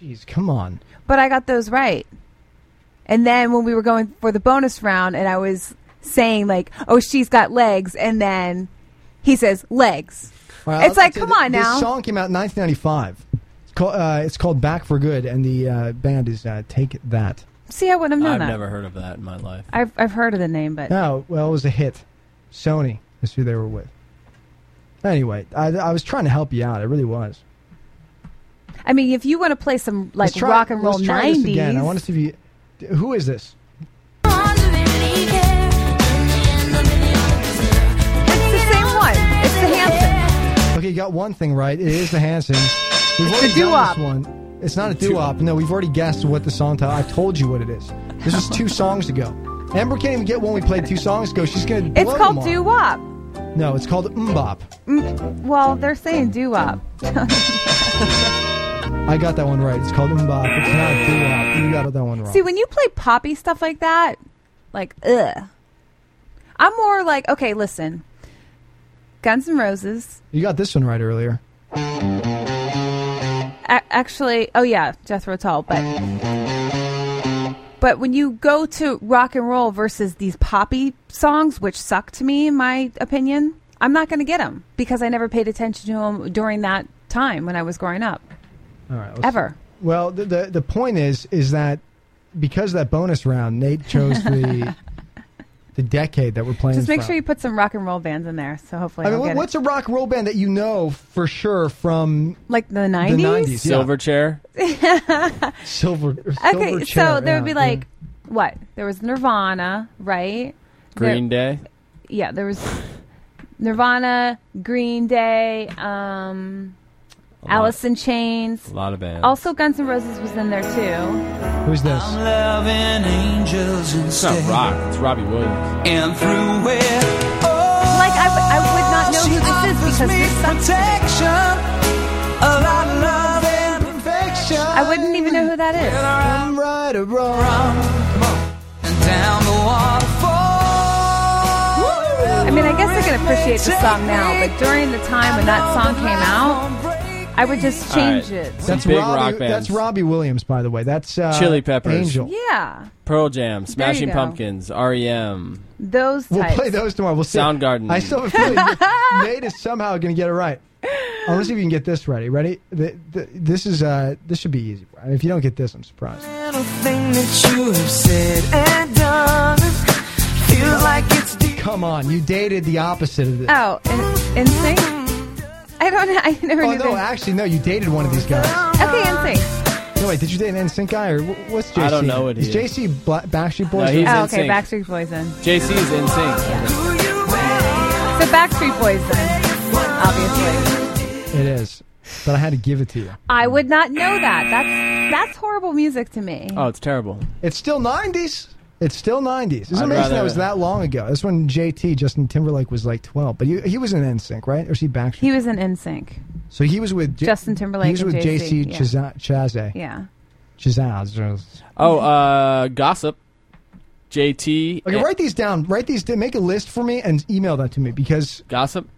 Jeez, come on.
But I got those right. And then when we were going for the bonus round, and I was saying like, "Oh, she's got legs," and then he says legs.
Well,
it's
I'll
like,
tell you,
come on
this
now.
This song came out in 1995. It's called, uh, it's called Back for Good, and the uh, band is uh, Take That.
See, I wouldn't have known
I've
that.
never heard of that in my life.
I've I've heard of the name, but
No, well, it was a hit. Sony is who they were with. Anyway, I, I was trying to help you out. I really was.
I mean, if you want to play some like
Let's try-
rock and roll
let's try this
'90s,
again. I want to see if you. Who is this?
it's the same one. It's the Hanson.
Okay, you got one thing right. It is the Hansons. We've
It's
already
a
done
doo-wop.
this one. It's not a doo-wop. No, we've already guessed what the song title. I told you what it is. This is two songs ago. Amber can't even get one we played two songs ago. She's gonna.
It's
blow
called
them
doo
all.
wop.
No, it's called Mbop.
Mm, well, they're saying doo wop.
I got that one right. It's called Mbop. It's not doo-wop. You got that one wrong.
See, when you play poppy stuff like that, like ugh, I'm more like, okay, listen, Guns N' Roses.
You got this one right earlier.
A- actually, oh yeah, Jethro Tull, but but when you go to rock and roll versus these poppy songs, which suck to me in my opinion, I'm not going to get them because I never paid attention to them during that time when I was growing up.
All right. let's-
Ever.
Well, the, the the point is is that because of that bonus round, Nate chose the the decade that we're playing.
Just make
from.
sure you put some rock and roll bands in there, so hopefully
I mean,
I'll
what,
get
what's a rock and roll band that you know for sure from
it. like the 90s.
Silverchair.
silver, silver
Okay, so there would be like what? There was Nirvana, right?
Green
There-
Day.
Yeah, there was Nirvana, Green Day, um, Alice in Chains.
A lot of bands.
Also, Guns N' Roses was in there too.
Who's this?
It's not rock. It's Robbie Williams.
And through oh, where
Like I, w- I would not know who this is because this sucks.
of our love and perfection.
I wouldn't even know who that is.
I'm right or wrong.
And down the waterfall.
I mean, I guess I can appreciate the song now, but during the time when that song came out, I would just change it.
That's
Big
Robbie,
rock bands.
That's Robbie Williams, by the way. That's uh,
Chili Peppers.
Angel.
Yeah,
Pearl Jam, Smashing
go.
Pumpkins, REM.
those
We'll
types.
play those tomorrow. We'll see.
Soundgarden.
I still have a feeling that Nate is somehow going to get it right. Oh, Let's see if you can get this ready. Ready? Th th this is uh, this should be easy. If you don't get this, I'm surprised.
Anything that you have said and done feels like it's deep.
Come on, you dated the opposite of this.
Oh, in sync. I don't. know. I never
oh
knew
no,
that.
actually no, you dated one of these guys.
Okay, in sync.
No wait, did you date an NSYNC guy or wh- what's JC?
I don't know what he
is.
is.
JC Bla- Backstreet Boys.
No, he's
Oh,
in
okay,
sync.
Backstreet Boys then.
JC is in sync.
So Backstreet Boys then, obviously.
it is, but I had to give it to you.
I would not know that. That's that's horrible music to me.
Oh, it's terrible.
It's still '90s. It's still '90s. It's
I'd
amazing
rather-
that was that long ago. That's when JT Justin Timberlake was like 12, but he, he was in NSYNC, right? Or was he Backstreet?
He was in NSYNC.
so he was with J-
Justin Timberlake
He was
and
with JC
JC, yeah.
Chaza- Chazay.
Yeah.
Chazaz.
Oh, uh, Gossip. JT.
Okay,
and-
write these down. Write these. down. Make a list for me and email that to me because
Gossip.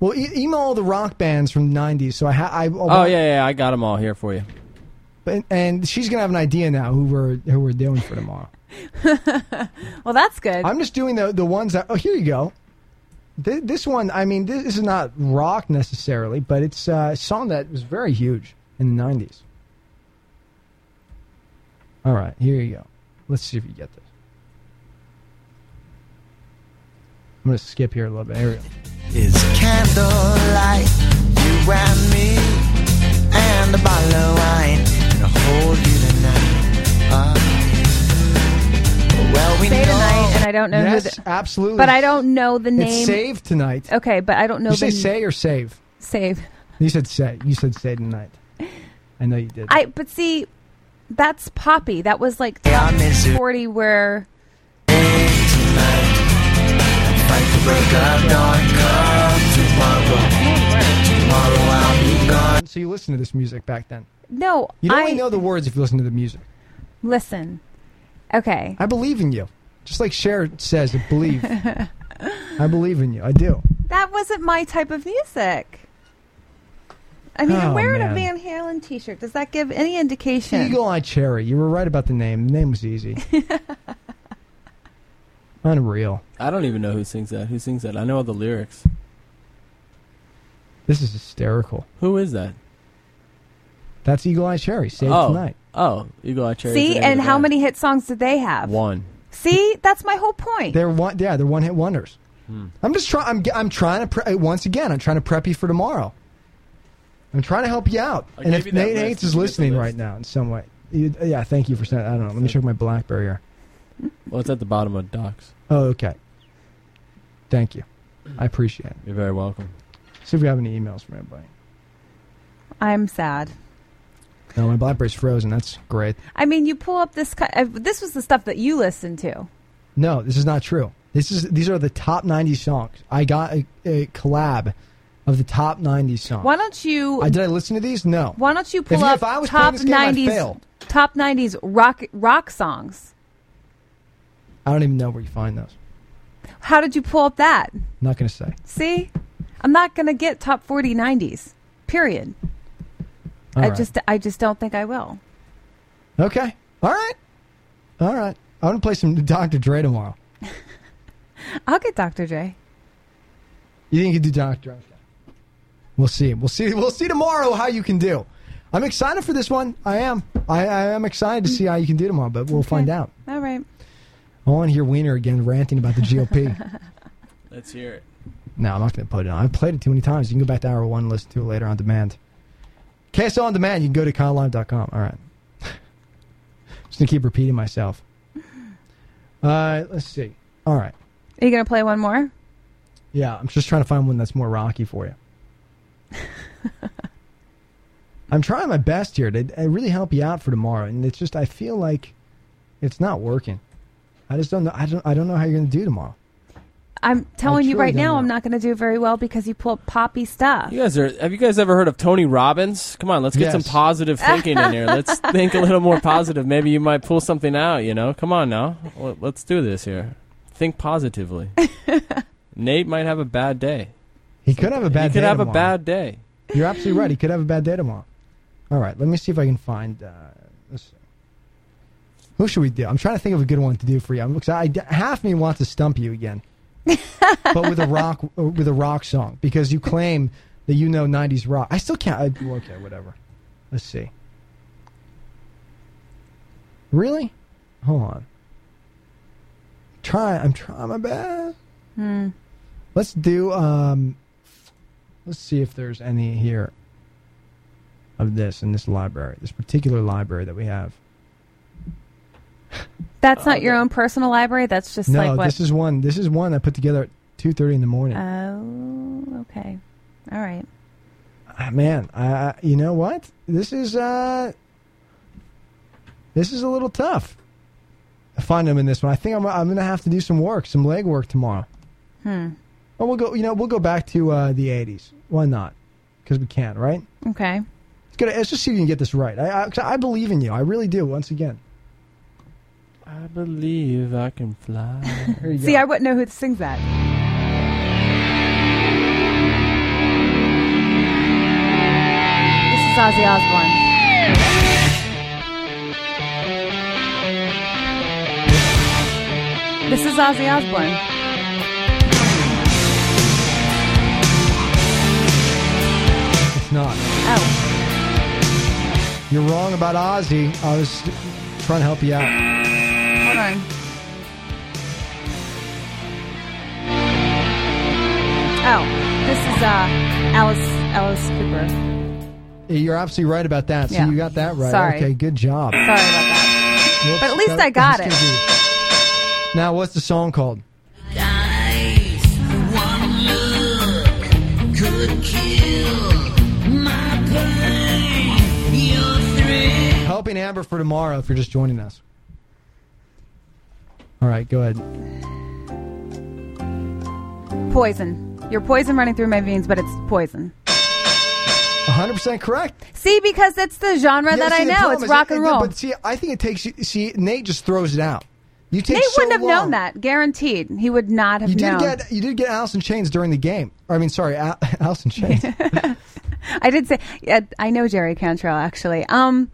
Well, e- email all the rock bands from the '90s. So I, ha- I
Oh yeah, yeah, I got them all here for you.
and, and she's gonna have an idea now who we're who we're doing for tomorrow.
Well, that's good.
I'm just doing the the ones that. Oh, here you go. Th- this one, I mean, this is not rock necessarily, but it's uh, a song that was very huge in the '90s. All right, here you go. Let's see if you get this. I'm gonna skip here a little bit. Here we go.
Is candlelight, you and me, and a bottle of wine to hold you tonight. Ah. well, we
Say
know.
tonight, and I don't know who.
yes,
The,
absolutely.
but I don't know the name.
It's save tonight.
Okay, but I don't know
you say
the
say or save.
save.
You said say. You said say tonight. I know you did.
I but see, That's Poppy. That was like
Yeah,
top
I'm into-
40 where
tonight. Fight the break of dawn. Come tomorrow. Tomorrow I'll be gone.
So you listen to this music back then.
No,
You
I
don't only know the words if you listen to the music.
listen. Okay.
I believe in you. Just like Cher says, I believe. I believe in you. I do.
That wasn't my type of music. I mean,
Oh,
I'm wearing a
man.
Van Halen t-shirt. Does that give any indication?
Eagle Eye Cherry. You were right about the name. The name was easy. Unreal.
I don't even know who sings that. Who sings that? I know all the lyrics.
This is hysterical.
Who is that?
That's Eagle Eye Cherry. Save
oh,
tonight.
oh, Eagle Eye Cherry. is
See,
the name of
and
the
how
band.
many hit songs did they have?
One.
See, that's my whole point.
They're one. Yeah, they're one hit wonders.
Hmm.
I'm just trying. I'm, I'm trying to pre- once again. I'm trying to prep you for tomorrow. I'm trying to help you out.
I
and
gave
if
you that
Nate
list.
Hates
Did you
is
get the
listening
list?
right now in some way, you, yeah, thank you for saying. I don't know. Let me check my BlackBerry. Here.
Well, it's at the bottom of Docs.
Oh, okay. Thank you. I appreciate it.
You're very welcome.
See if we have any emails from anybody.
I'm sad.
No, my BlackBerry's frozen. That's great.
I mean, you pull up this. ki- uh, This was the stuff that you listened to.
No, this is not true. This is these are the top 90 songs. I got a, a collab of the top 90 songs.
Why don't you?
I, did I listen to these? No.
Why don't you
If
pull
you-
up
if I was playing
top
this game, I'd fail.
'90s top '90s rock rock songs?
I don't even know where you find those.
How did you pull up that?
not going to say.
See, I'm not gonna get top 40 '90s. Period.
All
I
right.
just I just don't think I will.
Okay. All right. All right. I'm going to play some Dr. Dre tomorrow.
I'll get Dr. J.
You think you do Dr. Dre? Okay. We'll see. We'll see. We'll see tomorrow how you can do. I'm excited for this one. I am. I, I am excited to see how you can do tomorrow, but we'll find out.
All right.
I want to hear Wiener again ranting about the GOP.
Let's hear it.
No, I'm not going to put it on. I've played it too many times. You can go back to hour one, and listen to it later on demand. KSL on demand. You can go to conlive.com. All right. Just going to keep repeating myself. Uh, let's see. All right.
Are you gonna play one more?
Yeah, I'm just trying to find one that's more rocky for you. I'm trying my best here to, uh really help you out for tomorrow, and it's just I feel like it's not working. I just don't know. I don't. I don't know how you're going to do tomorrow.
I'm telling you
truly
right
don't
now,
know.
I'm not gonna do very well because you pull up poppy stuff.
You guys are. Have you guys ever heard of Tony Robbins? Come on, let's get some
Yes.
positive thinking in here. Let's think a little more positive. Maybe you might pull something out. You know, come on now. Let- Let's do this here. Think positively. Nate might have a bad day.
He could have a bad.
he could
day
have
tomorrow.
a bad day.
You're absolutely right. He could have a bad day tomorrow. All right, let me see if I can find. Uh, let's see. Who should we do? I'm trying to think of a good one to do for you. I'm, because I half me wants to stump you again, but with a rock uh, with a rock song because you claim that you know '90s rock. I still can't. I, well, okay, whatever. Let's see. Really? Hold on. Try. I'm trying my best.
Hmm.
Let's do. Um, let's see if there's any here of this in this library, this particular library that we have.
That's not your own personal library. That's just
Uh, no,
like what. Uh,
this is one. This is one I put together at two thirty in the morning.
oh, okay. All right.
Ah, man, I, I, you know what? This is uh, this is a little tough. I find them in this one. I think I'm I'm gonna have to do some work, some leg work tomorrow.
Hmm.
Well, we'll go. You know, we'll go back to uh, the '80s. Why not? Because we can, right?
Okay.
Let's, go to, let's just see if you can get this right. I, I, 'cause I believe in you. I really do. Once again,
I believe I can fly.
Here you go.
See, I wouldn't know who sings that. This is Ozzy Osbourne. This is Ozzy Osbourne.
it's not.
Oh,
You're wrong about Ozzy. I was trying to help you out.
hold on. Oh, this is uh, Alice Alice Cooper.
You're absolutely right about that. So
Yeah.
you got that right.
Sorry.
Okay, good job.
Sorry about that.
Whoops,
But at least
that-
I got
that's
it.
confusing. Now, what's the song called?
One look could kill my pain. Your thrill.
Helping Amber for tomorrow if you're just joining us. All right, go ahead.
Poison. You're poison running through my veins, but it's poison.
100% correct.
See, because it's the genre
Yeah,
that
see,
I
the
know.
problem
It's
is-
rock
it-
and
it-
roll.
But see, I think it takes you. See, Nate just throws it out. You take
Nate
so
wouldn't have
long.
known that, guaranteed. He would not have
You did
known.
get you did get Allison Chains during the game. Or, I mean, sorry, Al- Allison Chains.
I did say. Yeah, I know Jerry Cantrell actually. Um,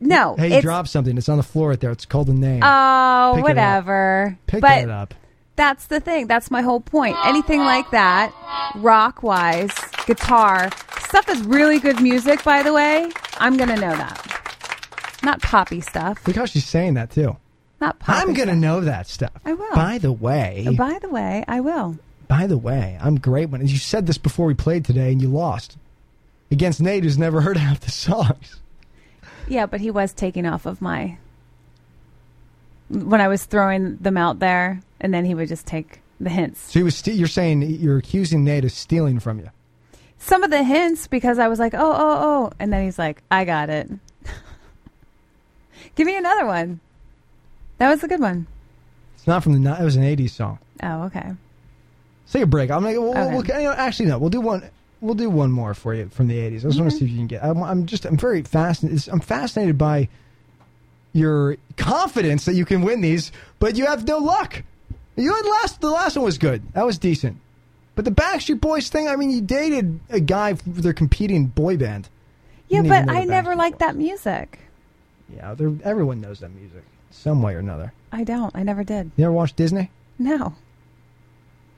no,
hey, you
it's
dropped something. It's on the floor right there. It's called a name.
oh
Pick it up.
whatever.
Pick
but
it up.
that's the thing. That's my whole point. Anything like that, rock wise, guitar stuff that's really good music. By the way, I'm gonna know that. Not poppy stuff.
Look how she's saying that too.
Not poppy.
I'm gonna know that stuff.
I will. Uh,
By the way,
By the way, I will.
by the way, I'm great when you said this before we played today, and you lost against Nate, who's never heard half the songs.
Yeah, but he was taking off of my when I was throwing them out there, and then he would just take the hints.
So he was. St- you're saying you're accusing Nate of stealing from you.
Some of the hints because I was like, oh, oh, oh, and then he's like, I got it. Give me another one. That was a good one.
It's not from the. ni- It was an '80s song.
Oh, okay.
Let's take a break. I'm like, we'll,
Okay.
we'll- you know, actually no, we'll do one. We'll do one more for you from the '80s. I just
Mm-hmm.
want to see if you can get. I'm, I'm just. I'm very fascinated. I'm fascinated by your confidence that you can win these, but you have no luck. You had last. The last one was good. That was decent. But the Backstreet Boys thing. I mean, you dated a guy for their competing boy band. You
Yeah,
didn't even
but
know
I
the
never liked that music.
Backstreet- Yeah, they're- everyone knows that music some way or another.
I don't. I never did.
You ever watched Disney?
No.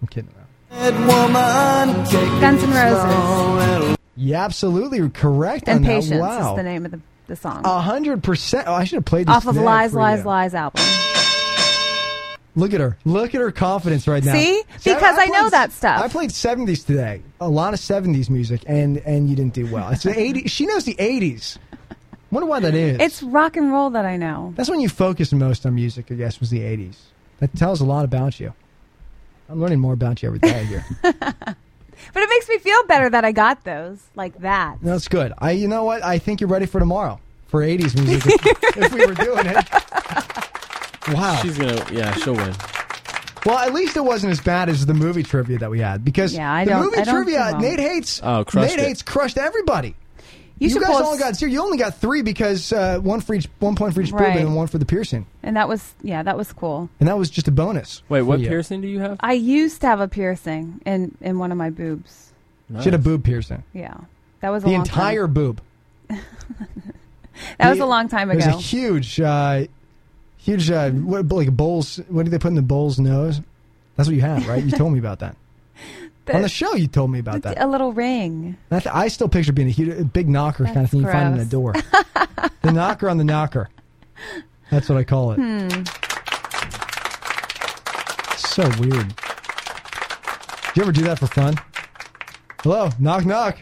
I'm kidding around.
Guns N' Roses.
Yeah, absolutely you're correct.
And
on that.
Patience
Oh, Wow.
is the name of the, the song.
A hundred percent. Oh, I should have played this
Off of
today
Lies,
for
Lies,
you.
Lies album.
Look at her. Look at her confidence right now.
See? Because I know
played-
that stuff.
I played seventies today. A lot of seventies music, and and you didn't do well. It's the eighties. She knows the eighties. Wonder why that is.
It's rock and roll that I know.
That's when you focused most on music. I guess was the eighties. That tells a lot about you. I'm learning more about you every day here.
But it makes me feel better that I got those like that.
No, That's good. I, you know what? I think you're ready for tomorrow for '80s music. if, if we were doing it. Wow.
She's gonna. Yeah, she'll win.
Well, at least it wasn't as bad as the movie trivia that we had because
Yeah, I
the
don't-
movie
I don't
trivia,
do well.
Nate hates.
Oh, crushed
Nate
it.
hates crushed everybody.
You should
guys
pull a
only
s-
got zero. You only got three because uh, one for each, one point for each boob
Right.
and one for the piercing,
And that was, yeah, that was cool.
and that was just a bonus.
Wait, what
Yeah.
piercing do you have?
I used to have a piercing in, in one of my boobs.
She had a boob piercing.
Yeah. That was a
The
long
entire boob.
time. That was
the-
a long time
It was a
ago.
huge, uh, huge uh, what, like bull's. What do they put in the bull's nose? That's what you had, right? You told me about that
The-
on the show. You told me about that.
a little ring.
I, th- I still picture being a, huge, a big knocker kind of
That's
thing you find in a
gross.
door. the knocker on the knocker. That's what I call it.
Hmm.
So weird. Do you ever do that for fun? Hello, knock knock.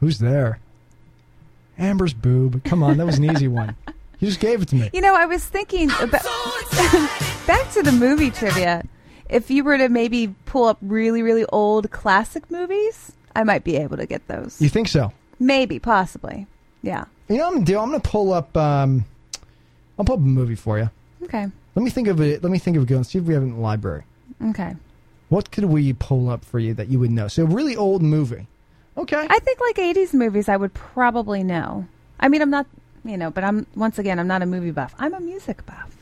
Who's there? Amber's boob. Come on, that was an easy one. You just gave it to me.
You know, I was thinking about back to the movie trivia. If you were to maybe pull up really, really old classic movies, I might be able to get those.
You think so?
Maybe, possibly. Yeah.
You know what I'm gonna do? I'm gonna pull up. Um, I'll pull up a movie for you.
Okay.
Let me think of it. Let me think of it. Go and see if we have it in the library.
Okay.
What could we pull up for you that you would know? So a really old movie. Okay.
I think like 80s movies I would probably know. I mean, I'm not, you know, but I'm once again, I'm not a movie buff. I'm a music buff.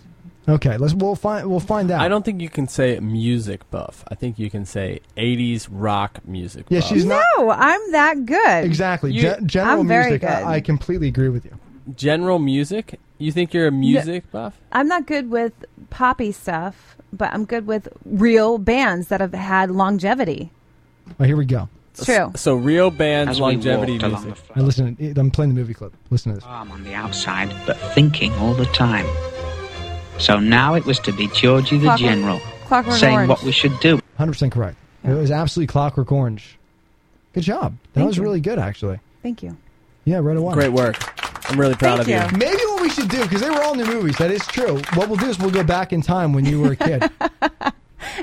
Okay. Let's. We'll find. We'll find out.
I don't think you can say music buff. I think you can say '80s rock music.
Yeah,
buff.
she's not
No, I'm that good.
exactly
You-
Gen- general
I'm very
music.
good.
I, I completely agree with you.
general music. You think you're a music buff?
I'm not good with poppy stuff, but I'm good with real bands that have had longevity.
Oh, here we go.
It's true.
So real bands,
As we
longevity
walked along the
music.
I listen. I'm playing the movie clip. Listen to this.
arm on the outside, but thinking all the time. So now it was to be Georgie the
Clockwork-
General
Clockwork
saying
Orange.
what we should do.
100 percent correct. It was absolutely Clockwork Orange. Good job. That
Thank
was
you.
really good, actually.
Thank you.
Yeah, right away.
Great work. I'm really proud of you.
Maybe what we should do, because they were all new movies. That is true. What we'll do is we'll go back in time when you were a kid.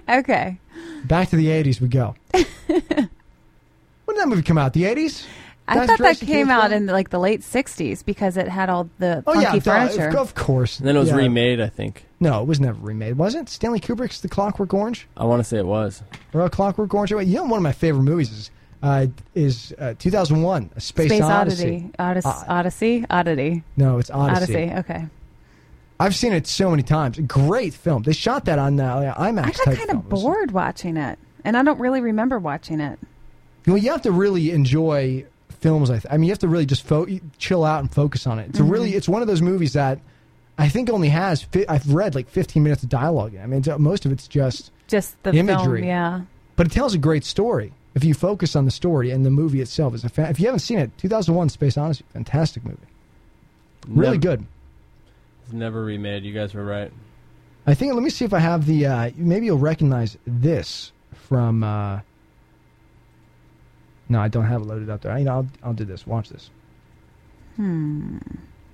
Okay.
back to the 80s we go. when did that movie come out? The 80s?
I
That's
thought that
Jurassic
came
Park.
out in like the late '60s because it had all the
Oh
funky
yeah, duh,
furniture.
of, of course.
And then it was
Yeah.
remade, I think.
No, it was never remade, was it? Stanley Kubrick's The Clockwork Orange.
I want to say it was.
Or a Clockwork Orange. You know, one of my favorite movies is uh, is uh, 2001: A Space, Odyssey.
Odyssey.
Uh,
Odyssey. Oddity.
no, it's Odyssey.
Odyssey. Okay.
I've seen it so many times. Great film. They shot that on uh, IMAX.
I got
type
kind
film.
of bored watching it, and I don't really remember watching it.
Well, you have to really enjoy films. I, th- I mean, you have to really just fo- chill out and focus on it. It's a
Mhm.
really, it's one of those movies that I think only has. Fi- I've read like 15 minutes of dialogue. I mean, it's, uh, most of it's just
Just the
imagery.
film, yeah.
but it tells a great story if you focus on the story and the movie itself. Is a fan- if you haven't seen it, 2001: Space Odyssey, fantastic movie, really
Never-
good.
It's never remade. You guys were right.
I think. Let me see if I have the. Uh, maybe you'll recognize this from. Uh, no, I don't have it loaded up there. I, you know, I'll, I'll do this. Watch this.
Hmm.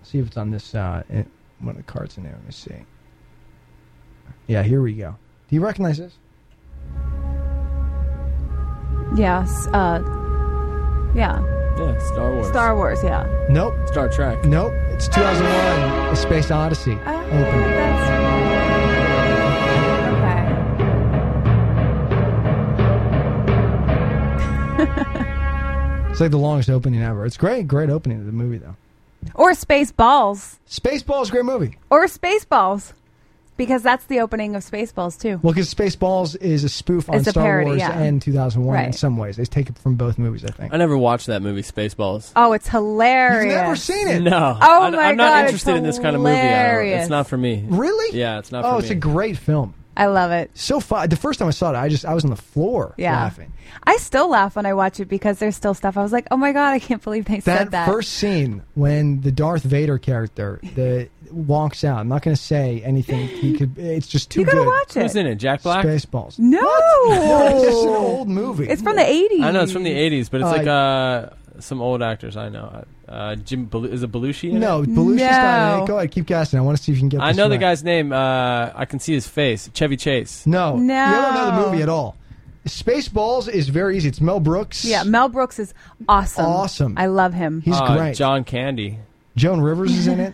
See if it's on this uh, eh, one of the cards in there. Let me see. Yeah, here we go. Do you recognize this?
Yes. Uh, yeah.
Yeah, Star Wars.
Star Wars. Yeah.
Nope.
Star Trek.
Nope. It's 2001: A Space Odyssey.
Oh.
Open. It's like the longest opening ever. It's great, great opening to the movie though.
Or Spaceballs.
Spaceballs, great movie.
Or Spaceballs, because that's the opening of Spaceballs too.
Well, because Spaceballs is a spoof on
It's a
Star
parody,
Wars
yeah.
and 2001 in
Right.
some ways. They take it from both movies, I think.
I never watched that movie, Spaceballs.
Oh, it's hilarious.
You've never seen it?
No.
Oh
I,
my
I'm not
God, it's
interested in this kind of movie. I don't,
hilarious.
it's not for me.
Really?
Yeah, it's not for
Oh,
me.
it's a great film.
I love it.
So fun. The first time I saw it, I just I was on the floor
Yeah.
laughing.
I still laugh when I watch it because there's still stuff. I was like, oh my god, I can't believe they
That,
said that.
first scene when the Darth Vader character the walks out. I'm not going to say anything. He could. It's just too
You gotta
good.
watch it. Who's in
it? Jack Black.
Spaceballs.
no,
No, it's just an old movie.
It's from the '80s.
I know it's from the '80s, but it's
Oh,
Uh,
like uh, some old actors I know. Uh, Jim Bel- is it Belushi? In
No,
it?
Belushi's not in it. Go ahead, keep guessing. I want to see if you can get.
I
this
know the
right.
guy's name. Uh, I can see his face. Chevy Chase.
No,
No.
you don't know the movie at all. Spaceballs is very easy. It's Mel Brooks.
Yeah, Mel Brooks is awesome.
Awesome.
I love him.
He's
Uh,
great.
John Candy.
Joan Rivers is in it.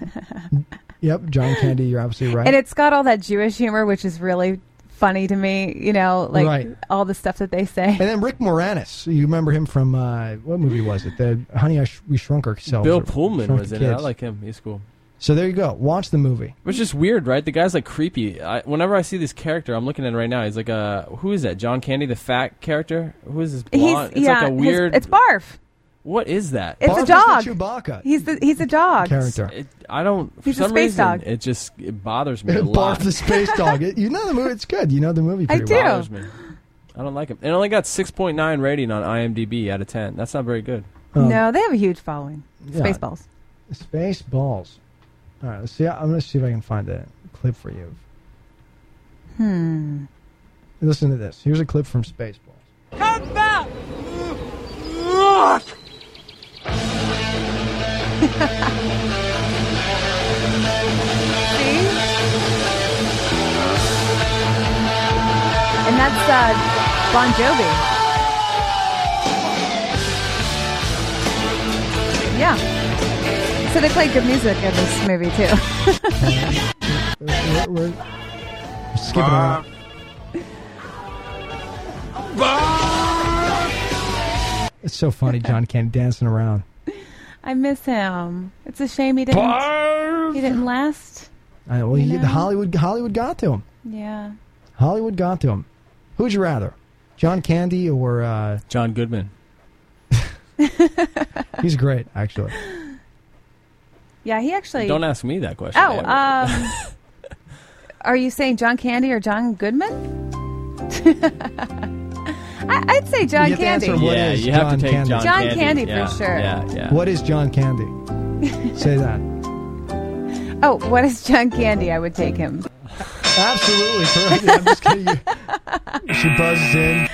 yep, John Candy. You're absolutely right.
And it's got all that Jewish humor, which is really funny to me. You know, like
Right.
all the stuff that they say.
And then Rick Moranis, you remember him from uh, what movie was it? The Honey, I Sh- We Shrunk Ourselves.
Bill
or
Pullman
Shrunk
was
the
in it. I
Kids.
like him. He's cool.
So there you go. Watch the movie.
Which is weird, right? The guy's like creepy. I, whenever I see this character, I'm looking at it right now. He's like, uh, who is that? John Candy, the fat character? Who is this blonde? it's like a
his-
weird.
it's Barf.
what is that?
It's a dog.
Chewbacca.
He's the he's a dog.
It, I don't. For
He's a
some
space
reason,
dog.
it just it bothers me a lot.
Barf the Space Dog. It- you know the movie. It's good. You know the movie.
It
Pretty well.
bothers me. I don't like him. It only got 6.9 rating on IMDb out of 10. That's not very good.
no, they have a huge following.
Um, Yeah.
Spaceballs.
Spaceballs. All right. Let's see. I'm going to see if I can find a clip for you.
Hmm.
Listen to this. Here's a clip from Spaceballs.
Come back! Look!
And that's uh, Bon Jovi. Yeah. So they play good music in this movie too.
We're, we're- we're skipping around. It's so funny, John Candy dancing around.
I miss him. It's a shame he didn't. He didn't last.
I well,
You
he,
know?
the Hollywood Hollywood got to him.
Yeah.
Hollywood got to him. Who'd you rather, John Candy or uh,
John Goodman?
he's great, actually.
Yeah, he actually.
Don't ask me that question.
Oh,
ever.
um, are you saying John Candy or John Goodman? I, I'd say John
You have to
Candy.
answer what
Yeah,
is
you have to
John
take
Candy.
John
John Candy. Candy for
Yeah,
sure.
yeah, yeah.
What is John Candy? Say that.
Oh, what is John Candy? I would take him.
Absolutely correct. I'm just kidding. You- She buzzes in.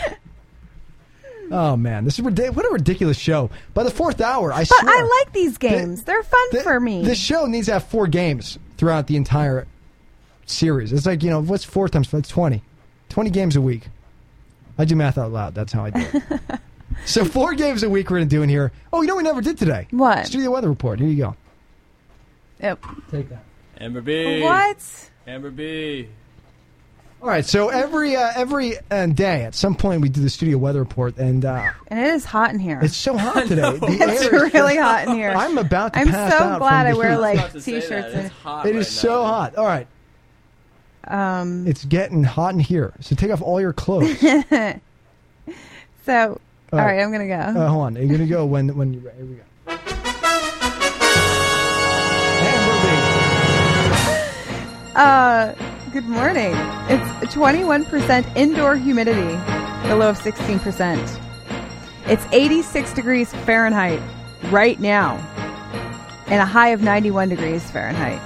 Oh man, this is ridic- what a ridiculous show. By the fourth hour, I
But
swear.
I like these games. They're fun for me.
This show needs to have four games throughout the entire series. It's like, you know, what's four times four? It's 20. 20 games a week. I do math out loud. That's how I do it. So four games a week we're going to do in here. Oh, you know what we never did today?
What?
Studio weather report. Here you go.
Yep.
Take that.
Amber B.
What?
Amber B.
All right. So every uh, every uh, day at some point we do the studio weather report, and uh,
And it is hot in here.
it's so hot today. The
It's
air is
really
just-
hot in here.
I'm about to
I'm
pass
so
out from
glad I
the
wear
heat.
like t-shirts and
It is so hot. All right.
um
It's getting hot in here. So take off all your clothes.
so
Uh,
all right, I'm going to go.
Uh, hold on. You're going to go when when you're ready. Here we go.
Uh, good morning. It's 21% indoor humidity, the low of 16%. It's 86 degrees Fahrenheit right now, and a high of 91 degrees Fahrenheit.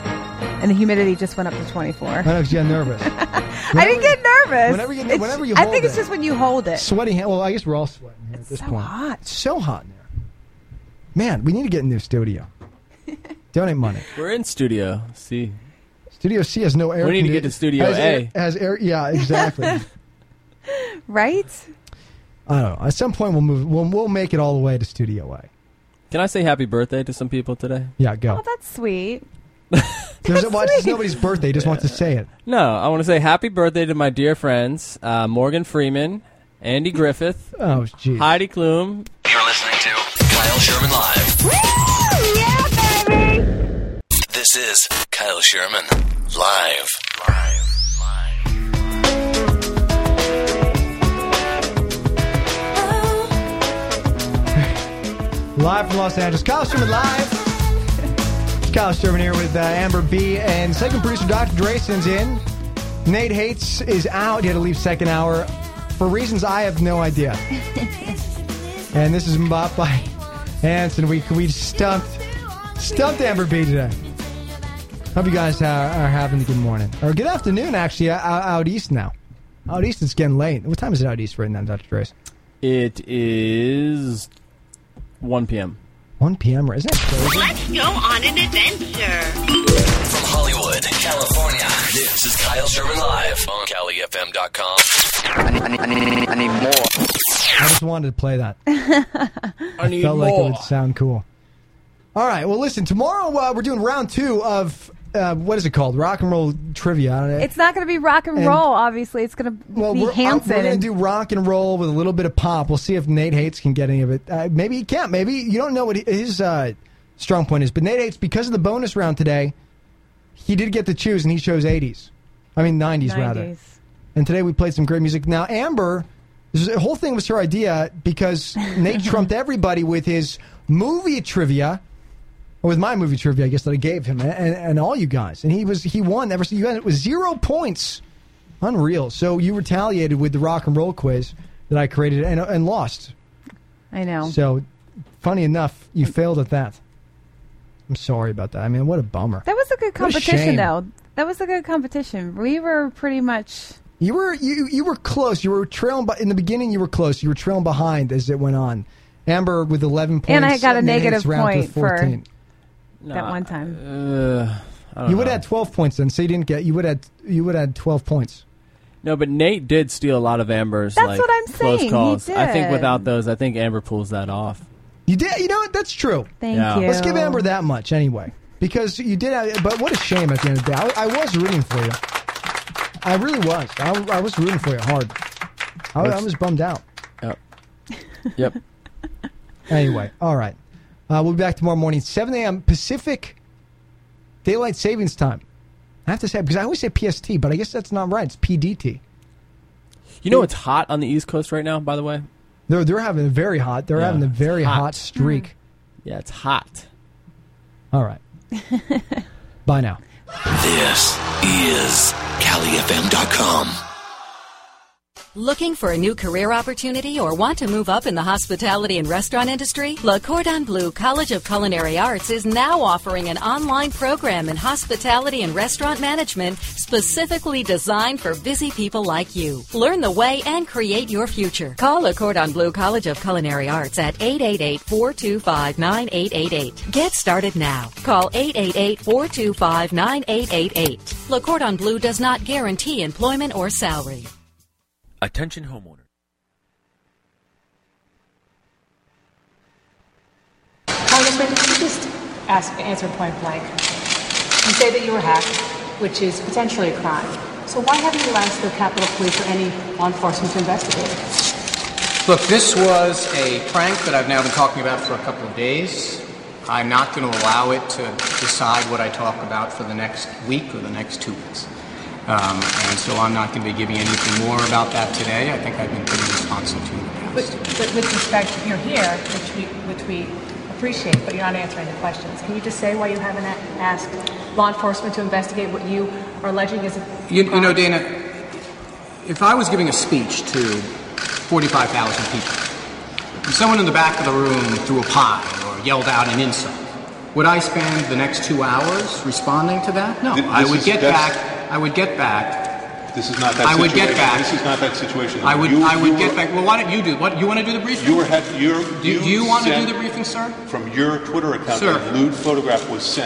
And the humidity just went up to 24.
I don't know if you got nervous.
I didn't get nervous.
whenever you-
It's-
whenever you
I
hold
think it's
it.
just when you hold it.
Sweaty hand. Well, I guess we're all sweating here at this
so
point.
hot.
It's so hot in there. Man, we need to get a new studio. Donate money.
We're in studio. See.
Studio C has no air.
We need to
condi-
get to Studio
has
A.
air- has air? Yeah, exactly. I
Right?
don't know. At some point, we'll move. We'll, we'll make it all the way to Studio A.
Can I say happy birthday to some people today?
Yeah, go.
Oh, that's sweet.
There's well, it's nobody's birthday. Just want to say it.
No, I want to say happy birthday to my dear friends uh, Morgan Freeman, Andy Griffith,
Oh, jeez.
Heidi Klum.
You're listening to Kyle Sherman
Yeah,
Live.
baby!
This is Kyle Sherman Live.
Live from Los Angeles. Kyle Sherman live. It's Kyle Sherman here with uh, Amber B. And second producer Dr. Drayson's in. Nate Hates is out. He had to leave second hour for reasons I have no idea. and this is bought by Hanson. We we stumped stumped Amber B today. Hope you guys are, are having a good morning or good afternoon. Actually, out, out east now. Out east, it's getting late. What time is it out east right now, Dr. Drayson?
It is 1 p.m.
1 p.m. Isn't that crazy?
Let's go on an adventure.
From Hollywood, California, this is Kyle Sherman Live on CaliFM.com.
I need more. I just wanted to play that. I
need
felt like it
more.
would sound cool. All right. Well, listen. Tomorrow uh, we're doing round two of uh, what is it called? Rock and roll trivia. I don't know.
It's not going to be rock and,
And-
roll, obviously. It's going to
well,
be
we're, uh,
Hanson.
we're going
and-
to do rock and roll with a little bit of pop. We'll see if Nate Hates can get any of it. Uh, maybe he can't. Maybe you don't know what he- his uh, strong point is. But Nate Hates, because of the bonus round today, he did get to choose, and he chose 80s. I mean, 90s. rather.
90s.
And today we played some great music. Now, Amber, this is- the whole thing was her idea because Nate trumped everybody with his movie trivia, or with my movie trivia, I guess that I gave him, and, and, and all you guys. And he was he won ever since you guys. It was zero points, unreal. So you retaliated with the rock and roll quiz that I created and, and lost.
I know.
So, funny enough, you failed at that. I'm sorry about that. I mean, what a bummer.
That was a good
What a shame.
competition, though. That was a good competition. We were pretty much.
You were you you were close. You were trailing, but in the beginning you were close. You were trailing behind as it went on. Amber with eleven points,
And I got a
then
negative
it's round to
point for
14.
that one time.
Uh, I don't
You would
know.
have had twelve points then, so you didn't get. You would have you would have had twelve points.
No, but Nate did steal a lot of Amber's.
That's
like,
what I'm
close
saying. He
Calls. I think
did.
without those, I think Amber pulls that off.
You did. You know what? That's true.
Thank Yeah. you.
Let's give Amber that much anyway, because you did. Have, but what a shame at the end of the day. I, I was rooting for you. I really was. I, I was rooting for you hard. I, I
Let's-
was bummed out.
Yep. yep.
Anyway, all right. Uh, we'll be back tomorrow morning, 7 a.m. Pacific Daylight Savings Time. I have to say, because I always say PST, but I guess that's not right. It's PDT.
You know it's hot on the East Coast right now, by the way?
They're, they're having a very hot, they're
Yeah,
having a
it's
very hot,
hot.
streak.
Yeah, it's hot.
All right. Bye now.
This is CaliFM.com.
Looking for a new career opportunity or want to move up in the hospitality and restaurant industry? Le Cordon Bleu College of Culinary Arts is now offering an online program in hospitality and restaurant management specifically designed for busy people like you. Learn the way and create your future. Call Le Cordon Bleu College of Culinary Arts at 888-425-9888. Get started now. Call 888-425-9888. Le Cordon Bleu does not guarantee employment or salary.
Attention homeowner.
Wait, wait, just ask, answer point blank. You say that you were hacked, which is potentially a crime. So why haven't you asked the Capitol Police or any law enforcement to investigate it?
Look, this was a prank that I've now been talking about for a couple of days. I'm not going to allow it to decide what I talk about for the next week or the next two weeks. Um, and so I'm not going to be giving anything more about that today. I think I've been pretty responsive to it.
But, but with respect, you're here, which we, which we appreciate, but you're not answering the questions. Can you just say why you haven't a- asked law enforcement to investigate what you are alleging is a
You, you know, Dana, if I was giving a speech to 45,000 people, and someone in the back of the room threw a pie or yelled out an insult, would I spend the next two hours responding to that? No,
Th-
I
this
would
is-
get
that's-
back. I would get back.
This is not that
I would get
situation.
back.
This is not that situation.
I would.
You-
I would
you
get
were-
back. Well, why don't you do? What you want to do the briefing?
You were had your.
do you want to do
sent
the briefing, sir?
From your Twitter account,
Sir.
a lewd photograph was sent.